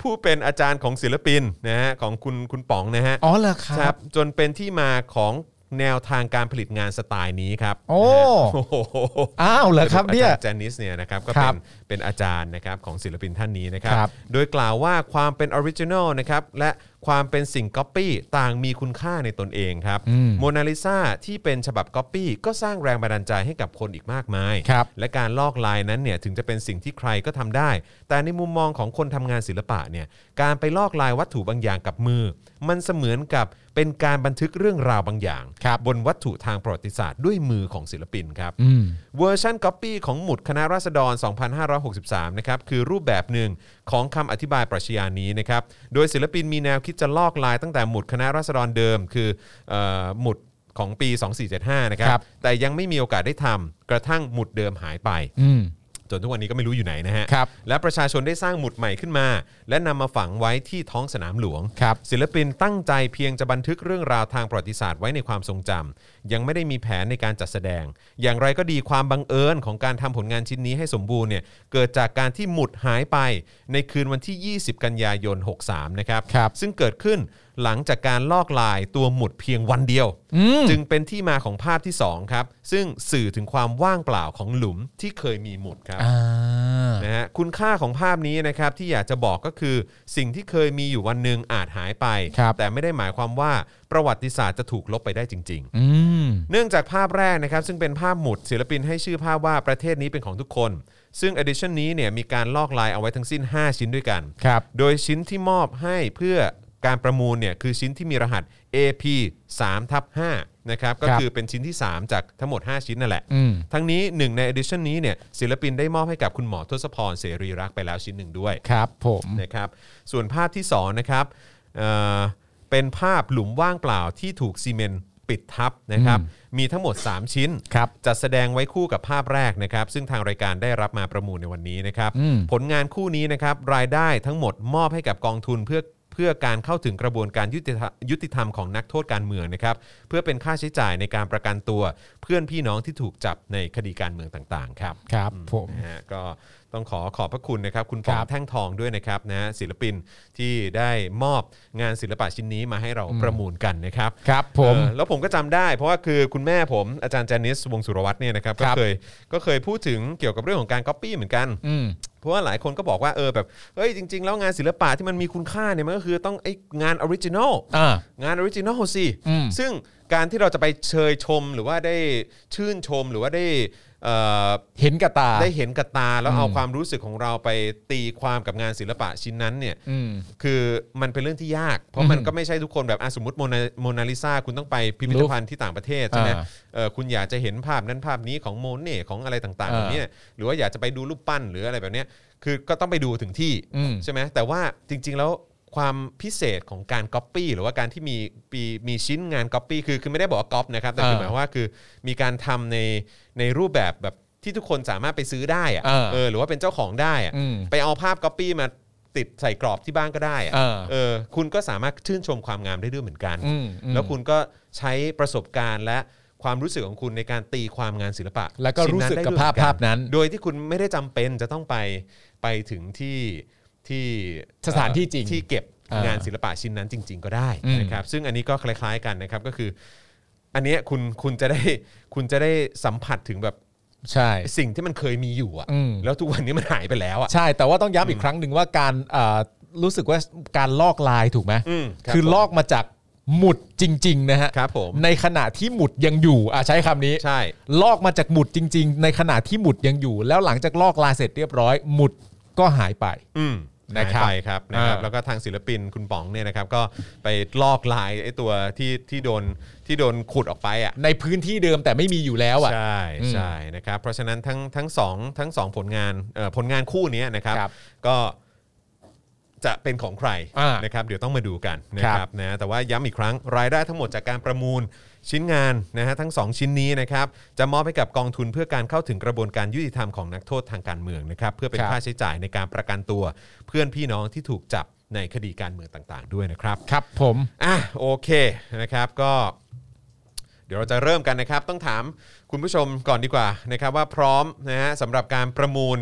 B: ผู้เป็นอาจารย์ของศิลปินนะฮะของคุณคุณป๋องนะฮะ
C: อ๋อเหรอค
B: ค
C: รั
B: รับ บจนเป็นที่มาของแนวทางการผลิตงานสไตล์นี้ครับ
C: โอ้
B: นะฮะโอ้โห
C: อ้าวเหรอครับเนี่ย
B: อาจารย์แจนนิสเนี่ยนะครับก็เป็
C: ครั
B: น
C: บ
B: เป็นอาจารย์นะครับของศิลปินท่านนี้นะครับ
C: ครับ
B: โดยกล่าวว่าความเป็นออริจินอลนะครับและความเป็นสิ่งก๊อปปี้ต่างมีคุณค่าในตนเองครับ
C: อืม
B: โมนาลิซาที่เป็นฉบับก๊อปปี้ก็สร้างแรงบันดาลใจให้กับคนอีกมากมาย
C: ครับ
B: และการลอกลายนั้นเนี่ยถึงจะเป็นสิ่งที่ใครก็ทำได้ แต่ในมุมมองของคนทำงานศิลปะเนี่ยการไปลอกลายวัตถุบางอย่างกับมือ มันเสมือนกับเป็นการบันทึกเรื่องราวบางอย่าง
C: ครับ
B: นวัตถุทางประวัติศาสตร์ด้วยมือของศิลปินครับ
C: อืม
B: เวอร์ชันก๊อปปี้ของหมุดคณะราษฎร 2563 นะครับ คือรูปแบบหนึ่งของคำอธิบายปรัชญานี้นะครับ โดยศิลปินมีแนวคิดจะลอกลายตั้งแต่หมุดคณะราษฎรเดิม คือเอ่อหมุดของปี 2475 นะครับ
C: ครับ
B: แต่ยังไม่มีโอกาสได้ทำกระทั่งหมุดเดิมหายไป
C: อืม
B: จนทุกวันนี้ก็ไม่รู้อยู่ไหนนะฮะ
C: ครับ
B: และประชาชนได้สร้างหมุดใหม่ขึ้นมา และนำมาฝังไว้ที่ท้องสนามหลวง
C: ครับ
B: ศิลปินตั้งใจเพียงจะบันทึกเรื่องราวทางประวัติศาสตร์ไว้ในความทรงจำยังไม่ได้มีแผนในการจัดแสดง อย่างไรก็ดีความบังเอิญของการทำผลงานชิ้นนี้ให้สมบูรณ์เนี่ยเกิดจากการที่หมุดหายไปในคืนวันที่ 20 กันยายน 63 นะครับ
C: ครับ
B: ซึ่งเกิดขึ้นหลังจากการลอกลายตัวหมุดเพียงวันเดียว
C: อืม
B: จึงเป็นที่มาของภาพที่สองครับซึ่งสื่อถึงความว่างเปล่าของหลุมที่เคยมีหมุดครับ
C: อ่า
B: นะฮะคุณค่าของภาพนี้นะครับที่อยากจะบอกก็คือ สิ่งที่เคยมีอยู่วันหนึ่งอาจหายไป
C: ครับ
B: แต่ไม่ได้หมายความว่าประวัติศาสตร์จะถูกลบไปได้จริง ๆ
C: อืม
B: เนื่องจากภาพแรกนะครับ ซึ่งเป็นภาพหมุดศิลปินให้ชื่อภาพว่าประเทศนี้เป็นของทุกคน ซึ่ง edition นี้เนี่ยมีการลอกลายเอาไว้ทั้งสิ้น 5 ชิ้นด้วยกัน
C: ครับ
B: โดยชิ้นที่มอบให้เพื่อการประมูลเนี่ยคือชิ้นที่มีรหัส AP 3ทับ5นะครับก็
C: ครับ
B: คือเป็นชิ้นที่ 3 จากทั้งหมด 5 ชิ้นนั่นแหละ
C: อืม
B: ทั้งนี้หนึ่งใน edition นี้เนี่ยศิลปินได้มอบให้กับคุณหมอทศพรเสรีรักษ์ไปแล้วชิ้นหนึ่งด้วย
C: ครับผม
B: นะครับส่วนภาพที่สองนะครับเอ่อเป็นภาพหลุมว่างเปล่าที่ถูกซีเมนต์ปิดทับนะครับมีทั้งหมด 3 ชิ้น
C: ครับ
B: จัดแสดงไว้คู่กับภาพแรกนะครับ ซึ่งทางรายการได้รับมาประมูลในวันนี้นะครับ
C: อืม
B: ผลงานคู่นี้นะครับ รายได้ทั้งหมดมอบให้กับกองทุนเพื่อเพื่อการเข้าถึงกระบวนการยุติธรรมยุติธรรมของนักโทษการเมืองนะครับ เพื่อเป็นค่าใช้จ่ายในการประกันตัวเพื่อนพี่น้องที่ถูกจับในคดีการเมืองต่างๆ ครับ
C: ครับผม
B: นะฮะก็ต้องขอขอบพระคุณนะครับ คุณปอ
C: ค
B: ง
C: รับ
B: แท่งทองด้วยนะครับนะฮะศิลปินที่ได้มอบงานศิลปะชิ้นนี้มาให้เรา
C: อืม
B: ประมูลกันนะครับ
C: ครับผม
B: เออแล้วผมก็จำได้เพราะว่าคือคุณแม่ผมอาจารย์จานิสวงศ์สุรวัตรเนี่ยนะครับ
C: ค
B: ก็
C: รับ
B: เคยก็เคยพูดถึงเกี่ยวกับเรื่องของการก๊อปปี้เหมือนกัน
C: อืม
B: เพราะว่าหลายคนก็บอกว่าเออแบบเฮ้ยจริง ๆ แล้วงานศิลปะที่มันมีคุณค่าเนี่ยมันก็คือต้องไองานออริจินอล
C: อ่า
B: งานออริจินอลสิ
C: อืม
B: ซึ่งการที่เราจะไปเชยชมหรือว่าได้ชื่นชมหรือว่าได้เอ่อ
C: เห็นกับตา
B: ได้เห็นกับตาแล้ว
C: อืม
B: เอาความรู้สึกของเราไปตีความกับงานศิลปะชิ้นนั้นเนี่ย
C: อืม
B: คือมันเป็นเรื่องที่ยาก เพราะมันก็ไม่ใช่ทุกคนแบบอ่ะสมมติโมนาโมนาลิซาคุณต้องไปพิพิธภัณฑ์ที่ต่างประเทศใช่ไหม
C: อ่า
B: เออคุณอยากจะเห็นภาพนั้นภาพนี้ของโมเน่ของอะไรต่างๆ
C: อ่า
B: แบบเนี้ยหรือว่าอยากจะไปดูรูปปั้นหรืออะไรแบบเนี้ยคือก็ต้องไปดูถึงที่
C: อืม
B: ใช่ไหมแต่ว่าจริง ๆ แล้วความพิเศษของการก๊อปปี้หรือว่าการที่มีปีมีชิ้นงานก๊อปปี้คือคือไม่ได้บอกว่าก๊อปนะครับแต่คือหมายความว่าคือมีการทำในในรูปแบบแบบที่ทุกคนสามารถไปซื้อได้อะ
C: เออ
B: เออหรือว่าเป็นเจ้าของได้อะ
C: อืม
B: ไปเอาภาพก๊อปปี้มาติดใส่กรอบที่บ้านก็ได้อะ
C: เออ
B: เออ คุณก็สามารถชื่นชมความงามได้ด้วยเหมือนกัน
C: อืมอืม
B: แล้วคุณก็ใช้ประสบการณ์และความรู้สึกของคุณในการตีความงานศิลปะ
C: แล้วก็รู้สึกกับภาพ
B: ชิ้นนั้นได้ด้วยเหมือนนโดย
C: ภาพนั้น
B: ที่คุณไม่ได้จำเป็นจะต้องไปไปถึงที่ที่
C: สถานที่จริง
B: เอ่อที่เก็บ
C: อ่าง
B: งานศิลปะชิ้นนั้นจริง ๆ ก็ได้
C: อืม
B: นะครับ ซึ่งอันนี้ก็คล้าย ๆ กันนะครับก็คือ อันเนี้ยคุณคุณจะได้คุณจะได้สัมผัสถึงแบบ
C: ใช่
B: สิ่งที่มันเคยมีอยู่อะ
C: อืม
B: แล้วทุกวันนี้มันหายไปแล้วอะ
C: ใช่ แต่ว่าต้องย้ำอีกครั้งหนึ่งว่าการเอ่อรู้สึกว่าการลอกลายถูกไหม
B: อืมครับ
C: คือ
B: ผม
C: ลอกมาจากหมุดจริง ๆ นะฮะ
B: ครับผม
C: ในขณะที่หมุดยังอยู่อ่ะใช้คำนี้
B: ใช่
C: ลอกมาจากหมุดจริง ๆ ในขณะที่หมุดยังอยู่ แล้วหลังจากลอกลายเสร็จเรียบร้อย หมุดก็หายไป
B: อืม
C: นะครับ
B: หายไปครับนะครับ
C: อ่า
B: แล้วก็ทางศิลปินคุณป๋องเนี่ยนะครับ ก็ไปลอกลายไอ้ตัวที่ที่โดนที่โดนขุดออกไปอ่ะ
C: ในพื้นที่เดิมแต่ไม่มีอยู่แล้วอ่ะ
B: ใช่
C: อืม
B: ใช่นะครับ เพราะฉะนั้นทั้งทั้งสองทั้งสองผลงานเอ่อผลงานคู่เนี้ยนะครับ
C: ครับ
B: ก็จะเป็นของใคร
C: อ่า
B: นะครับ เดี๋ยวต้องมาดูกันนะค
C: ครั
B: รับบ นะแต่ว่าย้ำอีกครั้งรายได้ทั้งหมดจากการประมูลชิ้นงานนะฮะทั้งสองชิ้นนี้นะครับ จะมอบให้กับกองทุนเพื่อการเข้าถึงกระบวนการยุติธรรมของนักโทษทางการเมืองนะครับ เพื่อเป็น
C: ครับ
B: ค่าใช้จ่ายในการประกันตัว เพื่อนพี่น้องที่ถูกจับในคดีการเมืองต่างๆ ด้วยนะครับ
C: ครับผม
B: อ่ะโอเคนะครับก็ เดี๋ยวเราจะเริ่มกันนะครับ ต้องถามคุณผู้ชมก่อนดีกว่านะครับ ว่าพร้อมนะฮะสำหรับการประมูล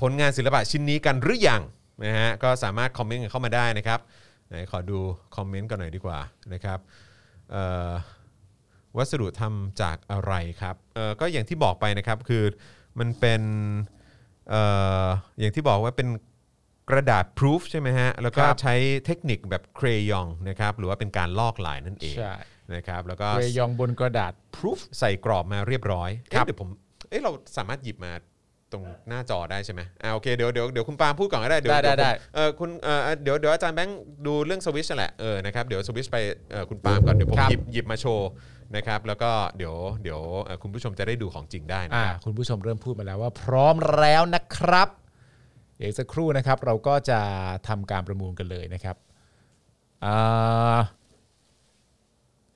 B: ผลงานศิลปะชิ้นนี้กันหรือยังนะฮะก็สามารถคอมเมนต์กันเข้ามาได้นะครับไหนขอดูคอมเมนต์กันหน่อยดีกว่านะครับเอ่อวัสดุทำจากอะไรครับเอ่อก็อย่างที่บอกไปนะครับคือมันเป็น เอ่ออย่างที่บอกว่าเป็นกระดาษ proof ใช่ไหมฮะ แล้วก็
C: ครับ
B: ใช้เทคนิคแบบเครยองนะครับหรือว่าเป็นการลอกลายนั่นเอง
C: ใช่
B: นะครับแล้วก็
C: เรยองบนกระดาษ proof
B: ใส่กรอบมาเรียบร้อย
C: ครั
B: เอ๊ะ
C: บ
B: เดี๋ยวผมเอ๊ะเราสามารถหยิบมาตรงหน้าจอได้ใช่ไหมอ่าโอเคเดี๋ยวเดี๋ยวเดี๋ยวคุณปาล์มพูดก่อนก็ได้เดี๋ยว
C: ได้
B: เยวผม
C: ได้ได้
B: เออคุณเออเดี๋ยวเดี๋ยวอาจารย์แบงค์ดูเรื่องสวิชแหละเออนะครับเดี๋ยวสวิชไปเออคุณปาล์มก่อนเดี๋ยวผมหยิบหยิบมาโชว์นะครับแล้วก็เดี๋ยวเดี๋ยวเอ่อคุณผู้ชมจะได้ดูของจริงได้นะ
C: อ่า
B: ครับ
C: คุณผู้ชมเริ่มพูดมาแล้วว่าพร้อมแล้วนะครับ เดี๋ยวอีกสักครู่นะครับ เราก็จะทำการประมูลกันเลยนะครับอ่า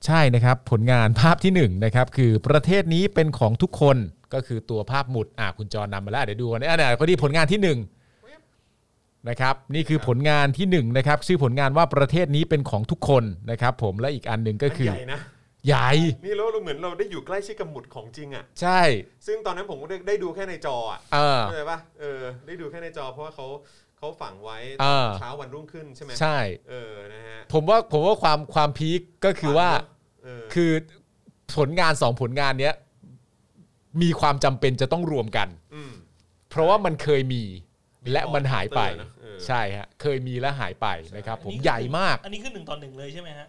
C: ใช่นะครับ ผลงานภาพที่หนึ่งนะครับ คือประเทศนี้เป็นของทุกคนก็คือตัวภาพหมุดอ่าคุณจอนำมาแล้วเดี๋ยวดูกันอ่าเนี่ยพอดีผลงานที่หนึ่งนะครับ นี่คือผลงานที่หนึ่งนะครับ ชื่อผลงานว่าประเทศนี้เป็นของทุกคนนะครับ ผมและอีกอันหนึ่งก็คือ
B: ใหญ่นะ
C: ใหญ่
B: นี่แล้วเราเหมือนเราได้อยู่ใกล้ชิดกับหมุดของจริงอะ่ะ
C: ใช่
B: ซึ่งตอนนั้นผมก็ได้ได้ดูแค่ในจออะ
C: เออ
B: เข้าใจปะเออ ได้ดูแค่ในจอเพราะว่าเขาเขาฝังไว้
C: อ่า
B: เช้าวันรุ่งขึ้นใช่ไหม
C: ใช่
B: เออ นะฮะ
C: ผมว่าผมว่าความความพีคก็คือว่า
B: เออ
C: คือผลงานสองผลงานเนี้ยมีความจำเป็นจะต้องรวมกัน
B: ม
C: เพราะว่ามันเคยมีและมันหายไป
B: เออนะเออ
C: ใช่ฮะเคยมีและหายไปนะครับผม
D: อันนี้คือ
C: ใหญ่มาก
D: อันนี้คือหนึ่งต่อหนึ่งเลยใช่ไหมฮะ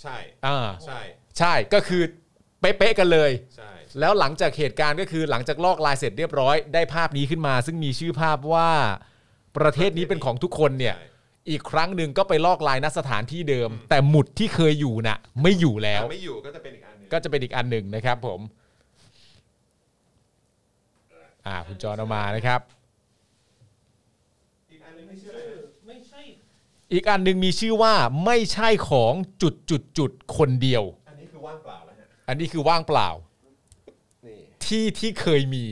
B: ใช่
C: อ่า
B: ใช่
C: ใช่ก็คือเป๊ะๆกันเลย
B: ใช่
C: แล้วหลังจากเหตุการณ์ก็คือหลังจากลอกลายเสร็จเรียบร้อยได้ภาพนี้ขึ้นมา ซึ่งมีชื่อภาพว่าประเทศนี้เป็นของทุกคนเนี่ย อีกครั้งหนึ่งก็ไปลอกลายณสถานที่เดิม แต่หมุดที่เคยอยู่น่ะ ไม่อยู่แล้ว
B: ถ้าไม่อยู่ก็จะเป็นอีกอันหนึง
C: ก็จะเป็นอีกอันหนึ่งนะครับผม อ่า คุณจอนเอามานะครับ
B: อีกอันหนึงไม่เชื่อเลยนะ
D: ไม่ใช่
C: อีกอันหนึ่งมีชื่อว่าไม่ใช่ของจุดจุดจุดคนเดียว
B: อันนี้คือว่างเปล่าแล้วฮะ
C: อันนี้คือว่างเปล่า
B: นี่
C: ที่ที่เคยมี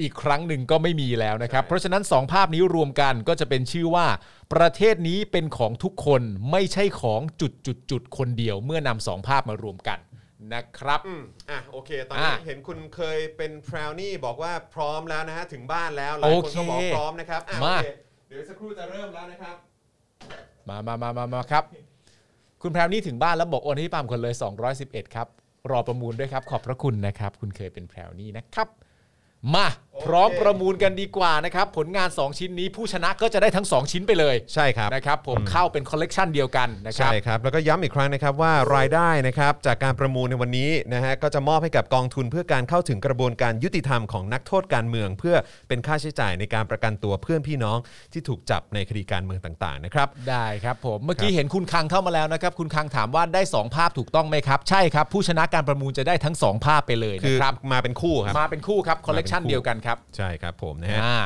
C: อีกครั้งหนึ่งก็ไม่มีแล้วนะครับ เพราะฉะนั้นสองภาพนี้รวมกันก็จะเป็นชื่อว่า ประเทศนี้เป็นของทุกคนไม่ใช่ของจุดจุดจุดคนเดียว เมื่อนำสองภาพมารวมกันนะครับ
B: อืมอ่ะโอเค ตอนนี้
C: อ่ะ
B: เห็นคุณเคยเป็นพราวนี่บอกว่าพร้อมแล้วนะฮะถึงบ้านแล้วหลายคนก็บอก
C: โอเค
B: พร้อมนะครับอ่ะโอ
C: มา
B: เคเดี๋ยวสักครู่จะเริ่มแล้วนะครับ
C: มามามามามาครับ คุณแพรวนี่ถึงบ้านแล้วบอกโอนให้พี่ปาล์มคนเลย 211 ครับ รอประมูลด้วยครับ ขอบพระคุณนะครับ คุณเคยเป็นแพรวนี่นะครับ มา พร้อมประมูลกันดีกว่านะครับ ผลงาน 2 ชิ้นนี้ผู้ชนะก็จะได้ทั้ง 2 ชิ้นไปเลย
B: ใช่ครับ
C: นะครับ ผมเข้าเป็นคอลเลกชันเดียวกันนะครับ
B: ใช่ครับ แล้วก็ย้ำอีกครั้งนะครับว่ารายได้นะครับจากการประมูลในวันนี้นะฮะก็จะมอบให้กับกองทุนเพื่อการเข้าถึงกระบวนการยุติธรรมของนักโทษการเมือง เพื่อเป็นค่าใช้จ่ายในการประกันตัวเพื่อนพี่น้องที่ถูกจับในคดีการเมืองต่างๆนะครับ
C: ได้ครับผมเมื่อ
B: ค
C: กี้
B: รับ
C: เห็นคุณคังเข้ามาแล้วนะครับ คุณคังถามว่าได้สองภาพถูกต้องไหมครับ ใช่ครับ ผู้ชนะการประมูลจะได้ทั้งสองภาพไปเลย
B: คื
C: นะ
B: อ
C: ครับ
B: มาเป็นคู่ครับ
C: มาเป็นคู่ครับคอลเลกชัน
B: มาเป็นคู่
C: เดียวกันครับ
B: ใช่ครับผมนะฮะ
C: อ่า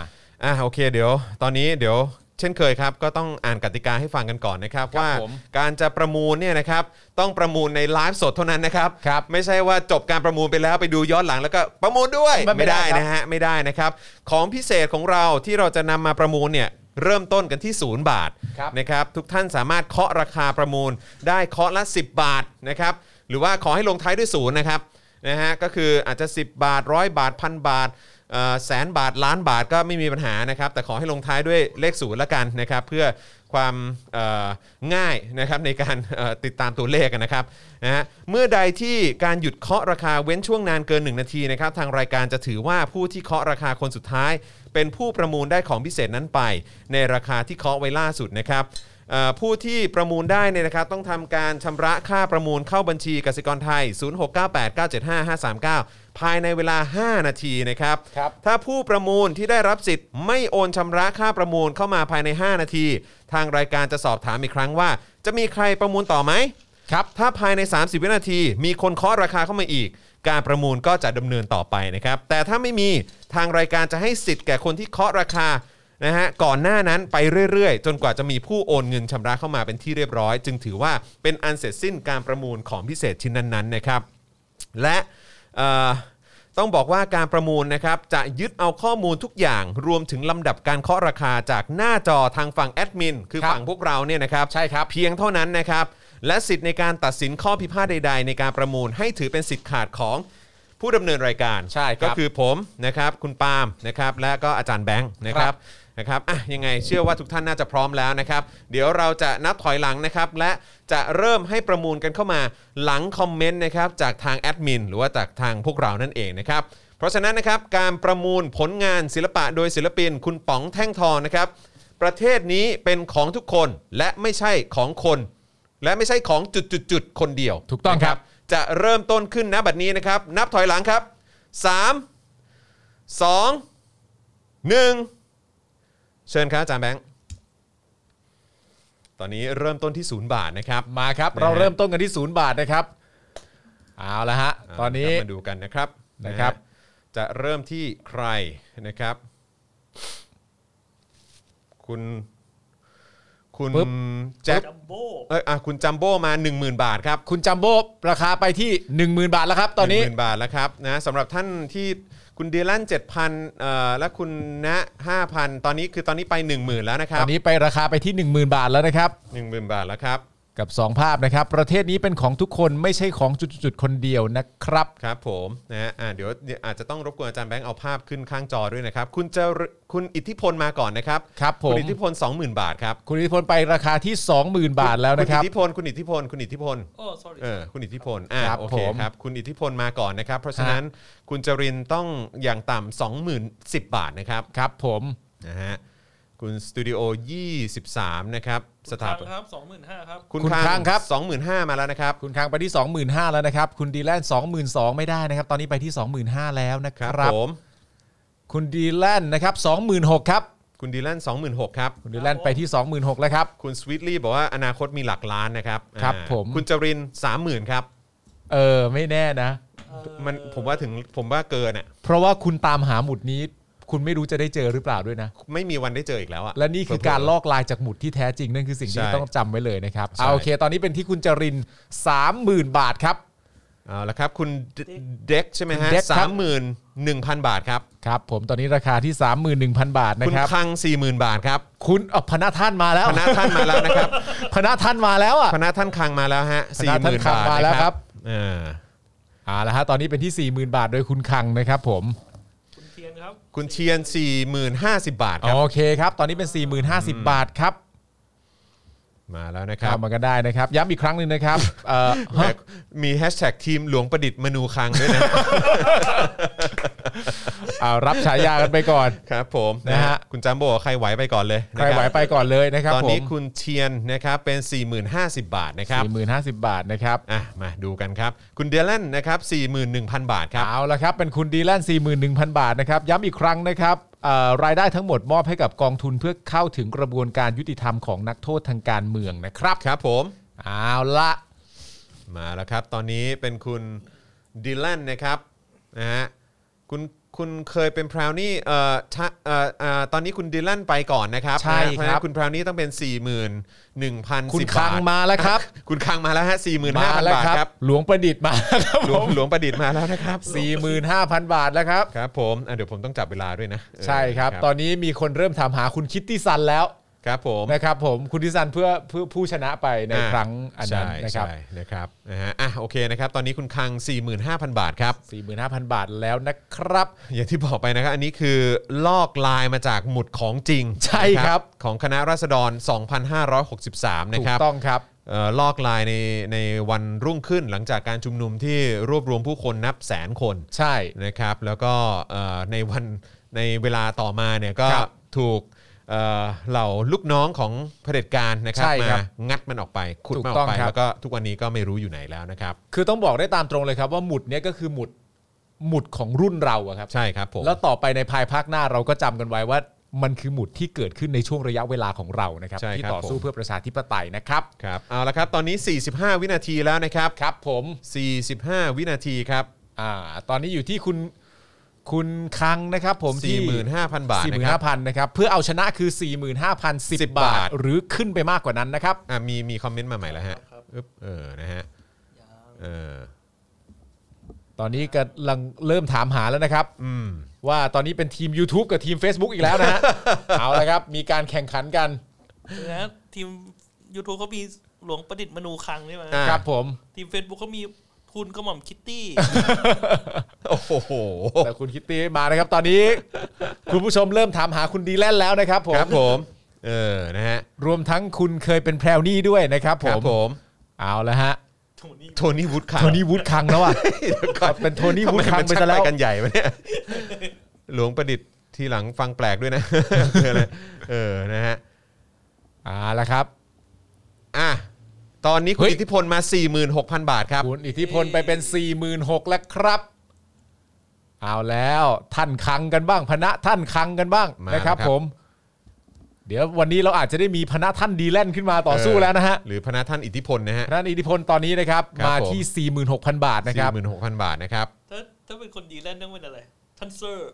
B: อ่ะโอเคเดี๋ยวตอนนี้เดี๋ยวเช่นเคยครับ ก็ต้องอ่านกติกาให้ฟังกันก่อนนะครับ
C: ครับ
B: ว่า
C: ผม
B: การจะประมูลเนี่ยนะครับต้องประมูลในไลฟ์สดเท่านั้นนะครับ
C: ครับ
B: ไม่ใช่ว่าจบการประมูลไปแล้วไปดูย้อนหลังแล้วก็ประมูลด้วย
C: ไม่ไม่ได้ครับ
B: นะฮะไม่ได้นะครับ ของพิเศษของเราที่เราจะนำมาประมูลเนี่ยเริ่มต้นกันที่ศูนย์บาท
C: ครับ
B: นะครับทุกท่านสามารถเคาะราคาประมูลได้เคาะละ 10 บาทนะครับหรือว่าขอให้ลงท้ายด้วยศูนย์นะครับนะฮะก็คืออาจจะ 10 บาทร้อยบาทพันบาทเอ่อแสนบาทล้านบาทก็ไม่มีปัญหานะครับ แต่ขอให้ลงท้ายด้วยเลขศูนย์ละกันนะครับ เพื่อความเอ่อง่ายนะครับในการเอ่อติดตามตัวเลขกันนะครับนะฮะเมื่อใดที่การหยุดเคาะราคาเว้นช่วงนานเกิน 1 นาทีนะครับ ทางรายการจะถือว่าผู้ที่เคาะราคาคนสุดท้าย เป็นผู้ประมูลได้ของพิเศษนั้นไป ในราคาที่เคาะไว้ล่าสุดนะครับ เอ่อผู้ที่ประมูลได้เนี่ยนะครับต้องทำการชำระค่าประมูลเข้าบัญชีกสิกรไทย 0698975539 ภายในเวลา 5 นาทีนะครับ
C: ครับ
B: ถ้าผู้ประมูลที่ได้รับสิทธิ์ไม่โอนชำระค่าประมูลเข้ามาภายใน 5 นาที ทางรายการจะสอบถามอีกครั้งว่า จะมีใครประมูลต่อไหม
C: ครับ
B: ถ้าภายใน 30 วินาที มีคนเคาะราคาเข้ามาอีก การประมูลก็จะดำเนินต่อไปนะครับ แต่ถ้าไม่มีทางรายการจะให้สิทธิ์แก่คนที่เคาะราคานะฮะก่อนหน้านั้นไปเรื่อยๆ จนกว่าจะมีผู้โอนเงินชำระเข้ามาเป็นที่เรียบร้อย จึงถือว่าเป็นอันเสร็จสิ้นการประมูลของพิเศษชิ้นนั้นๆนะครับ และเอ่อต้องบอกว่าการประมูลนะครับจะยึดเอาข้อมูลทุกอย่าง รวมถึงลำดับการเคาะราคาจากหน้าจอทางฝั่งแอดมินคือ
C: ครับ
B: ฝั่งพวกเราเนี่ยนะครับ
C: ใช่ครับ
B: เพียงเท่านั้นนะครับ และสิทธิ์ในการตัดสินข้อพิพาทใด ๆ ในการประมูลให้ถือเป็นสิทธิ์ขาดของผู้ดำเนินรายการ
C: ใช่ครับ
B: ก็คือผมนะครับคุณปาล์มนะครับและก็อาจารย์แบงค์นะครั
C: ครับ บ
B: นะครับอ่ะยังไงเชื่อว่าทุกท่านน่าจะพร้อมแล้วนะครับ เดี๋ยวเราจะนับถอยหลังนะครับ และจะเริ่มให้ประมูลกันเข้ามาหลังคอมเมนต์นะครับจากทางแอดมินหรือว่าจากทางพวกเรานั่นเองนะครับ เพ ราะฉะนั้นนะครับการประมูลผลงานศิลปะโดยศิลปิน คุณป๋องแท่งทองนะครับ ประเทศนี้เป็นของทุกคนและไม่ใช่ของคน และไม่ใช่ของจุดๆๆคนเดียว
C: ถูกต้องครับ
B: นะจะเริ่มต้นขึ้นนะบัดนี้นะครับ นับถอยหลังครับ 3 2 1 เชิญครับอาจารย์แบงค์ตอนนี้เริ่มต้นที่ศูนย์บาทนะครับ
C: มาครับ
B: นะฮะ
C: เราเริ่มต้นกันที่ศูนย์บาทนะครับเอาละฮะ ตอนนี้
B: เดี๋ยวมาดูกันนะครับ
C: นะครับ
B: ฮจะเริ่มที่ใครนะครับ คุณ คุณแจ็ค
D: จัมโบ้
B: เอ้ยอ่ะคุณจัมโบ้มา 10,000 บาทครับ
C: คุณจัมโบ้ราคาไปที่ 10,000 บาทแล้วครับ ตอนนี้
B: 10,000 บาทแล้วครับนะสำหรับท่านที่คุณเดลัน7,000เอ่อและคุณนะ5,000 ตอนนี้คือตอนนี้ไป 10,000 แล้วนะค
C: ต
B: รั
C: อบ นนี้ไปราคาไปที่ 10,000 บาทแล้วนะครับ
B: 10,000 บาทแล้วครับ
C: กับ 2 ภาพนะครับ ประเทศนี้เป็นของทุกคนไม่ใช่ของจุดๆๆคนเดียวนะครับ
B: ครับผมนะฮะอ่าเดี๋ยวอาจจะต้องรบกวนอาจารย์แบงค์เอาภาพขึ้นข้างจอด้วยนะครับ คุณเจะคุณอิทธิพลมาก่อนนะครับ
C: ครับผม
B: ณอิทธิพล 20,000 บาทครับ
C: คุณอิทธิพลไปราคาที่ 20,000 บาทแล้วนะครับ
B: ณอิทธิพลคุณอิทธิพลคุณอิทธิพล
D: โอ้ sorry
B: เออคุณอิทธิพลอ่า
C: ครับ
B: โอเค
C: ผม
B: ครับคุณอิทธิพลมาก่อนนะครับ เพราะฉะนั้นคุณจรินต้องอย่างต่ำสองหมื่นสิบบาทนะครับ
C: ครับผม
B: นะฮะคุณสตูดิโอ23 นะครับสถาป
D: คุณครับสองหมื่นห้าครับ
B: คุณ
C: คุณ
B: ค้าง
C: ค้างครับ
B: สองหมื่นห้ามาแล้วนะครับ
C: คุณค้างไปที่ 25,000 แล้วนะครับ คุณดีแลน22,000 ไม่ได้นะครับ ตอนนี้ไปที่ 25,000 แล้วนะ
B: ค
C: ค
B: รั
C: รั
B: บบ ผม
C: คุณดีแลนนะครับ26,000ครับ
B: คุณดีแลน26,000ครับ
C: คุณดีแลนไปที่ 26,000แล้วครับ
B: คุณสวิตลี่บอกว่าอนาคตมีหลักล้านนะครับ
C: ครับ
B: อ่า
C: ผม
B: คุณจริน30,000ครับ
C: เออ ไม่แน่นะ
B: มันผมว่าถึงผมว่าเกินอ่ะ
C: เพราะว่าคุณตามหาหมุดนี้ คุณไม่รู้จะได้เจอหรือเปล่าด้วยนะ
B: ไม่มีวันได้เจออีกแล้วอ่ะ
C: และนี่คือการลอกลายจากหมุดที่แท้จริง นั่นคือสิ่งที่
B: ใช่
C: ต้องจำไว้เลยนะครับ
B: ใช่
C: เอาโอเค ตอนนี้เป็นที่คุณจริน 30,000 บาทครับ
B: เอาละครับคุณเด็กใช่ไหมฮะ
C: เด็กครั
B: สา
C: บ
B: มหมื่นหนึ่งพันบาทครับ
C: ครับ ผมตอนนี้ราคาที่ 31,000 บาทนะ
B: คุณ
C: ครับ
B: คัง 40,000 บาทครับ
C: คุณเอ่อพนักท่านมาแล้ว
B: พนักท่านมาแล้ว นะครับ
C: พนักท่านมาแล้วอ่ะ
B: พนักท่านคังมาแล้วฮะ
C: พนักท่าน
B: 40,000
C: คัง
B: บาท
C: มาแล้ว
B: นะครับ เออ
C: เอาละฮะตอนนี้เป็นที่ 40,000 บาทโดยคุณคังนะครับผม
D: คุณเทียนครับ
B: คุณเทียน 40,050 บาทครับ
C: โอเคครับ ตอนนี้เป็น 40,050 บาทครับ
B: มาแล้วนะค
C: ข้า
B: รับ
C: มมากันได้นะครับ ย้ำอีกครั้งหนึ่งนะครับเอ่อ
B: แหม่
C: ฮะ
B: มีแฮชแท็กทีมหลวงประดิษฐ์มนูคังด้วยนะ
C: เอารับฉายากันไปก่อน
B: ครับผม
C: นะฮะ
B: คุณจัมโบ้ใครไหวไปก่อนเลย
C: ใค
B: นะ
C: ร
B: บ
C: ไหวไปก่อนเลยนะครับ
B: ตอน
C: ผม
B: นี้คุณเทียนนะครับเป็น 40,050 บาทนะครับ
C: สี่หมื่นห้าสิบบาทนะครับ
B: อ่ะมาดูกันครับ คุณเดลันนะครับ41,000 บาทครับ
C: เอาละครับ เป็นคุณดีแลน41,000 บาทนะครับ ย้ำอีกครั้งนะครับเอ่อรายได้ทั้งหมดมอบให้กับกองทุนเพื่อเข้าถึงกระบวนการยุติธรรมของนักโทษทางการเมืองนะครับ
B: ครับผม
C: เอาละ
B: มาแล้วครับ ตอนนี้เป็นคุณดิลันนะครับนะฮะคุณคุณเคยเป็นพราวนี่เอ่อทะเอ่อเอ่อตอนนี้คุณดิลันไปก่อนนะครับ
C: ใช่
B: นะเพาะ
C: ค
B: ฉะ
C: รับ
B: นั้นคุณพราวนี่ต้องเป็น 4 1 0 0 0
C: คุณคังมาแล้วครับ
B: คุณคังมาแล้วฮะ
C: มาแล้
B: 45,000
C: ว
B: บาทครับ
C: หลวงประดิษฐ์มาแล้วครับ
B: หล
C: ผ
B: วง
C: ม
B: หลวงประดิษฐ์มาแล้วนะครับ
C: 45,000 บาทแล้วครับ
B: ครับผมอ่ะเดี๋ยวผมต้องจับเวลาด้วยนะเออ
C: ใช่ครับ ตอนนี้มีคนเริ่มถามหาคุณคิตติซันแล้ว
B: ครับผม
C: นะครับผมคุณคิตติซันเพื่อเพื่อผู้ชนะไปในครั้งอันนั้น
B: ใช่
C: นะครับ
B: ใช่นะครับนะฮะอ่ะโอเคนะครับ ตอนนี้คุณคัง 45,000 บาทครับ
C: 45,000 บาทแล้วนะครับ
B: อย่างที่บอกไปนะครับ อันนี้คือลอกลายมาจากหมุดของจริง
C: ใช่
B: นะครับ ของคณะราษฎร 2,563 นะ
C: ถู
B: ค
C: ก
B: รับ
C: ต้องครับ
B: เอ่อลอกลายในในวันรุ่งขึ้นหลังจากการชุมนุมที่รวบรวมผู้คนนับแสนคน
C: ใช่
B: นะครับ แล้วก็เอ่อในวันในเวลาต่อมาเนี่ยก็
C: ครับ
B: ถูกเอ่อเหล่าลูกน้องของเผด็จการนะครับ
C: ใช่
B: มา
C: ครับ
B: งัดมันออกไปขุด
C: ถูก
B: มันอ
C: ต้
B: อ
C: อ
B: ก
C: ง
B: ไป
C: ครับ
B: แล้วก็ทุกวันนี้ก็ไม่รู้อยู่ไหนแล้วนะครับ
C: คือต้องบอกได้ตามตรงเลยครับว่าหมุดเนี้ยก็คือหมุดหมุดของรุ่นเราอะครับ
B: ใช่ครับผม
C: แล้วต่อไปในภายภาคหน้าเราก็จำกันไว้ว่า มันคือหมุดที่เกิดขึ้นในช่วงระยะเวลาของเรานะครับ
B: ใช่ครับ
C: ที่ต่อสู้
B: ผม
C: เพื่อประชาธิปไตยนะครับ
B: ครับเอาละครับตอนนี้ 45 วินาทีแล้วนะครับ
C: ครับผม
B: 45 วินาทีครับ
C: อ่า ตอนนี้อยู่ที่คุณคุณคังนะครับผมที่
B: 45,000 บาท
C: สี่หมื่
B: นะค
C: น
B: รั
C: ห้า
B: บ
C: พันนะครับ เพื่อเอาชนะคือ 4 5 0 0
B: 10
C: 0บาท หรือขึ้นไปมากกว่านั้นนะครับ
B: อ่ะมีมีคอมเมนต์มาใหม่แล้วฮะ
D: ครับ
B: อึ๊บเออนะฮะเออ
C: ตอนนี้กำลังเริ่มถามหาแล้วนะครับ
B: อืม
C: ว่าตอนนี้เป็นทีม YouTube กับทีม Facebook อีกแล้ว นะฮะ เอาละครับ มีการแข่งขันกัน
D: นะทีม YouTube เขามีหลวงประดิษฐ์มนูคังใช่ไหม
B: อ่ะ
C: ครับผม
D: ทีม Facebook เขามีทุนกระหม่อมคิตตี้
B: โอ้โห
C: แต่คุณคิตตี้มานะครับ ตอนนี้ คุณผู้ชมเริ่มถามหาคุณดีแลนแล้วนะครับผม
B: ครับผม เออนะฮะ
C: รวมทั้งคุณเคยเป็นแพรวนี่ด้วยนะครับ
B: ค
C: ผ
B: รับ
C: ม
B: ผม
C: เอาละฮะ
D: ช นนี้
B: โทนี่วูดคาร์
C: โทนี่วูดคังแล้วอ่ะ เป็นโทนี่
B: ทำ
C: วู
B: ไม
C: ดคั
B: มั
C: ง
B: น
C: ไป
B: ช่า
C: ซะ
B: งไป
C: แล้ว
B: กันใหญ่วะเนี่ย หลวงประดิษฐ์ทีหลังฟังแปลกด้วยนะ เออเออนะฮะ
C: อ่าละครับ
B: อ่ะ ตอนนี้คุ
C: เฮ้
B: ณ
C: ย
B: อิทธิพลมา 46,000 บาทครับ
C: คุณอิทธิพลไปเป็น 4 6 0 0 0แล้วครับ เอาแล้วท่านคังกันบ้างพนะท่านคังกันบ้าง
B: มา
C: นะครับ
B: แล้วครับ
C: ผม เดี๋ยววันนี้เราอาจจะได้มีพนะท่านดีแลนขึ้นมาต่อสู้แล้วนะฮะ
B: หรือพนักท่านอิทธิพลนะฮะ
C: พนะอิทธิพลตอนนี้นะครับ
B: ครับ
C: มา
B: ผม
C: ที่ 46,000 บาทนะครับ
B: 46,000 บาทนะครับ
D: ถ้าถ้าเป็นคนดีแลนด์ต้องเป็นอะไร ท่านเซอร์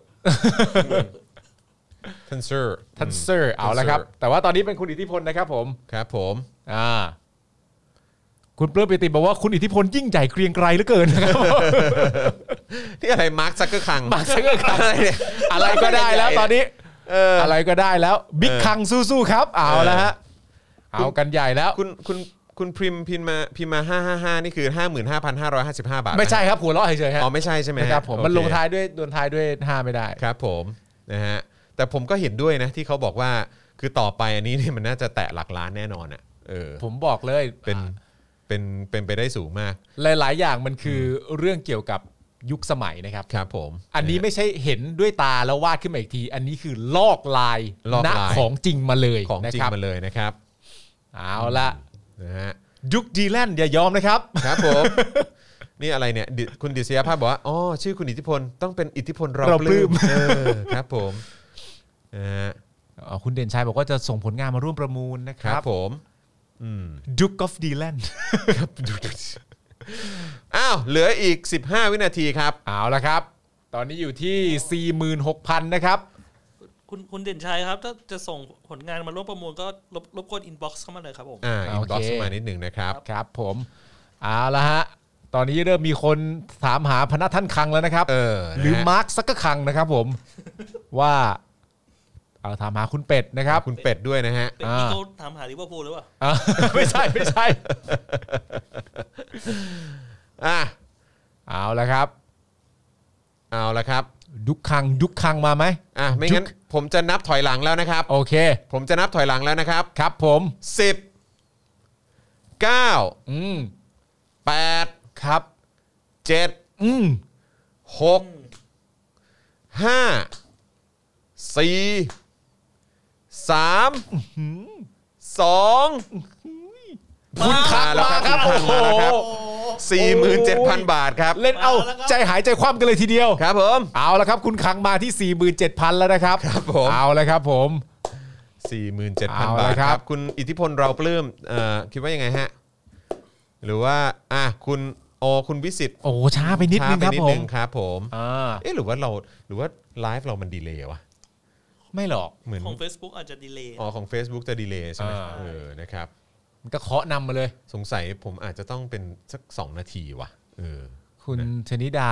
B: ท่านเซอร์
C: ท่านเซอร์เอาละ
B: ท่าน
C: ครับ
B: เซอร์
C: แต่ว่าตอนนี้เป็นคุณอิทธิพลนะครับผม
B: ครับผม
C: อ่า คุณเปลื้มปิติบอกว่าคุณอิทธิพลยิ่งใหญ่เกรียงไกรเหลือเกินนะครับ
B: ที่อะไรมาร์คซักเกอร์คัง
C: มาเชื่อครับอะไรก็ได้แล้วตอนนี้
B: เออ
C: อะไรก็ได้แล้วบิ๊ก
B: เออ
C: คังสู้ๆครับ เอา
B: เออ
C: แล้วฮะเอากันใหญ่แล้ว
B: คุณคุณคุณพิมพ์พิมพ์มาพิมพ์มา 555 นี่คือ 55,555 บาท
C: ไม่ใช่ครับหัวเราะเฉยๆฮะ
B: อ๋อไม่ใช่ใช่ไหมฮ
C: นะครับผม
B: โอเ
C: มันลงท้ายด้วยลงท้ายด้วยห้าไม่ได้
B: ครับผมนะฮะแต่ผมก็เห็นด้วยนะที่เขาบอกว่าคือต่อไปอันนี้เนี่ยมันน่าจะแตะหลักล้านแน่นอนอ่ะเออ
C: ผมบอกเลย
B: เป็นเป็นเป็นไปได้สูงมาก
C: หลาย ๆ อย่างมันคือเรื่องเกี่ยวกับยุคสมัยนะครับ
B: ครับผม
C: อันนี้
B: ะฮะ
C: ไม่ใช่เห็นด้วยตาแล้ววาดขึ้นมาอีกที อันนี้คือลอกลาย
B: ลอกลาย
C: ณของจริงมาเลย
B: ของจริง
C: นะคบ
B: มาเลยนะครับ
C: เอาละ
B: นะฮะ
C: ยุคดีแลนด์อย่ายอมนะครับ
B: ครับผม นี่อะไรเนี่ยดิคุณดิษยาภาพบอกว่าอ๋อชื่อคุณอิทธิพลต้องเป็นอิทธิพลเรา
C: เราป
B: ป
C: ลื้
B: ลื้
C: ม
B: มเออครับผมนะฮะ
C: อ๋อคุณเด่นชัยบอกว่าจะส่งผลงานมาร่วมประมูลนะค
B: ครั
C: รั
B: บบ ผม อืม
C: ยุคกอฟดีแลนด์
B: อ้าวเหลืออีก 15 วินาทีครับ
C: เอาละครับ ตอนนี้อยู่ที่ 46,000 นะครับ
D: คุณคุณเด่นชัยครับ ถ้าจะส่งผลงานมาร่วมประมูลก็รบรบกวนอินบ็อกซ์เข้ามาหน่อยครับผม
B: อ่า
C: โอเค
B: อินบ็อกซ์มานิดหนึ่งนะครับ
C: ครับผม เอาละฮะ ตอนนี้เริ่มมีคนถามหาพนักท่านคังแล้วนะครับ
B: เออนะฮะ
C: หรือมาร์คซักกะคังนะครับผม ว่าเอาถามหาคุณเป็ดนะครับ
B: คุณเป็ดด้วยนะฮะ
D: เป็นที่เขาถามหาลิเวอร์พูลหรือเปล่า
C: อ่ะ ไม่ใช่ไม่ใช่
B: อ่ะ
C: เอาละครับ
B: เอาละครับ
C: ยุคคังยุคคังมาไหม
B: อ่ะไม่งั้น
C: จุก
B: ผมจะนับถอยหลังแล้วนะครับ
C: โอเค
B: ผมจะนับถอยหลังแล้วนะครับ
C: ครับผม
B: 10 9
C: อืม
B: 8
C: ครับ
B: 7
C: อืม
B: 6 5 4 3 2คุณขาดแล้วครับ
C: ครับ
B: คุ
C: โอ้
B: ณ
C: โห
B: ขาดแล้วครับ 47,000 บาทครับ
C: เล่นเอาใจหายใจคว่ำกันเลยทีเดียว
B: ครับผม
C: เอาละครับคุณคังมาที่ 47,000 แล้วนะครับ
B: ครับผม
C: เอาละครับผม เอ
B: 47,000
C: าละ
B: บาทค
C: ครั
B: รับ
C: บ
B: คุณอิทธิพลเราปลื้มเอ่อคิดว่ายังไงฮะ หรือว่า อ่ะ คุณโอคุณวิสิทธิ์
C: โอ้ช้าไปนิดนึง
B: ช้าไป
C: ครับ
B: นิด
C: ผ
B: นึ
C: ม
B: งครับผม
C: อ่า
B: เอ๊ะหรือว่าเราหรือว่าไลฟ์เรามันดีเลย์วะ
C: ไม่หรอก
B: เหมือน
D: ของ Facebook อาจจะดีเลย์
B: อ๋อ ของ Facebook จะดีเลย์ใช่ไหม
C: อ่า
B: เออ นะครับ
C: มันก็เคาะนำมาเลย
B: สงสัยผมอาจจะต้องเป็นสัก 2 นาทีวะเออ
C: คุณชนิดา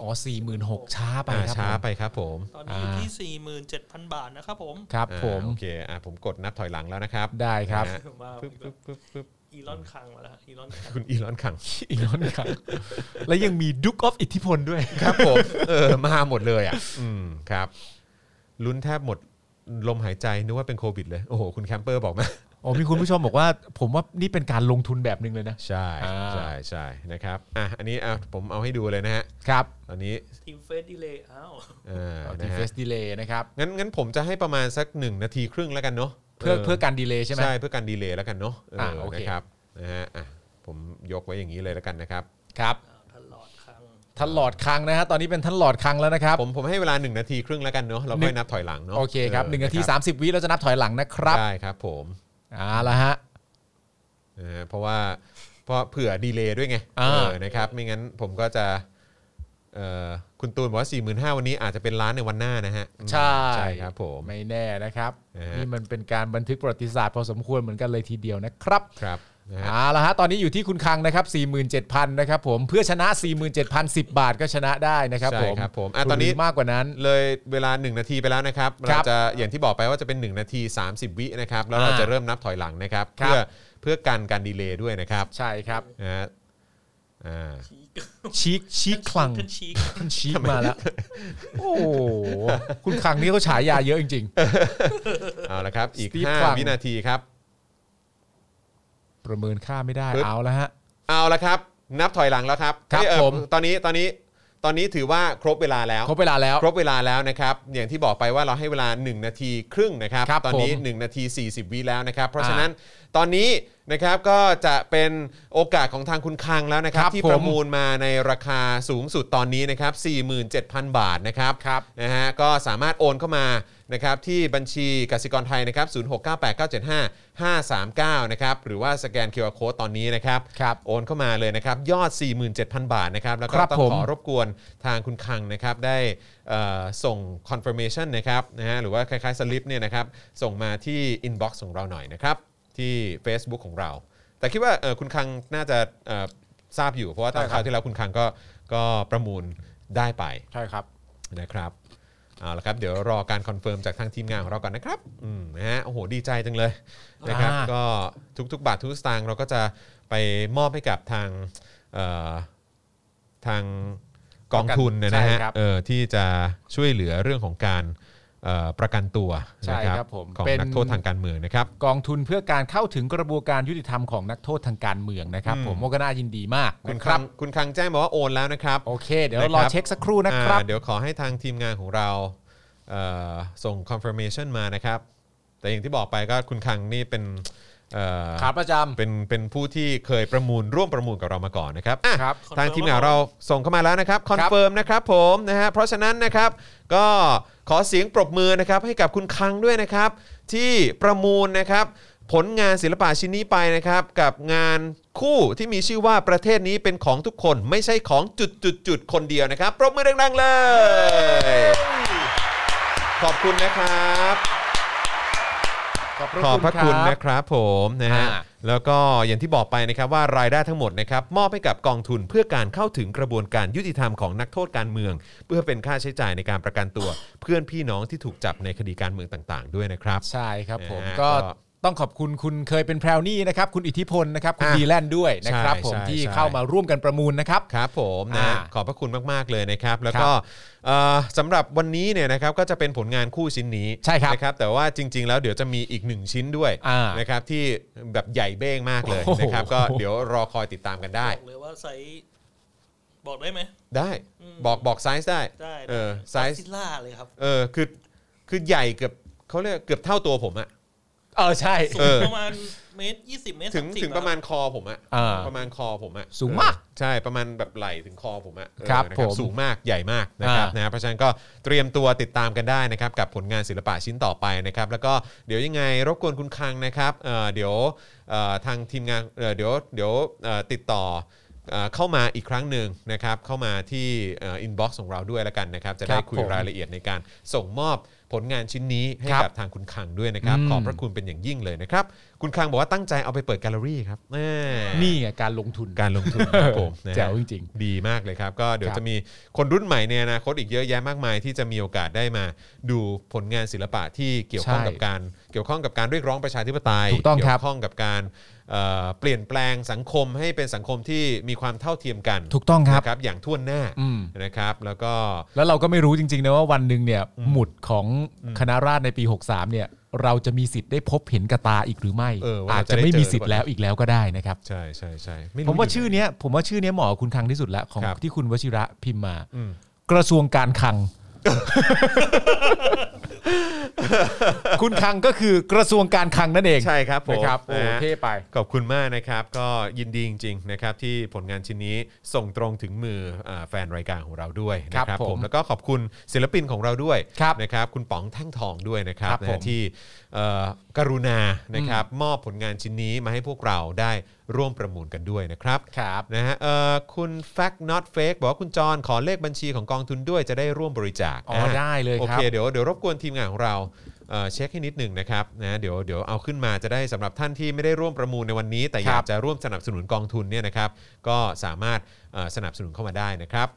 C: อ๋อสี่หมื่นหกช้าไป
B: อ่า
C: ครับ
B: ช้า
C: ผม
B: ไปครับผม
D: ตอนนี้อยู่
C: อ่า
D: ที่ 47,000 บาทนะครับผม
C: ครับ
B: อ่า
C: ผม
B: โอเค อ่าผมกดนับถอยหลังแล้วนะครับ
C: ได้ครับ
B: นะฮะ
D: ว้าว
B: ปึ๊บปึ๊บปึ๊บปึ๊บ
D: อีลอนคังมาแล้วฮะอีลอนคัง
B: คุณอีลอนขัง
C: อีกแล้วนะครับ และยังมีดุกออฟอิทธิพลด้วย
B: ครับผมเออมาหมดเลยอ่ะ อืมครับลุ้นแทบหมดลมหายใจนึกว่าเป็นโควิดเลย โอ้โห คุณแคมเปอร์บอกมา
C: โอ้มีคุณผู้ชมบอกว่า ผมว่านี่เป็นการลงทุนแบบหนึ่งเลยนะ
B: ใช่
C: อ่า
B: ใช่ใช่นะครับอ่ะอันนี้อ่ะผมเอาให้ดูเลยนะฮะ
C: ครับ
B: ตอนนี้
D: ทีมเฟสดีเลย์อ้าว
B: เออ
C: ดี
B: นะ
C: เฟ
B: ฮะ
C: สดีเลย์นะครับ
B: งั้นงั้นผมจะให้ประมาณสักหนึ่งนาทีครึ่งแล้วกันเนาะ
C: เพื่อเพื่อการดีเลย์ใช่ไหม
B: ใช่เพื่อการดีเลย์แล้วกันเนาะเออ
C: อ่ะโอเค
B: นะครับนะฮะอ่ะผมยกไว้อย่างนี้เลยแล้วกันนะครับ
C: ครับ
D: อ้าวตลอดครั้ง
C: ท่านหลอดคังนะฮะตอนนี้เป็นท่านหลอดคังแล้วนะครับ
B: ผมผมให้เวลาหนึ่งนาทีครึ่งแล้วกันเนาะเรา
C: ห
B: ค่
C: นึ่
B: อย
C: ง
B: นับถอยหลังเนาะ
C: โอเคครับหนึ่งนาที
B: ะค
C: สา
B: รับ
C: มสิบวิเราจะนับถอยหลังนะครับ
B: ได้ครับผม
C: เอาละฮะ
B: นะฮะเพราะว่าเพราะเผื่อดีเลย์ด้วยไง
C: อ่า
B: เออนะครับไม่งั้นผมก็จะเอ่อคุณตูนบอกว่า4 5 0 0 0วันนี้อาจจะเป็นล้านในวันหน้านะฮะอืม
C: ใช่
B: ใช่ครับผม
C: ไม่แน่นะครับ
B: นะฮะ
C: นี่มันเป็นการบันทึกประวัติศาสตร์พอสมควรเหมือนกันเลยทีเดียวนะครับ
B: ครับนะฮะ
C: เอาละฮะตอนนี้อยู่ที่คุณคังนะครับ 47,000นะครับผมเพื่อชนะ 47,000 10 บาทก็ชนะได้นะครับ
B: ใช่
C: ผม
B: ครับผมอ่ะตอนนี้
C: หรืมากกว่านั้น
B: เลยเวลา 1 นาทีไปแล้วนะครับ
C: ค
B: เรา
C: รับ
B: จะอย่างที่บอกไปว่าจะเป็น 1 นาที 30 วินะครับ แล้วเรา
C: อ่า
B: จะเริ่มนับถอยหลังนะครับ
C: ครับ
B: เพื่อเพื่อกันการดีเลย์ด้วยนะครับ
C: ใช่ครับ
B: นะฮะอ่า
D: ชีก
C: ชีกชีกคลัง
D: ท่านชีก
C: ท่านชีกมาแล้วโอ้โหคุณคังนี่เขาฉายาเยอะจริง
B: เอาละครับ อีก
C: Steve คลัง
B: 5 วินาทีครับ
C: ๆ ประเมินค่าไม่ได้
B: ปึ๊บ
C: เอาละฮะ
B: เอาละครับ นับถอยหลังแล้วครับ
C: ครับ
B: เอ้ยเอ่อ
C: ผม
B: ตอนนี้ตอนนี้ตอนนี้ถือว่าครบเวลาแล้ว
C: ครบเวลาแล้ว
B: ครบเวลาแล้วนะครับ อย่างที่บอกไปว่าเราให้เวลา 1 นาทีครึ่งนะครับ
C: ครับ
B: ตอนนี้
C: ผม
B: 1 นาที 40 วิแล้วนะครับ เพราะ
C: อ่า
B: ฉะนั้นตอนนี้นะครับก็จะเป็นโอกาสของทางคุณคังแล้วนะครับ
C: ครับ
B: ที่
C: ผม
B: ประมูลมาในราคาสูงสุดตอนนี้นะครับ 47,000 บาทนะครับ
C: ครับ
B: นะฮะก็สามารถโอนเข้ามานะครับที่บัญชีกสิกรไทยนะครับ 0698975539 นะครับหรือว่าสแกน QR Code ตอนนี้นะครับ
C: ครับ
B: โอนเข้ามาเลยนะครับ ยอด 47,000 บาทนะครับแล้วก็
C: ครับ
B: ต้อง
C: ผม
B: ขอรบ รบกวนทางคุณคังนะครับได้เอ่อส่ง confirmation นะครับนะฮะหรือว่าคล้ายๆสลิปเนี่ยนะครับส่งมาที่ inbox ของเราหน่อยนะครับ ที่ Facebook ของเรา แต่คิดว่าเอ่อคุณคังน่าจะเอ่อทราบอยู่ เพราะว่าตอน
C: ใช่
B: ค
C: ครับ
B: ราวที่แล้วคุณคังก็ก็ประมูลได้ไป
C: ใช่ครับ
B: นะครับเอาละครับ เดี๋ยวรอการคอนเฟิร์มจากทางทีมงานของเราก่อนนะครับอืมนะฮะโอ้โหดีใจจังเลยนะครับ
C: อ่า
B: ก็ทุกๆ บาททุกสตางค์เราก็จะไปมอบให้กับทางเอ่อ ทางกองทุนเนยนะ
C: ใช่
B: ฮะ
C: ครับ
B: เออที่จะช่วยเหลือเรื่องของการเอ่อประกันตัว
C: ใช่
B: นะครับ
C: ผม
B: ของ
C: เป็น
B: นักโทษทางการเมืองนะครับ
C: กองทุนเพื่อการเข้าถึงกระบวนการยุติธรรมของนักโทษทางการเมืองนะครับ
B: อืม
C: ผมโมก็น่ายินดีมาก
B: คุณ
C: นะ
B: คังคุณคังแจ้งมาว่าโอนแล้วนะครับ
C: โอเค เดี๋ยว
B: นะค
C: ร
B: รั
C: อบ เช็คสักครู่นะครับ
B: อ่าเดี๋ยวขอให้ทางทีมงานของเราเอ่อส่ง confirmation มานะครับ แต่อย่างที่บอกไปก็คุณคังนี่เป็นเอ่อ
C: ขาประจำ
B: เป็นเป็นผู้ที่เคยประมูลร่วมประมูลกับเรามาก่อนนะครับอ่ะ
C: ครับ
B: ทางทีมงานเราส่งเข้ามาแล้วนะครับคอนเฟิร์มนะครับผมนะฮะเพราะฉะนั้นนะครับก็ขอเสียงปรบมือนะครับให้กับคุณคังด้วยนะครับ ที่ประมูลนะครับผลงานศิลปะชิ้นนี้ไปนะครับ กับงานคู่ที่มีชื่อว่าประเทศนี้เป็นของทุกคนไม่ใช่ของจุดจุดจุดๆๆคนเดียวนะครับ ปรบมือดังๆเลย ขอบคุณนะครับ ขอบพระคุณนะครับผมนะฮะ
C: อ่า
B: แล้วก็อย่างที่บอกไปนะครับว่ารายได้ทั้งหมดนะครับมอบให้กับกองทุนเพื่อการเข้าถึงกระบวนการยุติธรรมของนักโทษการเมือง เพื่อเป็นค่าใช้จ่ายในการประกันตัว เพื่อนพี่น้องที่ถูกจับในคดีการเมืองต่างๆ ด้วยนะครับ
C: ใช่ครับผม
B: นะฮะ
C: ก็
B: ก็
C: ต้องขอบคุณคุณเคยเป็นแพรวนี่นะครับ คุณอิทธิพลนะครับคุณ
B: อ่ะ
C: ดีแลนด์ด้วยนะครับ
B: ใช่
C: ผม
B: ใช่
C: ที่
B: ใช่
C: เข้ามาร่วมกันประมูลนะครับ
B: ครับผมนะ
C: อ่า
B: ขอบพระคุณมากๆเลยนะครับ แล้วก็เอ่อสำหรับวันนี้เนี่ยนะครับก็จะเป็นผลงานคู่ชิ้นนี้
C: ใช่ครับ
B: นะครับ แต่ว่าจริง ๆ แล้วเดี๋ยวจะมีอีกหนึ่งชิ้นด้วย
C: อ่า
B: นะครับที่แบบใหญ่เบ้งมากเลย
C: โอ้โห
B: นะครับก็เดี๋ยวรอคอยติดตามกันได้
D: บอกเลยว่าไซส์บอกได้ไหม
B: ได้
D: อืม
B: บอกบอกไซส์ได้
D: ได้
B: เออไซส์
D: ซิลล่าเลยครับ
B: เออคือคือใหญ่เกือบเขาเรียกเกือบเท่าตัวผมอะ
C: เออใช่
D: สู
B: เออ
D: งประมาณเมตรยี่สิบเมตร
B: ถึง
D: สสิบ
B: ถึงประมาณคอผมอะ
C: อ่า
B: ประมาณคอผมอะ
C: สูงมาก
B: เออใช่ประมาณแบบไหล่ถึงคอผมอะเออ
C: ครับ
B: นะ
C: ผม
B: สูงมากใหญ่มากนะครับ
C: อ่าน
B: นะเพราะฉะนั้นก็เตรียมตัวติดตามกันได้นะครับกับผลงานศิลปะชิ้นต่อไปนะครับ แล้วก็เดี๋ยวยังไงรบกวนคุณคังนะครับเอ่อเดี๋ยวเอ่อทางทีมงานเอ่อเดี๋ยวเดี๋ยวเอ่อติดต่อเอ่อเข้ามาอีกครั้งหนึ่งนะครับเข้ามาที่อินบ็อกซ์ของเราด้วยแล้วกันนะครับจะได้
C: ครับ
B: คุย
C: ผม
B: รายละเอียดในการส่งมอบผลงานชิ้นนี้ให้
C: ครับ
B: กับทางคุณคังด้วยนะครับ
C: อืม
B: ขอบพระ ขอบคุณเป็นอย่างยิ่งเลยนะครับ คุณคังบอกว่าตั้งใจเอาไปเปิดแกลเลอรี่ครับแม่
C: นี่ไงการลงทุน
B: การลงทุนครับผมนะฮะ
C: แจ๋วจริง
B: ดีมากเลยครับ ก็เดี๋ยว
C: ครับ
B: จะมีคนรุ่นใหม่ในอนาคตอีกเยอะแยะมากมาย ที่จะมีโอกาสได้มาดูผลงานศิลปะที่เกี่ยวข้องกับการเกี่ยวข้องกับการเรียกร้องประชาธิปไตย
C: ถูกต้อง
B: เกี่
C: ครั
B: ย
C: บ
B: วข้องกับการเอ่อเปลี่ยนแปลงสังคมให้เป็นสังคมที่มีความเท่าเทียมกัน
C: ถูกต้องครับ
B: นะครับอย่างทั่วนหน้า
C: อืม
B: นะครับ แล้วก็
C: แล้วเราก็ไม่รู้จริงๆนะว่าวันหนึ่งเนี่ยหมุดของคณะราษฎรในปี 63 เนี่ย เราจะมีสิทธิ์ได้พบเห็นกระตาอีกหรือไม่
B: เออว่าเรา
C: อาจจะไม่มีสิทธิ์แล้วอีกแล้วก็ได้นะครับ
B: ใช่ใช่ใช่ไรู้
C: ผมว่า
B: ยู่
C: ชื่อเนี้ยผมว่าชื่อเนี้ยเหมาะกับคุณคังที่สุดละของ
B: ครับ
C: ที่คุณวชิระพิมพ์มา
B: อืม
C: กระทรวงการ คลัง คุณคังก็คือกระทรวงการคลังนั่นเอง
B: ใช่ครับผม
C: นะครับโอ้
B: นะฮะ
C: เท่ไป
B: ขอบคุณมากนะครับ ก็ยินดีจริงๆนะครับที่ผลงานชิ้นนี้ส่งตรงถึงมืออาแฟนรายการของเราด้วยนะครับ
C: ผม
B: แล้วก็ขอบคุณศิลปินของเราด้วย
C: ครับ
B: นะครับคุณป๋องแท่งทองด้วยนะครับ
C: ครับ
B: นะ
C: ผ
B: ฮะ
C: ม
B: ที่เอ่อกรุณานะครับมอบผลงานชิ้นนี้มาให้พวกเราได้ร่วมประมูลกันด้วยนะครับ
C: ครับ
B: นะฮะเอ่อคุณ fact not fake บอกว่าคุณจรขอเลขบัญชีของกองทุนด้วยจะได้ร่วมบริจาค
C: อ๋ออา ได้เลย
B: โอ
C: ค
B: เค
C: รับ
B: เดี๋ยวเดี๋ยวรบกวนทีมงานของเราเอ่อเช็คให้นิดหนึ่งนะครับนะเดี๋ยวเดี๋ยวเอาขึ้นมาจะได้สำหรับท่านที่ไม่ได้ร่วมประมูลในวันนี้ แต่
C: ค
B: อ
C: รับ
B: ยากจะร่วมสนับสนุนกองทุนเนี่ยนะครับ ก็สามารถเอ่อสนับสนุนเข้ามาได้นะครับ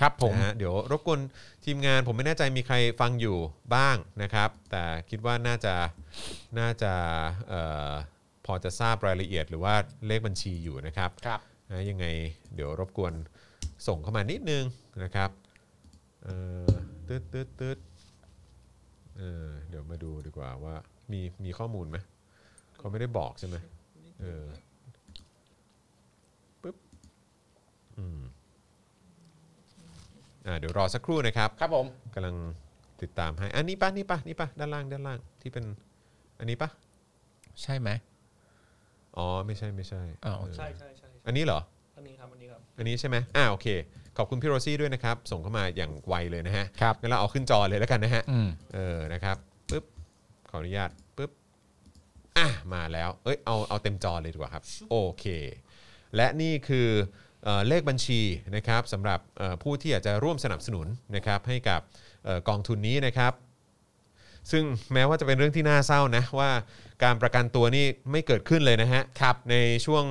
C: ครับผม
B: นะฮะเดี๋ยวรบกวนทีมงานผมไม่แน่ใจมีใครฟังอยู่บ้างนะครับ แต่คิดว่าน่าจะน่าจะเอ่อพอจะทราบรายละเอียด หรือว่าเลขบัญชีอยู่นะครับ
C: ครับ
B: นะยังไงเดี๋ยวรบกวนส่งเข้ามานิดนึงนะครับเอ่อตืดตืดตืดเออเดี๋ยวมาดูดีกว่าว่ามีมีข้อมูลไหมเขาไม่ได้บอกใช่ไหมเออปึ๊บ อ่าเดี๋ยวรอสักครู่นะครับ
C: ครับผม
B: กำลังติดตามให้อันนี้ปะนี่ปะนี่ปะด้านล่างด้านล่างที่เป็นอันนี้ปะ
C: ใช่ไหม
B: อ๋อไม่ใช่ไม่ใช่
C: อ้าวโอเค
D: ใช่ใช่ใช่ใช่
B: อันนี้เหรอ
D: อันนี้ครับอันนี้ครับ
B: อันนี้ใช่ไหมอ่าโอเค ขอบคุณพี่โรซี่ด้วยนะครับ ส่งเข้ามาอย่างไวเลยนะฮะ
C: ครับ
B: งั้นเราเอาขึ้นจอเลยแล้วกันนะฮะ
C: อืม
B: เออ นะครับปึ๊บ ขออนุญาตปึ๊บ อ่ะ มาแล้ว เอ้ย เอา เอาเต็มจอเลยดีกว่าครับ โอเค และนี่คือเอ่อเลขบัญชีนะครับสำหรับเอ่อผู้ที่อยากจะร่วมสนับสนุนนะครับให้กับเอ่อกองทุนนี้นะครับ ซึ่งแม้ว่าจะเป็นเรื่องที่น่าเศร้านะว่าการประกันตัวนี่ไม่เกิดขึ้นเลยนะฮะ
C: ครับ
B: ในช่วง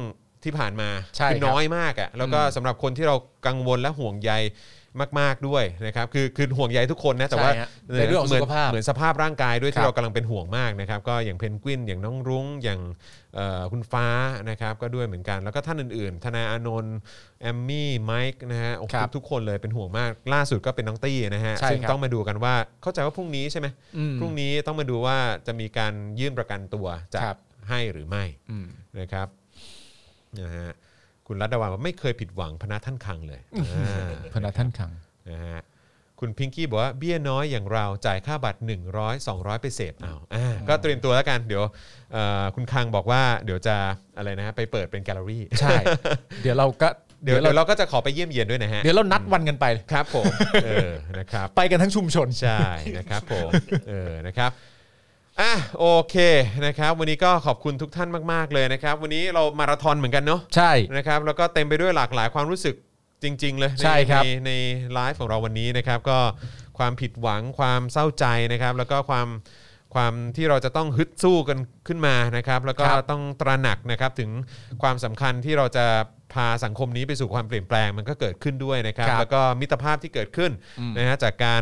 B: ที่ผ่านมา
C: ใช่
B: คื
C: ครั
B: อบ น้อยมากอะ่ะแล้วก็
C: อืม
B: สำหรับคนที่เรากังวลและห่วงใยมาก ๆด้วยนะครับคือคือห่วงใยทุกคนนะแต่ว่า
C: ใช่ฮะในเรื่องของ
B: หมื
C: สุขภาพ
B: เหมือน สภาพร่างกายด้วย
C: ครั
B: ที่
C: บ
B: เรากำลังเป็นห่วงมากนะครับก็อย่างเพนกวินอย่างน้องรุ้งอย่างเอ่อคุณฟ้านะครับก็ด้วยเหมือนกัน แล้วก็ท่านอื่นๆ ธนาอานนท์แอมมี่ไมค์นะฮะโอ้โห
C: ครับ
B: ทุกคนเลยเป็นห่วงมาก ล่าสุดก็เป็นน้องตี้นะฮะ
C: ใช่
B: ซึ่ง
C: ครับ
B: ต้องมาดูกันว่าเข้าใจว่าพรุ่งนี้ใช่ไหม
C: อืม
B: พรุ่งนี้ต้องมาดูว่าจะมีการยื่นประกันตัวจะ
C: ครับ
B: ให้หรือไม่
C: อืม
B: นะครับนะฮะคุณรัตดาวันบอกไม่เคยผิดหวังพนักท่านคังเลยอ่า
C: พนักท่านขัง
B: นะฮะคุณพิงกี้บอกว่าเบี้ยน้อยอย่างเราจ่ายค่าบัตร 100 200 ไปเสพเอาอ่าก็เตรียมตัวแล้วกัน เดี๋ยวเอ่อคุณคังบอกว่าเดี๋ยวจะอะไรนะฮะไปเปิดเป็นแกลเลอรี่
C: ใช่ เดี๋ยวเราก็
B: เดี๋ยวเดี๋ยวเราก็จะขอไปเยี่ยมเยียนด้วยนะฮะ
C: เดี๋ยวเรานัดวันกันไป
B: ครับผมเออนะครับ
C: ไปกันทั้งชุมชน
B: ใช่นะครับผมเออนะครับอ่ะโอเคนะครับ วันนี้ก็ขอบคุณทุกท่านมาก ๆ เลยนะครับ วันนี้เรามาราธอนเหมือนกันเนาะ
C: ใช่
B: นะครับแล้วก็เต็มไปด้วยหลากหลายความรู้สึกจริง ๆ เลย
C: ใช่ครับ
B: ในในไลฟ์ของเราวันนี้นะครับ ก็ความผิดหวังความเศร้าใจนะครับ แล้วก็ความความที่เราจะต้องฮึดสู้กันขึ้นมานะครับ แล้วก็
C: ครับ
B: ต้องตระหนักนะครับถึงความสำคัญที่เราจะพาสังคมนี้ไปสู่ความเปลี่ยนแปลงมันก็เกิดขึ้นด้วยนะครับ
C: ครับ
B: แล้วก็มิตรภาพที่เกิดขึ้นนะฮะจากการ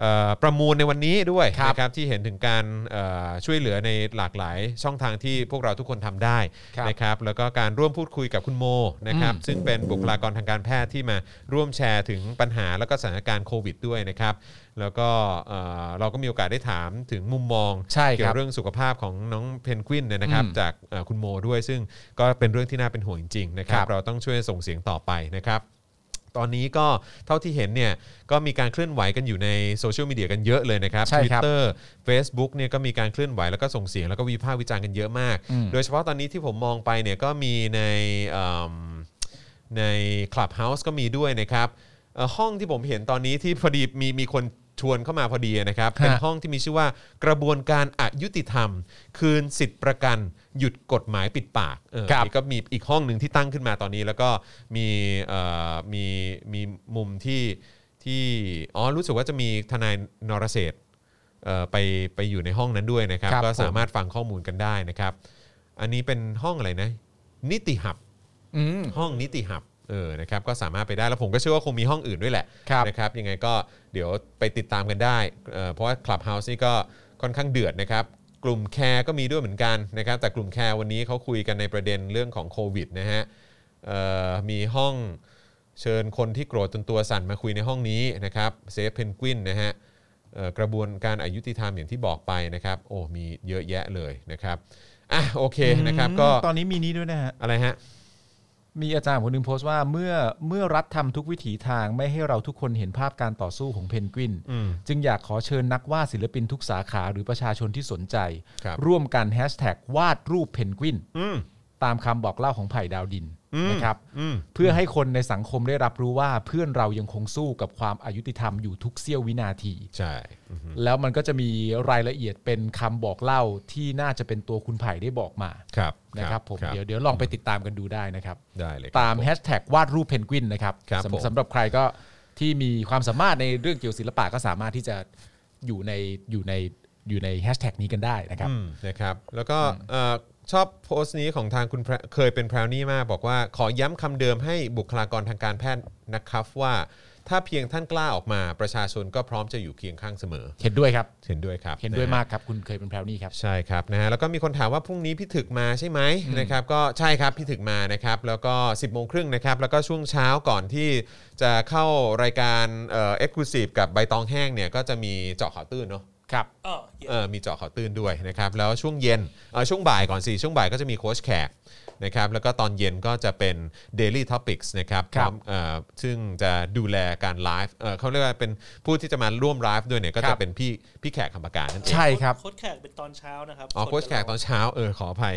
B: เอ่อประมูลในวันนี้ด้วย
C: ครับ
B: นะครับที่เห็นถึงการเอ่อช่วยเหลือในหลากหลายช่องทางที่พวกเราทุกคนทำได้
C: ครับ
B: นะ นะครับแล้วก็การร่วมพูดคุยกับคุณโมนะครับซึ่งเป็นบุคลากรทางการแพทย์ที่มาร่วมแชร์ถึงปัญหาแล้วก็สถานการณ์โควิดด้วยนะครับ แล้วก็เอ่อเราก็มีโอกาสได้ถามถึงมุมมอง
C: ใช่ครับ
B: เกี่ยวเรื่องสุขภาพของน้องเพนกวินเนี่ยนะครับ
C: อืม
B: จากเอ่อคุณโมด้วย ซึ่งก็เป็นเรื่องที่น่าเป็นห่วงจริงๆนะครับ
C: ครับ
B: เราต้องช่วยส่งเสียงต่อไปนะครับ ตอนนี้ก็เท่าที่เห็นเนี่ยก็มีการเคลื่อนไหวกันอยู่ในโซเชียลมีเดียกันเยอะเลยนะครับ
C: ใช่ครับ
B: Twitter Facebook เนี่ยก็มีการเคลื่อนไหวแล้วก็ส่งเสียงแล้วก็วิพากษ์วิจารณ์กันเยอะมาก
C: อืม
B: โดยเฉพาะตอนนี้ที่ผมมองไปเนี่ยก็มีในเอิ่มใน Clubhouse ก็มีด้วยนะครับเอ่อห้องที่ผมเห็นตอนนี้ที่พอดีมีมีคนชวนเข้ามาพอดีนะครับ เป็นห้องที่มีชื่อว่ากระบวนการอายุติธรรม คืนสิทธิประกันหยุดกฎหมายปิดปากเออ
C: ครับ
B: ก็มีอีกห้องหนึ่งที่ตั้งขึ้นมาตอนนี้ แล้วก็มีเอ่อมีมีมุมที่ที่อ๋อรู้สึกว่าจะมีทนายนรเศรษฐ์ เอ่อไปไปอยู่ในห้องนั้นด้วยนะครับ
C: ครับ
B: ก็สามารถฟังข้อมูลกันได้นะครับ อันนี้เป็นห้องอะไรนะ นิติหับ
C: อืม
B: ห้องนิติหับเออนะครับก็สามารถไปได้แล้วผมก็เชื่อว่าคงมีห้องอื่นด้วยแหละ
C: ครับ
B: นะครับยังไงก็เดี๋ยวไปติดตามกันได้เอ่อเพราะว่า Clubhouse นี่ก็ค่อนข้างเดือดนะครับ กลุ่มแคร์ก็มีด้วยเหมือนกันนะครับ แต่กลุ่มแคร์วันนี้เขาคุยกันในประเด็นเรื่องของโควิดนะฮะเอ่อมีห้องเชิญคนที่โกรธจนตัวสั่นมาคุยในห้องนี้นะครับเซฟเพนกวินนะฮะ เอ่อกระบวนการอายุติธรรมอย่างที่บอกไปนะครับ โอ้มีเยอะแยะเลยนะครับอ่ะโอเคนะครับก็
C: ตอนนี้มีนี้ด้วยนะฮะ
B: อะไรฮะ
C: มีอาจารย์คนหนึ่งโพสต์ว่าเมื่อเมื่อรัฐทำทุกวิถีทางไม่ให้เราทุกคนเห็นภาพการต่อสู้ของเพนกวิน
B: อืม
C: จึงอยากขอเชิญนักวาดศิลปินทุกสาขาหรือประชาชนที่สนใจ
B: ครับ
C: ร่วมกันแฮชแท็กวาดรูปเพนกวิน
B: อืม
C: ตามคำบอกเล่าของไผ่ดาวดิน
B: อืม
C: นะครับ
B: อืม
C: เพื่อให้คนในสังคมได้รับรู้ว่าเพื่อนเรายังคงสู้กับความอายุติธรรมอยู่ทุกเสี้ยววินาที
B: ใช่ อืม
C: แล้วมันก็จะมีรายละเอียดเป็นคำบอกเล่าที่น่าจะเป็นตัวคุณไผ่ได้บอกมา
B: ครับ
C: นะครับผมเดี๋ยวเดี๋ยวลองไปติดตามกันดูได้นะครับ
B: ได้เลย
C: ตามแฮชแท็กวาดรูปเพนกวินนะครับ
B: ครับผม
C: สำสำหรับใครก็ที่มีความสามารถในเรื่องเกี่ยวศิลปะก็สามารถที่จะอยู่ในอยู่ในอยู่ในแฮชแท็กนี้กันได้นะครับ
B: อืมนะครับ แล้วก็เอ่อชอบโพสต์นี้ของทางคุณแพรเคยเป็นแพรวนี่มาก บอกว่าขอย้ำคำเดิมให้บุคลากรทางการแพทย์นะครับว่า ถ้าเพียงท่านกล้าออกมาประชาชนก็พร้อมจะอยู่เคียงข้างเสมอ
C: เห็นด้วยครับ
B: เห็นด้วยครับ
C: เห็นด้วย
B: ะฮะ
C: มากครับ คุณเคยเป็นแพรวนี่ครับ
B: ใช่ครับนะฮะแล้วก็มีคนถามว่าพรุ่งนี้พี่ถึกมาใช่ไหมนะครับก็ใช่ครับพี่ถึกมานะครับแล้วก็ 10บโมงครึ่งนะครับแล้วก็ช่วงเช้าก่อนที่จะเข้ารายการเอ่อ็กซ์คลูซีฟกับใบตองแห้งเนี่ยก็จะมีเจาะข่าวตื้นเนาะ
C: ครับ
D: เออ
B: เออมีเจาะข่าวตื้นด้วยนะครับแล้วช่วงเย็นเอ่อช่วงบ่ายก่อนสิช่วงบ่ายก็จะมีโค้ชแขกนะครับแล้วก็ตอนเย็นก็จะเป็น Daily Topics นะครับ
C: ครั
B: พอ
C: บ
B: มเอ่อซึ่งจะดูแลการไลฟ์เอ่อเขาเรียกว่าเป็นผู้ที่จะมาร่วมไลฟ์ด้วยเนี่ยก็จะเป็นพี่พี่แขกคำปากการนั่นเอง
C: ใช่ครับ
D: โค้ชแขกเป็นตอนเช้านะครับ
B: อ๋อโค้ชแขกตอน
D: ส่ว
B: เช้าเออขออภัย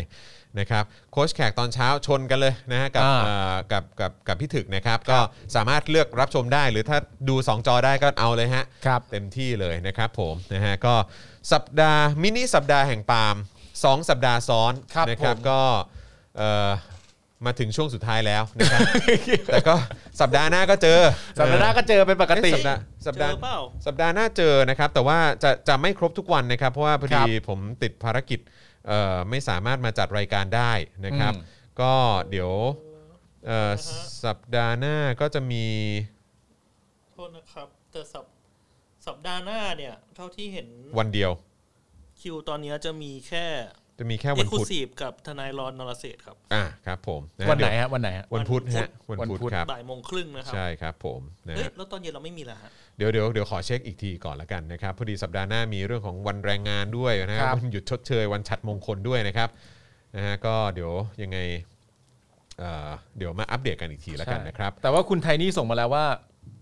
B: นะครับโค้ชแขกตอนเช้าชนกันเลยนะฮะกับ
C: อ่า
B: เอ่อกับกับกับพี่ถึกนะครับ ก็สามารถเลือกรับชมได้หรือถ้าดู 2 จอได้ก็เอาเลยฮะ
C: ครับ
B: เต็มที่เลยนะครับผมนะฮะก็สัปดาห์มินิสัปดาห์แห่งปาล์มสองสัปดาห์ซ้อน
C: ครับ
B: นะครับ
C: ผม
B: ก็เอ่อมาถึงช่วงสุดท้ายแล้วนะครับ แต่ก็สัปดาห์หน้าก็เจอ
C: สัปดาห์หน้าก็เจอเป็นปกติ
B: เอ๊ะสัปดาห์สัปดาห์
D: เราเจอเปล่า
B: สัปดาห์หน้าเจอนะครับ แต่ว่าจะจะไม่ครบทุกวันนะครับ เพราะว่าพอ
C: ครั
B: ดี
C: บ
B: ผมติดภารกิจเอ่อไม่สามารถมาจัดรายการได้นะครับ
C: อืม
B: ก็เดี๋ยวเอ่อ
D: อ่าฮะ
B: สัปดาห์หน้าก็จะมี
D: โทษนะครับแต่สัปสัปดาห์หน้าเนี่ย เท่าที่เห็น
B: วันเดียว
D: คิวตอนเนี้ยจะมีแค่
B: จะมีแค่
D: เอ
B: วัน
D: กซ์คลู
B: พุธ
D: ซีฟกับทนายรอนนรเศรษฐ์ครับ
B: อ่าครับผมะฮะ
C: วันไหน
B: เดี๋ย
C: ฮะวันไหนฮะ
B: วันพุธฮะ
C: วั
B: วัน
C: นพุ
B: พุธ
C: ธ
B: ครับ
D: บ่ายโมงครึ่งนะครับ
B: ใช่ครับผมนะ
D: เฮ้ย
B: ฮะ
D: แล้วตอนเย็นเราไม่มีละฮะ
B: เดี๋ยวเดี๋ยวเดี๋ยวขอเช็คอีกทีก่อนละกันนะครับพอดีสัปดาห์หน้ามีเรื่องของวันแรงงานด้วยนะครับ
C: ครับ
B: วันหยุดชดเชยวันฉัดมงคลด้วยนะครับนะฮะก็เดี๋ยวยังไงเอ่อเดี๋ยวมาอัปเดตกันอีกทีละกันนะครับ
C: แต่ว่าคุณไทนี่ส่งมาแล้วว่า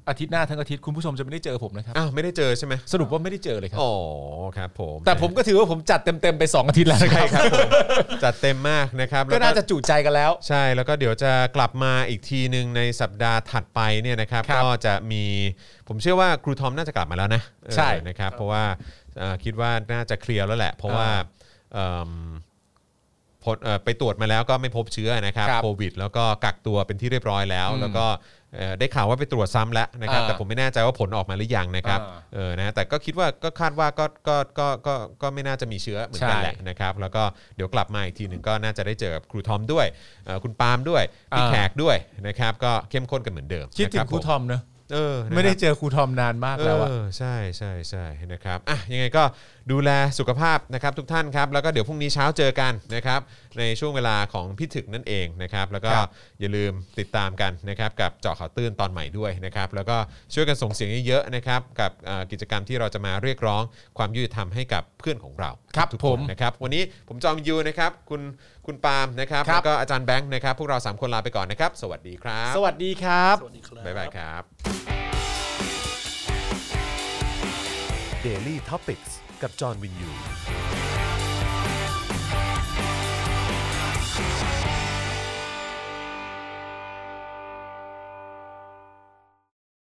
C: อาทิตย์หน้าทั้งอาทิตย์คุณผู้ชมจะไม่ได้เจอผมนะครับ
B: อ้าวไม่ได้เจอใช่ไหม
C: สรุปว่าไม่ได้เจอเลยครับ
B: อ๋อครับผม
C: แต่ผมก็ถือว่าผมจัดเต็มๆไป 2 อาทิตย์แล้วนะค
B: ใช่
C: รับ
B: ครับผมจัดเต็มมากนะครับ
C: ก็
B: แล้ว
C: น่าจะจุใจกันแล้ว
B: ใช่แล้วก็เดี๋ยวจะกลับมาอีกทีหนึ่งในสัปดาห์ถัดไปเนี่ยนะครับ
C: ครับ
B: ก็จะมีผมเชื่อว่าครูทอมน่าจะกลับมาแล้วนะ
C: ใช่
B: เออนะครับ เพราะว่าเอ่อคิดว่าน่าจะเคลียร์แล้วแหละ เพราะว่าเอิ่มผลเอ่อไปตรวจมาแล้วก็ไม่พบเชื้อนะครับ
C: ครับ
B: โควิด แล้วก็กักตัวเป็นที่เรียบร้อยแล้ว
C: อืม
B: แล้วก็เอ่อได้ข่าวว่าไปตรวจซ้ำแล้วนะครับ
C: อ่า
B: แต่ผมไม่แน่ใจว่าผลออกมาหรือยังนะครับ
C: อ่า
B: เออนะแต่ก็คิดว่าก็คาดว่าก็ก็ก็ก็ก็ไม่น่าจะมีเชื้อ เหมือนกันแหละ
C: ใช่
B: นะครับแล้วก็เดี๋ยวกลับมาอีกทีหนึ่งก็น่าจะได้เจอกับครูทอมด้วยเอ่อคุณปาล์มด้วยพี่
C: อ่า
B: แขกด้วยนะครับก็เข้มข้นกันเหมือนเดิม
C: คิดถึ
B: นะ
C: งครูท
B: บผ
C: อมเนอะ
B: เออนะครับ
C: ไม่ได้เจอครูทอมนานมากแล้วอะ
B: เออใช่ใช่ใช่นะครับอ่ะยังไงก็ดูแลสุขภาพนะครับทุกท่านครับแล้วก็เดี๋ยวพรุ่งนี้เช้าเจอกันนะครับในช่วงเวลาของพี่ถึกนั่นเองนะครับแล้วก็
C: ครับ
B: อย่าลืมติดตามกันนะครับกับเจาะข่าวตื้นตอนใหม่ด้วยนะครับแล้วก็ช่วยกันส่งเสียงเยอะๆนะครับกับเอ่อกิจกรรมที่เราจะมาเรียกร้องความยุติธรรมให้กับเพื่อนของเรา
C: ครับ
B: ทุกๆ
C: ผ
B: น
C: ม
B: นะ นะครับวันนี้ผมจอมยูนะครับคุณคุณปาล์มนะครับ
C: ครับ
B: แล้วก็อาจารย์แบงค์นะครับ พวกเรา 3 คนลาไปก่อนนะครับ สวัสดีครับ
C: สวัสดีครับ
D: สวัสดีครับ
B: บ๊ายบายครับ
A: Daily t o p i c กกับจอห์นวินยู